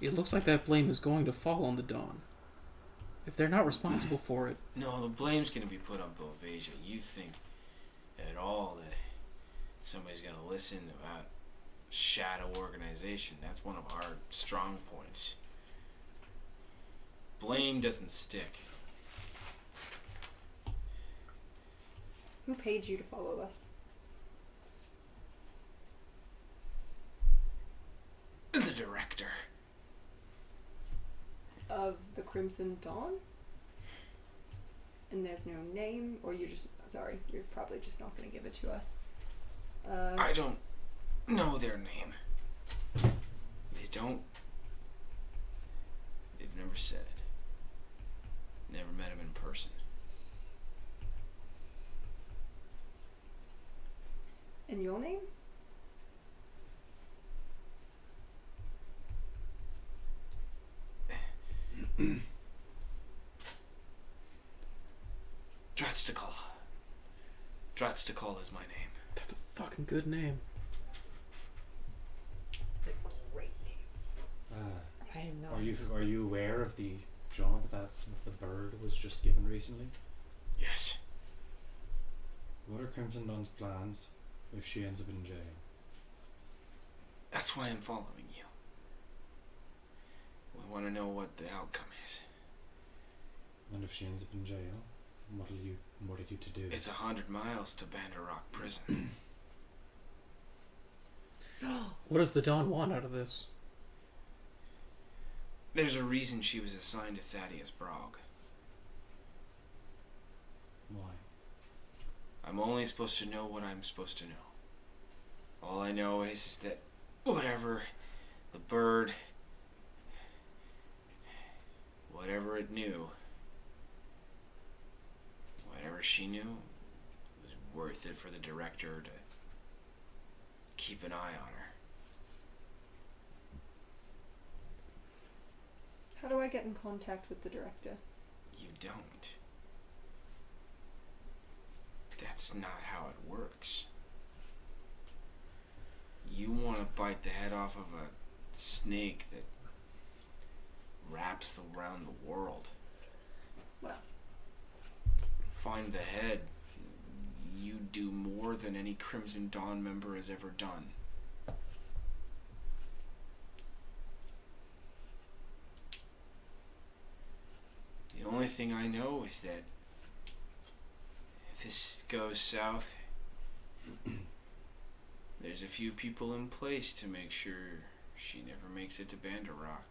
Speaker 4: it looks like that blame is going to fall on the Dawn. If they're not responsible for it,
Speaker 5: No, the blame's gonna be put on Bovasia. You think at all that somebody's gonna listen about shadow organization? That's one of our strong points. Blame doesn't stick.
Speaker 2: Who paid you to follow us?
Speaker 5: The director.
Speaker 2: Of the Crimson Dawn? And there's no name, or you're just. Sorry, you're probably just not going to give it to us. Uh,
Speaker 5: I don't know their name. They don't. They've never said it. Never met him in person.
Speaker 2: and your name?
Speaker 5: Dratstical. Dratstical is my name.
Speaker 4: that's a fucking good name. Ah,
Speaker 9: Uh,
Speaker 6: I am not.
Speaker 9: are you are you aware of the job that the bird was just given recently?
Speaker 5: Yes.
Speaker 9: What are Crimson Dawn's plans if she ends up in jail?
Speaker 5: That's why I'm following you. We want to know what the outcome is.
Speaker 9: And if she ends up in jail, what'll you what are you to do?
Speaker 5: It's a hundred miles to Bandar Rock Prison.
Speaker 4: What does the Dawn want out of this?
Speaker 5: There's a reason she was assigned to Thaddeus Brog.
Speaker 9: Why?
Speaker 5: I'm only supposed to know what I'm supposed to know. All I know is, is that whatever the bird, whatever it knew, whatever whatever she knew it was worth it for the director to keep an eye on her.
Speaker 2: How do I get in contact with the director?
Speaker 5: You don't. That's not how it works. You want to bite the head off of a snake that wraps around the world.
Speaker 2: Well.
Speaker 5: Find the head. You do more than any Crimson Dawn member has ever done. The only thing I know is that if this goes south, there's a few people in place to make sure she never makes it to Bandar Rock.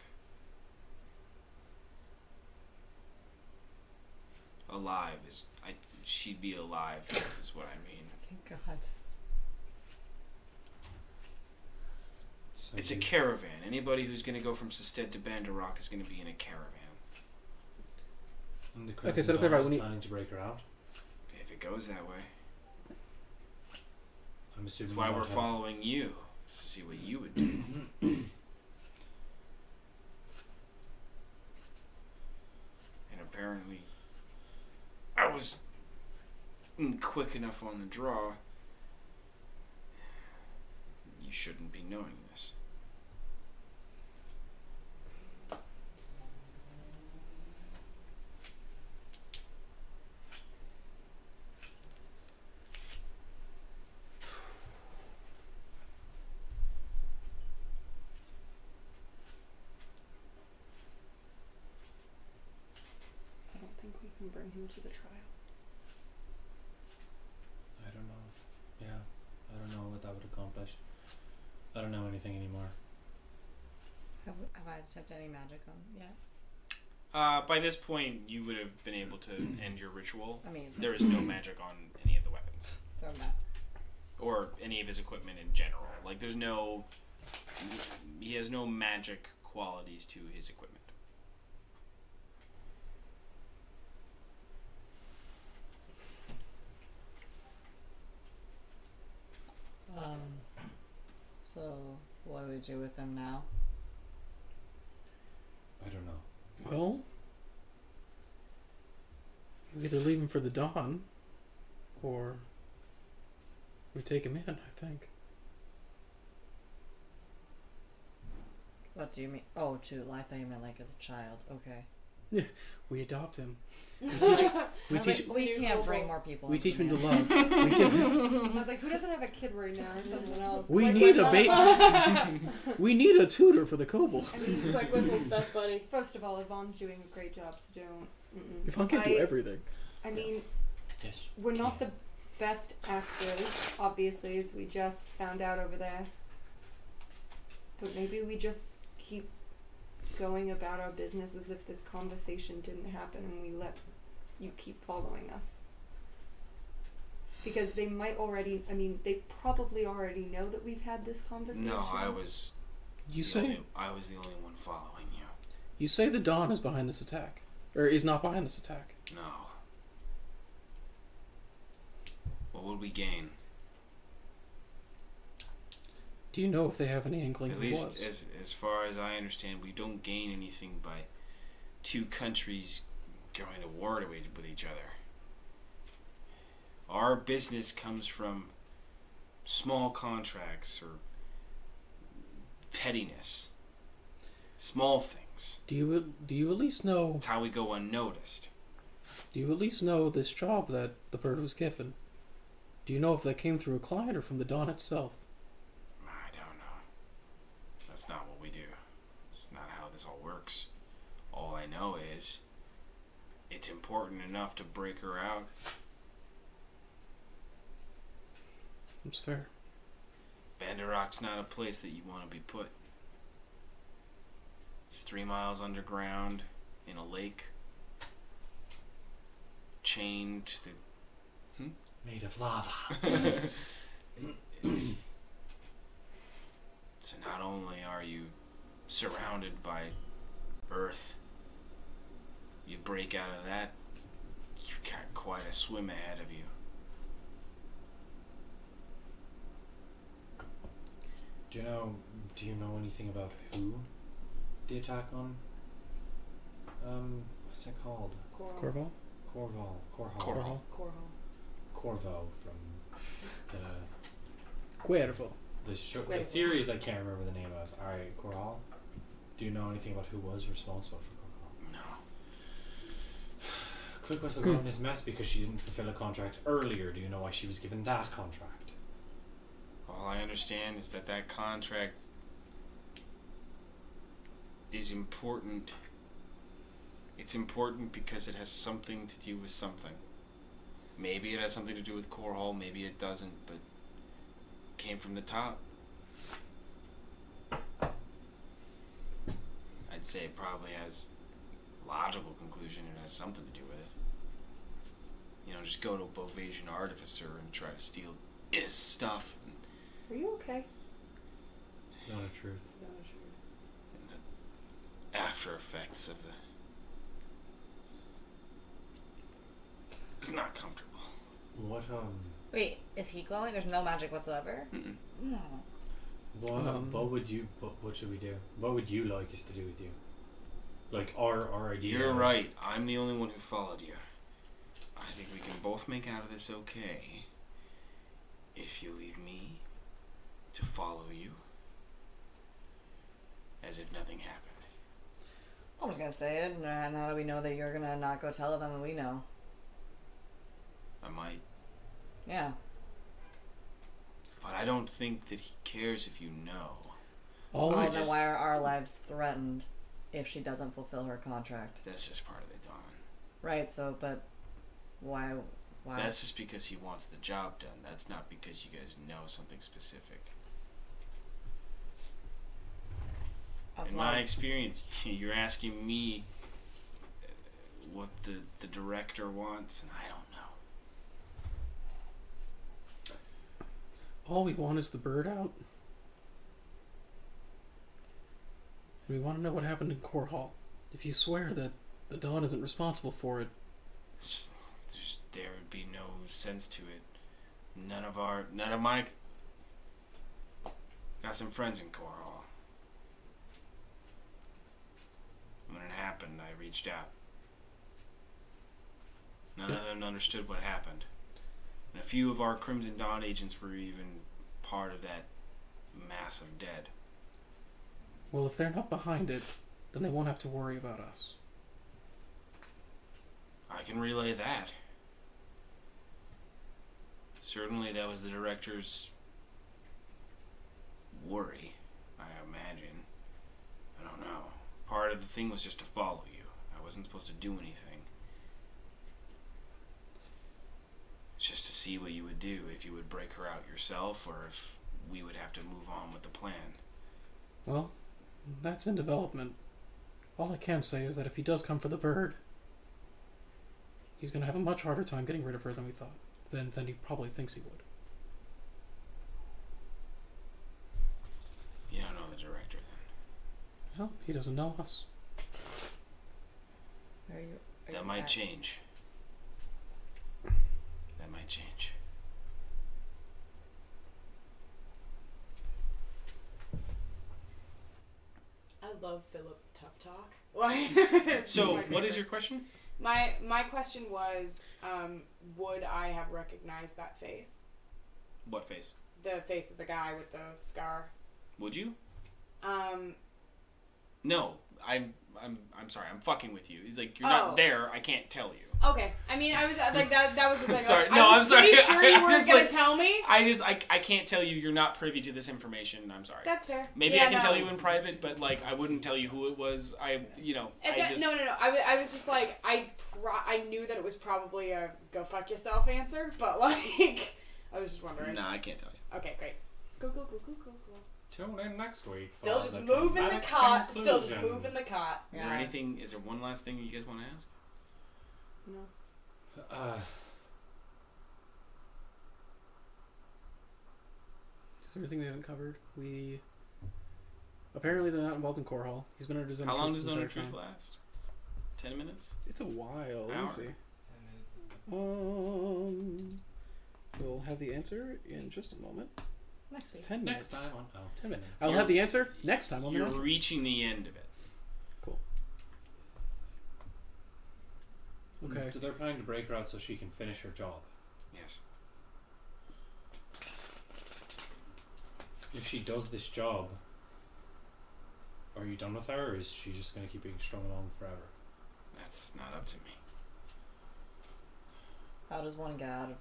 Speaker 5: Alive is I she'd be alive is what I mean.
Speaker 6: Thank God.
Speaker 9: So
Speaker 5: It's a
Speaker 9: you-
Speaker 5: caravan. Anybody who's going to go from Sestet to Bandar Rock is going to be in a caravan.
Speaker 9: and the
Speaker 4: Okay, so
Speaker 9: Crimson
Speaker 4: to clarify,
Speaker 9: Dawn is
Speaker 4: when you-
Speaker 9: planning to break her out.
Speaker 5: If it goes that way,
Speaker 9: I'm assuming
Speaker 5: that's why
Speaker 9: you
Speaker 5: we're
Speaker 9: won't have-
Speaker 5: following you is to see what you would do. and apparently, I was mm, quick enough on the draw. You shouldn't be knowing this.
Speaker 2: I don't think we can bring him to the trial.
Speaker 9: I don't know. Yeah, I don't know what that would accomplish. I don't know anything anymore.
Speaker 6: Have, have I touched any magic on yet?
Speaker 5: Uh, by this point, you would have been able to end your ritual.
Speaker 6: I mean,
Speaker 5: There is no magic on any of the weapons.
Speaker 6: throw them out.
Speaker 5: or any of his equipment in general. Like there's no he has no magic qualities to his equipment.
Speaker 6: Um, so what do we do with them now?
Speaker 9: I don't know.
Speaker 4: Well, we either leave him for the dawn, or we take him in. I think.
Speaker 6: What do you mean? Oh, to I thought you meant like as a child. Okay.
Speaker 4: We adopt him. We teach. we
Speaker 6: I was
Speaker 4: teach.
Speaker 6: like, we
Speaker 2: New
Speaker 6: can't
Speaker 2: global-
Speaker 6: bring more people.
Speaker 4: We
Speaker 6: into
Speaker 4: teach him to
Speaker 6: the
Speaker 4: love. We give.
Speaker 2: I was like, who doesn't have a kid right now or something else?
Speaker 4: We
Speaker 10: Like
Speaker 4: need a
Speaker 10: myself.
Speaker 4: ba- We need a tutor for the kobold.
Speaker 10: This is Quick Whistle's best buddy.
Speaker 2: First of all, Yvonne's doing a great job, so don't. Mm-mm.
Speaker 4: Yvonne can do
Speaker 2: I-
Speaker 4: everything.
Speaker 2: I mean,
Speaker 9: Yes.
Speaker 2: we're not the best actors, obviously, as we just found out over there. But maybe we just keep going about our business as if this conversation didn't happen and we let you keep following us. Because they might already, I mean, they probably already know that we've had this conversation.
Speaker 5: No, I was
Speaker 4: You
Speaker 5: the
Speaker 4: say.
Speaker 5: only- I was the only one following you.
Speaker 4: You say the dawn is behind this attack, or is not behind this attack.
Speaker 5: No. What would we gain?
Speaker 4: Do you know if they have any inkling
Speaker 5: At
Speaker 4: who it
Speaker 5: least
Speaker 4: was?
Speaker 5: as as far as I understand, we don't gain anything by two countries going to war to each- with each other. Our business comes from small contracts or pettiness, small things.
Speaker 4: Do you do you at least know?
Speaker 5: That's how we go unnoticed.
Speaker 4: Do you at least know this job that the bird was given? Do you know if that came through a client or from the dawn itself?
Speaker 5: I don't know. That's not what we do. It's not how this all works. All I know is it's important enough to break her out
Speaker 4: It's fair.
Speaker 5: Bandarok's not a place that you want to be put. It's three miles underground in a lake, chained to the.
Speaker 9: Made of lava.
Speaker 5: It's, so not only are you surrounded by earth, you break out of that, You've got quite a swim ahead of you.
Speaker 7: Do you know? Do you know anything about who the attack on? Um, what's it called?
Speaker 4: Corval?
Speaker 7: Corval. Corval.
Speaker 5: Corval.
Speaker 7: Corvo from the
Speaker 4: Cuervo.
Speaker 7: the, show, the series. I can't remember the name of. All right, Corval. Do you know anything about who was responsible for Corval?
Speaker 5: No.
Speaker 7: Click was the one in this mess because she didn't fulfill a contract earlier. Do you know why she was given that contract?
Speaker 5: All I understand is that that contract is important. It's important because it has something to do with something. Maybe it has something to do with Core Hall, maybe it doesn't, but it came from the top. I'd say it probably has logical conclusion it has something to do with it. You know, just go to a Bovasian artificer and try to steal his stuff and
Speaker 2: Are you okay?
Speaker 7: Not a truth.
Speaker 5: and the after effects of the. It's not comfortable.
Speaker 7: What um.
Speaker 6: Wait, is he glowing? There's no magic whatsoever.
Speaker 5: Mm-mm.
Speaker 6: No.
Speaker 7: What,
Speaker 4: Um,
Speaker 7: what would you what, what should we do? What would you like us to do with you? Like our our idea.
Speaker 5: You're
Speaker 7: of-
Speaker 5: right. I'm the only one who followed you. I think we can both make out of this okay. If you leave me to follow you as if nothing happened.
Speaker 6: I'm just gonna say it, and and how do we know that you're gonna not go tell them that we know?
Speaker 5: I might.
Speaker 6: Yeah.
Speaker 5: But I don't think that he cares if you know.
Speaker 4: All
Speaker 6: well,
Speaker 4: we
Speaker 5: I
Speaker 6: then
Speaker 5: just-
Speaker 6: why are our lives threatened if she doesn't fulfill her contract?
Speaker 5: That's just part of the Dawn.
Speaker 6: Right. So, but why? Why?
Speaker 5: That's just because he wants the job done. That's not because you guys know something specific.
Speaker 6: that's
Speaker 5: In
Speaker 6: why-
Speaker 5: my experience, you're asking me uh, what the, the director wants, and I don't know.
Speaker 4: all we want is the bird out. And we want to know what happened in Core Hall. If you swear that the Dawn isn't responsible for it,
Speaker 5: It's- There's, there would be no sense to it. None of our, none of my, got some friends in Coral. When it happened, I reached out. None of them understood what happened, and a few of our Crimson Dawn agents were even part of that mass of dead.
Speaker 4: well, if they're not behind it, then they won't have to worry about us.
Speaker 5: I can relay that. Certainly, that was the director's worry, I imagine. I don't know. Part of the thing was just to follow you. I wasn't supposed to do anything. It's just to see what you would do, if you would break her out yourself, or if we would have to move on with the plan.
Speaker 4: Well, that's in development. All I can say is that if he does come for the bird, he's going to have a much harder time getting rid of her than we thought, than, than he probably thinks he would.
Speaker 5: You don't know the director
Speaker 4: Well, he doesn't know us.
Speaker 6: Are you- are
Speaker 5: then. That
Speaker 6: you
Speaker 5: might
Speaker 6: back?
Speaker 5: change. That might change.
Speaker 3: I love Philip Tough Talk. Why?
Speaker 5: So, what is your question?
Speaker 3: My my question was, um, would I have recognized that face?
Speaker 5: What face?
Speaker 3: The face of the guy with the scar.
Speaker 5: Would you?
Speaker 3: Um,
Speaker 5: No, I'm I'm I'm sorry. I'm fucking with you. He's like, you're not
Speaker 3: Oh.
Speaker 5: there. I can't tell you.
Speaker 3: okay. I mean, I was like that. That was the thing. I was-
Speaker 5: Sorry.
Speaker 3: I
Speaker 5: No,
Speaker 3: was
Speaker 5: I'm sorry.
Speaker 3: Pretty sure you
Speaker 5: I'm
Speaker 3: weren't
Speaker 5: just
Speaker 3: gonna
Speaker 5: like-
Speaker 3: tell me.
Speaker 5: I just I, I can't tell you. You're not privy to this information. I'm sorry.
Speaker 3: That's fair.
Speaker 5: Maybe
Speaker 3: Yeah,
Speaker 5: I can
Speaker 3: no.
Speaker 5: tell you in private, but like I wouldn't tell you who it was. I you know
Speaker 3: It's
Speaker 5: I
Speaker 3: a-
Speaker 5: just
Speaker 3: no, no, no. I, wa- I was just like, I pro- I knew that it was probably a go fuck yourself answer, but like, I was just wondering.
Speaker 5: Nah, I can't tell you.
Speaker 3: Okay, great. Go, go, go, go, go, go.
Speaker 7: Tune in next week.
Speaker 3: Still
Speaker 5: Oh,
Speaker 7: for
Speaker 3: just
Speaker 7: the
Speaker 3: moving the
Speaker 7: dramatic
Speaker 3: cot. Still just
Speaker 7: conclusion.
Speaker 3: moving the cot.
Speaker 5: Is there anything? Is there one last thing you guys want to ask?
Speaker 7: Uh,
Speaker 4: Is there anything we haven't covered? We apparently they're not involved in Core Hall. He's been under his own
Speaker 5: How long
Speaker 4: truth
Speaker 5: does
Speaker 4: this
Speaker 5: Zone of
Speaker 4: entire
Speaker 5: Truth
Speaker 4: time.
Speaker 5: last? Ten minutes.
Speaker 4: It's a while. Let
Speaker 5: Hour.
Speaker 4: me see. Um, we'll have the answer in just a moment.
Speaker 6: Next week.
Speaker 4: Ten
Speaker 7: Next
Speaker 4: minutes.
Speaker 7: time on oh.
Speaker 4: Ten minutes. I'll have the answer next time on the
Speaker 5: You're
Speaker 4: Natural.
Speaker 5: reaching the end of it.
Speaker 4: Okay.
Speaker 7: So they're planning to break her out so she can finish her job.
Speaker 5: Yes.
Speaker 7: If she does this job, are you done with her, or is she just going to keep being strung along forever?
Speaker 5: That's not up to me.
Speaker 6: How does one get out of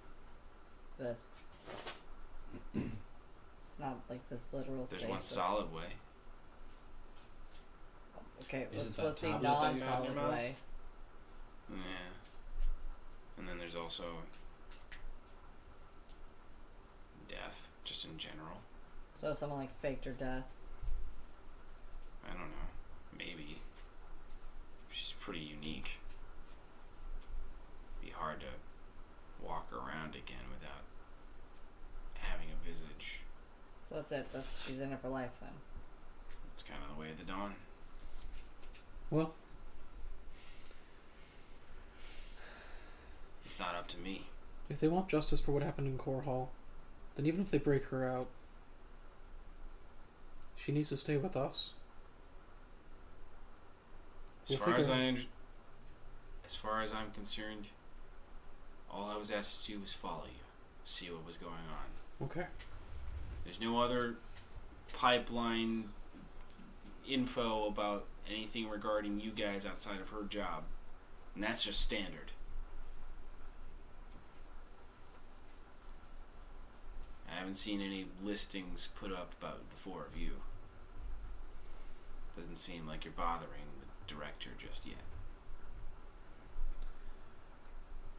Speaker 6: this? Not like this literal
Speaker 5: There's
Speaker 6: space.
Speaker 5: one
Speaker 6: but-
Speaker 5: solid way.
Speaker 6: Okay,
Speaker 7: Is it
Speaker 6: what's,
Speaker 7: that
Speaker 6: what's the
Speaker 7: tablet that you have in your
Speaker 6: non-solid
Speaker 7: mouth?
Speaker 6: way?
Speaker 5: Yeah. And then there's also death, just in general.
Speaker 6: So someone like faked her death.
Speaker 5: I don't know. Maybe. She's pretty unique. Be hard to walk around again without having a visage.
Speaker 6: So that's it. That's she's in it for life then.
Speaker 5: It's kind of the way of the dawn.
Speaker 4: Well,
Speaker 5: It's not up to me.
Speaker 4: if they want justice for what happened in Core Hall, then even if they break her out, she needs to stay with us.
Speaker 5: As
Speaker 4: We'll
Speaker 5: far as
Speaker 4: figure it
Speaker 5: I under- as far as I'm concerned, all I was asked to do was follow you, see what was going on.
Speaker 4: Okay.
Speaker 5: There's no other pipeline info about anything regarding you guys outside of her job. And that's just standard. I haven't seen any listings put up about the four of you. Doesn't seem like you're bothering the director just yet.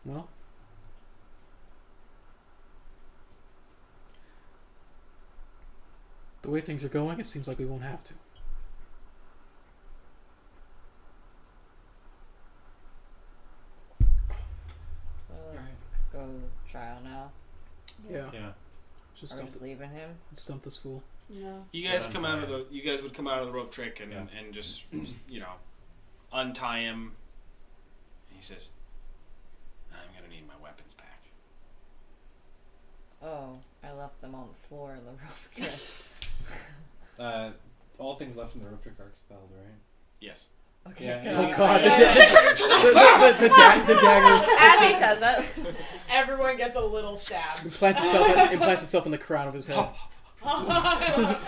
Speaker 4: Well. The way things are going, it seems like we won't have to.
Speaker 6: So like, go to the trial now.
Speaker 4: Yeah.
Speaker 7: Yeah.
Speaker 4: Just
Speaker 6: Are we
Speaker 4: dump,
Speaker 6: just leaving him?
Speaker 4: stump this fool.
Speaker 6: No.
Speaker 5: You
Speaker 7: Yeah,
Speaker 5: guys
Speaker 7: I'm
Speaker 5: come out of the. You guys would come out of the rope trick and
Speaker 7: Yeah.
Speaker 5: and just you know untie him. He says, "I'm gonna need my weapons back."
Speaker 6: Oh, I left them on the floor in the rough trip.
Speaker 9: Uh, all things left in the rope trick are expelled, right?
Speaker 5: Yes.
Speaker 6: Okay.
Speaker 9: Yeah.
Speaker 6: good.
Speaker 4: Oh god, the,
Speaker 10: Yeah.
Speaker 4: da- the, the, the, da- the daggers
Speaker 6: As he says that.
Speaker 10: Everyone gets a little stabbed.
Speaker 4: implants itself, implants itself in the crown of his head.
Speaker 10: Oh fuck!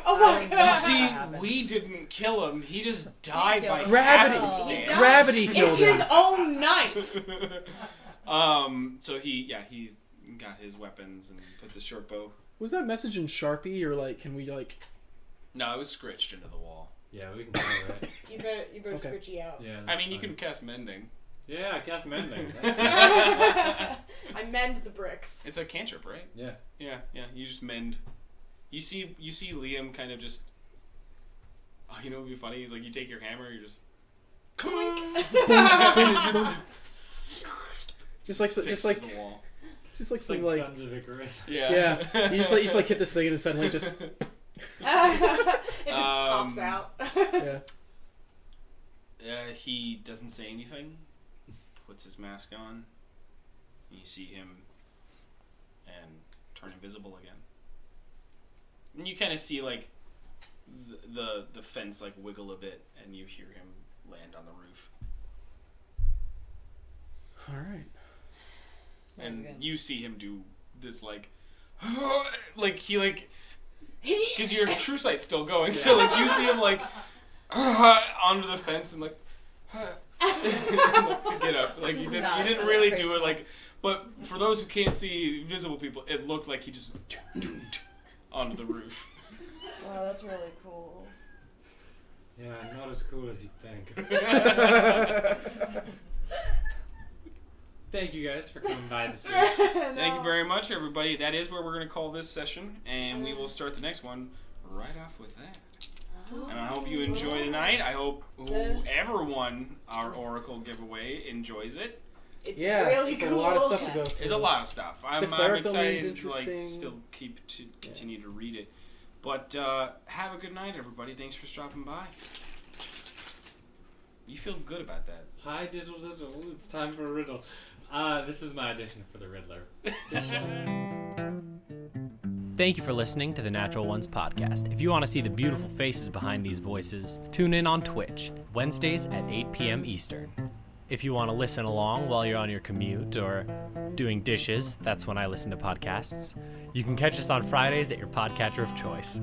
Speaker 10: Oh fuck!
Speaker 5: You
Speaker 6: That
Speaker 5: see,
Speaker 6: happened.
Speaker 5: we didn't kill him. He just died by
Speaker 4: Gravity.
Speaker 5: happenstance.
Speaker 4: Gravity
Speaker 10: It's
Speaker 4: killed
Speaker 10: his
Speaker 4: him.
Speaker 10: own knife.
Speaker 5: um. So he, yeah, he's got his weapons and puts his short bow.
Speaker 4: Was that message in Sharpie or like can we like
Speaker 5: No, it was scritched into the wall.
Speaker 7: Yeah, we can do it, right?
Speaker 10: You better, you better
Speaker 4: Okay.
Speaker 10: scritchy out.
Speaker 7: Yeah.
Speaker 5: I
Speaker 7: that's
Speaker 5: mean, you
Speaker 7: fine.
Speaker 5: can cast mending.
Speaker 7: Yeah, I cast mending.
Speaker 10: I mend the bricks.
Speaker 5: It's a cantrip, right?
Speaker 9: Yeah.
Speaker 5: Yeah, yeah. You just mend. You see, you see Liam kind of just. Oh, you know what'd be funny? Is like you take your hammer, you just. Come on.
Speaker 4: just like so- just like
Speaker 5: the wall.
Speaker 4: just like
Speaker 7: It's
Speaker 4: some
Speaker 7: like,
Speaker 4: like
Speaker 7: Guns of Icarus.
Speaker 5: Yeah.
Speaker 4: yeah. You just like you just like hit this thing and it suddenly just
Speaker 10: it just pops
Speaker 5: Um,
Speaker 10: out.
Speaker 4: yeah.
Speaker 5: Uh, he doesn't say anything. Puts his mask on. And you see him. And turn invisible again. And you kind of see like. The, the the fence like wiggle a bit, and you hear him land on the roof.
Speaker 4: All right.
Speaker 6: That was
Speaker 5: and
Speaker 6: good.
Speaker 5: you see him do this like like he like because your true sight's still going so like you see him like onto the fence and like to get up like you
Speaker 6: Just
Speaker 5: didn't,
Speaker 6: not
Speaker 5: you didn't
Speaker 6: a
Speaker 5: really do
Speaker 6: crazy
Speaker 5: it like but for those who can't see visible people it looked like he just onto the roof
Speaker 6: Wow, that's really cool.
Speaker 7: Yeah, not as cool as you'd think. Thank you guys for coming by this week.
Speaker 5: thank you very much everybody that is where we're going to call this session and we will start the next one right off with that And I hope you enjoy the night. I hope whoever won our Oracle giveaway enjoys it.
Speaker 10: It's
Speaker 4: yeah.
Speaker 10: really
Speaker 4: it's
Speaker 10: cool.
Speaker 4: a lot of stuff to go through.
Speaker 5: It's a lot of stuff. I'm, I'm
Speaker 4: clerical name's
Speaker 5: excited to like
Speaker 4: interesting.
Speaker 5: still keep to continue to read it. But uh, have a good night, everybody. Thanks for stopping by. You feel good about that.
Speaker 7: Hi, diddle diddle. It's time for a riddle. Uh, this is my audition for the Riddler.
Speaker 1: Thank you for listening to the Natural Ones podcast. If you want to see the beautiful faces behind these voices, tune in on Twitch, Wednesdays at 8 p.m. Eastern. If you want to listen along while you're on your commute or doing dishes, that's when I listen to podcasts, you can catch us on Fridays at your podcatcher of choice.